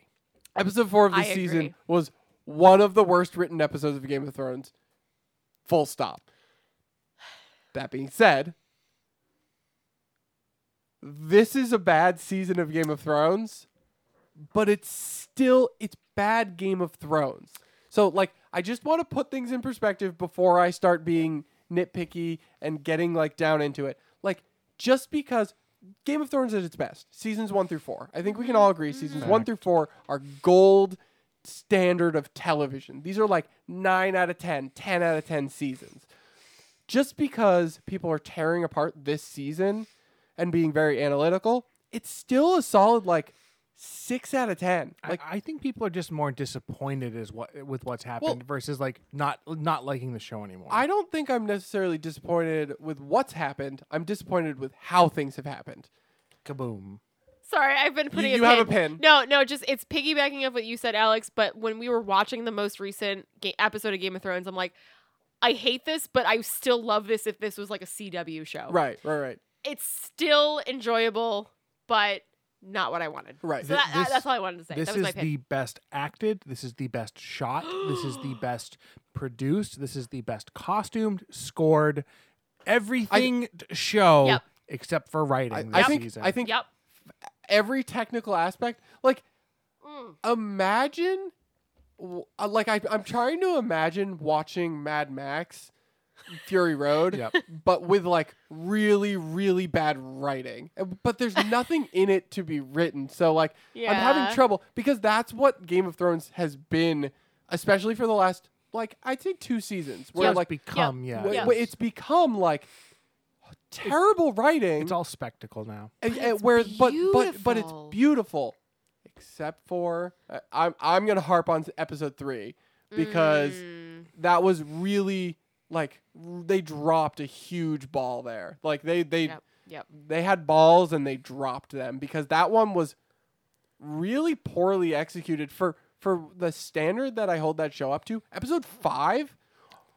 [SPEAKER 3] episode four of
[SPEAKER 1] I
[SPEAKER 3] this season
[SPEAKER 1] agree.
[SPEAKER 3] was one of the worst written episodes of Game of Thrones. Full stop. That being said, this is a bad season of Game of Thrones, but it's still it's bad Game of Thrones. So like I just want to put things in perspective before I start being nitpicky and getting like down into it. Like just because Game of Thrones at its best, seasons 1 through 4. I think we can all agree seasons 1 through 4 are gold standard of television. These are like 9 out of 10, 10 out of 10 seasons. Just because people are tearing apart this season and being very analytical, it's still a solid like 6 out of 10. Like
[SPEAKER 2] I, I think people are just more disappointed as what with what's happened versus like not not liking the show anymore.
[SPEAKER 3] I don't think I'm necessarily disappointed with what's happened. I'm disappointed with how things have happened.
[SPEAKER 2] Kaboom.
[SPEAKER 1] Sorry, I've been putting.
[SPEAKER 3] you
[SPEAKER 1] a pin.
[SPEAKER 3] have a pin.
[SPEAKER 1] No, no, just it's piggybacking off what you said, Alex. But when we were watching the most recent ga- episode of Game of Thrones, I'm like, I hate this, but I still love this. If this was like a CW show,
[SPEAKER 3] Right, right, right,
[SPEAKER 1] It's still enjoyable, but not what I wanted.
[SPEAKER 3] right.
[SPEAKER 1] So
[SPEAKER 2] Th-
[SPEAKER 1] that, that-
[SPEAKER 2] this-
[SPEAKER 1] that's all I wanted to say.
[SPEAKER 2] This
[SPEAKER 1] that was my
[SPEAKER 2] is
[SPEAKER 1] pin.
[SPEAKER 2] the best acted. This is the best shot. this is the best produced. This is the best costumed, scored, everything t- show
[SPEAKER 1] Yep.
[SPEAKER 2] except for writing.
[SPEAKER 3] I,
[SPEAKER 2] this
[SPEAKER 3] I think
[SPEAKER 2] season.
[SPEAKER 3] I think
[SPEAKER 1] Yep.
[SPEAKER 3] every technical aspect, like
[SPEAKER 1] Mm.
[SPEAKER 3] imagine, w- uh, like I, I'm trying to imagine watching Mad Max, Fury Road,
[SPEAKER 2] Yep.
[SPEAKER 3] but with like really, really bad writing. Uh, But there's nothing in it to be written, so like
[SPEAKER 1] Yeah.
[SPEAKER 3] I'm having trouble because that's what Game of Thrones has been, especially for the last like I'd say two seasons,
[SPEAKER 2] What
[SPEAKER 3] where
[SPEAKER 2] it's
[SPEAKER 3] like
[SPEAKER 2] become yeah.
[SPEAKER 3] wh-
[SPEAKER 1] Yeah.
[SPEAKER 3] wh- it's become like terrible writing.
[SPEAKER 2] It's all spectacle now.
[SPEAKER 3] and-
[SPEAKER 1] But
[SPEAKER 3] and
[SPEAKER 1] it's
[SPEAKER 3] where but but but it's
[SPEAKER 1] beautiful.
[SPEAKER 3] beautiful, except for uh, I'm I'm gonna harp on s- episode three because
[SPEAKER 1] Mm.
[SPEAKER 3] that was really like r- they dropped a huge ball there. Like they they
[SPEAKER 1] Yep. Yep.
[SPEAKER 3] they had balls and they dropped them because that one was really poorly executed for for the standard that I hold that show up to. Episode five,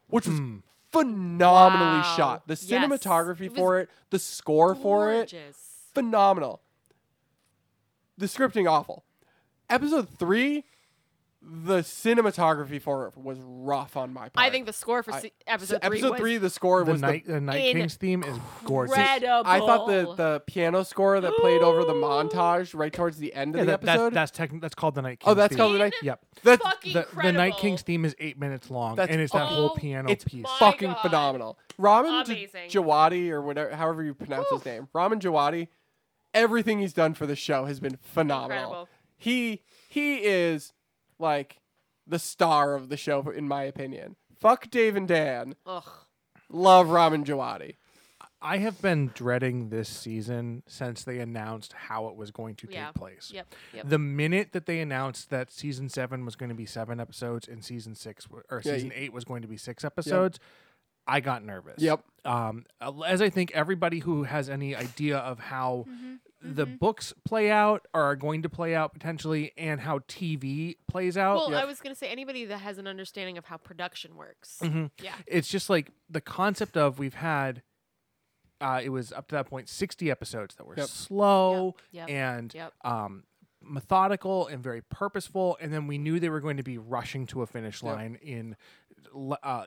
[SPEAKER 3] which was
[SPEAKER 2] Mm.
[SPEAKER 3] phenomenally
[SPEAKER 1] Wow.
[SPEAKER 3] shot. The
[SPEAKER 1] Yes.
[SPEAKER 3] cinematography
[SPEAKER 1] It was
[SPEAKER 3] for it, the score for it,
[SPEAKER 1] Gorgeous.
[SPEAKER 3] phenomenal. The scripting awful. Episode three, the cinematography for it was rough on my part.
[SPEAKER 1] I think the score for
[SPEAKER 3] I-
[SPEAKER 1] se-
[SPEAKER 3] So
[SPEAKER 1] episode,
[SPEAKER 3] episode
[SPEAKER 1] was
[SPEAKER 3] three, the score
[SPEAKER 2] The
[SPEAKER 3] was the
[SPEAKER 2] night the Night King's theme is gorgeous.
[SPEAKER 1] incredible.
[SPEAKER 3] I thought the, the piano score that played over the montage right towards the end of
[SPEAKER 2] Yeah,
[SPEAKER 3] the
[SPEAKER 2] that- that's-
[SPEAKER 3] episode.
[SPEAKER 2] that's techni- that's called the Night King's
[SPEAKER 3] oh, that's
[SPEAKER 2] theme.
[SPEAKER 3] called the night.
[SPEAKER 2] Yep.
[SPEAKER 3] That's
[SPEAKER 1] fucking
[SPEAKER 2] The, the Night
[SPEAKER 1] incredible.
[SPEAKER 2] King's theme is eight minutes long,
[SPEAKER 3] That's
[SPEAKER 2] and it's that
[SPEAKER 1] oh,
[SPEAKER 2] whole piano
[SPEAKER 3] it's
[SPEAKER 2] piece.
[SPEAKER 1] my
[SPEAKER 3] fucking
[SPEAKER 1] God.
[SPEAKER 3] phenomenal. Ramen J-
[SPEAKER 1] Amazing.
[SPEAKER 3] Jawadi or whatever, however you pronounce his
[SPEAKER 1] Whew.
[SPEAKER 3] name, Ramen Jawadi. Everything he's done for the show has been phenomenal.
[SPEAKER 1] Incredible.
[SPEAKER 3] He he is like the star of the show in my opinion. Fuck Dave and Dan.
[SPEAKER 1] Ugh.
[SPEAKER 3] Love Ramen Jawadi.
[SPEAKER 2] I have been dreading this season since they announced how it was going to
[SPEAKER 1] Yeah.
[SPEAKER 2] take place.
[SPEAKER 1] Yep. Yep.
[SPEAKER 2] The minute that they announced that season seven was going to be seven episodes and season six w- or
[SPEAKER 3] Yeah,
[SPEAKER 2] season
[SPEAKER 3] you-
[SPEAKER 2] eight was going to be six episodes, I got nervous.
[SPEAKER 3] Yep.
[SPEAKER 2] Um, as I think everybody who has any idea of how
[SPEAKER 1] Mm-hmm.
[SPEAKER 2] the books play out or are going to play out potentially and how TV plays out.
[SPEAKER 1] Well,
[SPEAKER 3] yeah.
[SPEAKER 1] I was gonna say anybody that has an understanding of how production works.
[SPEAKER 2] Mhm.
[SPEAKER 1] Yeah.
[SPEAKER 2] it's just like the concept of we've had uh, it was up to that point 60 episodes that were
[SPEAKER 3] Yep.
[SPEAKER 2] slow
[SPEAKER 1] Yep.
[SPEAKER 2] and
[SPEAKER 1] Yep.
[SPEAKER 2] um, methodical and very purposeful and then we knew they were going to be rushing to a finish
[SPEAKER 3] Yep.
[SPEAKER 2] line in l- uh,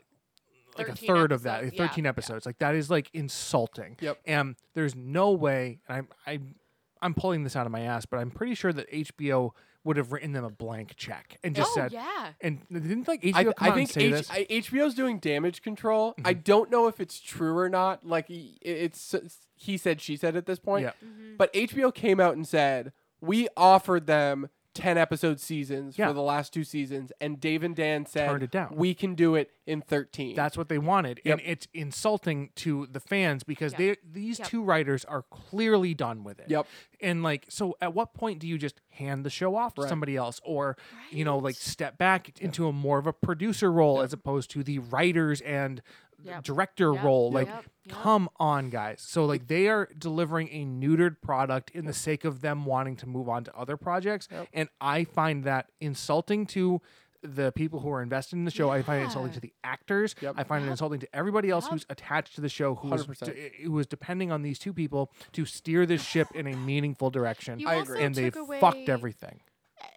[SPEAKER 2] like a
[SPEAKER 1] 13
[SPEAKER 2] third of that
[SPEAKER 1] episodes.
[SPEAKER 2] 13
[SPEAKER 1] Yeah.
[SPEAKER 2] episodes like that is like insulting
[SPEAKER 3] Yep.
[SPEAKER 2] and there's no way and i'm i'm i'm pulling this out of my ass but i'm pretty sure that hbo would have written them a blank check and just
[SPEAKER 1] oh
[SPEAKER 2] said
[SPEAKER 1] yeah.
[SPEAKER 2] and didn't like hbo
[SPEAKER 3] I,
[SPEAKER 2] come
[SPEAKER 3] I
[SPEAKER 2] out
[SPEAKER 3] think
[SPEAKER 2] and say
[SPEAKER 3] H-
[SPEAKER 2] this Mm-hmm.
[SPEAKER 3] I, HBO's doing damage control. I don't know if it's true or not. Like i- it's he said, she said at this point.
[SPEAKER 2] Yeah.
[SPEAKER 3] But HBO came out and said we offered them ten episode seasons
[SPEAKER 2] Yeah.
[SPEAKER 3] for the last two seasons, and Dave and Dan said
[SPEAKER 2] Turned it down.
[SPEAKER 3] we can do it in thirteen.
[SPEAKER 2] That's what they wanted,
[SPEAKER 3] Yep.
[SPEAKER 2] and it's insulting to the fans because
[SPEAKER 1] Yeah.
[SPEAKER 2] they these
[SPEAKER 1] Yep.
[SPEAKER 2] two writers are clearly done with it.
[SPEAKER 3] Yep.
[SPEAKER 2] And like, so at what point do you just hand the show off to
[SPEAKER 3] Right.
[SPEAKER 2] somebody else, or you know, like step back into a more of a producer role as opposed to the writers and
[SPEAKER 1] Yep.
[SPEAKER 2] director
[SPEAKER 1] Yep.
[SPEAKER 2] role?
[SPEAKER 1] Yep.
[SPEAKER 2] Like,
[SPEAKER 1] Yep. Yep.
[SPEAKER 2] come on, guys. So like, they are delivering a neutered product in the sake of them wanting to move on to other projects,
[SPEAKER 3] Yep.
[SPEAKER 2] and I find that insulting to. The people who are invested in the show, I find it insulting
[SPEAKER 1] Yeah.
[SPEAKER 2] to the actors.
[SPEAKER 3] Yep.
[SPEAKER 2] I find it insulting to everybody else
[SPEAKER 1] Yep.
[SPEAKER 2] who's attached to the show, who was
[SPEAKER 3] 100%.
[SPEAKER 2] de- who was depending on these two people to steer this ship in a meaningful direction,
[SPEAKER 1] You
[SPEAKER 3] I
[SPEAKER 1] also
[SPEAKER 3] agree.
[SPEAKER 2] and they
[SPEAKER 1] took away,
[SPEAKER 2] fucked everything.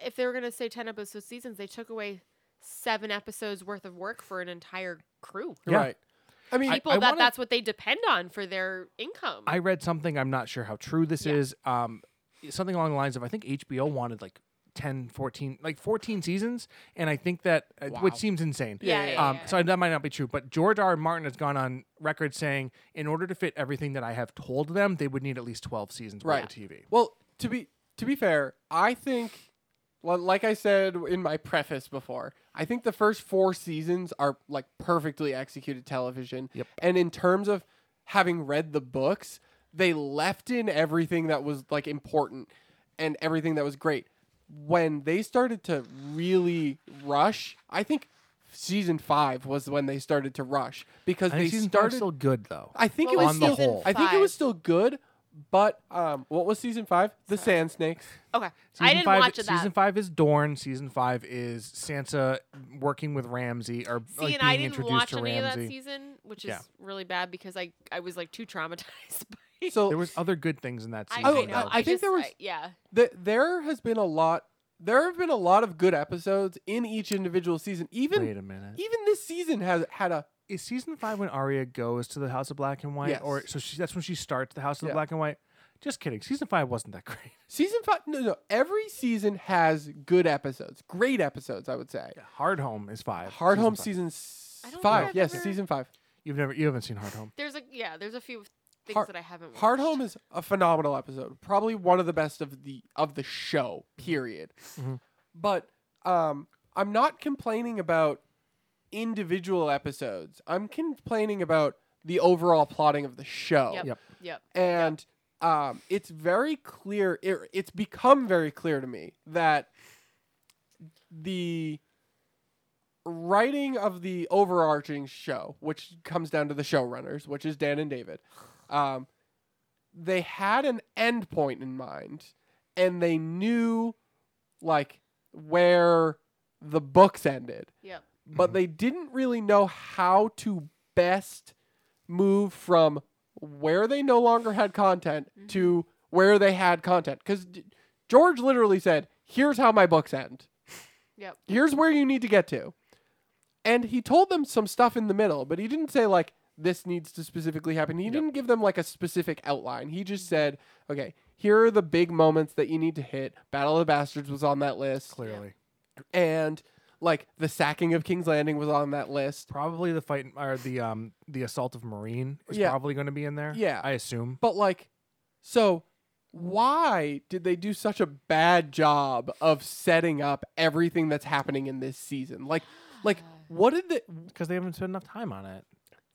[SPEAKER 1] If they were gonna say ten episode seasons, they took away seven episodes worth of work for an entire crew.
[SPEAKER 2] Yeah.
[SPEAKER 3] Right. I mean,
[SPEAKER 1] People
[SPEAKER 2] I
[SPEAKER 1] that
[SPEAKER 2] wanna-
[SPEAKER 1] that's what they depend on for their income.
[SPEAKER 2] I read something. I'm not sure how true this
[SPEAKER 1] Yeah.
[SPEAKER 2] is. Um, something along the lines of I think HBO wanted like 10, 14, like 14 seasons, and I think that uh,
[SPEAKER 3] Wow.
[SPEAKER 2] which seems insane.
[SPEAKER 1] yeah,
[SPEAKER 3] yeah,
[SPEAKER 1] yeah,
[SPEAKER 3] yeah.
[SPEAKER 2] Um, so that might not be true, but George R. R. Martin has gone on record saying, in order to fit everything that I have told them, they would need at least twelve seasons worth
[SPEAKER 3] Right.
[SPEAKER 2] of TV.
[SPEAKER 3] Well, to be to be fair, I think, li- like I said in my preface before, I think the first four seasons are like perfectly executed television.
[SPEAKER 2] Yep.
[SPEAKER 3] And in terms of having read the books, they left in everything that was like important and everything that was great. When they started to really rush, I think season five was when they started to rush because
[SPEAKER 2] I think
[SPEAKER 3] they
[SPEAKER 2] season four's
[SPEAKER 3] started.
[SPEAKER 2] still good though.
[SPEAKER 3] I think
[SPEAKER 1] What
[SPEAKER 3] it
[SPEAKER 1] was
[SPEAKER 3] was
[SPEAKER 2] on the
[SPEAKER 3] still
[SPEAKER 1] season
[SPEAKER 2] whole.
[SPEAKER 3] I think it
[SPEAKER 1] five?
[SPEAKER 3] was still good, but um, what was season five? The Sand Snakes.
[SPEAKER 1] Okay.
[SPEAKER 2] Season
[SPEAKER 1] I didn't
[SPEAKER 2] five,
[SPEAKER 1] watch it that.
[SPEAKER 2] Season five is Dorn. Season five is Sansa working with Ramsay or
[SPEAKER 1] See,
[SPEAKER 2] like,
[SPEAKER 1] and
[SPEAKER 2] being
[SPEAKER 1] I didn't
[SPEAKER 2] introduced
[SPEAKER 1] watch
[SPEAKER 2] to
[SPEAKER 1] any
[SPEAKER 2] Ramsay.
[SPEAKER 1] of that season, which is
[SPEAKER 2] Yeah. Oh,
[SPEAKER 1] really bad because I I was like too traumatized. By
[SPEAKER 3] So
[SPEAKER 2] There was other good things in that
[SPEAKER 1] I,
[SPEAKER 2] season.
[SPEAKER 3] Oh,
[SPEAKER 1] I know.
[SPEAKER 2] though.
[SPEAKER 3] I think there was-
[SPEAKER 1] yeah.
[SPEAKER 3] th- there has been a lot. There have been a lot of good episodes in each individual season. Even
[SPEAKER 2] Wait a minute.
[SPEAKER 3] even this season has had a
[SPEAKER 2] Is season five when Arya goes to the House of Black and White,
[SPEAKER 3] Yes.
[SPEAKER 2] or so she, that's when she starts the House of the
[SPEAKER 3] Yeah.
[SPEAKER 2] Black and White? Just kidding. Season five wasn't that great.
[SPEAKER 3] season five. No, no. Every season has good episodes, great episodes. I would say.
[SPEAKER 2] Hard Home is five.
[SPEAKER 3] Hard Home
[SPEAKER 2] five.
[SPEAKER 3] season
[SPEAKER 1] I don't
[SPEAKER 3] s-
[SPEAKER 1] think
[SPEAKER 3] five.
[SPEAKER 1] I've
[SPEAKER 3] Yes,
[SPEAKER 1] ever-
[SPEAKER 3] season five.
[SPEAKER 2] You've never you haven't seen Hard Home.
[SPEAKER 1] There's a yeah. There's a few things
[SPEAKER 3] Hard-
[SPEAKER 1] that I haven't. Watched.
[SPEAKER 3] Hard Home is a phenomenal episode, probably one of the best of the of the show. Period.
[SPEAKER 2] Mhm.
[SPEAKER 3] But um, I'm not complaining about individual episodes. I'm complaining about the overall plotting of the show,
[SPEAKER 1] Yep.
[SPEAKER 2] Yep.
[SPEAKER 1] Yep.
[SPEAKER 3] and um, it's very clear. It, it's become very clear to me that the writing of the overarching show, which comes down to the showrunners, which is Dan and David, um, they had an end point in mind and they knew like where the books ended,
[SPEAKER 1] Yep.
[SPEAKER 3] but they didn't really know how to best move from where they no longer had content to where they had content. Because George literally said, Here's how my books end
[SPEAKER 1] Yep.
[SPEAKER 3] here's where you need to get to. And he told them some stuff in the middle, but he didn't say like this needs to specifically happen. He didn't give them like a specific outline. He just said, "Okay, here are the big moments that you need to hit. Battle of the Bastards was on that list,
[SPEAKER 2] Clearly,
[SPEAKER 3] and like the sacking of King's Landing was on that list."
[SPEAKER 2] probably the fight or the um the assault of Marine is
[SPEAKER 3] Yeah.
[SPEAKER 2] probably going to be in there.
[SPEAKER 3] Yeah.
[SPEAKER 2] I assume.
[SPEAKER 3] But like so why did they do such a bad job of setting up everything that's happening in this season? Like like what did the
[SPEAKER 2] because they haven't spent enough time on it.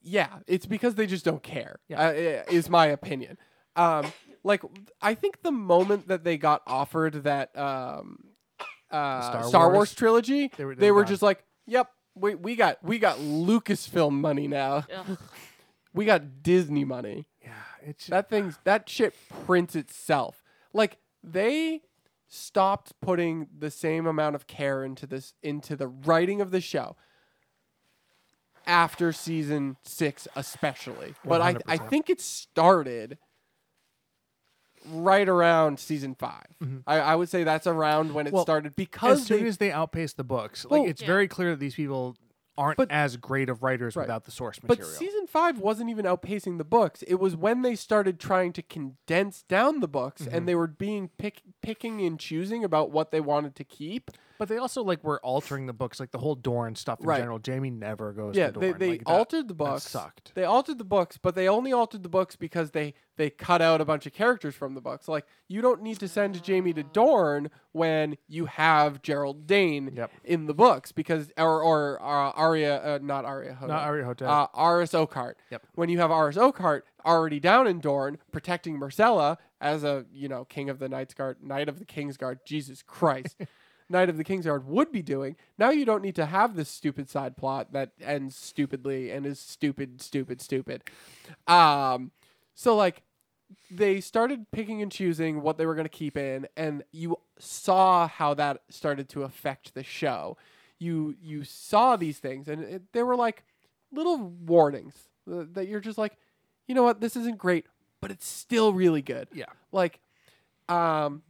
[SPEAKER 3] Yeah, it's because they just don't care.
[SPEAKER 2] Yeah.
[SPEAKER 3] uh, i- is my opinion. Um, like I think the moment that they got offered that um, uh, Star,
[SPEAKER 2] Star
[SPEAKER 3] Wars.
[SPEAKER 2] Wars?
[SPEAKER 3] trilogy,
[SPEAKER 2] They were- they
[SPEAKER 3] they
[SPEAKER 2] were
[SPEAKER 3] were
[SPEAKER 2] done.
[SPEAKER 3] just like, "Yep, we we got we got Lucasfilm money now.
[SPEAKER 1] Ugh.
[SPEAKER 3] We got Disney money.
[SPEAKER 2] Yeah, it's
[SPEAKER 3] That thing's that shit prints itself. Like they stopped putting the same amount of care into this into the writing of the show after season six especially but I, I
[SPEAKER 2] 100%.
[SPEAKER 3] think it started right around season 5 I, I would say that's around when it
[SPEAKER 2] Mm-hmm. Well,
[SPEAKER 3] started because
[SPEAKER 2] as soon
[SPEAKER 3] they-
[SPEAKER 2] as they outpace the books,
[SPEAKER 3] Well-
[SPEAKER 2] like it's
[SPEAKER 1] Yeah.
[SPEAKER 2] very clear that these people aren't
[SPEAKER 3] But-
[SPEAKER 2] as great of writers
[SPEAKER 3] Right.
[SPEAKER 2] without the source
[SPEAKER 3] But
[SPEAKER 2] material.
[SPEAKER 3] season five wasn't even outpacing the books. It was when they started trying to condense down the books,
[SPEAKER 2] Mm-hmm.
[SPEAKER 3] and they were being pick, picking and choosing about what they wanted to keep.
[SPEAKER 2] but they also like were altering the books, like the whole Dorn stuff in
[SPEAKER 3] Right.
[SPEAKER 2] general. Jamie never goes.
[SPEAKER 3] yeah,
[SPEAKER 2] to Dorne.
[SPEAKER 3] they, they
[SPEAKER 2] like, that-
[SPEAKER 3] altered the
[SPEAKER 2] that
[SPEAKER 3] books.
[SPEAKER 2] Sucked.
[SPEAKER 3] They altered the books, but they only altered the books because they they cut out a bunch of characters from the books. Like you don't need to send Jamie to Dorne when you have Gerald Dane
[SPEAKER 2] Yep.
[SPEAKER 3] in the books because or or uh, Arya uh, not Arya Hoda.
[SPEAKER 2] Not Arya Hotel.
[SPEAKER 3] uh, Aris Okart.
[SPEAKER 2] Yep.
[SPEAKER 3] When you have Aris Okart already down in Dorne protecting Marcella as a you know King of the Night's Guard, Knight of the King's Guard, Jesus Christ, Knight of the King's Guard would be doing. Now you don't need to have this stupid side plot that ends stupidly and is stupid, stupid, stupid. Um, so like they started picking and choosing what they were going to keep in and you saw how that started to affect the show you you saw these things and it, they were like little warnings uh, that you're just like you know what this isn't great but it's still really good
[SPEAKER 2] yeah,
[SPEAKER 3] like um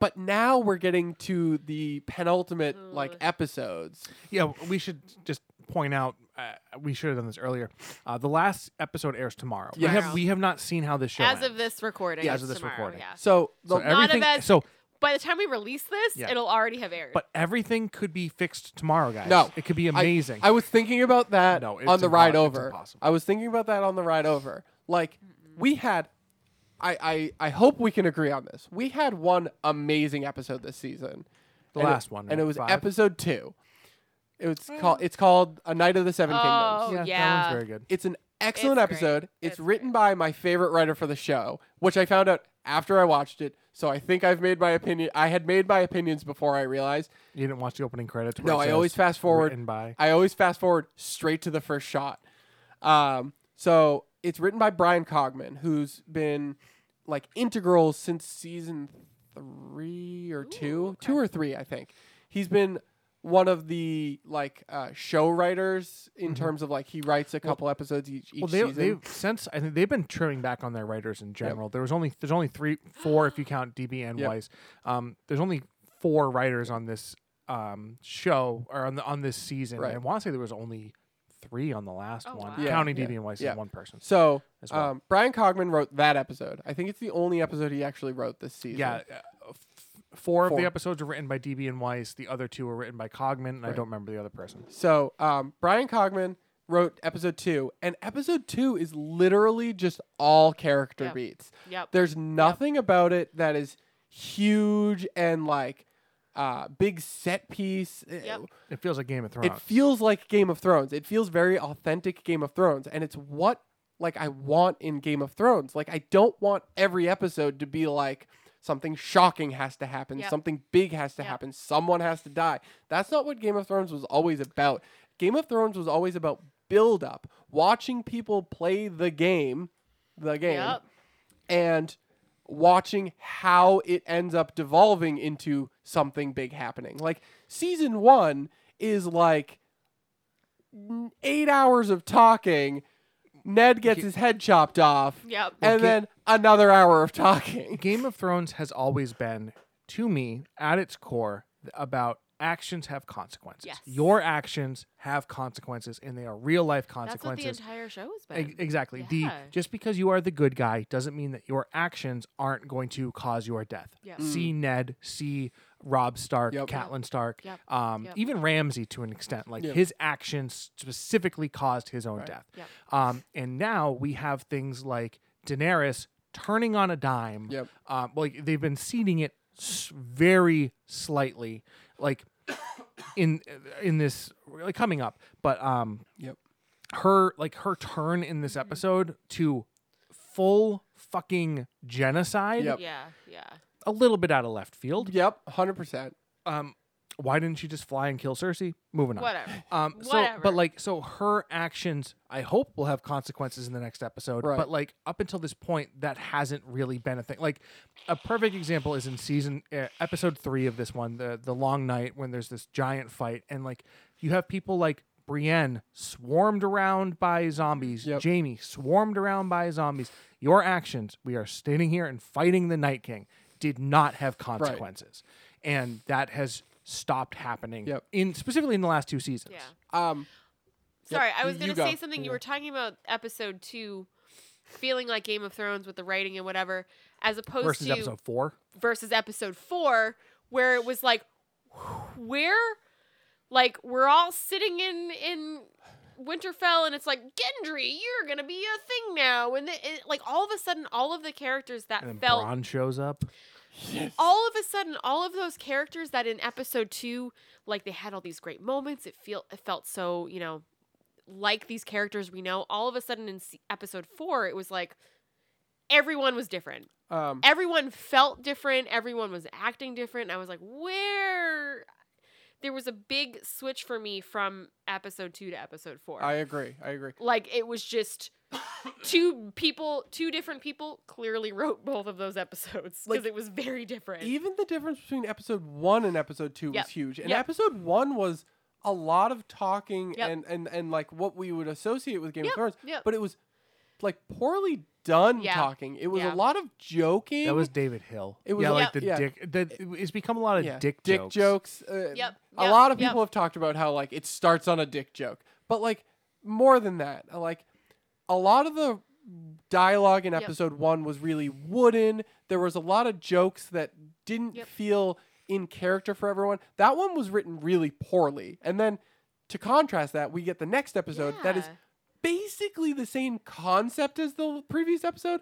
[SPEAKER 3] But now we're getting to the penultimate like
[SPEAKER 1] Ugh.
[SPEAKER 3] episodes.
[SPEAKER 2] Yeah, we should just point out. Uh, we should have done this earlier. Uh, the last episode airs tomorrow. We have
[SPEAKER 1] Yes.
[SPEAKER 2] we have not seen how this show
[SPEAKER 1] As
[SPEAKER 2] ends.
[SPEAKER 1] of this recording.
[SPEAKER 2] Yeah,
[SPEAKER 1] Yeah,
[SPEAKER 2] as of this
[SPEAKER 1] tomorrow,
[SPEAKER 2] recording.
[SPEAKER 1] Yeah.
[SPEAKER 3] So the
[SPEAKER 2] So everything.
[SPEAKER 1] as-
[SPEAKER 2] so,
[SPEAKER 1] By the time we release this,
[SPEAKER 2] Yeah.
[SPEAKER 1] it'll already have aired.
[SPEAKER 2] but everything could be fixed tomorrow, guys.
[SPEAKER 3] No.
[SPEAKER 2] it could be amazing.
[SPEAKER 3] I was thinking about that
[SPEAKER 2] No, it's
[SPEAKER 3] on the ride
[SPEAKER 2] impo- it's
[SPEAKER 3] over.
[SPEAKER 2] impossible.
[SPEAKER 3] I was thinking about that on the ride over. Like we had I, I I hope we can agree on this. We had one amazing episode this season.
[SPEAKER 2] The
[SPEAKER 3] And it-
[SPEAKER 2] last one,
[SPEAKER 3] And it
[SPEAKER 2] right?
[SPEAKER 3] was
[SPEAKER 2] Five?
[SPEAKER 3] episode two. It was called it's called A Night of the Seven
[SPEAKER 1] Mm. Oh,
[SPEAKER 3] Kingdoms.
[SPEAKER 2] yeah, that
[SPEAKER 1] yeah.
[SPEAKER 2] one's very good.
[SPEAKER 3] It's an excellent
[SPEAKER 1] It's great.
[SPEAKER 3] episode. It's,
[SPEAKER 1] It's
[SPEAKER 3] written by my favorite writer for the show, which I found out after I watched it. So I think I've made my opinion. I had made my opinions before I realized.
[SPEAKER 2] You didn't watch the opening credits. where
[SPEAKER 3] No,
[SPEAKER 2] it
[SPEAKER 3] I
[SPEAKER 2] says,
[SPEAKER 3] always fast forward.
[SPEAKER 2] Written by.
[SPEAKER 3] I always fast forward straight to the first shot. Um, so it's written by Brian Cogman, who's been like integral since season three or two, two or three, I think. He's been one of the like uh, show writers in terms of like he writes a couple episodes e-, each, each
[SPEAKER 2] Mm-hmm. Well, they,
[SPEAKER 3] season.
[SPEAKER 2] they've since I think they've been trimming back on their writers in general. There was only there's only three, four if you count DB and
[SPEAKER 3] Yep.
[SPEAKER 2] Weiss. Um, there's only four writers on this um, show or on the on this season.
[SPEAKER 3] Right.
[SPEAKER 2] I want to say there was only three on the last
[SPEAKER 1] Oh,
[SPEAKER 2] one,
[SPEAKER 1] wow.
[SPEAKER 2] County
[SPEAKER 1] Yeah,
[SPEAKER 2] counting
[SPEAKER 3] yeah,
[SPEAKER 2] DB and Weiss
[SPEAKER 3] yeah.
[SPEAKER 2] is one person.
[SPEAKER 3] So
[SPEAKER 2] As well.
[SPEAKER 3] um, Brian Cogman wrote that episode. I think it's the only episode he actually wrote this season.
[SPEAKER 2] Yeah, uh, f- four, of
[SPEAKER 3] Four.
[SPEAKER 2] the episodes were written by DB and Weiss. The other two were written by Cogman, and I don't remember the other person.
[SPEAKER 3] So um, Brian Cogman wrote episode two, and episode two is literally just all character
[SPEAKER 1] Yep.
[SPEAKER 3] beats.
[SPEAKER 1] yep.
[SPEAKER 3] There's nothing about it that is huge and like uh, big set piece.
[SPEAKER 1] Yep.
[SPEAKER 2] It feels like Game of Thrones.
[SPEAKER 3] It feels like Game of Thrones. It feels very authentic Game of Thrones, and it's what like I want in Game of Thrones. Like I don't want every episode to be like something shocking has to happen,
[SPEAKER 1] Yep.
[SPEAKER 3] something big has to
[SPEAKER 1] Yep.
[SPEAKER 3] happen, someone has to die. That's not what Game of Thrones was always about. Game of Thrones was always about build up, watching people play the game, the game,
[SPEAKER 1] Yep.
[SPEAKER 3] and watching how it ends up devolving into something big happening. Like season one is like n- eight hours of talking. Ned gets his head chopped off,
[SPEAKER 1] Yep.
[SPEAKER 3] and
[SPEAKER 2] ga-
[SPEAKER 3] then another hour of talking.
[SPEAKER 2] Game of Thrones has always been, to me, at its core, th- about actions have consequences.
[SPEAKER 1] Yes.
[SPEAKER 2] Your actions have consequences, and they are real life
[SPEAKER 1] That's what the
[SPEAKER 2] consequences.
[SPEAKER 1] entire show has
[SPEAKER 2] E-
[SPEAKER 1] been.
[SPEAKER 2] exactly.
[SPEAKER 1] Yeah.
[SPEAKER 2] The just because you are the good guy doesn't mean that your actions aren't going to cause your death.
[SPEAKER 1] Yep. Mm.
[SPEAKER 2] See Ned. See Rob Stark.
[SPEAKER 3] Yep. Yep.
[SPEAKER 2] Catelyn Stark.
[SPEAKER 1] Yep.
[SPEAKER 2] Um,
[SPEAKER 1] Yep.
[SPEAKER 2] Even Ramsey to an extent. Like
[SPEAKER 3] Yep.
[SPEAKER 2] his actions specifically caused his own death.
[SPEAKER 1] Yep.
[SPEAKER 2] Um, and now we have things like Daenerys turning on a dime.
[SPEAKER 3] Yep.
[SPEAKER 2] Um, like they've been seeding it s- very slightly, like in in this like coming up. But um,
[SPEAKER 3] Yep.
[SPEAKER 2] her like her turn in this episode to full fucking genocide.
[SPEAKER 3] Yep.
[SPEAKER 1] Yeah. Yeah.
[SPEAKER 2] A little bit out of left field.
[SPEAKER 3] Yep, hundred percent.
[SPEAKER 2] Um, why didn't she just fly and kill Cersei? Moving on.
[SPEAKER 1] Whatever.
[SPEAKER 2] Um, so,
[SPEAKER 1] Whatever.
[SPEAKER 2] but like, so her actions, I hope, will have consequences in the next episode.
[SPEAKER 3] Right.
[SPEAKER 2] But like, up until this point, that hasn't really been a thing. Like, a perfect example is in season uh, episode three of this one, the the long night when there's this giant fight, and like, you have people like Brienne swarmed around by zombies,
[SPEAKER 3] Yep.
[SPEAKER 2] Jamie swarmed around by zombies. Your actions, we are standing here and fighting the Night King, did not have consequences, and that has stopped happening
[SPEAKER 3] Yep.
[SPEAKER 2] in specifically in the last two seasons.
[SPEAKER 1] Yeah.
[SPEAKER 3] Um,
[SPEAKER 1] Sorry, I
[SPEAKER 3] you-
[SPEAKER 1] was
[SPEAKER 3] you
[SPEAKER 1] going to
[SPEAKER 3] go.
[SPEAKER 1] say something. You were talking about episode two, feeling like Game of Thrones with the writing and whatever, as opposed
[SPEAKER 2] versus
[SPEAKER 1] to
[SPEAKER 2] episode four.
[SPEAKER 1] versus episode four, where it was like, where, like we're all sitting in in Winterfell, and it's like Gendry, you're gonna be a thing now, and the- it, like all of a sudden, all of the characters that
[SPEAKER 2] And then
[SPEAKER 1] felt
[SPEAKER 2] Bronn shows up.
[SPEAKER 1] all of a sudden all of those characters that in episode two like they had all these great moments it feel it felt so you know like these characters we know all of a sudden in se- episode four it was like everyone was different
[SPEAKER 3] um,
[SPEAKER 1] everyone felt different everyone was acting different i was like where there was a big switch for me from episode two to episode four
[SPEAKER 3] I agree. I agree.
[SPEAKER 1] like it was just two people two different people clearly wrote both of those episodes because
[SPEAKER 3] Like,
[SPEAKER 1] it was very different
[SPEAKER 3] Even the difference between episode one and episode two
[SPEAKER 1] Yep.
[SPEAKER 3] was huge. And
[SPEAKER 1] Yep.
[SPEAKER 3] episode one was a lot of talking
[SPEAKER 1] Yep.
[SPEAKER 3] and, and and like what we would associate with Game
[SPEAKER 1] Yep.
[SPEAKER 3] of Thrones,
[SPEAKER 1] Yep.
[SPEAKER 3] but it was like poorly done
[SPEAKER 1] Yeah.
[SPEAKER 3] talking. It was
[SPEAKER 1] Yeah.
[SPEAKER 3] a lot of joking.
[SPEAKER 2] That was David Hill.
[SPEAKER 3] It was
[SPEAKER 2] yeah,
[SPEAKER 3] a-
[SPEAKER 2] like the
[SPEAKER 3] yeah.
[SPEAKER 2] dick. That it's become a lot of
[SPEAKER 3] Yeah,
[SPEAKER 2] dick
[SPEAKER 3] dick
[SPEAKER 2] jokes.
[SPEAKER 3] jokes. uh,
[SPEAKER 1] Yep,
[SPEAKER 3] A
[SPEAKER 1] yep,
[SPEAKER 3] lot of
[SPEAKER 1] yep.
[SPEAKER 3] people have talked about how like it starts on a dick joke, but like more than that, uh, like a lot of the dialogue in
[SPEAKER 1] Yep.
[SPEAKER 3] episode one was really wooden. There was a lot of jokes that didn't
[SPEAKER 1] Yep.
[SPEAKER 3] feel in character for everyone. That one was written really poorly, and then to contrast that, we get the next episode that is
[SPEAKER 1] Yeah.
[SPEAKER 3] basically the same concept as the previous episode,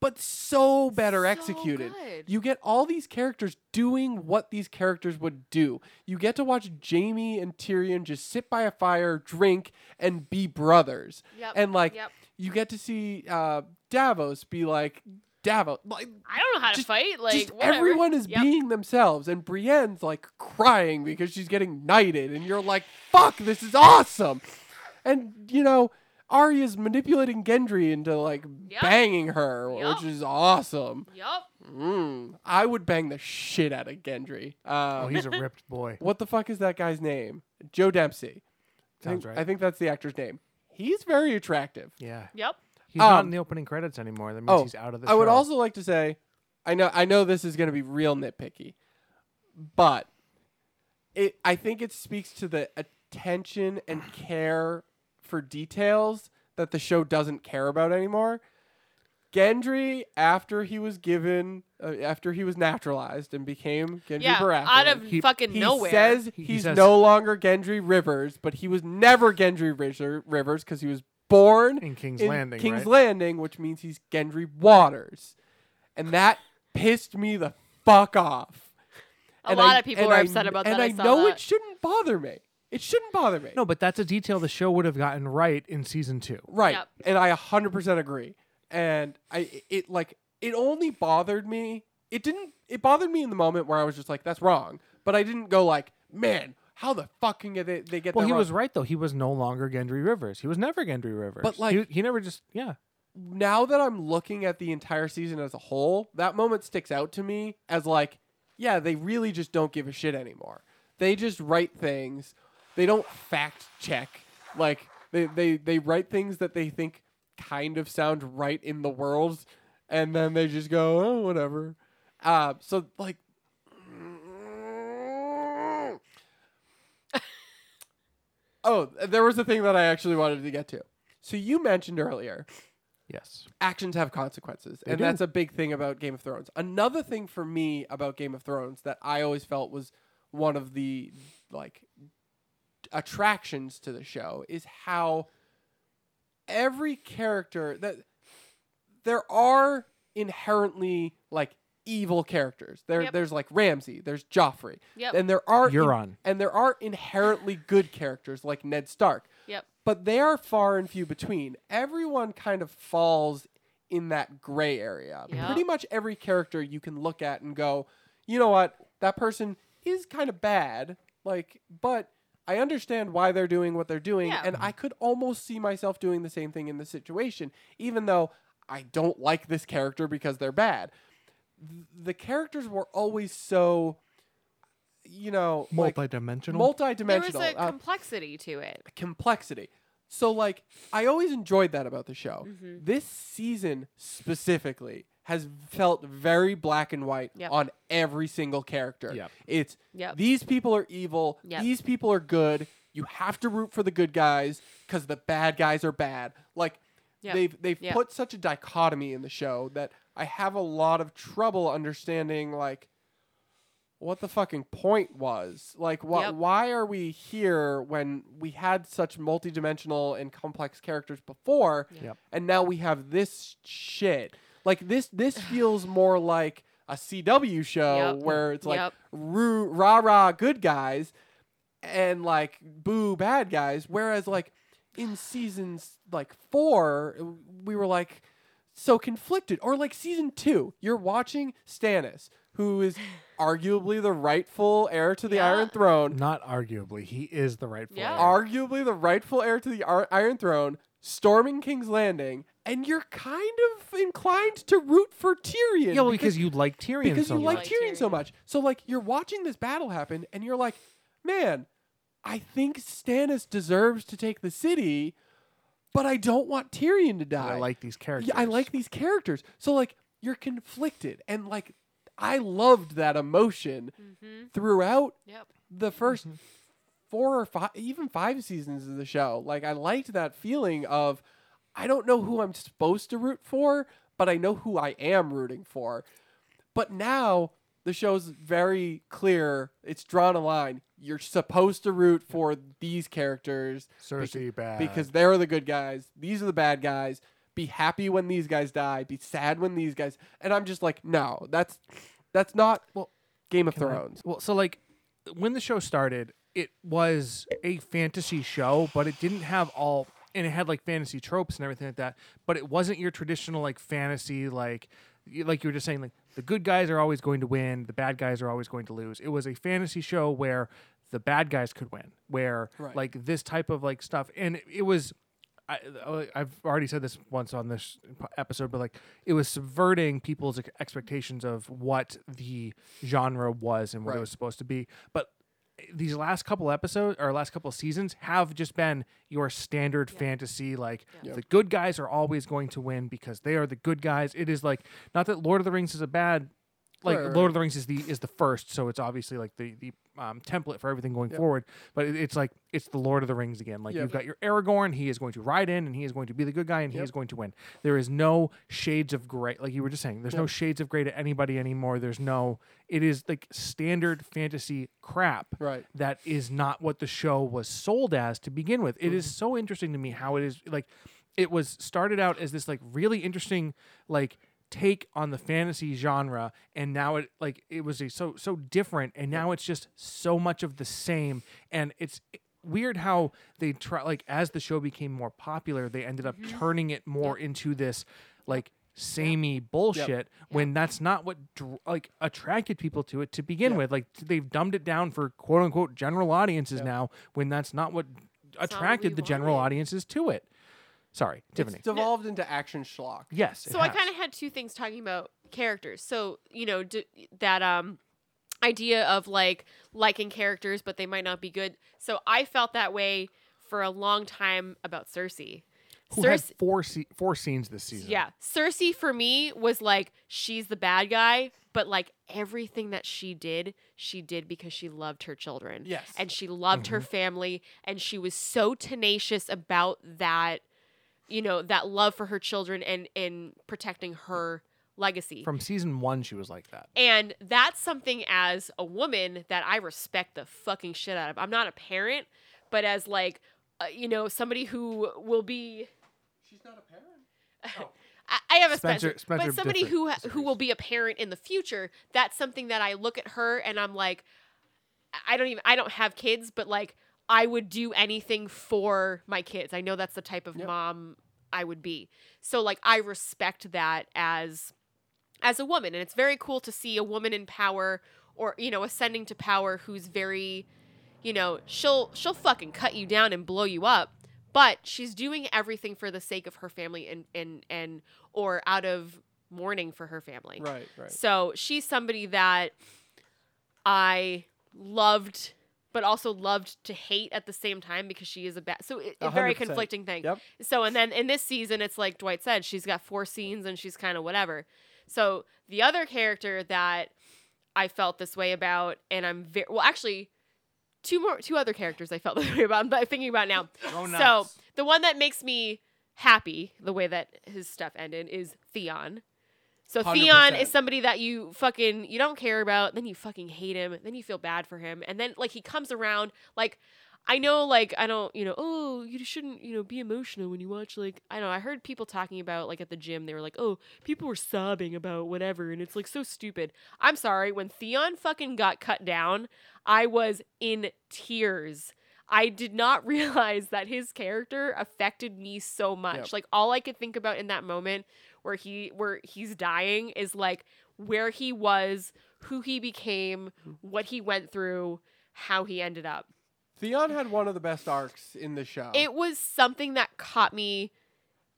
[SPEAKER 3] but so better
[SPEAKER 1] So
[SPEAKER 3] executed.
[SPEAKER 1] good.
[SPEAKER 3] You get all these characters doing what these characters would do. You get to watch Jamie and Tyrion just sit by a fire, drink, and be brothers.
[SPEAKER 1] Yep,
[SPEAKER 3] And like,
[SPEAKER 1] yep.
[SPEAKER 3] you get to see uh, Davos be like, Davos, like,
[SPEAKER 1] I don't know how to
[SPEAKER 3] Just-
[SPEAKER 1] fight. Like
[SPEAKER 3] just
[SPEAKER 1] whatever.
[SPEAKER 3] everyone is
[SPEAKER 1] Yep.
[SPEAKER 3] being themselves, and Brienne's like crying because she's getting knighted, and you're like, "Fuck, this is awesome!" And you know, Arya's manipulating Gendry into like
[SPEAKER 1] Yep.
[SPEAKER 3] banging her,
[SPEAKER 1] Yep.
[SPEAKER 3] which is awesome.
[SPEAKER 1] Yep.
[SPEAKER 3] Mm. I would bang the shit out of Gendry.
[SPEAKER 2] Oh,
[SPEAKER 3] Um,
[SPEAKER 2] he's a ripped boy.
[SPEAKER 3] what the fuck is that guy's name? Joe Dempsey. I think,
[SPEAKER 2] Sounds right.
[SPEAKER 3] I think that's the actor's name. He's very attractive.
[SPEAKER 2] Yeah,
[SPEAKER 1] Yep.
[SPEAKER 2] he's not
[SPEAKER 3] Um,
[SPEAKER 2] in the opening credits anymore. That means
[SPEAKER 3] oh,
[SPEAKER 2] he's out of the
[SPEAKER 3] I would
[SPEAKER 2] show.
[SPEAKER 3] also like to say, I know I know this is going to be real nitpicky, but it I think it speaks to the attention and care for details that the show doesn't care about anymore. Gendry, after he was given, uh, after he was naturalized and became Gendry
[SPEAKER 1] Yeah.
[SPEAKER 3] Baratheon,
[SPEAKER 1] Out of
[SPEAKER 2] He-
[SPEAKER 1] fucking
[SPEAKER 3] he
[SPEAKER 1] nowhere.
[SPEAKER 3] says
[SPEAKER 2] He- he
[SPEAKER 3] he's
[SPEAKER 2] says-
[SPEAKER 3] no longer Gendry Rivers, but he was never Gendry Rizer- Rivers because he was born
[SPEAKER 2] in King's
[SPEAKER 3] in
[SPEAKER 2] Landing.
[SPEAKER 3] King's
[SPEAKER 2] right?
[SPEAKER 3] Landing, which means he's Gendry Waters. And that pissed me the fuck off.
[SPEAKER 1] A
[SPEAKER 3] And
[SPEAKER 1] lot
[SPEAKER 3] I-
[SPEAKER 1] of people
[SPEAKER 3] and
[SPEAKER 1] were
[SPEAKER 3] I-
[SPEAKER 1] upset about that.
[SPEAKER 3] And I,
[SPEAKER 1] saw
[SPEAKER 3] know
[SPEAKER 1] that.
[SPEAKER 3] it shouldn't bother me. It shouldn't bother me.
[SPEAKER 2] No, but that's a detail the show would have gotten right in season two.
[SPEAKER 3] Right.
[SPEAKER 1] Yep.
[SPEAKER 3] And I 100% agree. And I it like it only bothered me. It didn't it bothered me in the moment where I was just like that's wrong, but I didn't go like, "Man, how the fuck can they, they get
[SPEAKER 2] Well,
[SPEAKER 3] that
[SPEAKER 2] he
[SPEAKER 3] wrong?"
[SPEAKER 2] was right though. He was no longer Gendry Rivers. He was never Gendry Rivers.
[SPEAKER 3] But, like-
[SPEAKER 2] he, he never just yeah.
[SPEAKER 3] now that I'm looking at the entire season as a whole, that moment sticks out to me as like, yeah, they really just don't give a shit anymore. They just write things. They don't fact check. Like they they, they write things that they think kind of sound right in the world and then they just go, "Oh, whatever." Uh, so like Oh, there was a thing that I actually wanted to get to. So you mentioned earlier
[SPEAKER 2] Yes.
[SPEAKER 3] actions have consequences
[SPEAKER 2] They
[SPEAKER 3] and
[SPEAKER 2] do.
[SPEAKER 3] that's a big thing about game of thrones another thing for me about game of thrones that i always felt was one of the like attractions to the show is how every character that there are inherently like evil characters there
[SPEAKER 1] Yep.
[SPEAKER 3] there's like ramsey there's joffrey
[SPEAKER 1] Yep.
[SPEAKER 3] and there are in-
[SPEAKER 2] Euron.
[SPEAKER 3] and there are inherently good characters like ned stark
[SPEAKER 1] Yep.
[SPEAKER 3] but they are far and few between. Everyone kind of falls in that gray area.
[SPEAKER 1] Yeah.
[SPEAKER 3] Pretty much every character you can look at and go, you know what, that person is kind of bad, like, but I understand why they're doing what they're doing,
[SPEAKER 1] Yeah.
[SPEAKER 3] and I could almost see myself doing the same thing in this situation, even though I don't like this character because they're bad. Th- The characters were always so, you know, like,
[SPEAKER 2] Multidimensional.
[SPEAKER 1] There was
[SPEAKER 3] multi-dimensional.
[SPEAKER 1] a
[SPEAKER 3] Uh,
[SPEAKER 1] complexity to it.
[SPEAKER 3] complexity. So like I always enjoyed that about the show. This season specifically has felt very black and white
[SPEAKER 1] Yep.
[SPEAKER 3] on every single character.
[SPEAKER 2] Yep.
[SPEAKER 3] It's
[SPEAKER 1] Yep.
[SPEAKER 3] these people are evil,
[SPEAKER 1] Yep.
[SPEAKER 3] these people are good. You have to root for the good guys cuz the bad guys are bad. Like
[SPEAKER 1] Yep.
[SPEAKER 3] they've they've
[SPEAKER 1] Yep.
[SPEAKER 3] put such a dichotomy in the show that I have a lot of trouble understanding like what the fucking point was. Like, wh-
[SPEAKER 1] Yep.
[SPEAKER 3] why are we here when we had such multidimensional and complex characters before,
[SPEAKER 1] Yeah.
[SPEAKER 2] Yep.
[SPEAKER 3] and now we have this shit? Like this, this feels more like a CW show
[SPEAKER 1] Yep.
[SPEAKER 3] where it's like
[SPEAKER 1] Yep.
[SPEAKER 3] roo, rah rah good guys and like boo bad guys. Whereas like in seasons like four, we were like so conflicted. Or like season two, you're watching Stannis, who is arguably the rightful heir to the
[SPEAKER 1] Yeah.
[SPEAKER 3] Iron Throne,
[SPEAKER 2] Not arguably, he is the rightful.
[SPEAKER 1] Yeah.
[SPEAKER 2] heir.
[SPEAKER 3] arguably the rightful heir to the Ar- Iron Throne, storming King's Landing, and you're kind of inclined to root for Tyrion.
[SPEAKER 2] Yeah, well, because you like Tyrion
[SPEAKER 3] because
[SPEAKER 2] so
[SPEAKER 3] you like
[SPEAKER 2] much.
[SPEAKER 3] Tyrion so
[SPEAKER 1] Tyrion.
[SPEAKER 3] much. So like you're watching this battle happen, and you're like, man, I think Stannis deserves to take the city, but I don't want Tyrion to die.
[SPEAKER 2] I like these characters.
[SPEAKER 3] Yeah, I like these characters. So like you're conflicted and like I loved that emotion
[SPEAKER 1] Mm-hmm.
[SPEAKER 3] throughout
[SPEAKER 1] Yep.
[SPEAKER 3] the 1st
[SPEAKER 2] Mm-hmm.
[SPEAKER 3] four or five even five seasons of the show. Like I liked that feeling of I don't know who I'm supposed to root for, but I know who I am rooting for. But now the show's very clear. It's drawn a line. You're supposed to root for these characters
[SPEAKER 2] Cersei bad
[SPEAKER 3] because they're the good guys. These are the bad guys. Be happy when these guys die. Be sad when these guys. And I'm just like, no, that's that's not
[SPEAKER 2] Well,
[SPEAKER 3] Game of
[SPEAKER 2] Can I-
[SPEAKER 3] Thrones.
[SPEAKER 2] well, so like when the show started, it was a fantasy show, but it didn't have all and it had like fantasy tropes and everything like that, but it wasn't your traditional like fantasy like y- like you were just saying like the good guys are always going to win, the bad guys are always going to lose. It was a fantasy show where the bad guys could win, where
[SPEAKER 3] Right.
[SPEAKER 2] like this type of like stuff and it, it was I, uh, I've already said this once on this po- episode, but like it was subverting people's ex- expectations of what the genre was and what it
[SPEAKER 3] Right.
[SPEAKER 2] was supposed to be. But eh, these last couple episodes or last couple seasons have just been your standard fantasy. Like
[SPEAKER 3] Yeah.
[SPEAKER 2] the good guys are always going to win because they are the good guys. It is like not that Lord of the Rings is a bad. Like
[SPEAKER 3] Right, right,
[SPEAKER 2] Lord of the Rings is the is the first, so it's obviously like the the um, template for everything going
[SPEAKER 3] Yeah.
[SPEAKER 2] forward. But it, it's like it's the Lord of the Rings again. Like
[SPEAKER 3] Yeah.
[SPEAKER 2] you've got your Aragorn, he is going to ride in and he is going to be the good guy and he
[SPEAKER 3] Yep.
[SPEAKER 2] is going to win. There is no shades of gray, like you were just saying. There's no
[SPEAKER 3] Yep.
[SPEAKER 2] shades of gray to anybody anymore. There's no. It is like standard fantasy crap
[SPEAKER 3] Right.
[SPEAKER 2] that is not what the show was sold as to begin with. It is so interesting to me how it is like it was started out as this like really interesting like take on the fantasy genre and now it like it was a, so so different and now it's just so much of the same and it's weird how they try like as the show became more popular they ended up turning it more into this like samey bullshit when that's not what dr- like attracted people to it to begin
[SPEAKER 3] Yeah.
[SPEAKER 2] with like they've dumbed it down for quote unquote general audiences
[SPEAKER 3] Yeah.
[SPEAKER 2] now when that's not what
[SPEAKER 1] what
[SPEAKER 2] attracted
[SPEAKER 1] we
[SPEAKER 2] the general
[SPEAKER 1] wanted.
[SPEAKER 2] audiences to it sorry tiffany
[SPEAKER 3] It's devolved into action schlock.
[SPEAKER 2] yes it
[SPEAKER 1] So I
[SPEAKER 2] has.
[SPEAKER 1] kind of had two things talking about characters. So you know d- that um idea of like liking characters, but they might not be good. So I felt that way for a long time about Cersei.
[SPEAKER 2] who had four se- four scenes this season
[SPEAKER 1] Yeah. Cersei for me was like she's the bad guy, but like everything that she did, she did because she loved her children.
[SPEAKER 3] Yes.
[SPEAKER 1] And she loved her family and she was so tenacious about that you know, that love for her children and and protecting her legacy.
[SPEAKER 2] from season one she was like that
[SPEAKER 1] And that's something as a woman that I respect the fucking shit out of. I'm not a parent, but as like, uh, you know, somebody who will be.
[SPEAKER 3] She's not a parent.
[SPEAKER 1] I, I have a Spencer,
[SPEAKER 2] Spencer- Spencer
[SPEAKER 1] but somebody who ha-
[SPEAKER 2] different
[SPEAKER 1] who will be a parent in the future. That's something that I look at her and I'm like, I- I don't even. I don't have kids, but like, I would do anything for my kids. I know that's the type of
[SPEAKER 3] Yep.
[SPEAKER 1] mom I would be. So like, I respect that as as a woman, and it's very cool to see a woman in power or you know ascending to power who's very you know she'll she'll fucking cut you down and blow you up but she's doing everything for the sake of her family and and and or out of mourning for her family
[SPEAKER 3] Right, right.
[SPEAKER 1] so she's somebody that i loved but also loved to hate at the same time because she is a bad so it, a very
[SPEAKER 3] 100%.
[SPEAKER 1] conflicting thing
[SPEAKER 3] Yep.
[SPEAKER 1] so and then in this season it's like dwight said she's got four scenes and she's kind of whatever so the other character that I felt this way about, and I'm very well. Actually, two more, two other characters I felt this way about. I'm thinking about now.
[SPEAKER 2] Go
[SPEAKER 1] so
[SPEAKER 2] nuts.
[SPEAKER 1] the one that makes me happy, the way that his stuff ended, is Theon. So Theon
[SPEAKER 3] 100%.
[SPEAKER 1] is somebody that you fucking you don't care about, then you fucking hate him, then you feel bad for him, and then like he comes around. Like I know, like I don't, you know, oh, you shouldn't, you know, be emotional when you watch. Like I know, I heard people talking about like at the gym, they were like, oh, people were sobbing about whatever, and it's like so stupid. I'm sorry, when Theon fucking got cut down, I was in tears. I did not realize that his character affected me so much.
[SPEAKER 3] Yep.
[SPEAKER 1] Like all I could think about in that moment where he where he's dying is like where he was, who he became, what he went through, how he ended up.
[SPEAKER 3] Theon had one of the best arcs in the show.
[SPEAKER 1] It was something that caught me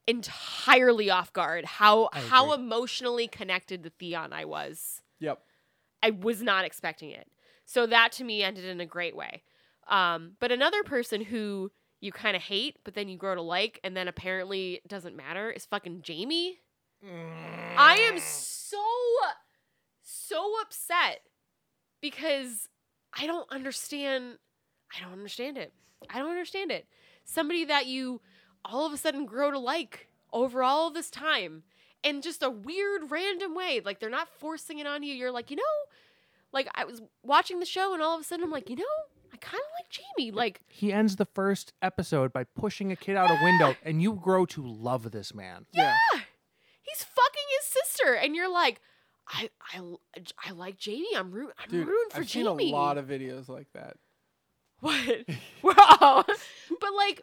[SPEAKER 1] entirely off guard. How
[SPEAKER 2] I
[SPEAKER 1] how
[SPEAKER 2] agree.
[SPEAKER 1] emotionally connected to Theon I was.
[SPEAKER 3] yep.
[SPEAKER 1] I was not expecting it. So that to me ended in a great way. Um, but another person who you kind of hate, but then you grow to like, and then apparently it doesn't matter is fucking Jamie. I am so, so upset because I don't understand. I don't understand it. I don't understand it. Somebody that you all of a sudden grow to like over all this time in just a weird, random way. Like they're not forcing it on you. You're like, you know, like I was watching the show and all of a sudden I'm like, you know, I kind of like Jamie. Like,
[SPEAKER 2] He ends the first episode by pushing a kid out a window, and you grow to love this man.
[SPEAKER 3] Yeah.
[SPEAKER 1] he's fucking his sister and you're like i i, I like jamie i'm root i'm
[SPEAKER 3] Dude,
[SPEAKER 1] rooting for
[SPEAKER 3] I've seen
[SPEAKER 1] jamie
[SPEAKER 3] a lot of videos like that.
[SPEAKER 1] what wow but like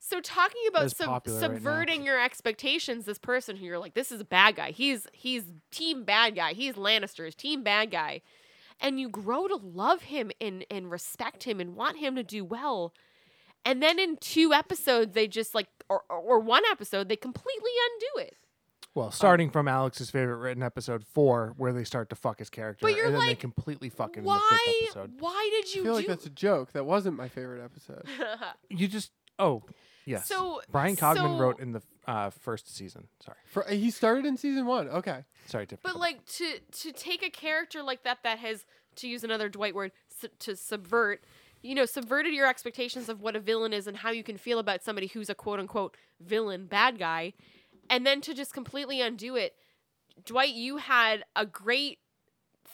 [SPEAKER 1] so talking about
[SPEAKER 2] That's
[SPEAKER 1] sub-
[SPEAKER 2] popular right now.
[SPEAKER 1] subverting your expectations this person who you're like this is a bad guy he's he's team bad guy he's lannister's team bad guy and you grow to love him and and respect him and want him to do well and then in two episodes they just like or, or one episode they completely undo it Um,
[SPEAKER 2] Well, starting from Alex's favorite written episode four, where they start to fuck his character,
[SPEAKER 1] But you're
[SPEAKER 2] and then they
[SPEAKER 1] like,
[SPEAKER 2] completely fuck it in the
[SPEAKER 1] why
[SPEAKER 2] fifth episode.
[SPEAKER 1] why did
[SPEAKER 3] I
[SPEAKER 1] you
[SPEAKER 3] feel like
[SPEAKER 1] do
[SPEAKER 3] that's a joke. That wasn't my favorite episode.
[SPEAKER 2] You just oh yes.
[SPEAKER 1] So-
[SPEAKER 2] Brian Cogman
[SPEAKER 1] so-
[SPEAKER 2] wrote in the uh, first season. Sorry,
[SPEAKER 3] For, he started in season one. Okay.
[SPEAKER 2] sorry, Tiffany.
[SPEAKER 1] but like to to take a character like that that has to use another dwight word su- to subvert you know subverted your expectations of what a villain is and how you can feel about somebody who's a quote unquote villain bad guy and then to just completely undo it dwight you had a great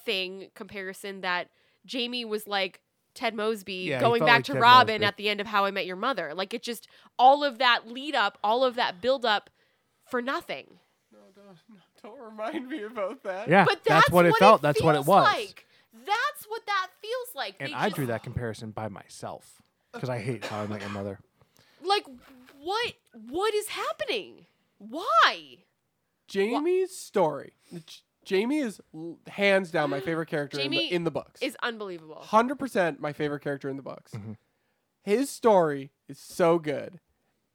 [SPEAKER 1] thing comparison that jamie was like ted mosby
[SPEAKER 2] Yeah, he
[SPEAKER 1] going
[SPEAKER 2] felt
[SPEAKER 1] back
[SPEAKER 2] like
[SPEAKER 1] to
[SPEAKER 2] Ted
[SPEAKER 1] robin
[SPEAKER 2] Mosby.
[SPEAKER 1] at the end of how i met your mother like it just all of that lead up all of that build up for nothing
[SPEAKER 3] No, don't, don't remind me about that.
[SPEAKER 2] yeah,
[SPEAKER 1] but that's,
[SPEAKER 2] that's, what it felt. that's what it
[SPEAKER 1] feels
[SPEAKER 2] was.
[SPEAKER 1] Like. That's what that feels like.
[SPEAKER 2] And
[SPEAKER 1] They
[SPEAKER 2] I
[SPEAKER 1] just-
[SPEAKER 2] drew that comparison by myself because I hate How I Met Your Mother.
[SPEAKER 1] Like, what? What is happening? Why?
[SPEAKER 3] Jamie's story. J- Jamie is l- hands down my favorite character in the,
[SPEAKER 1] Jamie
[SPEAKER 3] in the books.
[SPEAKER 1] Is unbelievable.
[SPEAKER 3] hundred percent my favorite character in the books. His story is so good,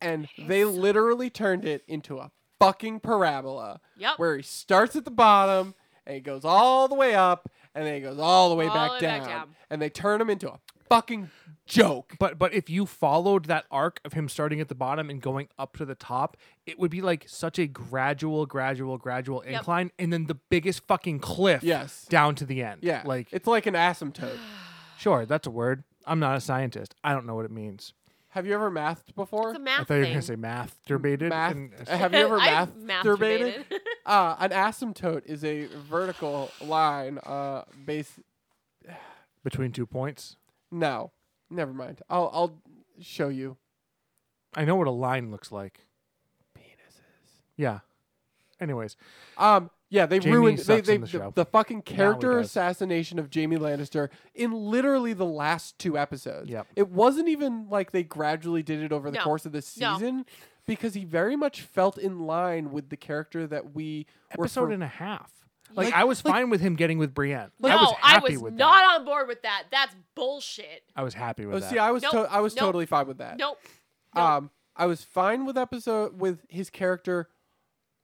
[SPEAKER 3] and they literally turned it into a fucking parabola.
[SPEAKER 1] Yep.
[SPEAKER 3] Where he starts at the bottom and he goes all the way up, and then he goes all the way,
[SPEAKER 1] All
[SPEAKER 3] back,
[SPEAKER 1] the way
[SPEAKER 3] down,
[SPEAKER 1] back down.
[SPEAKER 3] and they turn him into a fucking joke.
[SPEAKER 2] But but if you followed that arc of him starting at the bottom and going up to the top, it would be like such a gradual, gradual, gradual incline, and then the biggest fucking cliff.
[SPEAKER 3] Yes.
[SPEAKER 2] Down to the end.
[SPEAKER 3] Yeah,
[SPEAKER 2] Like
[SPEAKER 3] it's like an asymptote.
[SPEAKER 2] sure, that's a word. I'm not a scientist. I don't know what it means.
[SPEAKER 3] Have you ever mathed before?
[SPEAKER 1] It's a math
[SPEAKER 2] I thought you were
[SPEAKER 1] thing.
[SPEAKER 2] gonna say masturbated.
[SPEAKER 3] Math-
[SPEAKER 2] and-
[SPEAKER 3] have you ever
[SPEAKER 1] I've
[SPEAKER 3] masturbated?
[SPEAKER 1] masturbated.
[SPEAKER 3] uh, an asymptote is a vertical line. Uh, base.
[SPEAKER 2] between two points.
[SPEAKER 3] No, never mind. I'll I'll show you.
[SPEAKER 2] I know what a line looks like. Penises. Yeah. Anyways,
[SPEAKER 3] Um, yeah, they
[SPEAKER 2] Jamie
[SPEAKER 3] ruined
[SPEAKER 2] sucks
[SPEAKER 3] they,
[SPEAKER 2] in
[SPEAKER 3] they,
[SPEAKER 2] the
[SPEAKER 3] the,
[SPEAKER 2] show.
[SPEAKER 3] the fucking character
[SPEAKER 2] does.
[SPEAKER 3] assassination of Jamie Lannister in literally the last two episodes.
[SPEAKER 2] Yep.
[SPEAKER 3] It wasn't even like they gradually did it over the
[SPEAKER 1] No.
[SPEAKER 3] course of the
[SPEAKER 1] No.
[SPEAKER 3] season because he very much felt in line with the character that we
[SPEAKER 2] episode
[SPEAKER 3] were fam-
[SPEAKER 2] and a half. Like,
[SPEAKER 3] Like-
[SPEAKER 2] I was
[SPEAKER 3] like-
[SPEAKER 2] fine with him getting with Brienne.
[SPEAKER 1] no,
[SPEAKER 2] I was
[SPEAKER 1] I
[SPEAKER 2] happy
[SPEAKER 1] was
[SPEAKER 2] with
[SPEAKER 1] not on board with that. That's bullshit.
[SPEAKER 2] that. I was happy with
[SPEAKER 3] Oh,
[SPEAKER 2] that.
[SPEAKER 3] see, I was
[SPEAKER 1] Nope,
[SPEAKER 3] to- I was
[SPEAKER 1] nope,
[SPEAKER 3] totally fine with
[SPEAKER 2] Uh,
[SPEAKER 3] that.
[SPEAKER 1] Nope.
[SPEAKER 3] Um, I was fine with episode with his character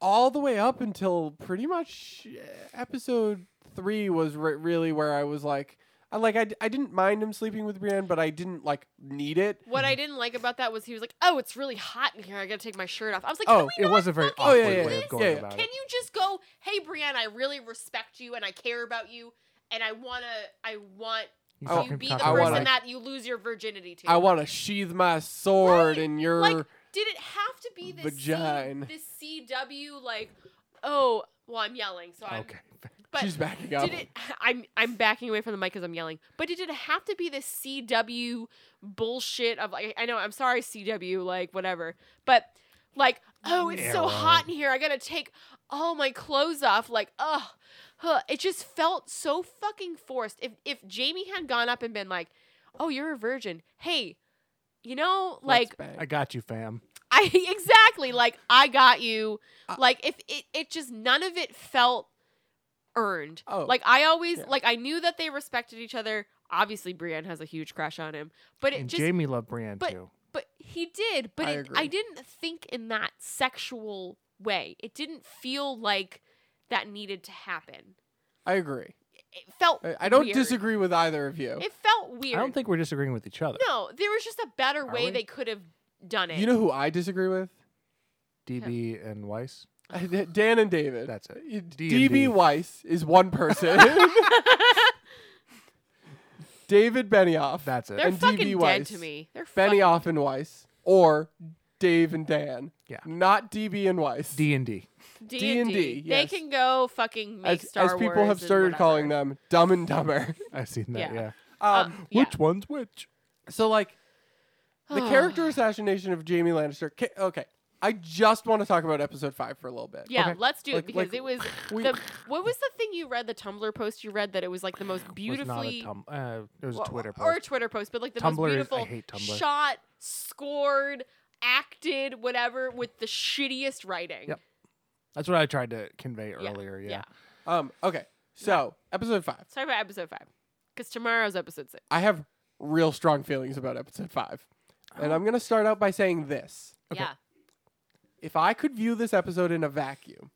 [SPEAKER 3] all the way up until pretty much uh, episode three was re- really where I was like, I like I, d- I didn't mind him sleeping with Brienne, but I didn't like need it.
[SPEAKER 1] What
[SPEAKER 2] mm-hmm.
[SPEAKER 1] I didn't like about that was he was like, "Oh, it's really hot in here. I gotta take my shirt off." I was like,
[SPEAKER 3] Oh,
[SPEAKER 1] "Can we
[SPEAKER 2] it
[SPEAKER 1] not
[SPEAKER 2] was a very
[SPEAKER 1] fucking
[SPEAKER 2] awkward
[SPEAKER 3] Oh, yeah, yeah,
[SPEAKER 2] way
[SPEAKER 3] yeah.
[SPEAKER 2] of going
[SPEAKER 3] Yeah, yeah.
[SPEAKER 2] about
[SPEAKER 1] Can
[SPEAKER 2] it.
[SPEAKER 1] you just go, hey Brienne, I really respect you and I care about you and I wanna I want
[SPEAKER 2] You
[SPEAKER 3] Oh,
[SPEAKER 1] you
[SPEAKER 2] fucking
[SPEAKER 1] be the
[SPEAKER 2] cock
[SPEAKER 1] person
[SPEAKER 3] I wanna-
[SPEAKER 1] that you lose your virginity to.
[SPEAKER 3] I want to sheathe my sword
[SPEAKER 1] Right,
[SPEAKER 3] in your.
[SPEAKER 1] like did it have to be this C-
[SPEAKER 3] Vagina.
[SPEAKER 1] this CW like oh well I'm yelling so I'm
[SPEAKER 2] Okay.
[SPEAKER 1] but
[SPEAKER 3] she's backing up.
[SPEAKER 1] did it I'm I'm backing away from the mic because I'm yelling but did it have to be this CW bullshit of like I know I'm sorry CW like whatever but like oh it's so
[SPEAKER 2] No.
[SPEAKER 1] hot in here I gotta take all my clothes off like ugh huh. it just felt so fucking forced if if Jamie had gone up and been like oh you're a virgin hey you know
[SPEAKER 3] Let's
[SPEAKER 1] like
[SPEAKER 3] bang.
[SPEAKER 2] I got you, fam.
[SPEAKER 1] I exactly like I got you.
[SPEAKER 3] Uh,
[SPEAKER 1] like if it it just none of it felt earned.
[SPEAKER 3] Oh,
[SPEAKER 1] like I always
[SPEAKER 3] yeah.
[SPEAKER 1] like I knew that they respected each other. Obviously Brienne has a huge crush on him, but it
[SPEAKER 2] And
[SPEAKER 1] just
[SPEAKER 2] Jamie loved Brienne
[SPEAKER 1] but-
[SPEAKER 2] too.
[SPEAKER 1] but he did, but
[SPEAKER 3] I
[SPEAKER 1] it,
[SPEAKER 3] agree.
[SPEAKER 1] I didn't think in that sexual way. It didn't feel like that needed to happen.
[SPEAKER 3] I agree.
[SPEAKER 1] it felt.
[SPEAKER 3] I- I don't
[SPEAKER 1] weird.
[SPEAKER 3] disagree with either of you.
[SPEAKER 1] It felt weird.
[SPEAKER 2] I don't think we're disagreeing with each other.
[SPEAKER 1] No, there was just a better
[SPEAKER 2] Are
[SPEAKER 1] way
[SPEAKER 2] we?
[SPEAKER 1] they could have done it.
[SPEAKER 3] You know who I disagree with?
[SPEAKER 2] DB and Weiss.
[SPEAKER 3] Dan and David.
[SPEAKER 2] That's it.
[SPEAKER 3] You-
[SPEAKER 2] D and D.
[SPEAKER 3] DB Weiss is one person. David Benioff.
[SPEAKER 2] That's it.
[SPEAKER 1] they're
[SPEAKER 3] and
[SPEAKER 1] fucking
[SPEAKER 3] DB
[SPEAKER 1] dead
[SPEAKER 3] Weiss.
[SPEAKER 1] to me. They're fucking.
[SPEAKER 3] Benioff and Weiss, or Dave and Dan.
[SPEAKER 2] Yeah.
[SPEAKER 3] Not DB and Weiss.
[SPEAKER 2] D and D.
[SPEAKER 1] D and D.
[SPEAKER 3] D&D,
[SPEAKER 1] They
[SPEAKER 3] yes.
[SPEAKER 1] can go fucking make
[SPEAKER 3] as,
[SPEAKER 1] Star
[SPEAKER 3] as people
[SPEAKER 1] Wars
[SPEAKER 3] have
[SPEAKER 1] and
[SPEAKER 3] started calling
[SPEAKER 1] whatever.
[SPEAKER 3] them Dumb and Dumber.
[SPEAKER 2] I've seen
[SPEAKER 1] Yeah.
[SPEAKER 2] that. Yeah.
[SPEAKER 1] Uh,
[SPEAKER 3] Um,
[SPEAKER 1] yeah.
[SPEAKER 2] Which one's which?
[SPEAKER 3] So like, the character assassination of Jamie Lannister. ca- Okay, I just want to talk about episode five for a little bit.
[SPEAKER 1] Yeah,
[SPEAKER 2] Okay.
[SPEAKER 1] let's do it
[SPEAKER 3] Like-
[SPEAKER 1] because
[SPEAKER 3] like,
[SPEAKER 1] it was
[SPEAKER 3] we-
[SPEAKER 1] the what was the thing you read the Tumblr post you read that it was like the most beautifully
[SPEAKER 2] Was not a tum- uh, it was a
[SPEAKER 1] Well,
[SPEAKER 2] Twitter post.
[SPEAKER 1] or a Twitter post, but like the
[SPEAKER 2] Tumblr
[SPEAKER 1] most
[SPEAKER 2] is- I
[SPEAKER 1] beautiful
[SPEAKER 2] hate Tumblr.
[SPEAKER 1] shot, scored, acted, whatever with the shittiest writing.
[SPEAKER 2] Yep. That's what I tried to convey
[SPEAKER 1] Yeah,
[SPEAKER 2] earlier. Yeah.
[SPEAKER 3] Um. Okay. So episode five.
[SPEAKER 1] Sorry about episode five because tomorrow's episode six.
[SPEAKER 3] I have real strong feelings about episode five, and I'm gonna start out by saying this:
[SPEAKER 1] Yeah.
[SPEAKER 3] If I could view this episode in a vacuum,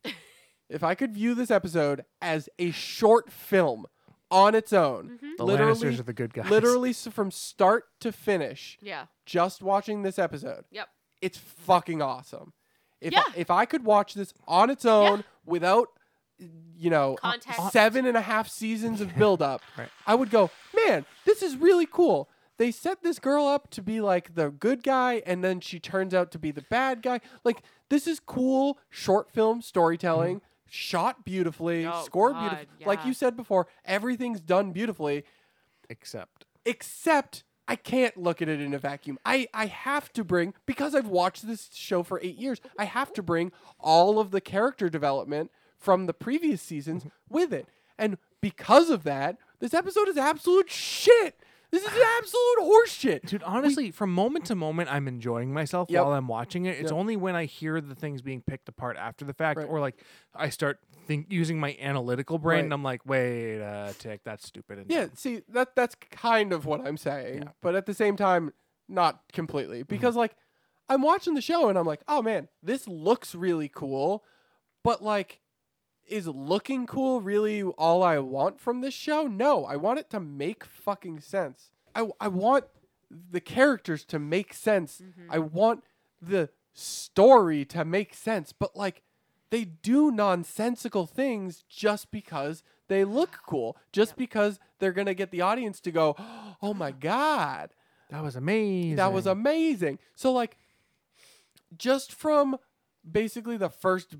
[SPEAKER 3] if I could view this episode as a short film on its own,
[SPEAKER 1] Mhm.
[SPEAKER 2] The Lannisters
[SPEAKER 3] literally,
[SPEAKER 2] are the good guys.
[SPEAKER 3] literally s- from start to finish,
[SPEAKER 1] Yeah.
[SPEAKER 3] just watching this episode,
[SPEAKER 1] Yep.
[SPEAKER 3] it's fucking awesome. If
[SPEAKER 1] Yeah.
[SPEAKER 3] I, if I could watch this on its own without, you know,
[SPEAKER 1] Context.
[SPEAKER 3] seven and a half seasons of build up,
[SPEAKER 2] Right.
[SPEAKER 3] I would go, man, this is really cool. They set this girl up to be like the good guy, and then she turns out to be the bad guy. Like this is cool short film storytelling, shot beautifully,
[SPEAKER 1] Oh,
[SPEAKER 3] scored
[SPEAKER 1] God,
[SPEAKER 3] beautifully. Like
[SPEAKER 1] yeah.
[SPEAKER 3] you said before, everything's done beautifully
[SPEAKER 2] Except.
[SPEAKER 3] except I can't look at it in a vacuum. I, I have to bring because I've watched this show for eight years. I have to bring all of the character development from the previous seasons with it, and because of that, this episode is absolute shit. This is absolute horseshit.
[SPEAKER 2] Dude, honestly, from moment to moment, I'm enjoying myself
[SPEAKER 3] Yep.
[SPEAKER 2] while I'm watching it. It's
[SPEAKER 3] Yep.
[SPEAKER 2] only when I hear the things being picked apart after the fact,
[SPEAKER 3] Right.
[SPEAKER 2] or like I start think using my analytical brain,
[SPEAKER 3] Right.
[SPEAKER 2] and I'm like, wait a tick, that's stupid. And
[SPEAKER 3] Yeah,
[SPEAKER 2] dumb."
[SPEAKER 3] see that that's kind of what I'm saying,
[SPEAKER 2] Yeah.
[SPEAKER 3] but at the same time, not completely because like I'm watching the show and I'm like, oh man, this looks really cool, but like, is looking cool really all I want from this show? No, I want it to make fucking sense. I I want the characters to make sense. I want the story to make sense, but like they do nonsensical things just because they look cool, just because they're going to get the audience to go, "Oh my god,
[SPEAKER 2] that was amazing.
[SPEAKER 3] that was amazing." So like just from basically the first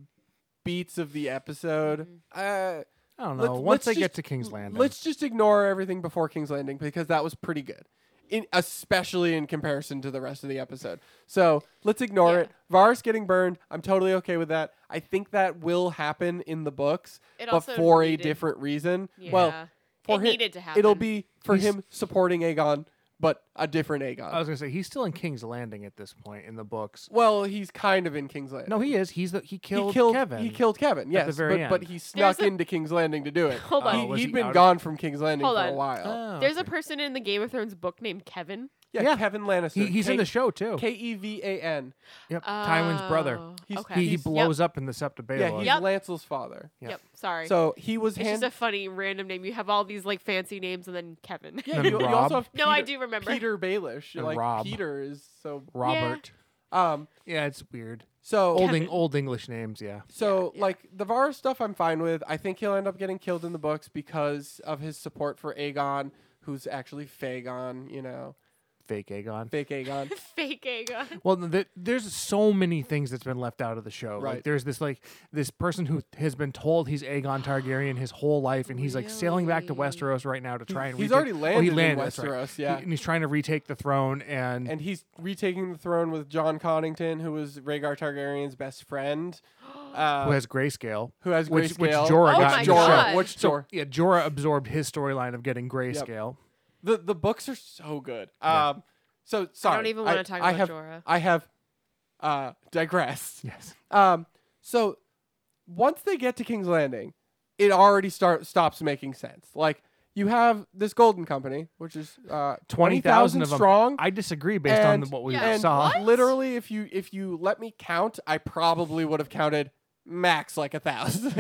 [SPEAKER 3] beats of the episode, uh
[SPEAKER 2] I don't know.
[SPEAKER 3] Let's- let's
[SPEAKER 2] Once I get
[SPEAKER 3] just-
[SPEAKER 2] to King's Landing,
[SPEAKER 3] Let's just ignore everything before King's Landing because that was pretty good. In, especially in comparison to the rest of the episode. So let's ignore
[SPEAKER 1] Yeah.
[SPEAKER 3] it. Varus getting burned. I'm totally okay with that. I think that will happen in the books,
[SPEAKER 1] It
[SPEAKER 3] but
[SPEAKER 1] also
[SPEAKER 3] for
[SPEAKER 1] needed-
[SPEAKER 3] a different reason.
[SPEAKER 1] Yeah.
[SPEAKER 3] Well, for
[SPEAKER 1] it
[SPEAKER 3] him,
[SPEAKER 1] needed to happen.
[SPEAKER 3] it'll be for
[SPEAKER 2] He's- Uh,
[SPEAKER 3] him supporting Aegon, but a different Aegon.
[SPEAKER 2] I was gonna say he's still in King's Landing at this point in the books.
[SPEAKER 3] well, he's kind of in King's Landing.
[SPEAKER 2] No, he is. He's the, he killed,
[SPEAKER 3] he killed
[SPEAKER 2] Kevin.
[SPEAKER 3] He killed Kevin. Yes,
[SPEAKER 2] the very
[SPEAKER 3] but, but
[SPEAKER 2] end.
[SPEAKER 3] he snuck
[SPEAKER 1] a-
[SPEAKER 3] into King's Landing to do it.
[SPEAKER 1] Hold on.
[SPEAKER 2] Oh, was
[SPEAKER 3] he,
[SPEAKER 2] he
[SPEAKER 3] had been
[SPEAKER 2] out of-
[SPEAKER 3] gone from King's Landing
[SPEAKER 1] Hold
[SPEAKER 3] for a
[SPEAKER 1] on.
[SPEAKER 3] while.
[SPEAKER 2] Oh,
[SPEAKER 1] There's a
[SPEAKER 2] okay.
[SPEAKER 1] person in the Game of Thrones book named Kevin.
[SPEAKER 3] Yeah,
[SPEAKER 2] Yeah.
[SPEAKER 3] Kevin Lannister.
[SPEAKER 2] He, he's in the show too.
[SPEAKER 3] K E V A N.
[SPEAKER 2] yep, Tywin's brother.
[SPEAKER 1] Oh,
[SPEAKER 3] He's-
[SPEAKER 1] okay.
[SPEAKER 2] He, he
[SPEAKER 1] Yep.
[SPEAKER 2] blows up in the Septa
[SPEAKER 3] Yeah, he's
[SPEAKER 2] Baylor.
[SPEAKER 1] Yep.
[SPEAKER 3] Lancel's father.
[SPEAKER 1] Yep.
[SPEAKER 2] Yeah.
[SPEAKER 1] Sorry.
[SPEAKER 3] So he was
[SPEAKER 1] it's
[SPEAKER 3] hand-
[SPEAKER 1] just a funny random name. You have all these like fancy names and then Kevin.
[SPEAKER 3] yeah,
[SPEAKER 2] And
[SPEAKER 3] you, you
[SPEAKER 2] Rob.
[SPEAKER 3] also have Peter,
[SPEAKER 1] no, I do remember.
[SPEAKER 3] Peter Baelish.
[SPEAKER 2] And
[SPEAKER 3] like
[SPEAKER 2] Rob.
[SPEAKER 3] Peter is so
[SPEAKER 2] Robert.
[SPEAKER 3] um
[SPEAKER 2] Yeah, it's weird.
[SPEAKER 3] so
[SPEAKER 2] Old
[SPEAKER 1] Kevin.
[SPEAKER 2] Eng- old English names. Yeah.
[SPEAKER 3] so
[SPEAKER 1] yeah.
[SPEAKER 3] like the Varus stuff I'm fine with. I think he'll end up getting killed in the books because of his support for Aegon, who's actually Fagon, you know.
[SPEAKER 2] fake Aegon.
[SPEAKER 3] Fake Aegon.
[SPEAKER 1] Fake Aegon.
[SPEAKER 2] Well, th- there's so many things that's been left out of the show. Like
[SPEAKER 3] Right.
[SPEAKER 2] there's this like this person who has been told he's Aegon Targaryen his whole life, and he's like sailing back to
[SPEAKER 1] Really?
[SPEAKER 2] Westeros right now to try and
[SPEAKER 3] he's
[SPEAKER 2] retake-
[SPEAKER 3] already
[SPEAKER 2] oh, he
[SPEAKER 3] landed in
[SPEAKER 2] landed that's right.
[SPEAKER 3] Westeros, yeah.
[SPEAKER 2] He- and he's trying to retake the throne, and,
[SPEAKER 3] and he's retaking the throne with John Connington, who was Rhaegar Targaryen's best friend. Uh,
[SPEAKER 2] who has grayscale,
[SPEAKER 3] who has
[SPEAKER 2] which, which
[SPEAKER 3] grayscale.
[SPEAKER 2] Jorah
[SPEAKER 1] Oh
[SPEAKER 2] got
[SPEAKER 1] my
[SPEAKER 2] in the
[SPEAKER 1] God.
[SPEAKER 2] show.
[SPEAKER 1] God.
[SPEAKER 3] Which
[SPEAKER 2] So
[SPEAKER 3] Jorah?
[SPEAKER 2] yeah, Jorah absorbed his storyline of getting grayscale.
[SPEAKER 3] The the books are so good.
[SPEAKER 2] Yeah.
[SPEAKER 3] Um, so sorry.
[SPEAKER 1] even wanna talk about
[SPEAKER 3] have,
[SPEAKER 1] Jorah.
[SPEAKER 3] I have uh, digressed.
[SPEAKER 2] Yes,
[SPEAKER 3] Um, so once they get to King's Landing, it already start stops making sense. Like you have this Golden Company, which is uh, twenty thousand
[SPEAKER 2] of them.
[SPEAKER 3] strong.
[SPEAKER 2] I disagree based on
[SPEAKER 3] And-
[SPEAKER 2] the- what we
[SPEAKER 1] Yeah.
[SPEAKER 3] and
[SPEAKER 2] saw.
[SPEAKER 1] What?
[SPEAKER 3] literally, if you if you let me count, I probably would have counted max like a thousand.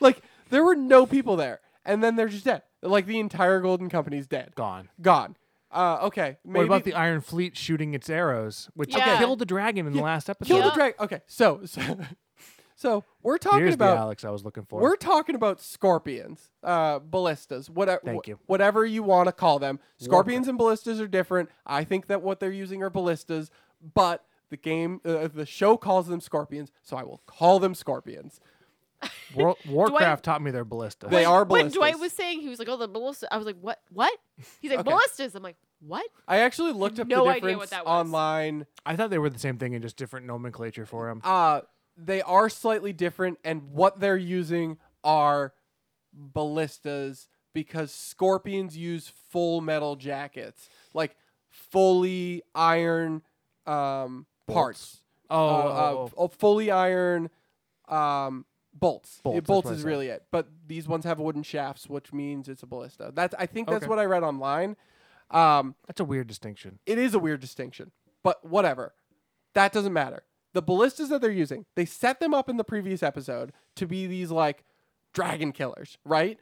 [SPEAKER 3] like there were no people there, and then they're just dead. Like the entire Golden Company's dead,
[SPEAKER 2] Gone.
[SPEAKER 3] gone. Uh, okay, maybe
[SPEAKER 2] What about the Iron Fleet shooting its arrows, which
[SPEAKER 1] Okay.
[SPEAKER 2] killed the dragon in the last episode?
[SPEAKER 3] kill the
[SPEAKER 1] Yeah.
[SPEAKER 3] dragon? Okay, so so, so we're talking
[SPEAKER 2] Here's the
[SPEAKER 3] about
[SPEAKER 2] Alex I was looking for.
[SPEAKER 3] we're talking about scorpions, uh, ballistas, whatever
[SPEAKER 2] Thank you.
[SPEAKER 3] whatever you want to call them. Scorpions and ballistas are different. I think that what they're using are ballistas, but the game uh, the show calls them scorpions, so I will call them scorpions.
[SPEAKER 2] War- Warcraft taught me their ballista.
[SPEAKER 3] They are
[SPEAKER 1] When
[SPEAKER 3] ballistas.
[SPEAKER 1] Dwight was saying he was like, "Oh, the ballista," I was like, "What? What?" He's like,
[SPEAKER 3] Okay.
[SPEAKER 1] "Ballistas." I'm like, "What?"
[SPEAKER 3] I actually looked up
[SPEAKER 1] no
[SPEAKER 3] the
[SPEAKER 1] idea
[SPEAKER 3] difference
[SPEAKER 1] what that was.
[SPEAKER 3] online.
[SPEAKER 2] I thought they were the same thing in just different nomenclature for them.
[SPEAKER 3] Uh, they are slightly different, and what they're using are ballistas because scorpions use full metal jackets, like fully iron um, parts.
[SPEAKER 2] Oh,
[SPEAKER 3] Uh,
[SPEAKER 2] oh,
[SPEAKER 3] uh,
[SPEAKER 2] oh.
[SPEAKER 3] f- uh, fully iron um, bolts.
[SPEAKER 2] Bolts,
[SPEAKER 3] Yeah,
[SPEAKER 2] that's
[SPEAKER 3] bolts
[SPEAKER 2] what I
[SPEAKER 3] is
[SPEAKER 2] said.
[SPEAKER 3] really it. But these ones have wooden shafts, which means it's a ballista. That's I think that's
[SPEAKER 2] Okay.
[SPEAKER 3] what I read online. Um,
[SPEAKER 2] that's a weird distinction.
[SPEAKER 3] it is a weird distinction, but whatever. That doesn't matter. The ballistas that they're using, they set them up in the previous episode to be these like dragon killers, right?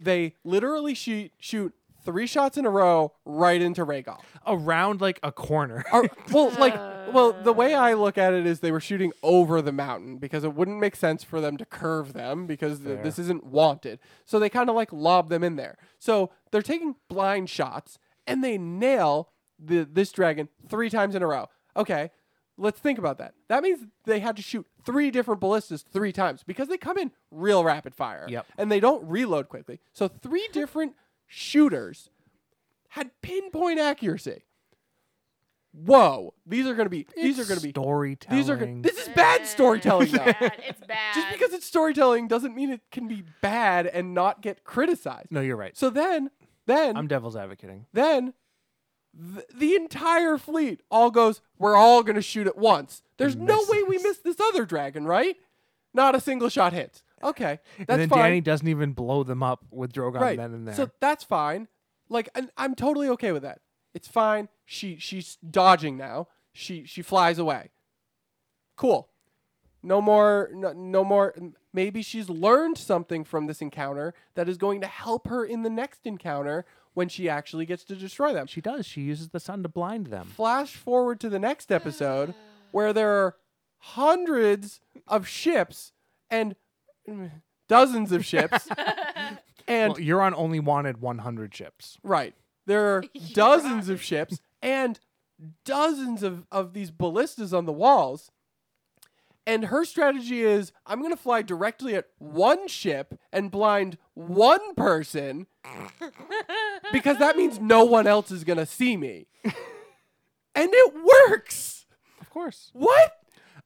[SPEAKER 3] They literally shoot shoot three shots in a row right into Rhaegal.
[SPEAKER 2] Around like a corner.
[SPEAKER 3] Or- well, like, well, the way I look at it is they were shooting over the mountain because it wouldn't make sense for them to curve them because th-
[SPEAKER 2] Fair.
[SPEAKER 3] this isn't wanted. So they kind of like lob them in there. So they're taking blind shots and they nail the this dragon three times in a row. Okay, let's think about that. That means they had to shoot three different ballistas three times because they come in real rapid fire
[SPEAKER 2] Yep.
[SPEAKER 3] and they don't reload quickly. So three different shooters had pinpoint accuracy. Whoa, these are going to be these are going to be
[SPEAKER 2] storytelling.
[SPEAKER 3] these are gonna, this is bad storytelling. though.
[SPEAKER 1] It's bad.
[SPEAKER 3] Just because it's storytelling doesn't mean it can be bad and not get criticized.
[SPEAKER 2] no, you're right.
[SPEAKER 3] So then then
[SPEAKER 2] I'm devil's advocating.
[SPEAKER 3] then th- the entire fleet all goes we're all going to shoot at once. There's no way we miss this other dragon, right? Not a single shot hits. Okay, that's
[SPEAKER 2] and then
[SPEAKER 3] fine.
[SPEAKER 2] Danny doesn't even blow them up with Drogon
[SPEAKER 3] right.
[SPEAKER 2] then and there.
[SPEAKER 3] So that's fine. Like and I'm totally okay with that. It's fine. She she's dodging now. She she flies away. Cool. No more no, no more maybe she's learned something from this encounter that is going to help her in the next encounter when she actually gets to destroy them.
[SPEAKER 2] she does. She uses the sun to blind them.
[SPEAKER 3] Flash forward to the next episode where there are hundreds of ships and mm, dozens of ships and
[SPEAKER 2] Well, Euron only wanted 100 ships.
[SPEAKER 3] Right. There are dozens of ships and dozens of, of these ballistas on the walls. And her strategy is I'm going to fly directly at one ship and blind one person because that means no one else is going to see me. and it works.
[SPEAKER 2] Of course.
[SPEAKER 3] What?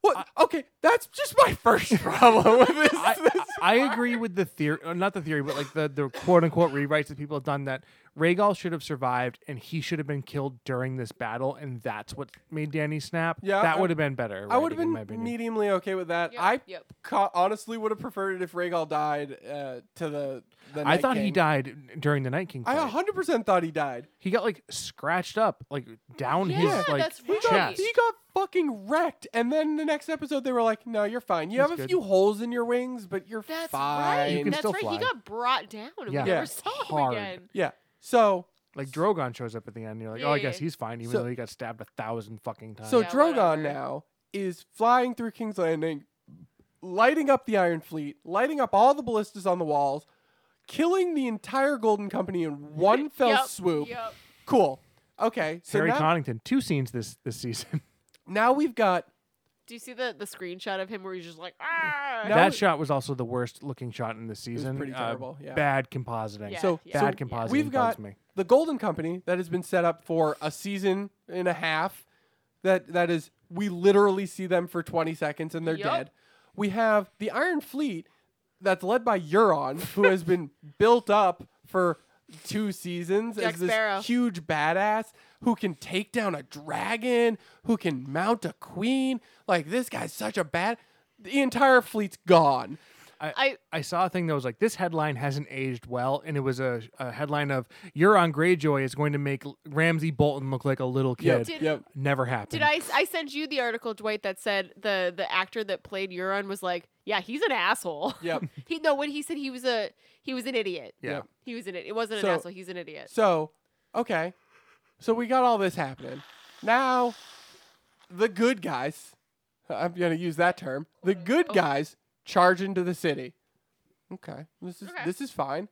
[SPEAKER 3] What? okay, that's just my first problem with this.
[SPEAKER 2] I, I agree with the theory, uh, not the theory, but like the, the quote unquote rewrites that people have done that Rhaegal should have survived and he should have been killed during this battle, and that's what made Danny snap.
[SPEAKER 3] Yeah,
[SPEAKER 2] that
[SPEAKER 3] I-
[SPEAKER 2] would have been better.
[SPEAKER 3] I would
[SPEAKER 2] writing, in my
[SPEAKER 3] have been
[SPEAKER 2] opinion.
[SPEAKER 3] mediumly okay with that.
[SPEAKER 1] Yep,
[SPEAKER 3] I
[SPEAKER 1] yep.
[SPEAKER 3] co- honestly would have preferred it if Rhaegal died uh, to the. the
[SPEAKER 2] I
[SPEAKER 3] Night
[SPEAKER 2] thought he
[SPEAKER 3] King.
[SPEAKER 2] died during the Night King.
[SPEAKER 3] I
[SPEAKER 2] fight.
[SPEAKER 3] 100% thought he died.
[SPEAKER 2] he got like scratched up, like down
[SPEAKER 1] Yeah,
[SPEAKER 2] his like
[SPEAKER 1] that's
[SPEAKER 3] He
[SPEAKER 1] right.
[SPEAKER 3] got,
[SPEAKER 2] chest.
[SPEAKER 3] he got fucking wrecked. And then the next episode, they were like, no, you're fine. You
[SPEAKER 2] He's
[SPEAKER 3] have a
[SPEAKER 2] good.
[SPEAKER 3] few holes in your wings, but you're
[SPEAKER 1] That's
[SPEAKER 3] fine.
[SPEAKER 1] right.
[SPEAKER 2] You can
[SPEAKER 1] That's
[SPEAKER 2] still
[SPEAKER 1] right.
[SPEAKER 2] fly.
[SPEAKER 1] He got brought down and
[SPEAKER 2] Yeah.
[SPEAKER 1] we
[SPEAKER 3] Yeah.
[SPEAKER 1] never saw him
[SPEAKER 2] Hard.
[SPEAKER 1] again.
[SPEAKER 3] Yeah. So,
[SPEAKER 2] Like Drogon shows up at the end. You're like, oh, I
[SPEAKER 1] Yeah,
[SPEAKER 2] guess
[SPEAKER 1] yeah.
[SPEAKER 2] he's fine, even
[SPEAKER 3] So-
[SPEAKER 2] though he got stabbed a thousand fucking times.
[SPEAKER 3] so
[SPEAKER 1] Yeah,
[SPEAKER 3] Drogon
[SPEAKER 1] whatever.
[SPEAKER 3] now is flying through King's Landing, lighting up the Iron Fleet, lighting up all the ballistas on the walls, killing the entire Golden Company in one fell
[SPEAKER 1] Yep,
[SPEAKER 3] swoop.
[SPEAKER 1] yep.
[SPEAKER 3] Cool. Okay. So
[SPEAKER 2] Harry
[SPEAKER 3] now,
[SPEAKER 2] Connington, two scenes this this season.
[SPEAKER 3] now we've got
[SPEAKER 1] Do you see the, the screenshot of him where he's just like, ah?
[SPEAKER 3] Now
[SPEAKER 2] that
[SPEAKER 3] we-
[SPEAKER 2] shot was also the worst looking shot in the season.
[SPEAKER 3] pretty
[SPEAKER 2] Uh,
[SPEAKER 3] terrible, yeah.
[SPEAKER 2] Bad compositing.
[SPEAKER 1] Yeah,
[SPEAKER 3] so-
[SPEAKER 1] yeah,
[SPEAKER 3] so
[SPEAKER 2] bad
[SPEAKER 1] yeah.
[SPEAKER 2] compositing.
[SPEAKER 3] we've got
[SPEAKER 2] bugs me.
[SPEAKER 3] the Golden Company that has been set up for a season and a half. That that is, we literally see them for 20 seconds and they're
[SPEAKER 1] Yup.
[SPEAKER 3] dead. We have the Iron Fleet that's led by Euron, who has been built up for two seasons
[SPEAKER 1] Jack
[SPEAKER 3] as this
[SPEAKER 1] Sparrow.
[SPEAKER 3] huge badass who can take down a dragon, who can mount a queen. Like this guy's such a bad. The entire fleet's gone.
[SPEAKER 2] I
[SPEAKER 1] I
[SPEAKER 2] I saw a thing that was like this headline hasn't aged well, and it was a, a headline of Euron Greyjoy is going to make Ramsey Bolton look like a little kid.
[SPEAKER 3] Yep.
[SPEAKER 1] Did-
[SPEAKER 3] Yep.
[SPEAKER 2] Never happened.
[SPEAKER 1] did I I sent you the article Dwight that said the the actor that played Euron was like, yeah, he's an asshole.
[SPEAKER 3] Yep.
[SPEAKER 1] He no, when he said he was a he was an idiot.
[SPEAKER 2] Yeah.
[SPEAKER 3] Yep.
[SPEAKER 1] He was an idiot. It wasn't
[SPEAKER 3] So-
[SPEAKER 1] an asshole. He's an idiot.
[SPEAKER 3] So, okay. So we got all this happening. Now, the good guys, I'm going to use that term, the good
[SPEAKER 1] Oh.
[SPEAKER 3] guys charge into the city. Okay. This is
[SPEAKER 1] Okay.
[SPEAKER 3] this is fine.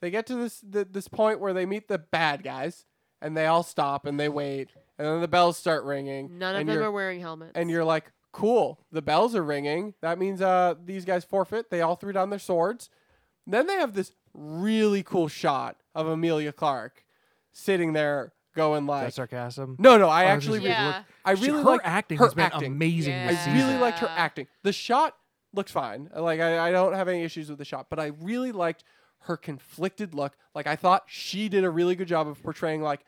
[SPEAKER 3] They get to this th- this point where they meet the bad guys and they all stop and they wait and then the bells start ringing.
[SPEAKER 1] None of
[SPEAKER 3] and
[SPEAKER 1] them
[SPEAKER 3] you're-
[SPEAKER 1] are wearing helmets.
[SPEAKER 3] and you're like, cool, the bells are ringing. That means uh, these guys forfeit. They all threw down their swords. Then they have this really cool shot of Amelia Clark sitting there going
[SPEAKER 2] Is
[SPEAKER 3] like,
[SPEAKER 2] that sarcasm?
[SPEAKER 3] no, no, I
[SPEAKER 2] Oh, I was
[SPEAKER 3] actually,
[SPEAKER 2] just-
[SPEAKER 1] yeah.
[SPEAKER 3] I
[SPEAKER 2] She-
[SPEAKER 3] really
[SPEAKER 2] her
[SPEAKER 3] like
[SPEAKER 2] acting
[SPEAKER 3] her
[SPEAKER 2] has been
[SPEAKER 3] acting.
[SPEAKER 2] amazing.
[SPEAKER 1] Yeah.
[SPEAKER 2] This
[SPEAKER 3] I
[SPEAKER 2] season.
[SPEAKER 3] really liked her
[SPEAKER 1] Yeah.
[SPEAKER 3] acting. The shot looks fine. Like I, I don't have any issues with the shot, but I really liked her conflicted look. Like I thought she did a really good job of portraying like,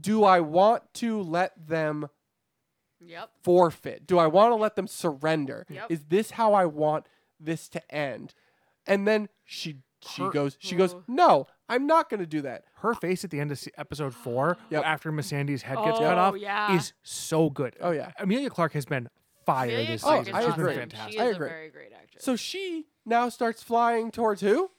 [SPEAKER 3] do I want to let them
[SPEAKER 1] yep.
[SPEAKER 3] forfeit? Do I want to let them surrender?
[SPEAKER 1] Yep.
[SPEAKER 3] Is this how I want this to end? And then she she
[SPEAKER 2] Her-
[SPEAKER 3] goes she goes,
[SPEAKER 1] Ooh.
[SPEAKER 3] "No, I'm not going to do that."
[SPEAKER 2] her face at the end of se- episode four,
[SPEAKER 3] Yep.
[SPEAKER 2] after Missandei's head gets cut
[SPEAKER 1] Oh,
[SPEAKER 2] off,
[SPEAKER 1] yeah.
[SPEAKER 2] is so good.
[SPEAKER 3] Oh, yeah.
[SPEAKER 2] Amelia Clark has been fire
[SPEAKER 1] Amelia
[SPEAKER 2] this
[SPEAKER 1] Clarke
[SPEAKER 3] Oh,
[SPEAKER 1] is
[SPEAKER 2] season.
[SPEAKER 3] I
[SPEAKER 2] She's
[SPEAKER 1] awesome.
[SPEAKER 2] been
[SPEAKER 3] agree.
[SPEAKER 1] She
[SPEAKER 2] fantastic.
[SPEAKER 1] is
[SPEAKER 3] I
[SPEAKER 1] a
[SPEAKER 3] agree.
[SPEAKER 1] very great actress.
[SPEAKER 3] So she now starts flying towards who?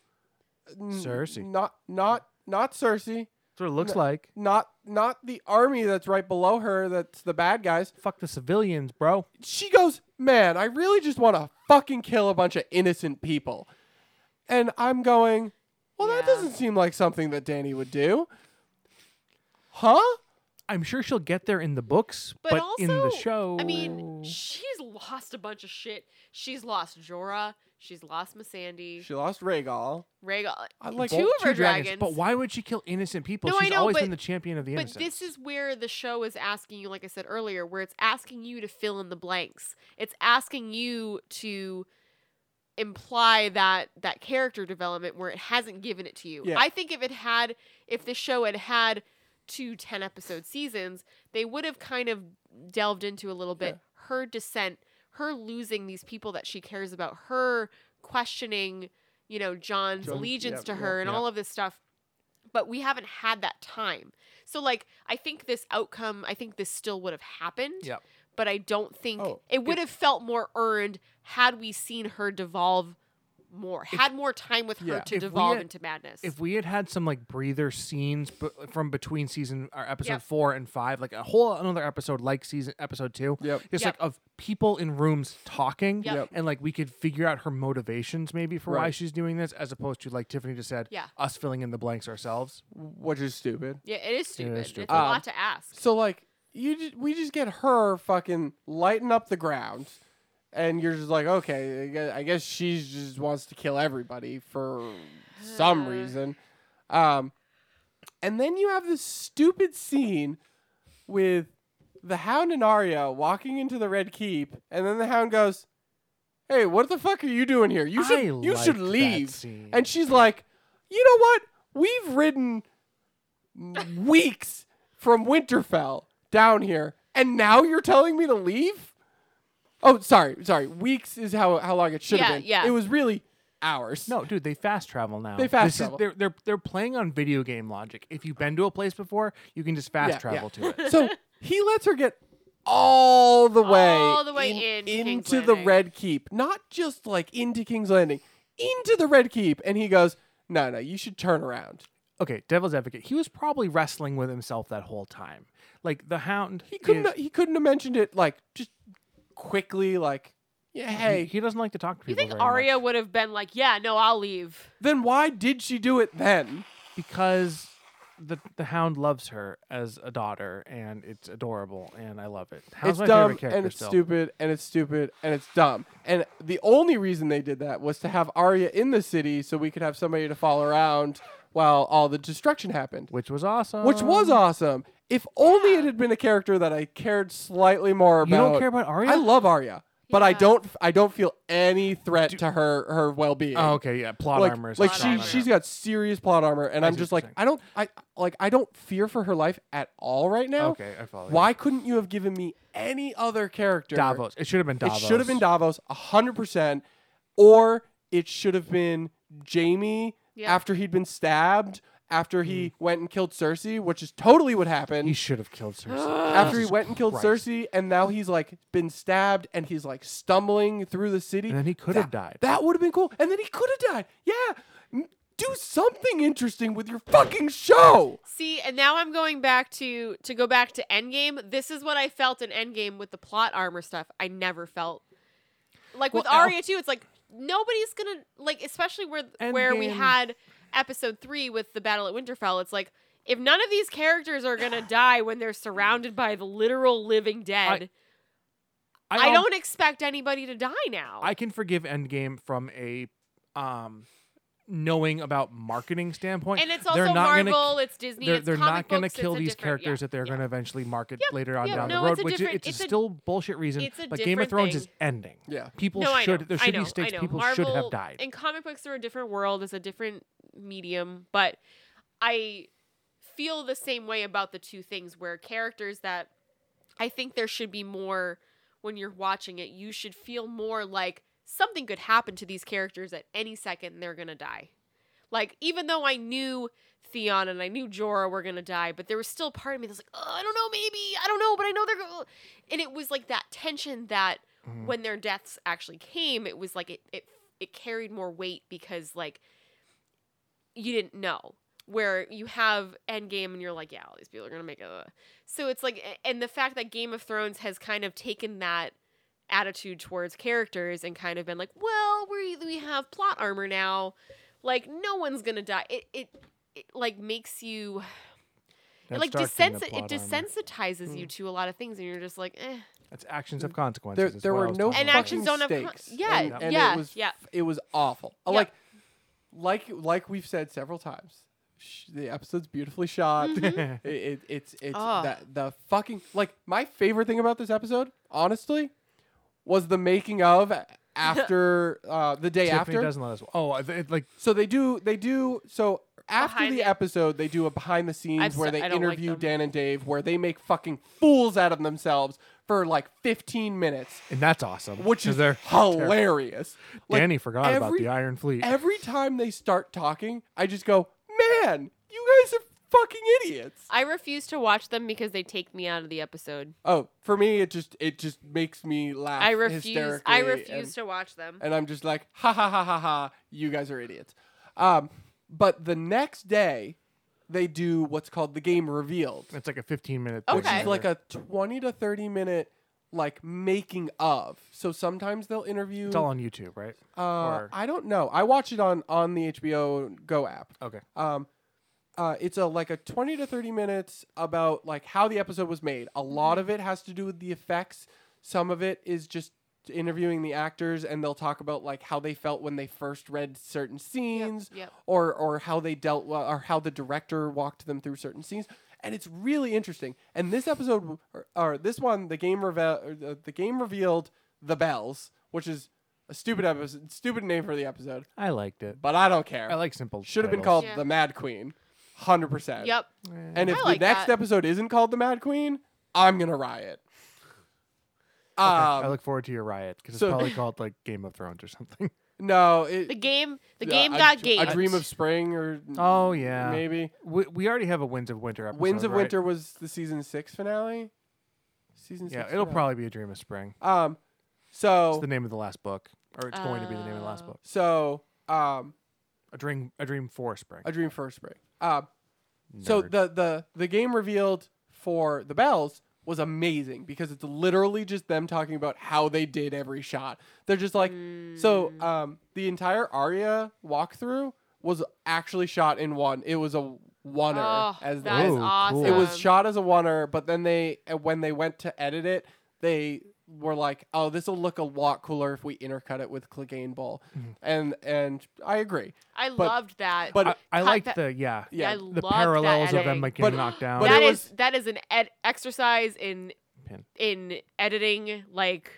[SPEAKER 3] N-
[SPEAKER 2] Cersei.
[SPEAKER 3] Not not not Cersei.
[SPEAKER 2] That's what it looks like.
[SPEAKER 3] Not not the army that's right below her that's the bad guys.
[SPEAKER 2] Fuck the civilians, bro.
[SPEAKER 3] She goes, "Man, I really just want to fucking kill a bunch of innocent people." And I'm going, "Well, that
[SPEAKER 1] Yeah.
[SPEAKER 3] doesn't seem like something that Danny would do." Huh?
[SPEAKER 2] I'm sure she'll get there in the books, but,
[SPEAKER 1] but, also
[SPEAKER 2] in the show,
[SPEAKER 1] I mean, she's lost a bunch of shit. She's lost Jorah. She's lost Missandei.
[SPEAKER 3] She lost Rhaegal.
[SPEAKER 1] Rhaegal.
[SPEAKER 3] I like
[SPEAKER 1] two of her dragons.
[SPEAKER 2] But why would she kill innocent people?
[SPEAKER 1] No, I
[SPEAKER 2] She's
[SPEAKER 1] know,
[SPEAKER 2] always
[SPEAKER 1] but-
[SPEAKER 2] been the champion of the
[SPEAKER 1] But
[SPEAKER 2] innocent.
[SPEAKER 1] this is where the show is asking you, like I said earlier, where it's asking you to fill in the blanks. It's asking you to imply that that character development where it hasn't given it to you.
[SPEAKER 3] Yeah.
[SPEAKER 1] I think if it had if the show had had two 10 episode seasons, they would have kind of delved into a little bit her descent, her losing these people that she cares about, her questioning, you know, John's
[SPEAKER 3] John-
[SPEAKER 1] allegiance
[SPEAKER 3] yep,
[SPEAKER 1] to
[SPEAKER 3] yep,
[SPEAKER 1] her and
[SPEAKER 2] yep.
[SPEAKER 1] all of this stuff. But we haven't had that time. So like I think this outcome, I think this still would have happened.
[SPEAKER 2] Yep.
[SPEAKER 1] But I don't think
[SPEAKER 3] Oh,
[SPEAKER 1] it would have felt more earned had we seen her devolve more, had more time with her
[SPEAKER 3] yeah.
[SPEAKER 1] to
[SPEAKER 2] If we
[SPEAKER 1] devolve
[SPEAKER 2] had-
[SPEAKER 1] into madness.
[SPEAKER 2] if we had had some like breather scenes b- from between season or episode
[SPEAKER 1] Yep.
[SPEAKER 2] four and five, like a whole another episode like season episode two,
[SPEAKER 3] Yep.
[SPEAKER 1] Yep.
[SPEAKER 2] just like of people in rooms talking,
[SPEAKER 1] Yep. Yep.
[SPEAKER 2] and like we could figure out her motivations maybe for why
[SPEAKER 3] Right.
[SPEAKER 2] she's doing this, as opposed to like Tiffany just said,
[SPEAKER 1] Yeah.
[SPEAKER 2] us filling in the blanks ourselves.
[SPEAKER 3] Which is stupid.
[SPEAKER 1] yeah, it is stupid.
[SPEAKER 2] stupid.
[SPEAKER 1] It's a
[SPEAKER 3] Um,
[SPEAKER 1] lot to ask.
[SPEAKER 3] So like you ju- we just get her fucking lighting up the ground and you're just like, "Okay, I gue- I guess she just wants to kill everybody for some
[SPEAKER 1] Uh.
[SPEAKER 3] reason." Um and then you have this stupid scene with the Hound and Arya walking into the Red Keep, and then the Hound goes, "Hey, what the fuck are you doing here? You should
[SPEAKER 2] I
[SPEAKER 3] you should
[SPEAKER 2] liked that
[SPEAKER 3] leave."
[SPEAKER 2] scene.
[SPEAKER 3] And she's like, you know what? We've ridden weeks from Winterfell down here, and now you're telling me to leave? Oh, sorry, sorry. Weeks is how how long it should
[SPEAKER 1] Yeah,
[SPEAKER 3] have been.
[SPEAKER 1] yeah.
[SPEAKER 3] It was really hours.
[SPEAKER 2] No, dude, they fast travel now.
[SPEAKER 3] They fast
[SPEAKER 2] This is-
[SPEAKER 3] travel.
[SPEAKER 2] they're, they're they're playing on video game logic. If you've been to a place before, you can just fast
[SPEAKER 3] Yeah, yeah.
[SPEAKER 2] travel to it.
[SPEAKER 3] So he lets her get all the way,
[SPEAKER 1] All the way in King's
[SPEAKER 3] into the
[SPEAKER 1] Landing.
[SPEAKER 3] Red Keep, not just like into King's Landing, into the Red Keep, and he goes, "No, no, you should turn around."
[SPEAKER 2] okay, devil's advocate. He was probably wrestling with himself that whole time. Like the hound,
[SPEAKER 3] He couldn't.
[SPEAKER 2] is-
[SPEAKER 3] He couldn't have mentioned it like just quickly, like, "Yeah, hey,
[SPEAKER 2] He, he doesn't like to talk to
[SPEAKER 1] You
[SPEAKER 2] people.
[SPEAKER 1] think
[SPEAKER 2] very
[SPEAKER 1] Arya
[SPEAKER 2] much
[SPEAKER 1] would have been like, "Yeah, no, I'll leave."
[SPEAKER 3] Then why did she do it then?
[SPEAKER 2] because the the hound loves her as a daughter, and it's adorable, and I love it.
[SPEAKER 3] it's
[SPEAKER 2] Hound's my
[SPEAKER 3] dumb
[SPEAKER 2] favorite character
[SPEAKER 3] and it's
[SPEAKER 2] still.
[SPEAKER 3] stupid and it's stupid and it's dumb. And the only reason they did that was to have Arya in the city so we could have somebody to follow around while all the destruction happened,
[SPEAKER 2] Which was awesome.
[SPEAKER 3] which was awesome. If only it had been a character that I cared slightly more
[SPEAKER 2] You
[SPEAKER 3] about.
[SPEAKER 2] don't care about Arya?
[SPEAKER 3] I love Arya, but I
[SPEAKER 1] Yeah.
[SPEAKER 3] don't. I don't feel any threat to her her well being.
[SPEAKER 2] Oh, okay, yeah. Plot
[SPEAKER 3] like,
[SPEAKER 2] armor. is
[SPEAKER 3] like
[SPEAKER 2] plot
[SPEAKER 3] she
[SPEAKER 2] armor.
[SPEAKER 3] she's got serious plot armor, and
[SPEAKER 2] I
[SPEAKER 3] I'm
[SPEAKER 2] see
[SPEAKER 3] just
[SPEAKER 2] what
[SPEAKER 3] like
[SPEAKER 2] you're
[SPEAKER 3] I don't I like I don't fear for her life at all right now.
[SPEAKER 2] Okay, I follow. you.
[SPEAKER 3] Why couldn't you have given me any other character?
[SPEAKER 2] Davos? It should have been Davos.
[SPEAKER 3] It should have been Davos, hundred percent, or it should have been Jamie
[SPEAKER 1] Yeah.
[SPEAKER 3] after he'd been stabbed, after he
[SPEAKER 2] Mm.
[SPEAKER 3] went and killed Cersei, which is totally what happened.
[SPEAKER 2] He should have killed Cersei.
[SPEAKER 3] after he
[SPEAKER 2] Jesus
[SPEAKER 3] went and killed
[SPEAKER 2] Christ.
[SPEAKER 3] Cersei, and now he's like been stabbed, and he's like stumbling through the city.
[SPEAKER 2] And then he could have died.
[SPEAKER 3] That would have been cool. And then he could have died. Yeah. M- Do something interesting with your fucking show.
[SPEAKER 1] See, and now I'm going back to to go back to Endgame. This is what I felt in Endgame with the plot armor stuff. I never felt like with
[SPEAKER 2] Well, Al-
[SPEAKER 1] Arya too. It's like nobody's gonna like, especially where where we
[SPEAKER 2] Endgame.
[SPEAKER 1] had episode three with the battle at Winterfell. It's like if none of these characters are gonna die when they're surrounded by the literal living dead, I,
[SPEAKER 2] al-
[SPEAKER 1] don't expect anybody to die now.
[SPEAKER 2] I can forgive Endgame from a um knowing about marketing standpoint.
[SPEAKER 1] and it's
[SPEAKER 2] they're
[SPEAKER 1] also
[SPEAKER 2] not
[SPEAKER 1] Marvel,
[SPEAKER 2] Gonna,
[SPEAKER 1] it's Disney.
[SPEAKER 2] they're
[SPEAKER 1] it's
[SPEAKER 2] they're
[SPEAKER 1] comic
[SPEAKER 2] not going to
[SPEAKER 1] books,
[SPEAKER 2] kill
[SPEAKER 1] it's a
[SPEAKER 2] these
[SPEAKER 1] different-
[SPEAKER 2] characters
[SPEAKER 1] yeah,
[SPEAKER 2] that they're
[SPEAKER 1] yeah.
[SPEAKER 2] going to eventually market
[SPEAKER 1] Yep,
[SPEAKER 2] later on
[SPEAKER 1] yep,
[SPEAKER 2] down
[SPEAKER 1] no,
[SPEAKER 2] the
[SPEAKER 1] it's
[SPEAKER 2] road,
[SPEAKER 1] a
[SPEAKER 2] which i-
[SPEAKER 1] different-
[SPEAKER 2] it's,
[SPEAKER 1] it's a-
[SPEAKER 2] still bullshit reason.
[SPEAKER 1] it's a
[SPEAKER 2] but Game of
[SPEAKER 1] different
[SPEAKER 2] Thrones
[SPEAKER 1] thing.
[SPEAKER 2] is ending.
[SPEAKER 3] Yeah.
[SPEAKER 2] People
[SPEAKER 1] I
[SPEAKER 2] should
[SPEAKER 1] know,
[SPEAKER 2] there
[SPEAKER 1] I
[SPEAKER 2] should
[SPEAKER 1] know,
[SPEAKER 2] be stakes.
[SPEAKER 1] I know.
[SPEAKER 2] People
[SPEAKER 1] Marvel,
[SPEAKER 2] should have died.
[SPEAKER 1] In comic books, they're a different world. It's a different medium, but I feel the same way about the two things. Where characters that I think there should be more when you're watching it. You should feel more like something could happen to these characters at any second, and they're gonna die. Like even though I knew Theon and I knew Jorah were gonna die, but there was still part of me that's like, oh, I don't know, maybe I don't know, but I know they're gonna. And it was like that tension that
[SPEAKER 2] Mhm.
[SPEAKER 1] when their deaths actually came, it was like it it it carried more weight because like you didn't know. Where you have Endgame and you're like, yeah, all these people are gonna make a. So it's like, and the fact that Game of Thrones has kind of taken that attitude towards characters and kind of been like, well, we we have plot armor now, like no one's gonna die. It it, it like makes you it,
[SPEAKER 2] Ned
[SPEAKER 1] like
[SPEAKER 2] Stark getting
[SPEAKER 1] desens-
[SPEAKER 2] the
[SPEAKER 1] it
[SPEAKER 2] plot armor.
[SPEAKER 1] desensitizes you
[SPEAKER 3] Mm.
[SPEAKER 1] to a lot of things, and you're just like, eh.
[SPEAKER 2] That's actions
[SPEAKER 3] There-
[SPEAKER 2] have consequences.
[SPEAKER 3] There,
[SPEAKER 2] is
[SPEAKER 3] there
[SPEAKER 2] what I
[SPEAKER 3] were
[SPEAKER 2] was
[SPEAKER 3] no
[SPEAKER 2] talking
[SPEAKER 1] And
[SPEAKER 2] about.
[SPEAKER 1] actions don't have con-
[SPEAKER 3] stakes.
[SPEAKER 1] yeah,
[SPEAKER 3] and, and
[SPEAKER 1] yeah,
[SPEAKER 3] it was,
[SPEAKER 1] yeah.
[SPEAKER 3] It was awful.
[SPEAKER 1] Yeah.
[SPEAKER 3] Like, like, like we've said several times, sh- the episode's beautifully shot.
[SPEAKER 1] Mm-hmm.
[SPEAKER 3] It, it, it's it's
[SPEAKER 1] Ah.
[SPEAKER 3] that the fucking like my favorite thing about this episode, honestly, was the making of after uh, the day
[SPEAKER 2] Tiffany
[SPEAKER 3] after.
[SPEAKER 2] doesn't let us. Oh, I- it, like
[SPEAKER 3] So they do they do so after
[SPEAKER 1] Behind
[SPEAKER 3] the,
[SPEAKER 1] the-
[SPEAKER 3] episode they do a behind the scenes
[SPEAKER 1] I've
[SPEAKER 3] where
[SPEAKER 1] s-
[SPEAKER 3] they
[SPEAKER 1] I don't like
[SPEAKER 3] interview
[SPEAKER 1] them.
[SPEAKER 3] Dan and Dave where they make fucking fools out of themselves for like 15 minutes,
[SPEAKER 2] and that's awesome.
[SPEAKER 3] which
[SPEAKER 2] 'cause
[SPEAKER 3] is
[SPEAKER 2] they're
[SPEAKER 3] hilarious. Like,
[SPEAKER 2] Danny forgot about
[SPEAKER 3] every-
[SPEAKER 2] the Iron Fleet.
[SPEAKER 3] Every time they start talking, I just go, "Man, you guys are fucking idiots."
[SPEAKER 1] I refuse to watch them because they take me out of the episode.
[SPEAKER 3] Oh, for me it just it just makes me laugh
[SPEAKER 1] I refuse. I
[SPEAKER 3] Uh, hysterically
[SPEAKER 1] refuse
[SPEAKER 3] and-
[SPEAKER 1] to watch them.
[SPEAKER 3] and I'm just like, ha ha ha ha ha, you guys are idiots. Um, but the next day, they do what's called the game revealed,
[SPEAKER 2] It's like a 15 minute.
[SPEAKER 1] Okay.
[SPEAKER 3] which
[SPEAKER 1] Okay.
[SPEAKER 3] is like a 20 to 30 minute like making of. So sometimes they'll interview.
[SPEAKER 2] It's all on YouTube, right?
[SPEAKER 3] uh,
[SPEAKER 2] or-
[SPEAKER 3] I don't know. I watch it on on the HBO Go app.
[SPEAKER 2] Okay.
[SPEAKER 3] Um, uh, it's a like a 20 to 30 minutes about like how the episode was made. A
[SPEAKER 1] Mm-hmm.
[SPEAKER 3] lot of it has to do with the effects. Some of it is just interviewing the actors and they'll talk about like how they felt when they first read certain scenes
[SPEAKER 1] yep.
[SPEAKER 3] or or how they dealt wa- or how the director walked them through certain scenes and it's really interesting. And this episode or, or this one the game reve- or the, the game revealed the bells, which is a stupid episode stupid name for the episode,
[SPEAKER 2] I liked it.
[SPEAKER 3] but I don't care.
[SPEAKER 2] I like simple.
[SPEAKER 3] Should have been called
[SPEAKER 2] titles.
[SPEAKER 1] Yeah.
[SPEAKER 3] the Mad Queen, hundred percent.
[SPEAKER 1] Yep.
[SPEAKER 2] Eh.
[SPEAKER 3] And if
[SPEAKER 1] I
[SPEAKER 3] the
[SPEAKER 1] like
[SPEAKER 3] next
[SPEAKER 1] that.
[SPEAKER 3] episode isn't called the Mad Queen, I'm gonna riot. Um,
[SPEAKER 2] Okay, I look forward to your riot because
[SPEAKER 3] so-
[SPEAKER 2] it's probably called like Game of Thrones or something.
[SPEAKER 3] no,
[SPEAKER 1] The
[SPEAKER 3] it,
[SPEAKER 1] game. The
[SPEAKER 3] yeah,
[SPEAKER 1] game
[SPEAKER 3] I
[SPEAKER 1] got
[SPEAKER 3] dr-
[SPEAKER 1] gamed.
[SPEAKER 3] A Dream of Spring, or
[SPEAKER 2] Oh, yeah.
[SPEAKER 3] maybe
[SPEAKER 2] We, we already have a Winds of Winter episode.
[SPEAKER 3] Winds of
[SPEAKER 2] right?
[SPEAKER 3] Winter was the season six finale. Season
[SPEAKER 2] Yeah,
[SPEAKER 3] six
[SPEAKER 2] it'll
[SPEAKER 3] finale.
[SPEAKER 2] probably be a Dream of Spring.
[SPEAKER 3] um,
[SPEAKER 2] It's
[SPEAKER 3] so
[SPEAKER 2] the name of the last book, or it's going to be the name of the last
[SPEAKER 1] Oh.
[SPEAKER 2] book.
[SPEAKER 3] so um,
[SPEAKER 2] A dream, a dream for spring.
[SPEAKER 3] a Dream for Spring. Um, So
[SPEAKER 2] Nerd.
[SPEAKER 3] the the the game revealed for the bells was amazing because it's literally just them talking about how they did every shot. They're just like so
[SPEAKER 1] Mm.
[SPEAKER 3] um the entire Aria walkthrough was actually shot in one. It was a oneer
[SPEAKER 1] Oh,
[SPEAKER 3] as
[SPEAKER 1] that
[SPEAKER 3] they
[SPEAKER 1] is
[SPEAKER 2] Ooh, cool.
[SPEAKER 1] awesome.
[SPEAKER 3] it was shot as a oneer, but then they uh, when they went to edit it, they were like, "Oh, this will look a lot cooler if we intercut it with Clegane Bowl,"
[SPEAKER 1] Mm.
[SPEAKER 3] and and I agree.
[SPEAKER 1] I
[SPEAKER 3] but-
[SPEAKER 1] loved that.
[SPEAKER 3] but
[SPEAKER 2] I, I
[SPEAKER 1] cut
[SPEAKER 2] like
[SPEAKER 1] that-
[SPEAKER 2] the yeah,
[SPEAKER 3] Yeah,
[SPEAKER 1] I
[SPEAKER 2] the
[SPEAKER 1] loved
[SPEAKER 2] parallels
[SPEAKER 1] that
[SPEAKER 2] of them
[SPEAKER 1] editing.
[SPEAKER 2] like
[SPEAKER 3] But-
[SPEAKER 2] getting knocked down.
[SPEAKER 3] but
[SPEAKER 1] That
[SPEAKER 3] it
[SPEAKER 1] is
[SPEAKER 3] was-
[SPEAKER 1] that is an ed- exercise in
[SPEAKER 2] Pin.
[SPEAKER 1] in editing, like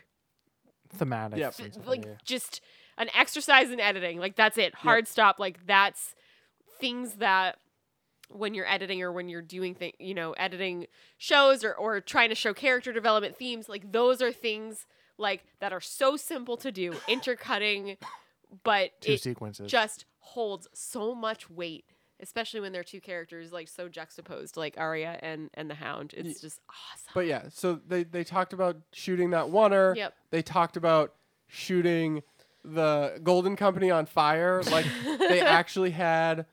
[SPEAKER 2] thematic.
[SPEAKER 3] Yeah.
[SPEAKER 1] th-
[SPEAKER 2] and stuff,
[SPEAKER 1] like
[SPEAKER 2] yeah.
[SPEAKER 1] just an exercise in editing. Like that's it. Hard stop. Like that's things that when you're editing or when you're doing thing, you know, editing shows or or trying to show character development themes, like those are things like that are so simple to do. Intercutting but
[SPEAKER 2] two
[SPEAKER 1] it
[SPEAKER 2] sequences.
[SPEAKER 1] just holds so much weight, especially when they're two characters like so juxtaposed, like Arya and and the Hound. It's
[SPEAKER 3] Ye-
[SPEAKER 1] just awesome.
[SPEAKER 3] But yeah, so they they talked about shooting that oneer.
[SPEAKER 1] Yep.
[SPEAKER 3] They talked about shooting the Golden Company on fire. Like they actually had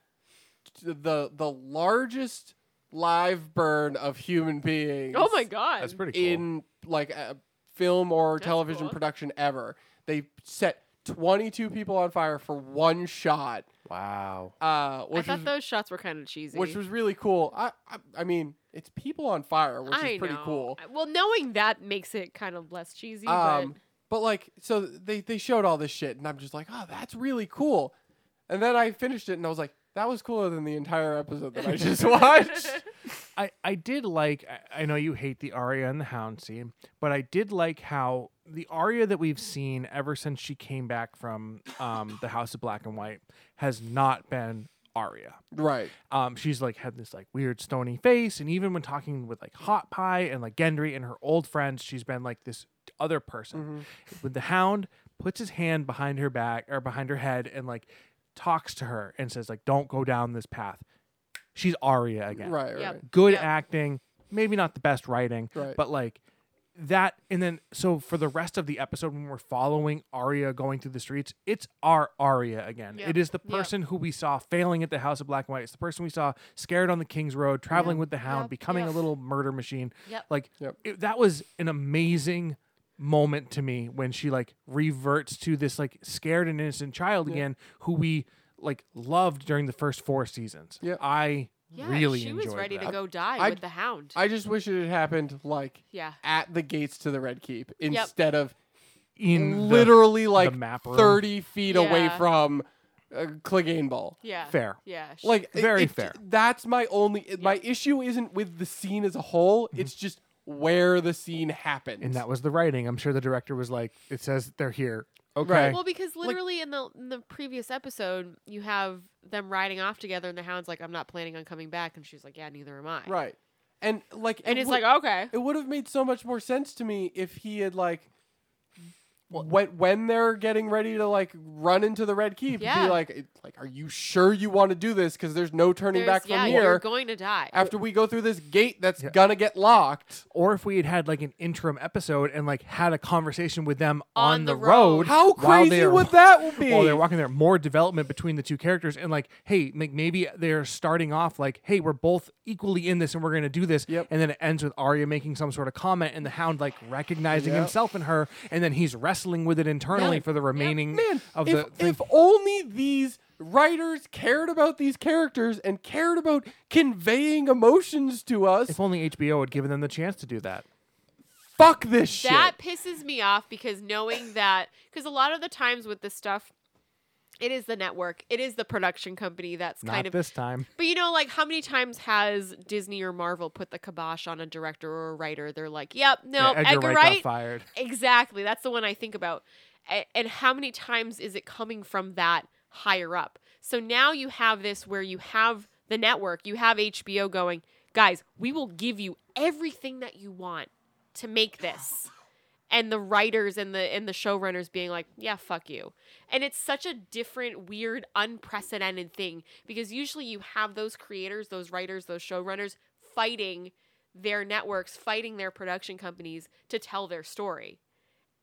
[SPEAKER 3] the the largest live burn of human beings.
[SPEAKER 1] oh my god,
[SPEAKER 2] That's pretty cool.
[SPEAKER 3] in like a film or
[SPEAKER 1] That's
[SPEAKER 3] television
[SPEAKER 1] cool.
[SPEAKER 3] production ever. They set 22 people on fire for one shot,
[SPEAKER 2] wow.
[SPEAKER 3] uh,
[SPEAKER 1] I
[SPEAKER 3] which
[SPEAKER 1] thought
[SPEAKER 3] was
[SPEAKER 1] those shots were kind of cheesy.
[SPEAKER 3] which was really cool. I, I I mean, it's people on fire, which
[SPEAKER 1] I
[SPEAKER 3] is pretty
[SPEAKER 1] know.
[SPEAKER 3] cool.
[SPEAKER 1] I- Well, knowing that makes it kind of less cheesy.
[SPEAKER 3] Um, but like, so they they showed all this shit, and I'm just like, oh, that's really cool. And then I finished it, and I was like, that was cooler than the entire episode that I just watched.
[SPEAKER 2] I, I did like I- I know you hate the Arya and the Hound scene, but I did like how the Arya that we've seen ever since she came back from um, the House of Black and White has not been Arya.
[SPEAKER 3] right.
[SPEAKER 2] Um, she's like had this like weird stony face, and even when talking with like Hot Pie and like Gendry and her old friends, she's been like this other person. When the Hound puts his hand behind her back or behind her head and like talks to her and says like "Don't go down this path," she's Arya again
[SPEAKER 3] Right.
[SPEAKER 1] Yep.
[SPEAKER 3] Right.
[SPEAKER 2] good
[SPEAKER 1] Yep.
[SPEAKER 2] acting, maybe not the best writing,
[SPEAKER 3] Right.
[SPEAKER 2] but like that. And then so for the rest of the episode, when we're following Arya going through the streets, it's our Arya again.
[SPEAKER 1] Yep.
[SPEAKER 2] It is the
[SPEAKER 1] Yep.
[SPEAKER 2] person who we saw failing at the House of Black and White. It's the person we saw scared on the King's Road, traveling with the Hound,
[SPEAKER 1] Yep.
[SPEAKER 2] becoming a
[SPEAKER 1] Yep.
[SPEAKER 2] little murder machine.
[SPEAKER 1] Yep.
[SPEAKER 2] Like
[SPEAKER 3] Yep.
[SPEAKER 2] it- that was an amazing moment to me when she like reverts to this like scared and innocent child again who we like loved during the first four seasons.
[SPEAKER 3] Yep.
[SPEAKER 2] I
[SPEAKER 1] yeah,
[SPEAKER 2] really
[SPEAKER 1] she
[SPEAKER 2] enjoyed
[SPEAKER 1] was ready
[SPEAKER 2] that.
[SPEAKER 1] to go die
[SPEAKER 3] I-
[SPEAKER 1] with the Hound.
[SPEAKER 3] I just wish it had happened like
[SPEAKER 1] yeah,
[SPEAKER 3] at the gates to the Red Keep instead of
[SPEAKER 2] in the-
[SPEAKER 3] literally like
[SPEAKER 2] map room.
[SPEAKER 3] 30 feet away
[SPEAKER 1] Yeah.
[SPEAKER 3] from uh, Clegane Ball.
[SPEAKER 1] yeah,
[SPEAKER 2] fair.
[SPEAKER 1] Yeah, sh-
[SPEAKER 3] Like it-
[SPEAKER 2] Very
[SPEAKER 3] it-
[SPEAKER 2] fair.
[SPEAKER 3] That's my only it- my issue isn't with the scene as a whole, it's just where the scene happened.
[SPEAKER 2] And Mm-hmm. that was the writing. I'm sure the director was like, "It says they're here." Okay.
[SPEAKER 3] Right.
[SPEAKER 1] Well, because literally in the in the previous episode, you have them riding off together, and the hound's like, "I'm not planning on coming back," and she's like, "Yeah, neither am I."
[SPEAKER 3] right. And like
[SPEAKER 1] And
[SPEAKER 3] it
[SPEAKER 1] it's
[SPEAKER 3] would-
[SPEAKER 1] like, okay,
[SPEAKER 3] it would have made so much more sense to me if he had like when when they're getting ready to like run into the red keep
[SPEAKER 1] Yeah.
[SPEAKER 3] be like like are you sure you want to do this because there's no turning
[SPEAKER 1] there's-
[SPEAKER 3] back from
[SPEAKER 1] yeah,
[SPEAKER 3] here
[SPEAKER 1] you're going to die.
[SPEAKER 3] after we go through this gate that's
[SPEAKER 2] Yeah.
[SPEAKER 3] gonna get locked
[SPEAKER 2] Or if we had had like an interim episode and like had a conversation with them on,
[SPEAKER 1] On
[SPEAKER 2] the,
[SPEAKER 1] the
[SPEAKER 2] road,
[SPEAKER 1] road.
[SPEAKER 3] how
[SPEAKER 2] while
[SPEAKER 3] crazy
[SPEAKER 2] they are-
[SPEAKER 3] would that be
[SPEAKER 2] While they're walking there, more development between the two characters, and like, hey, like maybe they're starting off like, hey, we're both equally in this, and we're gonna do this,
[SPEAKER 3] Yep.
[SPEAKER 2] and then it ends with Arya making some sort of comment, and the Hound like recognizing
[SPEAKER 3] Yep.
[SPEAKER 2] himself in her, and then he's wrestling with it internally
[SPEAKER 3] Yeah.
[SPEAKER 2] for the remaining
[SPEAKER 3] man
[SPEAKER 2] of
[SPEAKER 3] if,
[SPEAKER 2] the thing.
[SPEAKER 3] if only these writers cared about these characters and cared about conveying emotions to us
[SPEAKER 2] if only HBO had given them the chance to do that.
[SPEAKER 3] fuck this
[SPEAKER 1] that
[SPEAKER 3] shit
[SPEAKER 1] pisses me off because knowing that, because a lot of the times with this stuff, it is the network, it is the production company that's
[SPEAKER 2] Not
[SPEAKER 1] kind of
[SPEAKER 2] this time.
[SPEAKER 1] But you know, like how many times has Disney or Marvel put the kibosh on a director or a writer? They're like, "Yep, no,
[SPEAKER 2] Yeah,
[SPEAKER 1] Edgar,
[SPEAKER 2] Wright got
[SPEAKER 1] Wright."
[SPEAKER 2] fired.
[SPEAKER 1] Exactly, that's the one I think about. A- and how many times is it coming from that higher up? So now you have this where you have the network, you have HBO going, "Guys, we will give you everything that you want to make this." And the writers and the and the showrunners being like, "Yeah, fuck you." And it's such a different, weird, unprecedented thing because usually you have those creators, those writers, those showrunners fighting their networks, fighting their production companies to tell their story.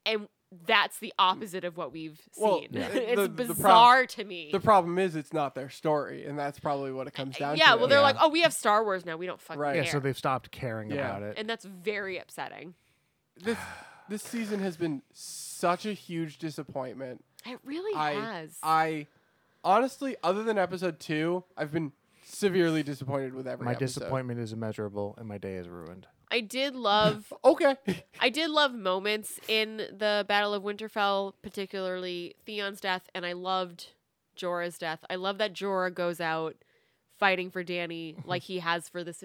[SPEAKER 1] And that's the opposite of what we've seen.
[SPEAKER 3] Well, yeah.
[SPEAKER 1] it's
[SPEAKER 3] The- the prob-
[SPEAKER 1] bizarre to me.
[SPEAKER 3] the problem is it's not their story and that's probably what it comes down to
[SPEAKER 1] yeah, well, they're
[SPEAKER 2] Yeah.
[SPEAKER 1] like, oh, we have Star Wars now. We don't fucking
[SPEAKER 3] Right.
[SPEAKER 1] care.
[SPEAKER 2] Yeah, so they've stopped caring
[SPEAKER 3] Yeah.
[SPEAKER 2] about it.
[SPEAKER 1] and that's very upsetting.
[SPEAKER 3] this this season has been such a huge disappointment.
[SPEAKER 1] It really
[SPEAKER 3] I
[SPEAKER 1] has.
[SPEAKER 3] I honestly, other than episode two, I've been severely disappointed with every
[SPEAKER 2] My
[SPEAKER 3] episode.
[SPEAKER 2] disappointment is immeasurable, and my day is ruined.
[SPEAKER 1] I did love
[SPEAKER 3] Okay,
[SPEAKER 1] I did love moments in the Battle of Winterfell, particularly Theon's death, and I loved Jorah's death. I love that Jorah goes out fighting for Danny like he has for this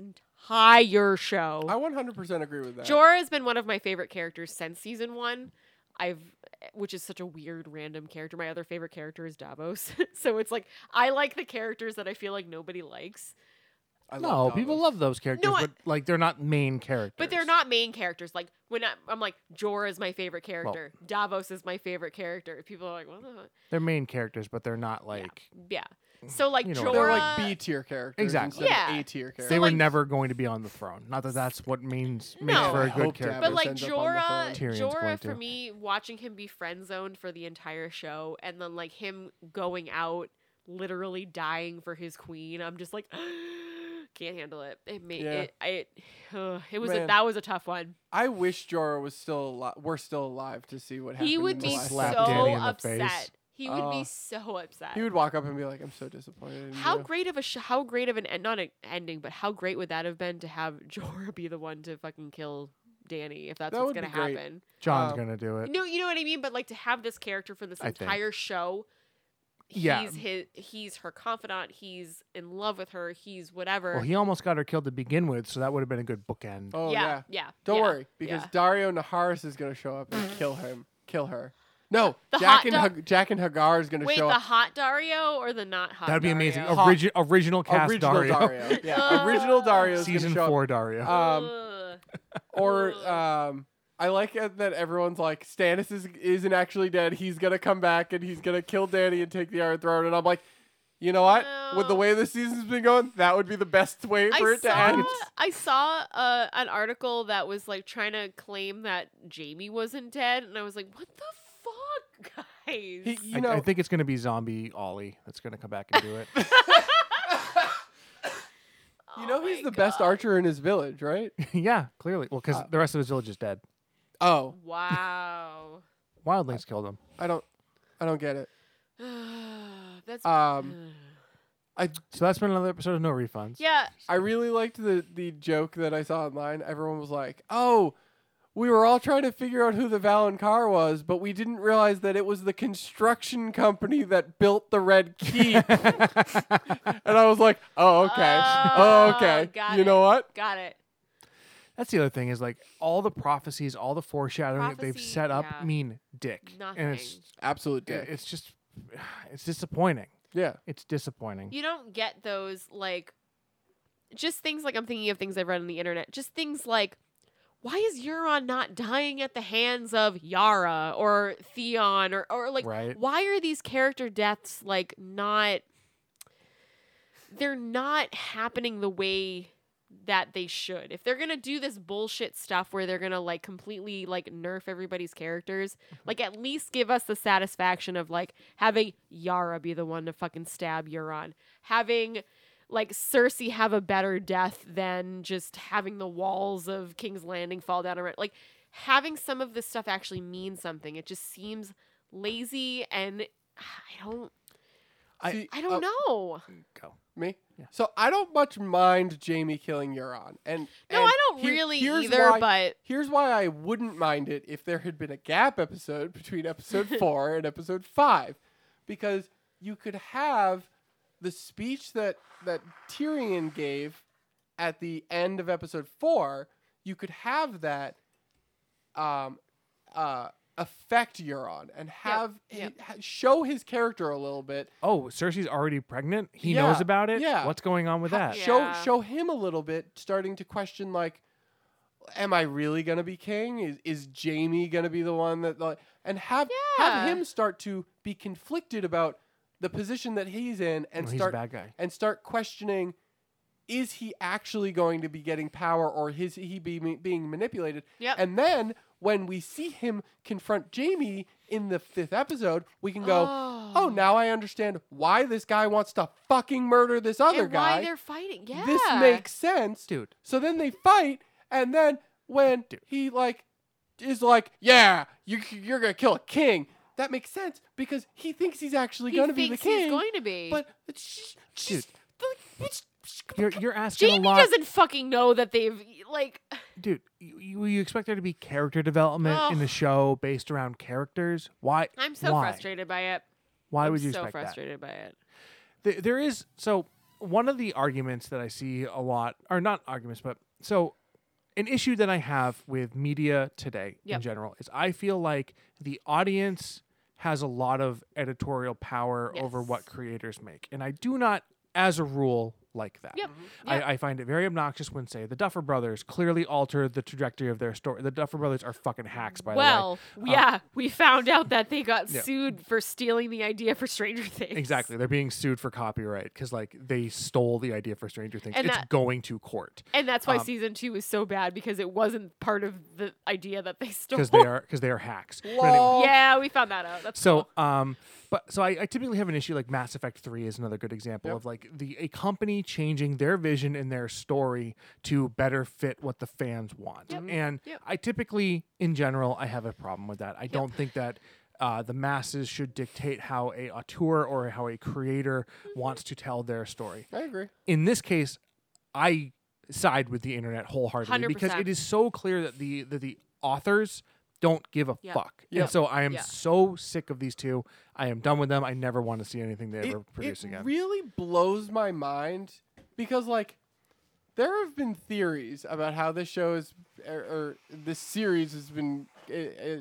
[SPEAKER 1] entire show.
[SPEAKER 3] I 100% agree with that.
[SPEAKER 1] Jorah has been one of my favorite characters since season one. I've, which is such a weird random character. My other favorite character is Davos, so it's like I like the characters that I feel like nobody likes.
[SPEAKER 3] I
[SPEAKER 2] No, people
[SPEAKER 3] Davos.
[SPEAKER 2] love those characters,
[SPEAKER 1] I-
[SPEAKER 2] but like they're not main characters.
[SPEAKER 1] But they're not main characters. Like when I, I'm like Jorah is my favorite character, Davos is my favorite character. People are like, what the fuck?
[SPEAKER 2] They're main characters, but they're not like
[SPEAKER 1] Yeah. So like
[SPEAKER 2] You
[SPEAKER 1] Jorah,
[SPEAKER 2] know what
[SPEAKER 3] Mm, They're like B tier characters
[SPEAKER 2] Exactly.
[SPEAKER 3] instead
[SPEAKER 1] Yeah.
[SPEAKER 3] of A tier characters.
[SPEAKER 2] they were
[SPEAKER 1] like-
[SPEAKER 2] never going to be on the throne. Not that that's what means makes
[SPEAKER 1] No.
[SPEAKER 2] for
[SPEAKER 1] I
[SPEAKER 2] a good
[SPEAKER 3] hope
[SPEAKER 2] character.
[SPEAKER 1] but
[SPEAKER 3] Davos
[SPEAKER 1] like
[SPEAKER 3] ends up on the
[SPEAKER 1] Jorah,
[SPEAKER 2] throne. Tyrion's going
[SPEAKER 1] Jorah
[SPEAKER 2] to.
[SPEAKER 1] for me, watching him be friend zoned for the entire show, and then like him going out, literally dying for his queen. I'm just like, can't handle it. It made
[SPEAKER 3] Yeah.
[SPEAKER 1] it. I, ugh, it was a,
[SPEAKER 3] Man.
[SPEAKER 1] that was a tough one.
[SPEAKER 3] I wish Jorah was still alive. We're still alive to see what happened.
[SPEAKER 1] He would
[SPEAKER 3] in the
[SPEAKER 1] be
[SPEAKER 3] last
[SPEAKER 1] so
[SPEAKER 2] Slap
[SPEAKER 3] episode.
[SPEAKER 2] Danny in the face.
[SPEAKER 1] upset. He would
[SPEAKER 3] Oh.
[SPEAKER 1] be so upset.
[SPEAKER 3] He would walk up and be like, "I'm so disappointed." in
[SPEAKER 1] How
[SPEAKER 3] you."
[SPEAKER 1] great of a sh- how great of an end not an ending, but how great would that have been to have Jorah be the one to fucking kill Danny if that's
[SPEAKER 3] That
[SPEAKER 1] what's
[SPEAKER 3] would
[SPEAKER 1] gonna
[SPEAKER 3] be great.
[SPEAKER 1] happen?
[SPEAKER 2] John's
[SPEAKER 3] Um,
[SPEAKER 2] gonna do it.
[SPEAKER 1] No, you know what I mean. But like to have this character for this
[SPEAKER 2] I think.
[SPEAKER 1] entire show,
[SPEAKER 2] Yeah.
[SPEAKER 1] he's his, he's her confidant. He's in love with her. He's whatever.
[SPEAKER 2] Well, he almost got her killed to begin with, so that would have been a good bookend.
[SPEAKER 3] Oh yeah.
[SPEAKER 1] yeah, yeah.
[SPEAKER 3] Don't
[SPEAKER 1] yeah,
[SPEAKER 3] worry, because
[SPEAKER 1] yeah. Mm.
[SPEAKER 3] Dario Naharis is gonna show up and kill him. Kill her. No,
[SPEAKER 1] The
[SPEAKER 3] Jack
[SPEAKER 1] hot
[SPEAKER 3] and
[SPEAKER 1] dog-
[SPEAKER 3] Hag- Jack and Hagar is gonna
[SPEAKER 1] wait,
[SPEAKER 3] show
[SPEAKER 1] the
[SPEAKER 3] up.
[SPEAKER 1] hot Dario or the not hot?
[SPEAKER 2] That'd be amazing.
[SPEAKER 1] Dario?
[SPEAKER 3] Hot-
[SPEAKER 2] Origi- original cast
[SPEAKER 3] original
[SPEAKER 2] Dario.
[SPEAKER 3] Yeah, original Dario is
[SPEAKER 2] Season
[SPEAKER 3] gonna show
[SPEAKER 2] four Dario.
[SPEAKER 3] up. Um,
[SPEAKER 1] Ugh.
[SPEAKER 3] or
[SPEAKER 1] Ugh.
[SPEAKER 3] um, I like it that everyone's like, Stannis is isn't actually dead. He's gonna come back and he's gonna kill Danny and take the Iron Throne. And I'm like, you know what? With the
[SPEAKER 1] No.
[SPEAKER 3] way this season's been going, that would be the best way for
[SPEAKER 1] I
[SPEAKER 3] it to
[SPEAKER 1] saw,
[SPEAKER 3] end.
[SPEAKER 1] I saw uh, an article that was like trying to claim that Jamie wasn't dead, and I was like, what the fuck, guys?
[SPEAKER 3] He,
[SPEAKER 2] I,
[SPEAKER 3] you know,
[SPEAKER 2] I think it's gonna be zombie Ollie that's gonna come back and do it.
[SPEAKER 1] Oh
[SPEAKER 3] you know he's
[SPEAKER 1] my
[SPEAKER 3] the best
[SPEAKER 1] God.
[SPEAKER 3] archer in his village, right?
[SPEAKER 2] yeah, clearly. Well, because
[SPEAKER 3] Uh,
[SPEAKER 2] the rest of his village is dead.
[SPEAKER 3] Oh,
[SPEAKER 1] Wow.
[SPEAKER 2] Wildlings killed him.
[SPEAKER 3] I don't, I don't get it.
[SPEAKER 1] That's
[SPEAKER 3] Um, I
[SPEAKER 2] So that's been another episode of No Refunds.
[SPEAKER 1] yeah.
[SPEAKER 3] I really liked the the joke that I saw online. Everyone was like, "Oh, we were all trying to figure out who the Valonqar was, but we didn't realize that it was the construction company that built the Red Keep." and I was like, "Oh, okay, oh,
[SPEAKER 1] Oh,
[SPEAKER 3] okay.
[SPEAKER 1] got
[SPEAKER 3] You know
[SPEAKER 1] it.
[SPEAKER 3] what?
[SPEAKER 1] Got it.
[SPEAKER 2] That's the other thing is like all the prophecies, all the foreshadowing that they've
[SPEAKER 1] Prophecy,
[SPEAKER 2] set up
[SPEAKER 1] yeah.
[SPEAKER 2] mean dick, and it's
[SPEAKER 1] Nothing.
[SPEAKER 3] Absolute
[SPEAKER 2] it- it's just it's disappointing.
[SPEAKER 3] Yeah,
[SPEAKER 2] It's disappointing.
[SPEAKER 1] You don't get those like just things like I'm thinking of things I've read on the internet. Just things like why is Euron not dying at the hands of Yara or Theon or or like
[SPEAKER 2] Right.
[SPEAKER 1] why are these character deaths like not they're not happening the way that they should. If they're going to do this bullshit stuff where they're going to like completely like nerf everybody's characters, like at least give us the satisfaction of like having Yara be the one to fucking stab Euron, having like Cersei have a better death than just having the walls of King's Landing fall down around. Like having some of this stuff actually mean something. It just seems lazy and I don't
[SPEAKER 2] I-
[SPEAKER 3] See,
[SPEAKER 1] I don't
[SPEAKER 3] uh,
[SPEAKER 1] know.
[SPEAKER 2] Go.
[SPEAKER 3] me.
[SPEAKER 2] Yeah.
[SPEAKER 3] So I don't much mind Jamie killing Euron, and
[SPEAKER 1] No,
[SPEAKER 3] and
[SPEAKER 1] I don't
[SPEAKER 3] here-
[SPEAKER 1] really
[SPEAKER 3] here's
[SPEAKER 1] either,
[SPEAKER 3] why-
[SPEAKER 1] but
[SPEAKER 3] Here's why I wouldn't mind it if there had been a gap episode between episode four and episode five, because you could have the speech that that Tyrion gave at the end of episode four. You could have that um, uh, affect Euron and have
[SPEAKER 1] yep.
[SPEAKER 3] ha- show his character a little bit
[SPEAKER 2] Oh, Cersei's already pregnant. He
[SPEAKER 3] Yeah,
[SPEAKER 2] knows about it.
[SPEAKER 3] yeah.
[SPEAKER 2] What's going on with
[SPEAKER 3] Ha-
[SPEAKER 2] that?
[SPEAKER 1] yeah.
[SPEAKER 3] Show show him a little bit, starting to question like, am I really gonna be king? Is is Jamie gonna be the one that like and have have
[SPEAKER 1] Yeah.
[SPEAKER 3] him start to be conflicted about the position that he's in and
[SPEAKER 2] Oh, he's
[SPEAKER 3] start
[SPEAKER 2] a bad guy.
[SPEAKER 3] and start questioning is he actually going to be getting power or is he be, being manipulated?
[SPEAKER 1] Yep.
[SPEAKER 3] And then when we see him confront Jamie in the fifth episode, we can go, oh, now I understand why this guy wants to fucking murder this other
[SPEAKER 1] and
[SPEAKER 3] guy
[SPEAKER 1] why they're fighting. Yeah.
[SPEAKER 3] this makes sense.
[SPEAKER 2] Dude.
[SPEAKER 3] So then they fight, and then when
[SPEAKER 2] Dude.
[SPEAKER 3] he like is like, yeah, you you're gonna kill a king. That makes sense because he thinks he's actually
[SPEAKER 1] he
[SPEAKER 3] gonna
[SPEAKER 1] thinks
[SPEAKER 3] be the king.
[SPEAKER 1] he's going to be.
[SPEAKER 3] But she's, she's, it's-
[SPEAKER 2] You're, you're asking
[SPEAKER 1] Jamie
[SPEAKER 2] a lot,
[SPEAKER 1] doesn't fucking know that they've like
[SPEAKER 2] dude. You, you- you expect there to be character development in
[SPEAKER 1] Ugh.
[SPEAKER 2] the show based around characters? Why?
[SPEAKER 1] I'm so
[SPEAKER 2] why?
[SPEAKER 1] frustrated by it.
[SPEAKER 2] Why
[SPEAKER 1] I'm
[SPEAKER 2] would you
[SPEAKER 1] so
[SPEAKER 2] expect that?
[SPEAKER 1] frustrated by it.
[SPEAKER 2] Th- there is so one of the arguments that I see a lot, or not arguments, but so an issue that I have with media today in
[SPEAKER 1] Yep.
[SPEAKER 2] general is I feel like the audience has a lot of editorial power over
[SPEAKER 1] Yes.
[SPEAKER 2] what creators make, and I do not, as a rule, like that.
[SPEAKER 1] Yep. Yeah.
[SPEAKER 2] I, I find it very obnoxious when, say, the Duffer Brothers clearly alter the trajectory of their story. The Duffer Brothers are fucking hacks, by the way.
[SPEAKER 1] well,
[SPEAKER 3] Um,
[SPEAKER 1] yeah, we found out that they got
[SPEAKER 2] Yeah.
[SPEAKER 1] sued for stealing the idea for Stranger Things.
[SPEAKER 2] Exactly. They're being sued for copyright because, like, they stole the idea for Stranger Things.
[SPEAKER 1] And
[SPEAKER 2] it's
[SPEAKER 1] that-
[SPEAKER 2] going to court
[SPEAKER 1] And that's why
[SPEAKER 2] Um,
[SPEAKER 1] season two is so bad because it wasn't part of the idea that they stole.
[SPEAKER 2] because they are because they are hacks. But anyway,
[SPEAKER 3] Lol.
[SPEAKER 1] yeah, we found that out. That's
[SPEAKER 2] So,
[SPEAKER 1] cool.
[SPEAKER 2] um, but so I, I typically have an issue like Mass Effect Three is another good example
[SPEAKER 3] Yep.
[SPEAKER 2] of like the a company changing their vision and their story to better fit what the fans want.
[SPEAKER 1] Yep.
[SPEAKER 2] And
[SPEAKER 1] Yep.
[SPEAKER 2] I typically, in general, I have a problem with that. I don't think that. Uh, the masses should dictate how a auteur or how a creator wants to tell their story.
[SPEAKER 3] I agree.
[SPEAKER 2] In this case, I side with the internet wholeheartedly because
[SPEAKER 1] 100%.
[SPEAKER 2] it is so clear that the that the authors don't give a
[SPEAKER 1] Yeah.
[SPEAKER 2] fuck.
[SPEAKER 3] Yeah.
[SPEAKER 2] And so I am
[SPEAKER 1] Yeah.
[SPEAKER 2] so sick of these two. I am done with them. I never want to see anything they ever produce again.
[SPEAKER 3] really blows my mind because like there have been theories about how this show is or, or this series has been uh, uh,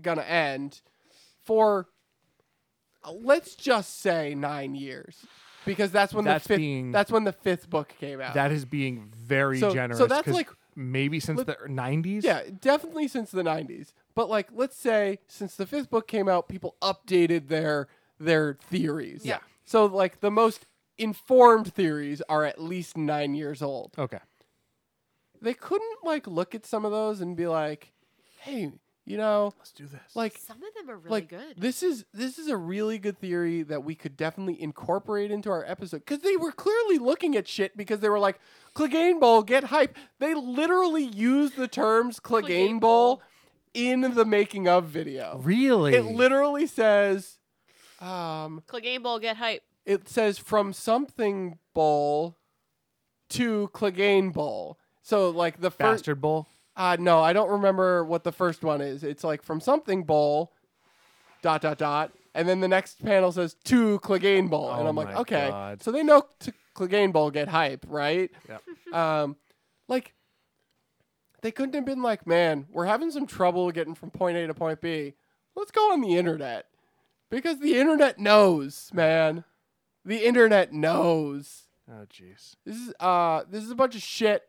[SPEAKER 3] gonna end for uh, let's just say nine years because that's when
[SPEAKER 2] That's
[SPEAKER 3] the fifth
[SPEAKER 2] being-
[SPEAKER 3] that's when the fifth book came out.
[SPEAKER 2] that is being very
[SPEAKER 3] So- so
[SPEAKER 2] generous.
[SPEAKER 3] that's
[SPEAKER 2] 'cause
[SPEAKER 3] like-
[SPEAKER 2] maybe since
[SPEAKER 3] Look-
[SPEAKER 2] the 90s.
[SPEAKER 3] Yeah, definitely since the '90s. But like, let's say since the fifth book came out, people updated their their theories.
[SPEAKER 2] Yeah.
[SPEAKER 3] So like, the most informed theories are at least nine years old.
[SPEAKER 2] Okay.
[SPEAKER 3] They couldn't like look at some of those and be like, "Hey, you know,
[SPEAKER 2] Let's do this.
[SPEAKER 3] like."
[SPEAKER 1] some of them are really
[SPEAKER 3] like
[SPEAKER 1] good.
[SPEAKER 3] this is this is a really good theory that we could definitely incorporate into our episode because they were clearly looking at shit because they were like Clegane Bowl get hype. They literally used the terms Clegane
[SPEAKER 1] Clegane
[SPEAKER 3] Bowl
[SPEAKER 1] Bowl.
[SPEAKER 3] in the making of video.
[SPEAKER 2] really?
[SPEAKER 3] It literally says, um,
[SPEAKER 1] Clegane Bowl get hype.
[SPEAKER 3] it says from something bowl to Clegane Bowl. So like the first
[SPEAKER 2] Bastard Bowl.
[SPEAKER 3] uh, no, I don't remember what the first one is. It's like from something bowl, dot dot dot, and then the next panel says to Clegane Bowl, and
[SPEAKER 2] Oh
[SPEAKER 3] I'm like,
[SPEAKER 2] my
[SPEAKER 3] okay,
[SPEAKER 2] God.
[SPEAKER 3] so they know to Clegane Bowl get hype, right?
[SPEAKER 2] Yep.
[SPEAKER 3] um, like they couldn't have been like, man, we're having some trouble getting from point A to point B. Let's go on the internet because the internet knows, man. The internet knows.
[SPEAKER 2] Oh, jeez.
[SPEAKER 3] This is uh this is a bunch of shit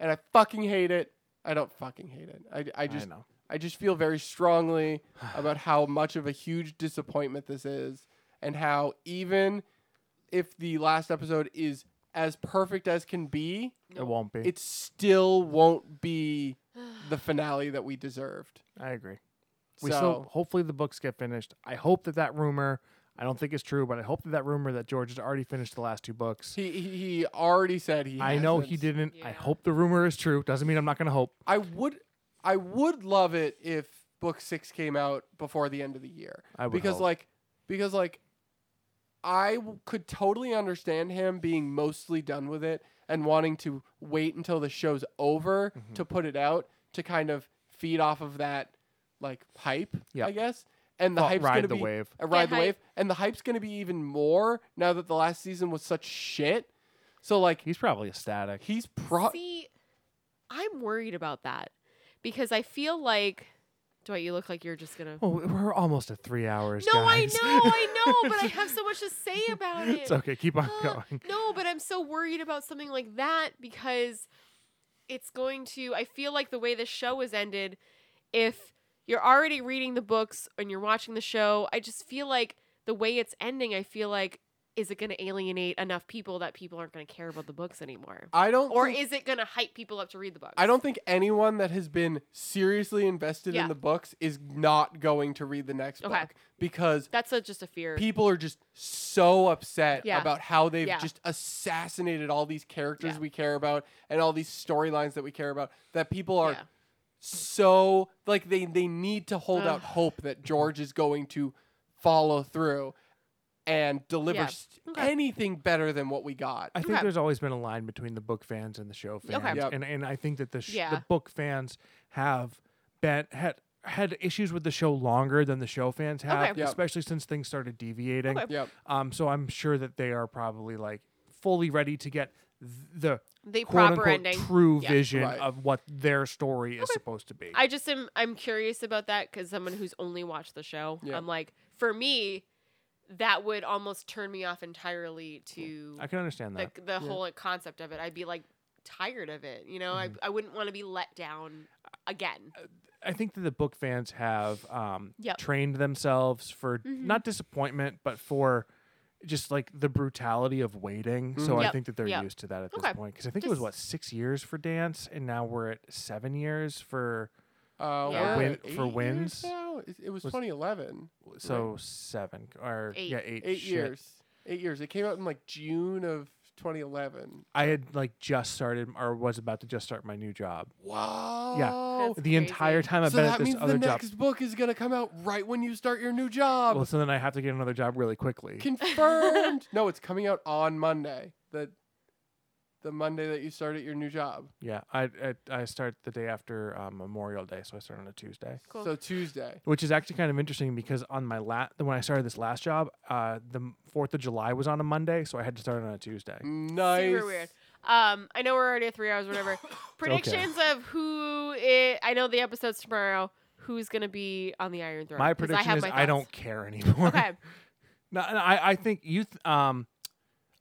[SPEAKER 3] and I fucking hate it. I don't fucking hate it. I, I just
[SPEAKER 2] know.
[SPEAKER 3] I, just feel very strongly about how much of a huge disappointment this is and how even if the last episode is as perfect as can be,
[SPEAKER 2] It won't be.
[SPEAKER 3] it still won't be the finale that we deserved.
[SPEAKER 2] I agree. We still,
[SPEAKER 3] so
[SPEAKER 2] hopefully the books get finished. I hope that that rumor, I don't think it's true, but I hope that that rumor that George has already finished the last two books.
[SPEAKER 3] he, he he already said he
[SPEAKER 2] I know
[SPEAKER 3] hasn't.
[SPEAKER 2] he didn't. I
[SPEAKER 1] Yeah.
[SPEAKER 2] hope the rumor is true. Doesn't mean I'm not going to hope.
[SPEAKER 3] I would I would love it if book 6 came out before the end of the year.
[SPEAKER 2] I would
[SPEAKER 3] because
[SPEAKER 2] hope.
[SPEAKER 3] like because like I w- could totally understand him being mostly done with it and wanting to wait until the show's over
[SPEAKER 2] Mm-hmm.
[SPEAKER 3] to put it out to kind of feed off of that like hype,
[SPEAKER 2] Yep.
[SPEAKER 3] I guess. And the
[SPEAKER 2] Well,
[SPEAKER 3] hype's
[SPEAKER 2] ride
[SPEAKER 3] gonna
[SPEAKER 2] the
[SPEAKER 3] be
[SPEAKER 2] wave.
[SPEAKER 3] uh, ride the
[SPEAKER 1] hype.
[SPEAKER 3] wave, and the hype's gonna be even more now that the last season was such shit. So like
[SPEAKER 2] He's probably ecstatic.
[SPEAKER 3] he's pro.
[SPEAKER 1] See, I'm worried about that because I feel like Dwight, you look like you're just gonna.
[SPEAKER 2] Oh, we're almost at three hours.
[SPEAKER 1] no,
[SPEAKER 2] guys.
[SPEAKER 1] I know, I know, but I have so much to say about it.
[SPEAKER 2] it's okay. Keep on
[SPEAKER 1] Uh,
[SPEAKER 2] going.
[SPEAKER 1] No, but I'm so worried about something like that because it's going to. I feel like the way the show is ended, if you're already reading the books and you're watching the show, I just feel like the way it's ending, I feel like, is it going to alienate enough people that people aren't going to care about the books anymore?
[SPEAKER 3] I don't
[SPEAKER 1] Or
[SPEAKER 3] think-
[SPEAKER 1] is it going to hype people up to read the books?
[SPEAKER 3] Mm. I don't think anyone that has been seriously invested
[SPEAKER 1] Yeah.
[SPEAKER 3] in the books is not going to read the next
[SPEAKER 1] Okay.
[SPEAKER 3] book because
[SPEAKER 1] That's a, just a fear.
[SPEAKER 3] people are just so upset
[SPEAKER 1] Yeah.
[SPEAKER 3] about how they've
[SPEAKER 1] Yeah.
[SPEAKER 3] just assassinated all these characters
[SPEAKER 1] Yeah.
[SPEAKER 3] we care about and all these storylines that we care about that people are
[SPEAKER 1] Yeah.
[SPEAKER 3] so like they they need to hold out
[SPEAKER 1] Ugh.
[SPEAKER 3] hope that George is going to follow through and deliver
[SPEAKER 1] Yeah.
[SPEAKER 3] s-
[SPEAKER 1] Okay.
[SPEAKER 3] anything better than what we got.
[SPEAKER 2] I think
[SPEAKER 1] Okay.
[SPEAKER 2] there's always been a line between the book fans and the show fans,
[SPEAKER 3] Yep.
[SPEAKER 2] and and I think that the sh-
[SPEAKER 1] Yeah.
[SPEAKER 2] the book fans have been had had issues with the show longer than the show fans have,
[SPEAKER 1] Okay.
[SPEAKER 3] Yep.
[SPEAKER 2] especially since things started deviating.
[SPEAKER 1] Okay.
[SPEAKER 3] Yep.
[SPEAKER 2] Um, so I'm sure that they are probably like fully ready to get th- the
[SPEAKER 1] the
[SPEAKER 2] quote
[SPEAKER 1] proper
[SPEAKER 2] unquote
[SPEAKER 1] ending.
[SPEAKER 2] true
[SPEAKER 1] Yeah.
[SPEAKER 2] vision
[SPEAKER 3] Right.
[SPEAKER 2] of what their story is supposed to be.
[SPEAKER 1] I just am I'm curious about that because someone who's only watched the show,
[SPEAKER 3] Yeah.
[SPEAKER 1] I'm like, for me, that would almost turn me off entirely to
[SPEAKER 2] I can understand that.
[SPEAKER 1] the, the whole concept of it. I'd be like tired of it. You know,
[SPEAKER 2] Mm-hmm.
[SPEAKER 1] I, I wouldn't want to be let down again.
[SPEAKER 2] Uh, I think that the book fans have um,
[SPEAKER 1] Yep. Mm-hmm.
[SPEAKER 2] trained themselves for not disappointment, but for just like the brutality of waiting. So I
[SPEAKER 1] Yep,
[SPEAKER 2] think that they're
[SPEAKER 1] Mm-hmm. yep.
[SPEAKER 2] used to that at this
[SPEAKER 1] Okay.
[SPEAKER 2] point. Because I think it was
[SPEAKER 1] Just-
[SPEAKER 2] what six years for dance, and now we're at seven years for
[SPEAKER 3] Uh,
[SPEAKER 1] Yeah.
[SPEAKER 3] we're
[SPEAKER 2] Win-
[SPEAKER 3] at
[SPEAKER 2] for
[SPEAKER 3] eight years
[SPEAKER 2] wins?
[SPEAKER 3] now? It, it was,
[SPEAKER 2] Was-
[SPEAKER 3] 2011.
[SPEAKER 2] so seven or
[SPEAKER 1] Eight.
[SPEAKER 2] yeah eight,
[SPEAKER 3] Eight
[SPEAKER 2] shit.
[SPEAKER 3] years. Eight years. It came out in like June of 2011.
[SPEAKER 2] I had like just started or was about to just start my new job.
[SPEAKER 3] Wow.
[SPEAKER 1] That's
[SPEAKER 2] the entire
[SPEAKER 1] crazy.
[SPEAKER 2] time I've
[SPEAKER 3] so
[SPEAKER 2] been
[SPEAKER 3] that
[SPEAKER 2] at this
[SPEAKER 3] means
[SPEAKER 2] other
[SPEAKER 3] the
[SPEAKER 2] job.
[SPEAKER 3] next book is gonna come out right when you start your new job.
[SPEAKER 2] Well, so then I have to get another job really quickly.
[SPEAKER 3] Confirmed. no, it's coming out on Monday. The the Monday that you start at your new job.
[SPEAKER 2] yeah, I, I I start the day after um, Memorial Day, so I start on a Tuesday.
[SPEAKER 1] Cool.
[SPEAKER 3] So Tuesday.
[SPEAKER 2] which is actually kind of interesting because on my la- when I started this last job, uh, the Fourth of July was on a Monday, so I had to start on a Tuesday.
[SPEAKER 3] Mm, Nice.
[SPEAKER 1] Super weird. Um, I know we're already at three hours, whatever. Predictions of who it, I know the episode's tomorrow. Who's gonna be on the Iron Throne?
[SPEAKER 2] My
[SPEAKER 1] 'Cause
[SPEAKER 2] prediction
[SPEAKER 1] have
[SPEAKER 2] is
[SPEAKER 1] my
[SPEAKER 2] I don't
[SPEAKER 1] thoughts.
[SPEAKER 2] care anymore.
[SPEAKER 1] Okay.
[SPEAKER 2] No, no, I, I think you. Th- um,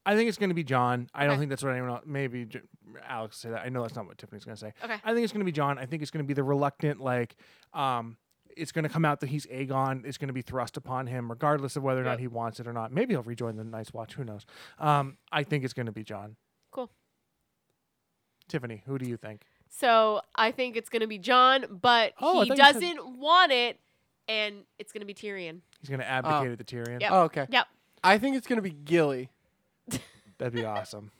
[SPEAKER 2] I think it's going to be John. I don't
[SPEAKER 1] Okay.
[SPEAKER 2] think that's what anyone else. Maybe J- Alex say that. I know that's not what Tiffany's going to say.
[SPEAKER 1] Okay.
[SPEAKER 2] I think it's going to be John. I think it's going to be the reluctant, like, um, it's going to come out that he's Aegon. It's going to be thrust upon him, regardless of whether or
[SPEAKER 1] Yep.
[SPEAKER 2] not he wants it or not. Maybe he'll rejoin the Night's Watch. Who knows? Um, I think it's going to be John.
[SPEAKER 1] Cool.
[SPEAKER 2] Tiffany, who do you think?
[SPEAKER 1] So I think it's gonna be John, but
[SPEAKER 2] Oh, I
[SPEAKER 1] he
[SPEAKER 2] thought you said-
[SPEAKER 1] doesn't want it, and it's gonna be Tyrion.
[SPEAKER 2] He's going to abdicate it to Tyrion.
[SPEAKER 1] Oh. Yep.
[SPEAKER 3] Oh, okay.
[SPEAKER 1] Yep.
[SPEAKER 3] I think it's gonna be Gilly.
[SPEAKER 2] That'd be awesome.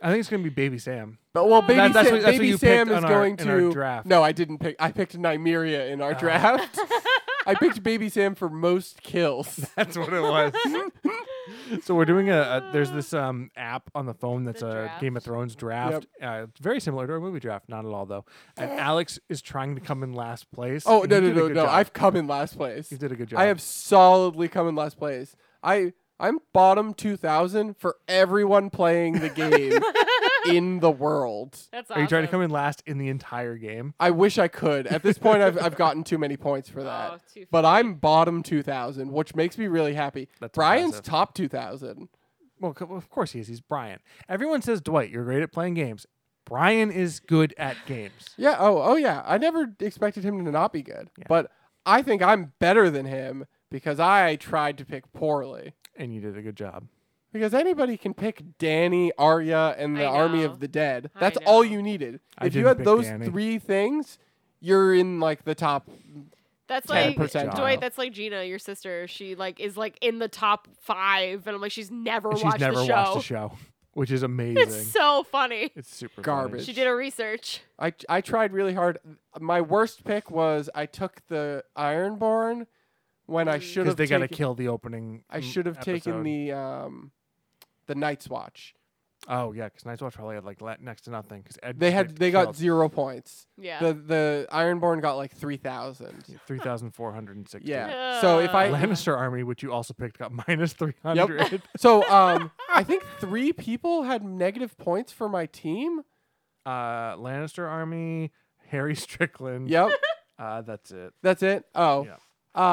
[SPEAKER 2] I think it's going to be Baby Sam.
[SPEAKER 3] But well, baby
[SPEAKER 2] That- that's
[SPEAKER 3] Sam,
[SPEAKER 2] what- that's what
[SPEAKER 3] baby
[SPEAKER 2] you
[SPEAKER 3] Sam
[SPEAKER 2] picked
[SPEAKER 3] is
[SPEAKER 2] on our-
[SPEAKER 3] going
[SPEAKER 2] in our
[SPEAKER 3] to.
[SPEAKER 2] draft. Uh.
[SPEAKER 3] No, I didn't pick. I picked Nymeria in our draft. I picked baby Sam for most kills.
[SPEAKER 2] That's what it was. so we're doing a, a there's this um app on the phone that's
[SPEAKER 1] The
[SPEAKER 2] a
[SPEAKER 1] draft.
[SPEAKER 2] Game of Thrones draft. Uh, it's very similar to a movie draft, not at all though. And Alex is trying to come in last place.
[SPEAKER 3] Oh
[SPEAKER 2] and
[SPEAKER 3] no
[SPEAKER 2] you
[SPEAKER 3] no
[SPEAKER 2] did a
[SPEAKER 3] no
[SPEAKER 2] good
[SPEAKER 3] no!
[SPEAKER 2] job.
[SPEAKER 3] I've come in last place.
[SPEAKER 2] you did a good job.
[SPEAKER 3] I have solidly come in last place. I I'm bottom two thousand for everyone playing the game in the world.
[SPEAKER 1] That's
[SPEAKER 2] Are you trying to come in last in the entire game?
[SPEAKER 3] I wish I could. At this point, I've I've gotten too many points for that.
[SPEAKER 1] Oh, too
[SPEAKER 3] but I'm bottom two thousand, which makes me really happy.
[SPEAKER 2] That's
[SPEAKER 3] Brian's
[SPEAKER 2] impressive.
[SPEAKER 3] top two thousand.
[SPEAKER 2] Well, c- well, of course he is. He's Brian. Everyone says Dwight, you're great at playing games. Brian is good at games.
[SPEAKER 3] Yeah. Oh. Oh. Yeah. I never expected him to not be good,
[SPEAKER 2] Yeah.
[SPEAKER 3] but I think I'm better than him because I tried to pick poorly.
[SPEAKER 2] And you did a good job.
[SPEAKER 3] Because anybody can pick Danny, Arya, and the
[SPEAKER 1] I
[SPEAKER 3] Army
[SPEAKER 1] know.
[SPEAKER 3] of the Dead.
[SPEAKER 1] I
[SPEAKER 3] That's all
[SPEAKER 1] know.
[SPEAKER 3] you needed.
[SPEAKER 2] I
[SPEAKER 3] if you
[SPEAKER 2] didn't
[SPEAKER 3] had
[SPEAKER 2] pick
[SPEAKER 3] those
[SPEAKER 2] Dany.
[SPEAKER 3] three things, you're in like the top.
[SPEAKER 1] That's
[SPEAKER 3] 10
[SPEAKER 1] like
[SPEAKER 3] percentile.
[SPEAKER 1] Dwight. That's like Gina, your sister. She like is like in the top five, and I'm like, she's never
[SPEAKER 2] She's
[SPEAKER 1] watched
[SPEAKER 2] never
[SPEAKER 1] the show.
[SPEAKER 2] watched the show, which is amazing.
[SPEAKER 1] It's so funny.
[SPEAKER 2] It's super funny.
[SPEAKER 3] Garbage.
[SPEAKER 1] She did her research.
[SPEAKER 3] I I tried really hard. My worst pick was I took the Ironborn when I
[SPEAKER 1] Mm.
[SPEAKER 3] should
[SPEAKER 2] Because
[SPEAKER 3] have
[SPEAKER 2] they got to
[SPEAKER 3] taken-
[SPEAKER 2] kill the opening.
[SPEAKER 3] I
[SPEAKER 2] m-
[SPEAKER 3] should have taken
[SPEAKER 2] episode.
[SPEAKER 3] the um, the Night's Watch.
[SPEAKER 2] Oh yeah, because Night's Watch probably had like le- next to nothing. Because
[SPEAKER 3] They had they got zero points.
[SPEAKER 1] Yeah.
[SPEAKER 3] The the Ironborn got like three thousand.
[SPEAKER 2] three thousand four hundred and sixty.
[SPEAKER 3] Yeah. So if
[SPEAKER 1] Uh.
[SPEAKER 3] I
[SPEAKER 2] Lannister army, which you also picked, got minus three hundred.
[SPEAKER 3] So um, I think three people had negative points for my team.
[SPEAKER 2] uh, Lannister army, Harry Strickland.
[SPEAKER 3] Yep,
[SPEAKER 2] Uh, that's it.
[SPEAKER 3] that's it. Oh,
[SPEAKER 2] Yeah.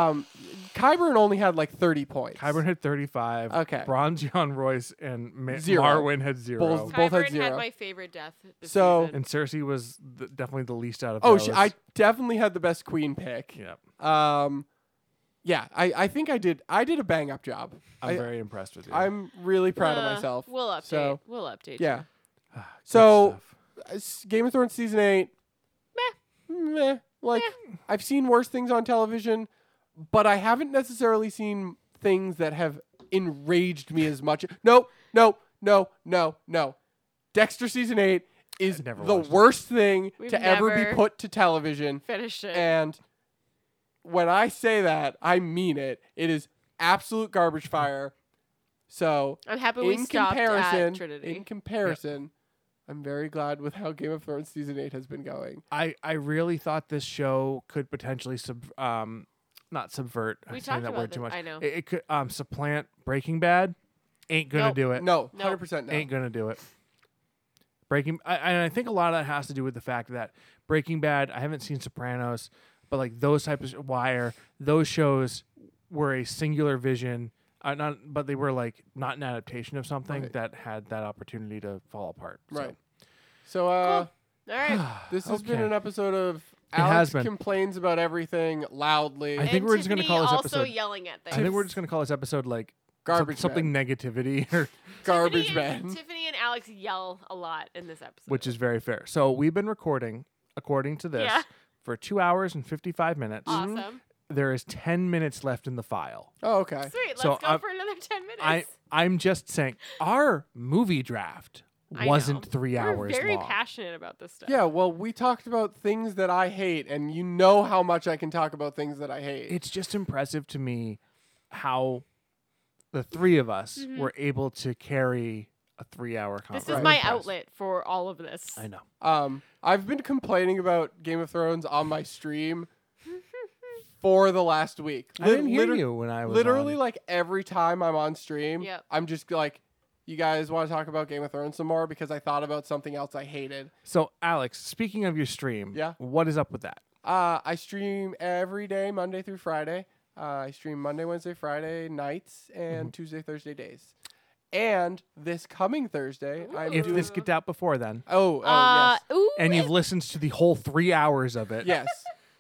[SPEAKER 3] um, Kyburn only had like thirty points.
[SPEAKER 2] Kyburn had thirty-five.
[SPEAKER 3] Okay.
[SPEAKER 2] Bronze John Royce and Ma-
[SPEAKER 3] Zero.
[SPEAKER 2] Marwyn had zero.
[SPEAKER 3] Bulls- both had
[SPEAKER 1] Tyburn
[SPEAKER 3] zero.
[SPEAKER 1] my favorite death. This
[SPEAKER 3] So-
[SPEAKER 1] season.
[SPEAKER 2] and Cersei was th- definitely the least out of.
[SPEAKER 3] Oh,
[SPEAKER 2] those.
[SPEAKER 3] sh- I definitely had the best queen pick.
[SPEAKER 2] Yep.
[SPEAKER 3] Um, yeah, I, I think I did. I did a bang up job.
[SPEAKER 2] I'm
[SPEAKER 3] I-
[SPEAKER 2] very impressed with you.
[SPEAKER 3] I'm really proud
[SPEAKER 1] Uh,
[SPEAKER 3] of myself.
[SPEAKER 1] We'll update.
[SPEAKER 3] So
[SPEAKER 1] we'll update.
[SPEAKER 3] yeah,
[SPEAKER 1] you.
[SPEAKER 2] Ah, Good
[SPEAKER 3] so-
[SPEAKER 2] stuff.
[SPEAKER 3] Uh, s- Game of Thrones season eight. Meh, meh. Like I've seen worse things on television, but I haven't necessarily seen things that have enraged me as much. No, no, no, no, no. Dexter season eight is
[SPEAKER 2] I've never
[SPEAKER 3] the
[SPEAKER 2] watched it.
[SPEAKER 3] worst thing
[SPEAKER 1] We've
[SPEAKER 3] to ever be
[SPEAKER 1] never-
[SPEAKER 3] put to television.
[SPEAKER 1] Finish it.
[SPEAKER 3] And when I say that, I mean it. It is absolute garbage fire. So,
[SPEAKER 1] I'm happy we
[SPEAKER 3] in
[SPEAKER 1] stopped at
[SPEAKER 3] comparison,
[SPEAKER 1] Trinity.
[SPEAKER 3] in comparison, I'm very glad with how Game of Thrones season eight has been going.
[SPEAKER 2] I I really thought this show could potentially sub um not subvert. I'm
[SPEAKER 1] We
[SPEAKER 2] saying
[SPEAKER 1] talked
[SPEAKER 2] that
[SPEAKER 1] about
[SPEAKER 2] word too
[SPEAKER 1] this,
[SPEAKER 2] much.
[SPEAKER 1] I know.
[SPEAKER 2] It, it could um supplant Breaking Bad. Ain't gonna
[SPEAKER 1] Nope.
[SPEAKER 2] do it.
[SPEAKER 3] Uh, No,
[SPEAKER 1] Nope.
[SPEAKER 3] hundred percent no.
[SPEAKER 2] Ain't gonna do it. Breaking I, and I think a lot of that has to do with the fact that Breaking Bad. I haven't seen Sopranos, but like those types of Wire, those shows were a singular vision. Uh, not, but they were like not an adaptation of something
[SPEAKER 3] Right.
[SPEAKER 2] that had that opportunity to fall apart. so.
[SPEAKER 3] Right. So uh,
[SPEAKER 1] All right.
[SPEAKER 3] this has been
[SPEAKER 2] Okay.
[SPEAKER 3] an episode of
[SPEAKER 2] has
[SPEAKER 3] Alex
[SPEAKER 2] been.
[SPEAKER 3] complains about everything loudly.
[SPEAKER 2] I think
[SPEAKER 1] and
[SPEAKER 2] we're just gonna
[SPEAKER 1] Tiffany
[SPEAKER 2] call this
[SPEAKER 1] also
[SPEAKER 2] episode-
[SPEAKER 1] yelling at
[SPEAKER 2] I
[SPEAKER 1] things.
[SPEAKER 2] think we're just gonna call this episode like some-
[SPEAKER 3] garbage
[SPEAKER 2] something
[SPEAKER 3] man.
[SPEAKER 2] negativity, or,
[SPEAKER 3] Garbage
[SPEAKER 1] Tiffany and-
[SPEAKER 3] man.
[SPEAKER 1] Tiffany and Alex yell a lot in this episode.
[SPEAKER 2] which is very fair. So we've been recording, according to this,
[SPEAKER 1] Yeah.
[SPEAKER 2] for two hours and fifty-five minutes.
[SPEAKER 1] awesome.
[SPEAKER 3] Mm-hmm.
[SPEAKER 2] There is ten minutes left in the file.
[SPEAKER 3] Oh, okay.
[SPEAKER 1] Sweet. Let's
[SPEAKER 2] So,
[SPEAKER 1] go
[SPEAKER 2] uh,
[SPEAKER 1] for another ten minutes.
[SPEAKER 2] I I'm just saying our movie draft
[SPEAKER 1] I know.
[SPEAKER 2] wasn't 3 hours
[SPEAKER 1] We're very
[SPEAKER 2] long.
[SPEAKER 1] passionate about this stuff.
[SPEAKER 3] Yeah, well, we talked about things that I hate, and you know how much I can talk about things that I hate.
[SPEAKER 2] it's just impressive to me how the three of us
[SPEAKER 1] Mhm.
[SPEAKER 2] were able to carry a three-hour
[SPEAKER 1] This
[SPEAKER 2] conversation.
[SPEAKER 1] is
[SPEAKER 3] Right.
[SPEAKER 1] my outlet for all of this.
[SPEAKER 2] I know.
[SPEAKER 3] Um, I've been complaining about Game of Thrones on my stream for the last week.
[SPEAKER 2] I didn't
[SPEAKER 3] Lit-
[SPEAKER 2] hear
[SPEAKER 3] liter-
[SPEAKER 2] you when I was
[SPEAKER 3] Literally,
[SPEAKER 2] on.
[SPEAKER 3] like every time I'm on stream,
[SPEAKER 1] Yep.
[SPEAKER 3] I'm just like, "You guys want to talk about Game of Thrones some more?" Because I thought about something else I hated.
[SPEAKER 2] So, Alex, speaking of your stream,
[SPEAKER 3] Yeah.
[SPEAKER 2] what is up with that?
[SPEAKER 3] Uh, I stream every day, Monday through Friday. Uh, I stream Monday, Wednesday, Friday nights,
[SPEAKER 2] Mm-hmm.
[SPEAKER 3] and Tuesday, Thursday days. And this coming Thursday, I'm
[SPEAKER 2] If
[SPEAKER 3] doing.
[SPEAKER 2] this gets out before then,
[SPEAKER 3] oh, oh
[SPEAKER 1] uh,
[SPEAKER 3] yes.
[SPEAKER 1] ooh,
[SPEAKER 2] and you've listened to the whole three hours of it,
[SPEAKER 3] yes.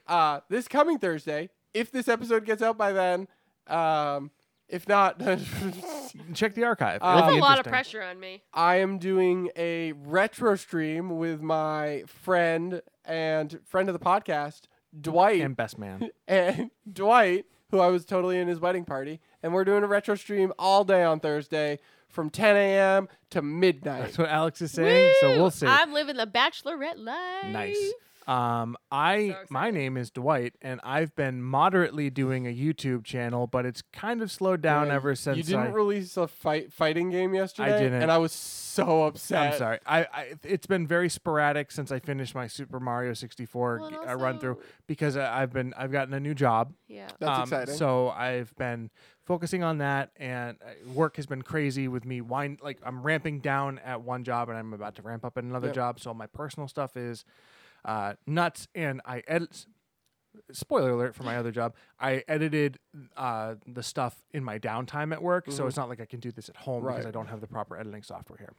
[SPEAKER 3] Uh, this coming Thursday, if this episode gets out by then, um, if not,
[SPEAKER 2] check the archive.
[SPEAKER 3] Uh,
[SPEAKER 2] It'll
[SPEAKER 1] that's
[SPEAKER 2] be
[SPEAKER 1] a lot of
[SPEAKER 2] interesting.
[SPEAKER 1] pressure on me.
[SPEAKER 3] I am doing a retro stream with my friend and friend of the podcast, Dwight.
[SPEAKER 2] And best man.
[SPEAKER 3] and Dwight, who I was totally in his wedding party, and we're doing a retro stream all day on Thursday from 10 a.m. to midnight.
[SPEAKER 2] That's what Alex is saying. So
[SPEAKER 1] Woo!
[SPEAKER 2] we'll see.
[SPEAKER 1] I'm living the bachelorette life.
[SPEAKER 2] nice. Um, I
[SPEAKER 1] So
[SPEAKER 2] my name is Dwight, and I've been moderately doing a YouTube channel, but it's kind of slowed down
[SPEAKER 3] Yeah,
[SPEAKER 2] ever since
[SPEAKER 3] you didn't
[SPEAKER 2] I.
[SPEAKER 3] release a fight fighting game yesterday,
[SPEAKER 2] didn't.
[SPEAKER 3] and I was so upset.
[SPEAKER 2] I'm sorry. I, I it's been very sporadic since I finished my Super Mario 64
[SPEAKER 1] Well,
[SPEAKER 2] g-
[SPEAKER 1] and
[SPEAKER 2] uh, run through
[SPEAKER 1] also-
[SPEAKER 2] because I, I've been I've gotten a new job.
[SPEAKER 1] Yeah.
[SPEAKER 3] That's
[SPEAKER 2] Um,
[SPEAKER 3] exciting.
[SPEAKER 2] So I've been focusing on that, and uh, work has been crazy with me. Wind like I'm ramping down at one job, and I'm about to ramp up at another
[SPEAKER 3] Yep.
[SPEAKER 2] job. So my personal stuff is uh, nuts, and I edit. Spoiler alert for my other job. I edited uh, the stuff in my downtime at work, so it's not like I can do this at home because
[SPEAKER 3] Mm-hmm. Right.
[SPEAKER 2] I don't have the proper editing software here.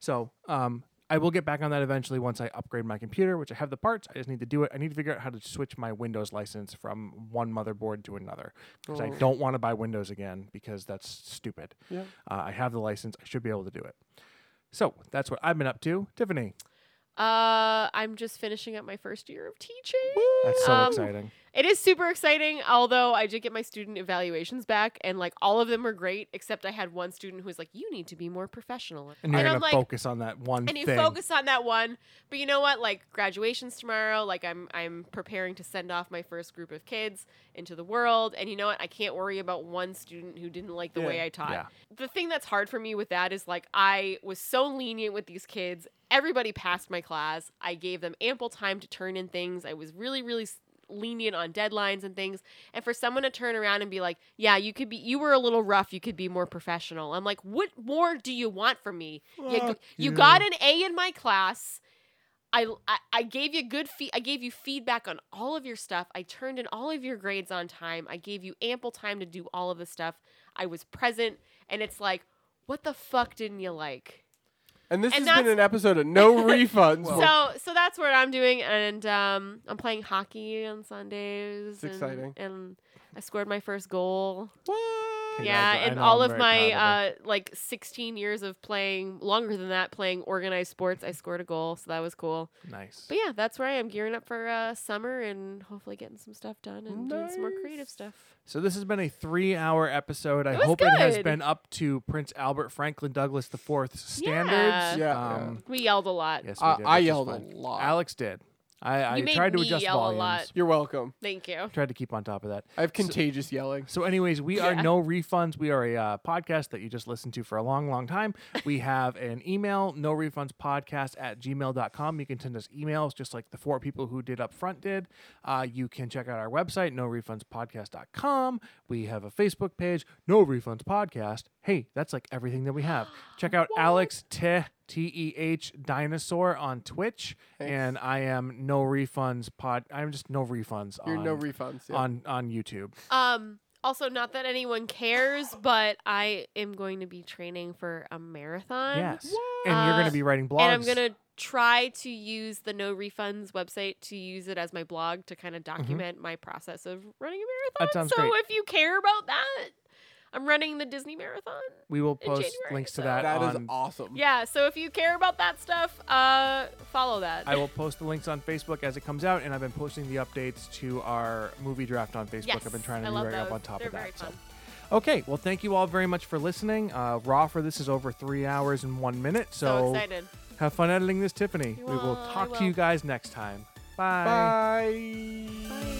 [SPEAKER 2] So um, I will get back on that eventually once I upgrade my computer, which I have the parts. I just need to do it. I need to figure out how to switch my Windows license from one motherboard to another because I don't want to buy Windows again because that's stupid.
[SPEAKER 3] Oh. Yeah.
[SPEAKER 2] Uh, I have the license. I should be able to do it. So that's what I've been up to. Tiffany,
[SPEAKER 1] Uh, I'm just finishing up my first year of teaching.
[SPEAKER 2] that's so
[SPEAKER 1] Um,
[SPEAKER 2] exciting.
[SPEAKER 1] It is super exciting, although I did get my student evaluations back, and like all of them were great, except I had one student who was like, "You need to be more professional,"
[SPEAKER 2] And you're going
[SPEAKER 1] I'm
[SPEAKER 2] to
[SPEAKER 1] like,
[SPEAKER 2] focus on that one
[SPEAKER 1] and you
[SPEAKER 2] thing.
[SPEAKER 1] focus on that one. But you know what? Like graduations tomorrow. Like I'm I'm preparing to send off my first group of kids into the world, and you know what? I can't worry about one student who didn't like the
[SPEAKER 3] Yeah.
[SPEAKER 1] way I taught.
[SPEAKER 2] Yeah.
[SPEAKER 1] The thing that's hard for me with that is like I was so lenient with these kids. Everybody passed my class. I gave them ample time to turn in things. I was really really s- lenient on deadlines and things. And for someone to turn around and be like, "Yeah, you could be you were a little rough. You could be more professional." I'm like, "What more do you want from me? You,
[SPEAKER 2] Fuck
[SPEAKER 1] you
[SPEAKER 2] you.
[SPEAKER 1] got an A in my class. I, I, I gave you good fee- I gave you feedback on all of your stuff. I turned in all of your grades on time. I gave you ample time to do all of the stuff. I was present and it's like, "What the fuck didn't you like?"
[SPEAKER 3] and this
[SPEAKER 1] and
[SPEAKER 3] has been
[SPEAKER 1] that's-
[SPEAKER 3] an episode of no refunds.
[SPEAKER 1] so so that's what I'm doing, and um, I'm playing hockey on Sundays.
[SPEAKER 3] It's
[SPEAKER 1] and,
[SPEAKER 3] exciting.
[SPEAKER 1] And I scored my first goal.
[SPEAKER 3] What?
[SPEAKER 2] Congrats, I
[SPEAKER 1] yeah, and
[SPEAKER 2] know
[SPEAKER 1] all
[SPEAKER 2] I'm
[SPEAKER 1] of
[SPEAKER 2] very
[SPEAKER 1] my
[SPEAKER 2] proud
[SPEAKER 1] uh, like 16 years of playing, longer than that, playing organized sports, I scored a goal, so that was cool.
[SPEAKER 2] Nice.
[SPEAKER 1] But yeah, that's where I am gearing up for uh, summer and hopefully getting some stuff done and doing some more creative
[SPEAKER 3] Nice.
[SPEAKER 1] stuff.
[SPEAKER 2] So this has been a three-hour episode. I
[SPEAKER 1] It was
[SPEAKER 2] hope it has
[SPEAKER 1] good.
[SPEAKER 2] been up to Prince Albert Franklin Douglas IV's standards.
[SPEAKER 1] Yeah.
[SPEAKER 3] Yeah.
[SPEAKER 2] Um,
[SPEAKER 1] We yelled a lot.
[SPEAKER 2] yes, we
[SPEAKER 3] I,
[SPEAKER 2] did,
[SPEAKER 3] I
[SPEAKER 2] which is
[SPEAKER 3] yelled a
[SPEAKER 2] fine.
[SPEAKER 3] lot.
[SPEAKER 2] Alex did. I, I
[SPEAKER 1] You made
[SPEAKER 2] tried to
[SPEAKER 1] me
[SPEAKER 2] adjust
[SPEAKER 1] yell a
[SPEAKER 2] volumes.
[SPEAKER 1] lot.
[SPEAKER 3] You're welcome.
[SPEAKER 1] Thank you.
[SPEAKER 2] Tried to keep on top of that.
[SPEAKER 3] I have contagious yelling.
[SPEAKER 2] So, anyways, we are
[SPEAKER 1] Yeah.
[SPEAKER 2] no refunds. We are a uh, podcast that you just listened to for a long, long time. We have an email, no refunds podcast at gmail.com. You can send us emails just like the four people who did up front did. Uh, you can check out our website, no refunds podcast.com. We have a Facebook page, no refunds podcast. Hey, that's like everything that we have. Check out Alex Te- T E H dinosaur on Twitch, and I am no refunds pod. I'm just no refunds
[SPEAKER 3] You're
[SPEAKER 2] on
[SPEAKER 3] no refunds. Yeah.
[SPEAKER 2] on on YouTube.
[SPEAKER 1] Um, Also, not that anyone cares, but I am going to be training for a marathon.
[SPEAKER 2] Yes. And you're going
[SPEAKER 1] Uh,
[SPEAKER 2] to be writing blogs.
[SPEAKER 1] And I'm going to try to use the no refunds website to use it as my blog to kind of document my process of running a marathon.
[SPEAKER 2] Mm-hmm. That sounds
[SPEAKER 1] so
[SPEAKER 2] great.
[SPEAKER 1] if you care about that, I'm running the Disney marathon.
[SPEAKER 2] we will
[SPEAKER 1] in
[SPEAKER 2] post
[SPEAKER 1] January,
[SPEAKER 2] links to
[SPEAKER 1] so-
[SPEAKER 2] that,
[SPEAKER 3] That is
[SPEAKER 2] on
[SPEAKER 3] awesome.
[SPEAKER 1] Yeah, so if you care about that stuff, uh follow that.
[SPEAKER 2] I will post the links on Facebook as it comes out, and I've been posting the updates to our movie draft on Facebook. I've been trying to
[SPEAKER 1] I
[SPEAKER 2] be
[SPEAKER 1] love
[SPEAKER 2] right up
[SPEAKER 1] those.
[SPEAKER 2] on top
[SPEAKER 1] They're
[SPEAKER 2] of that.
[SPEAKER 1] very
[SPEAKER 2] so.
[SPEAKER 1] fun.
[SPEAKER 2] Okay, well, thank you all very much for listening. Uh, Raw for this is over three hours and one minute,
[SPEAKER 1] So
[SPEAKER 2] so,
[SPEAKER 1] excited.
[SPEAKER 2] have fun editing this, Tiffany.
[SPEAKER 1] You
[SPEAKER 2] we
[SPEAKER 1] all-
[SPEAKER 2] will
[SPEAKER 1] I
[SPEAKER 2] talk
[SPEAKER 1] will.
[SPEAKER 2] to you guys next time.
[SPEAKER 3] Bye.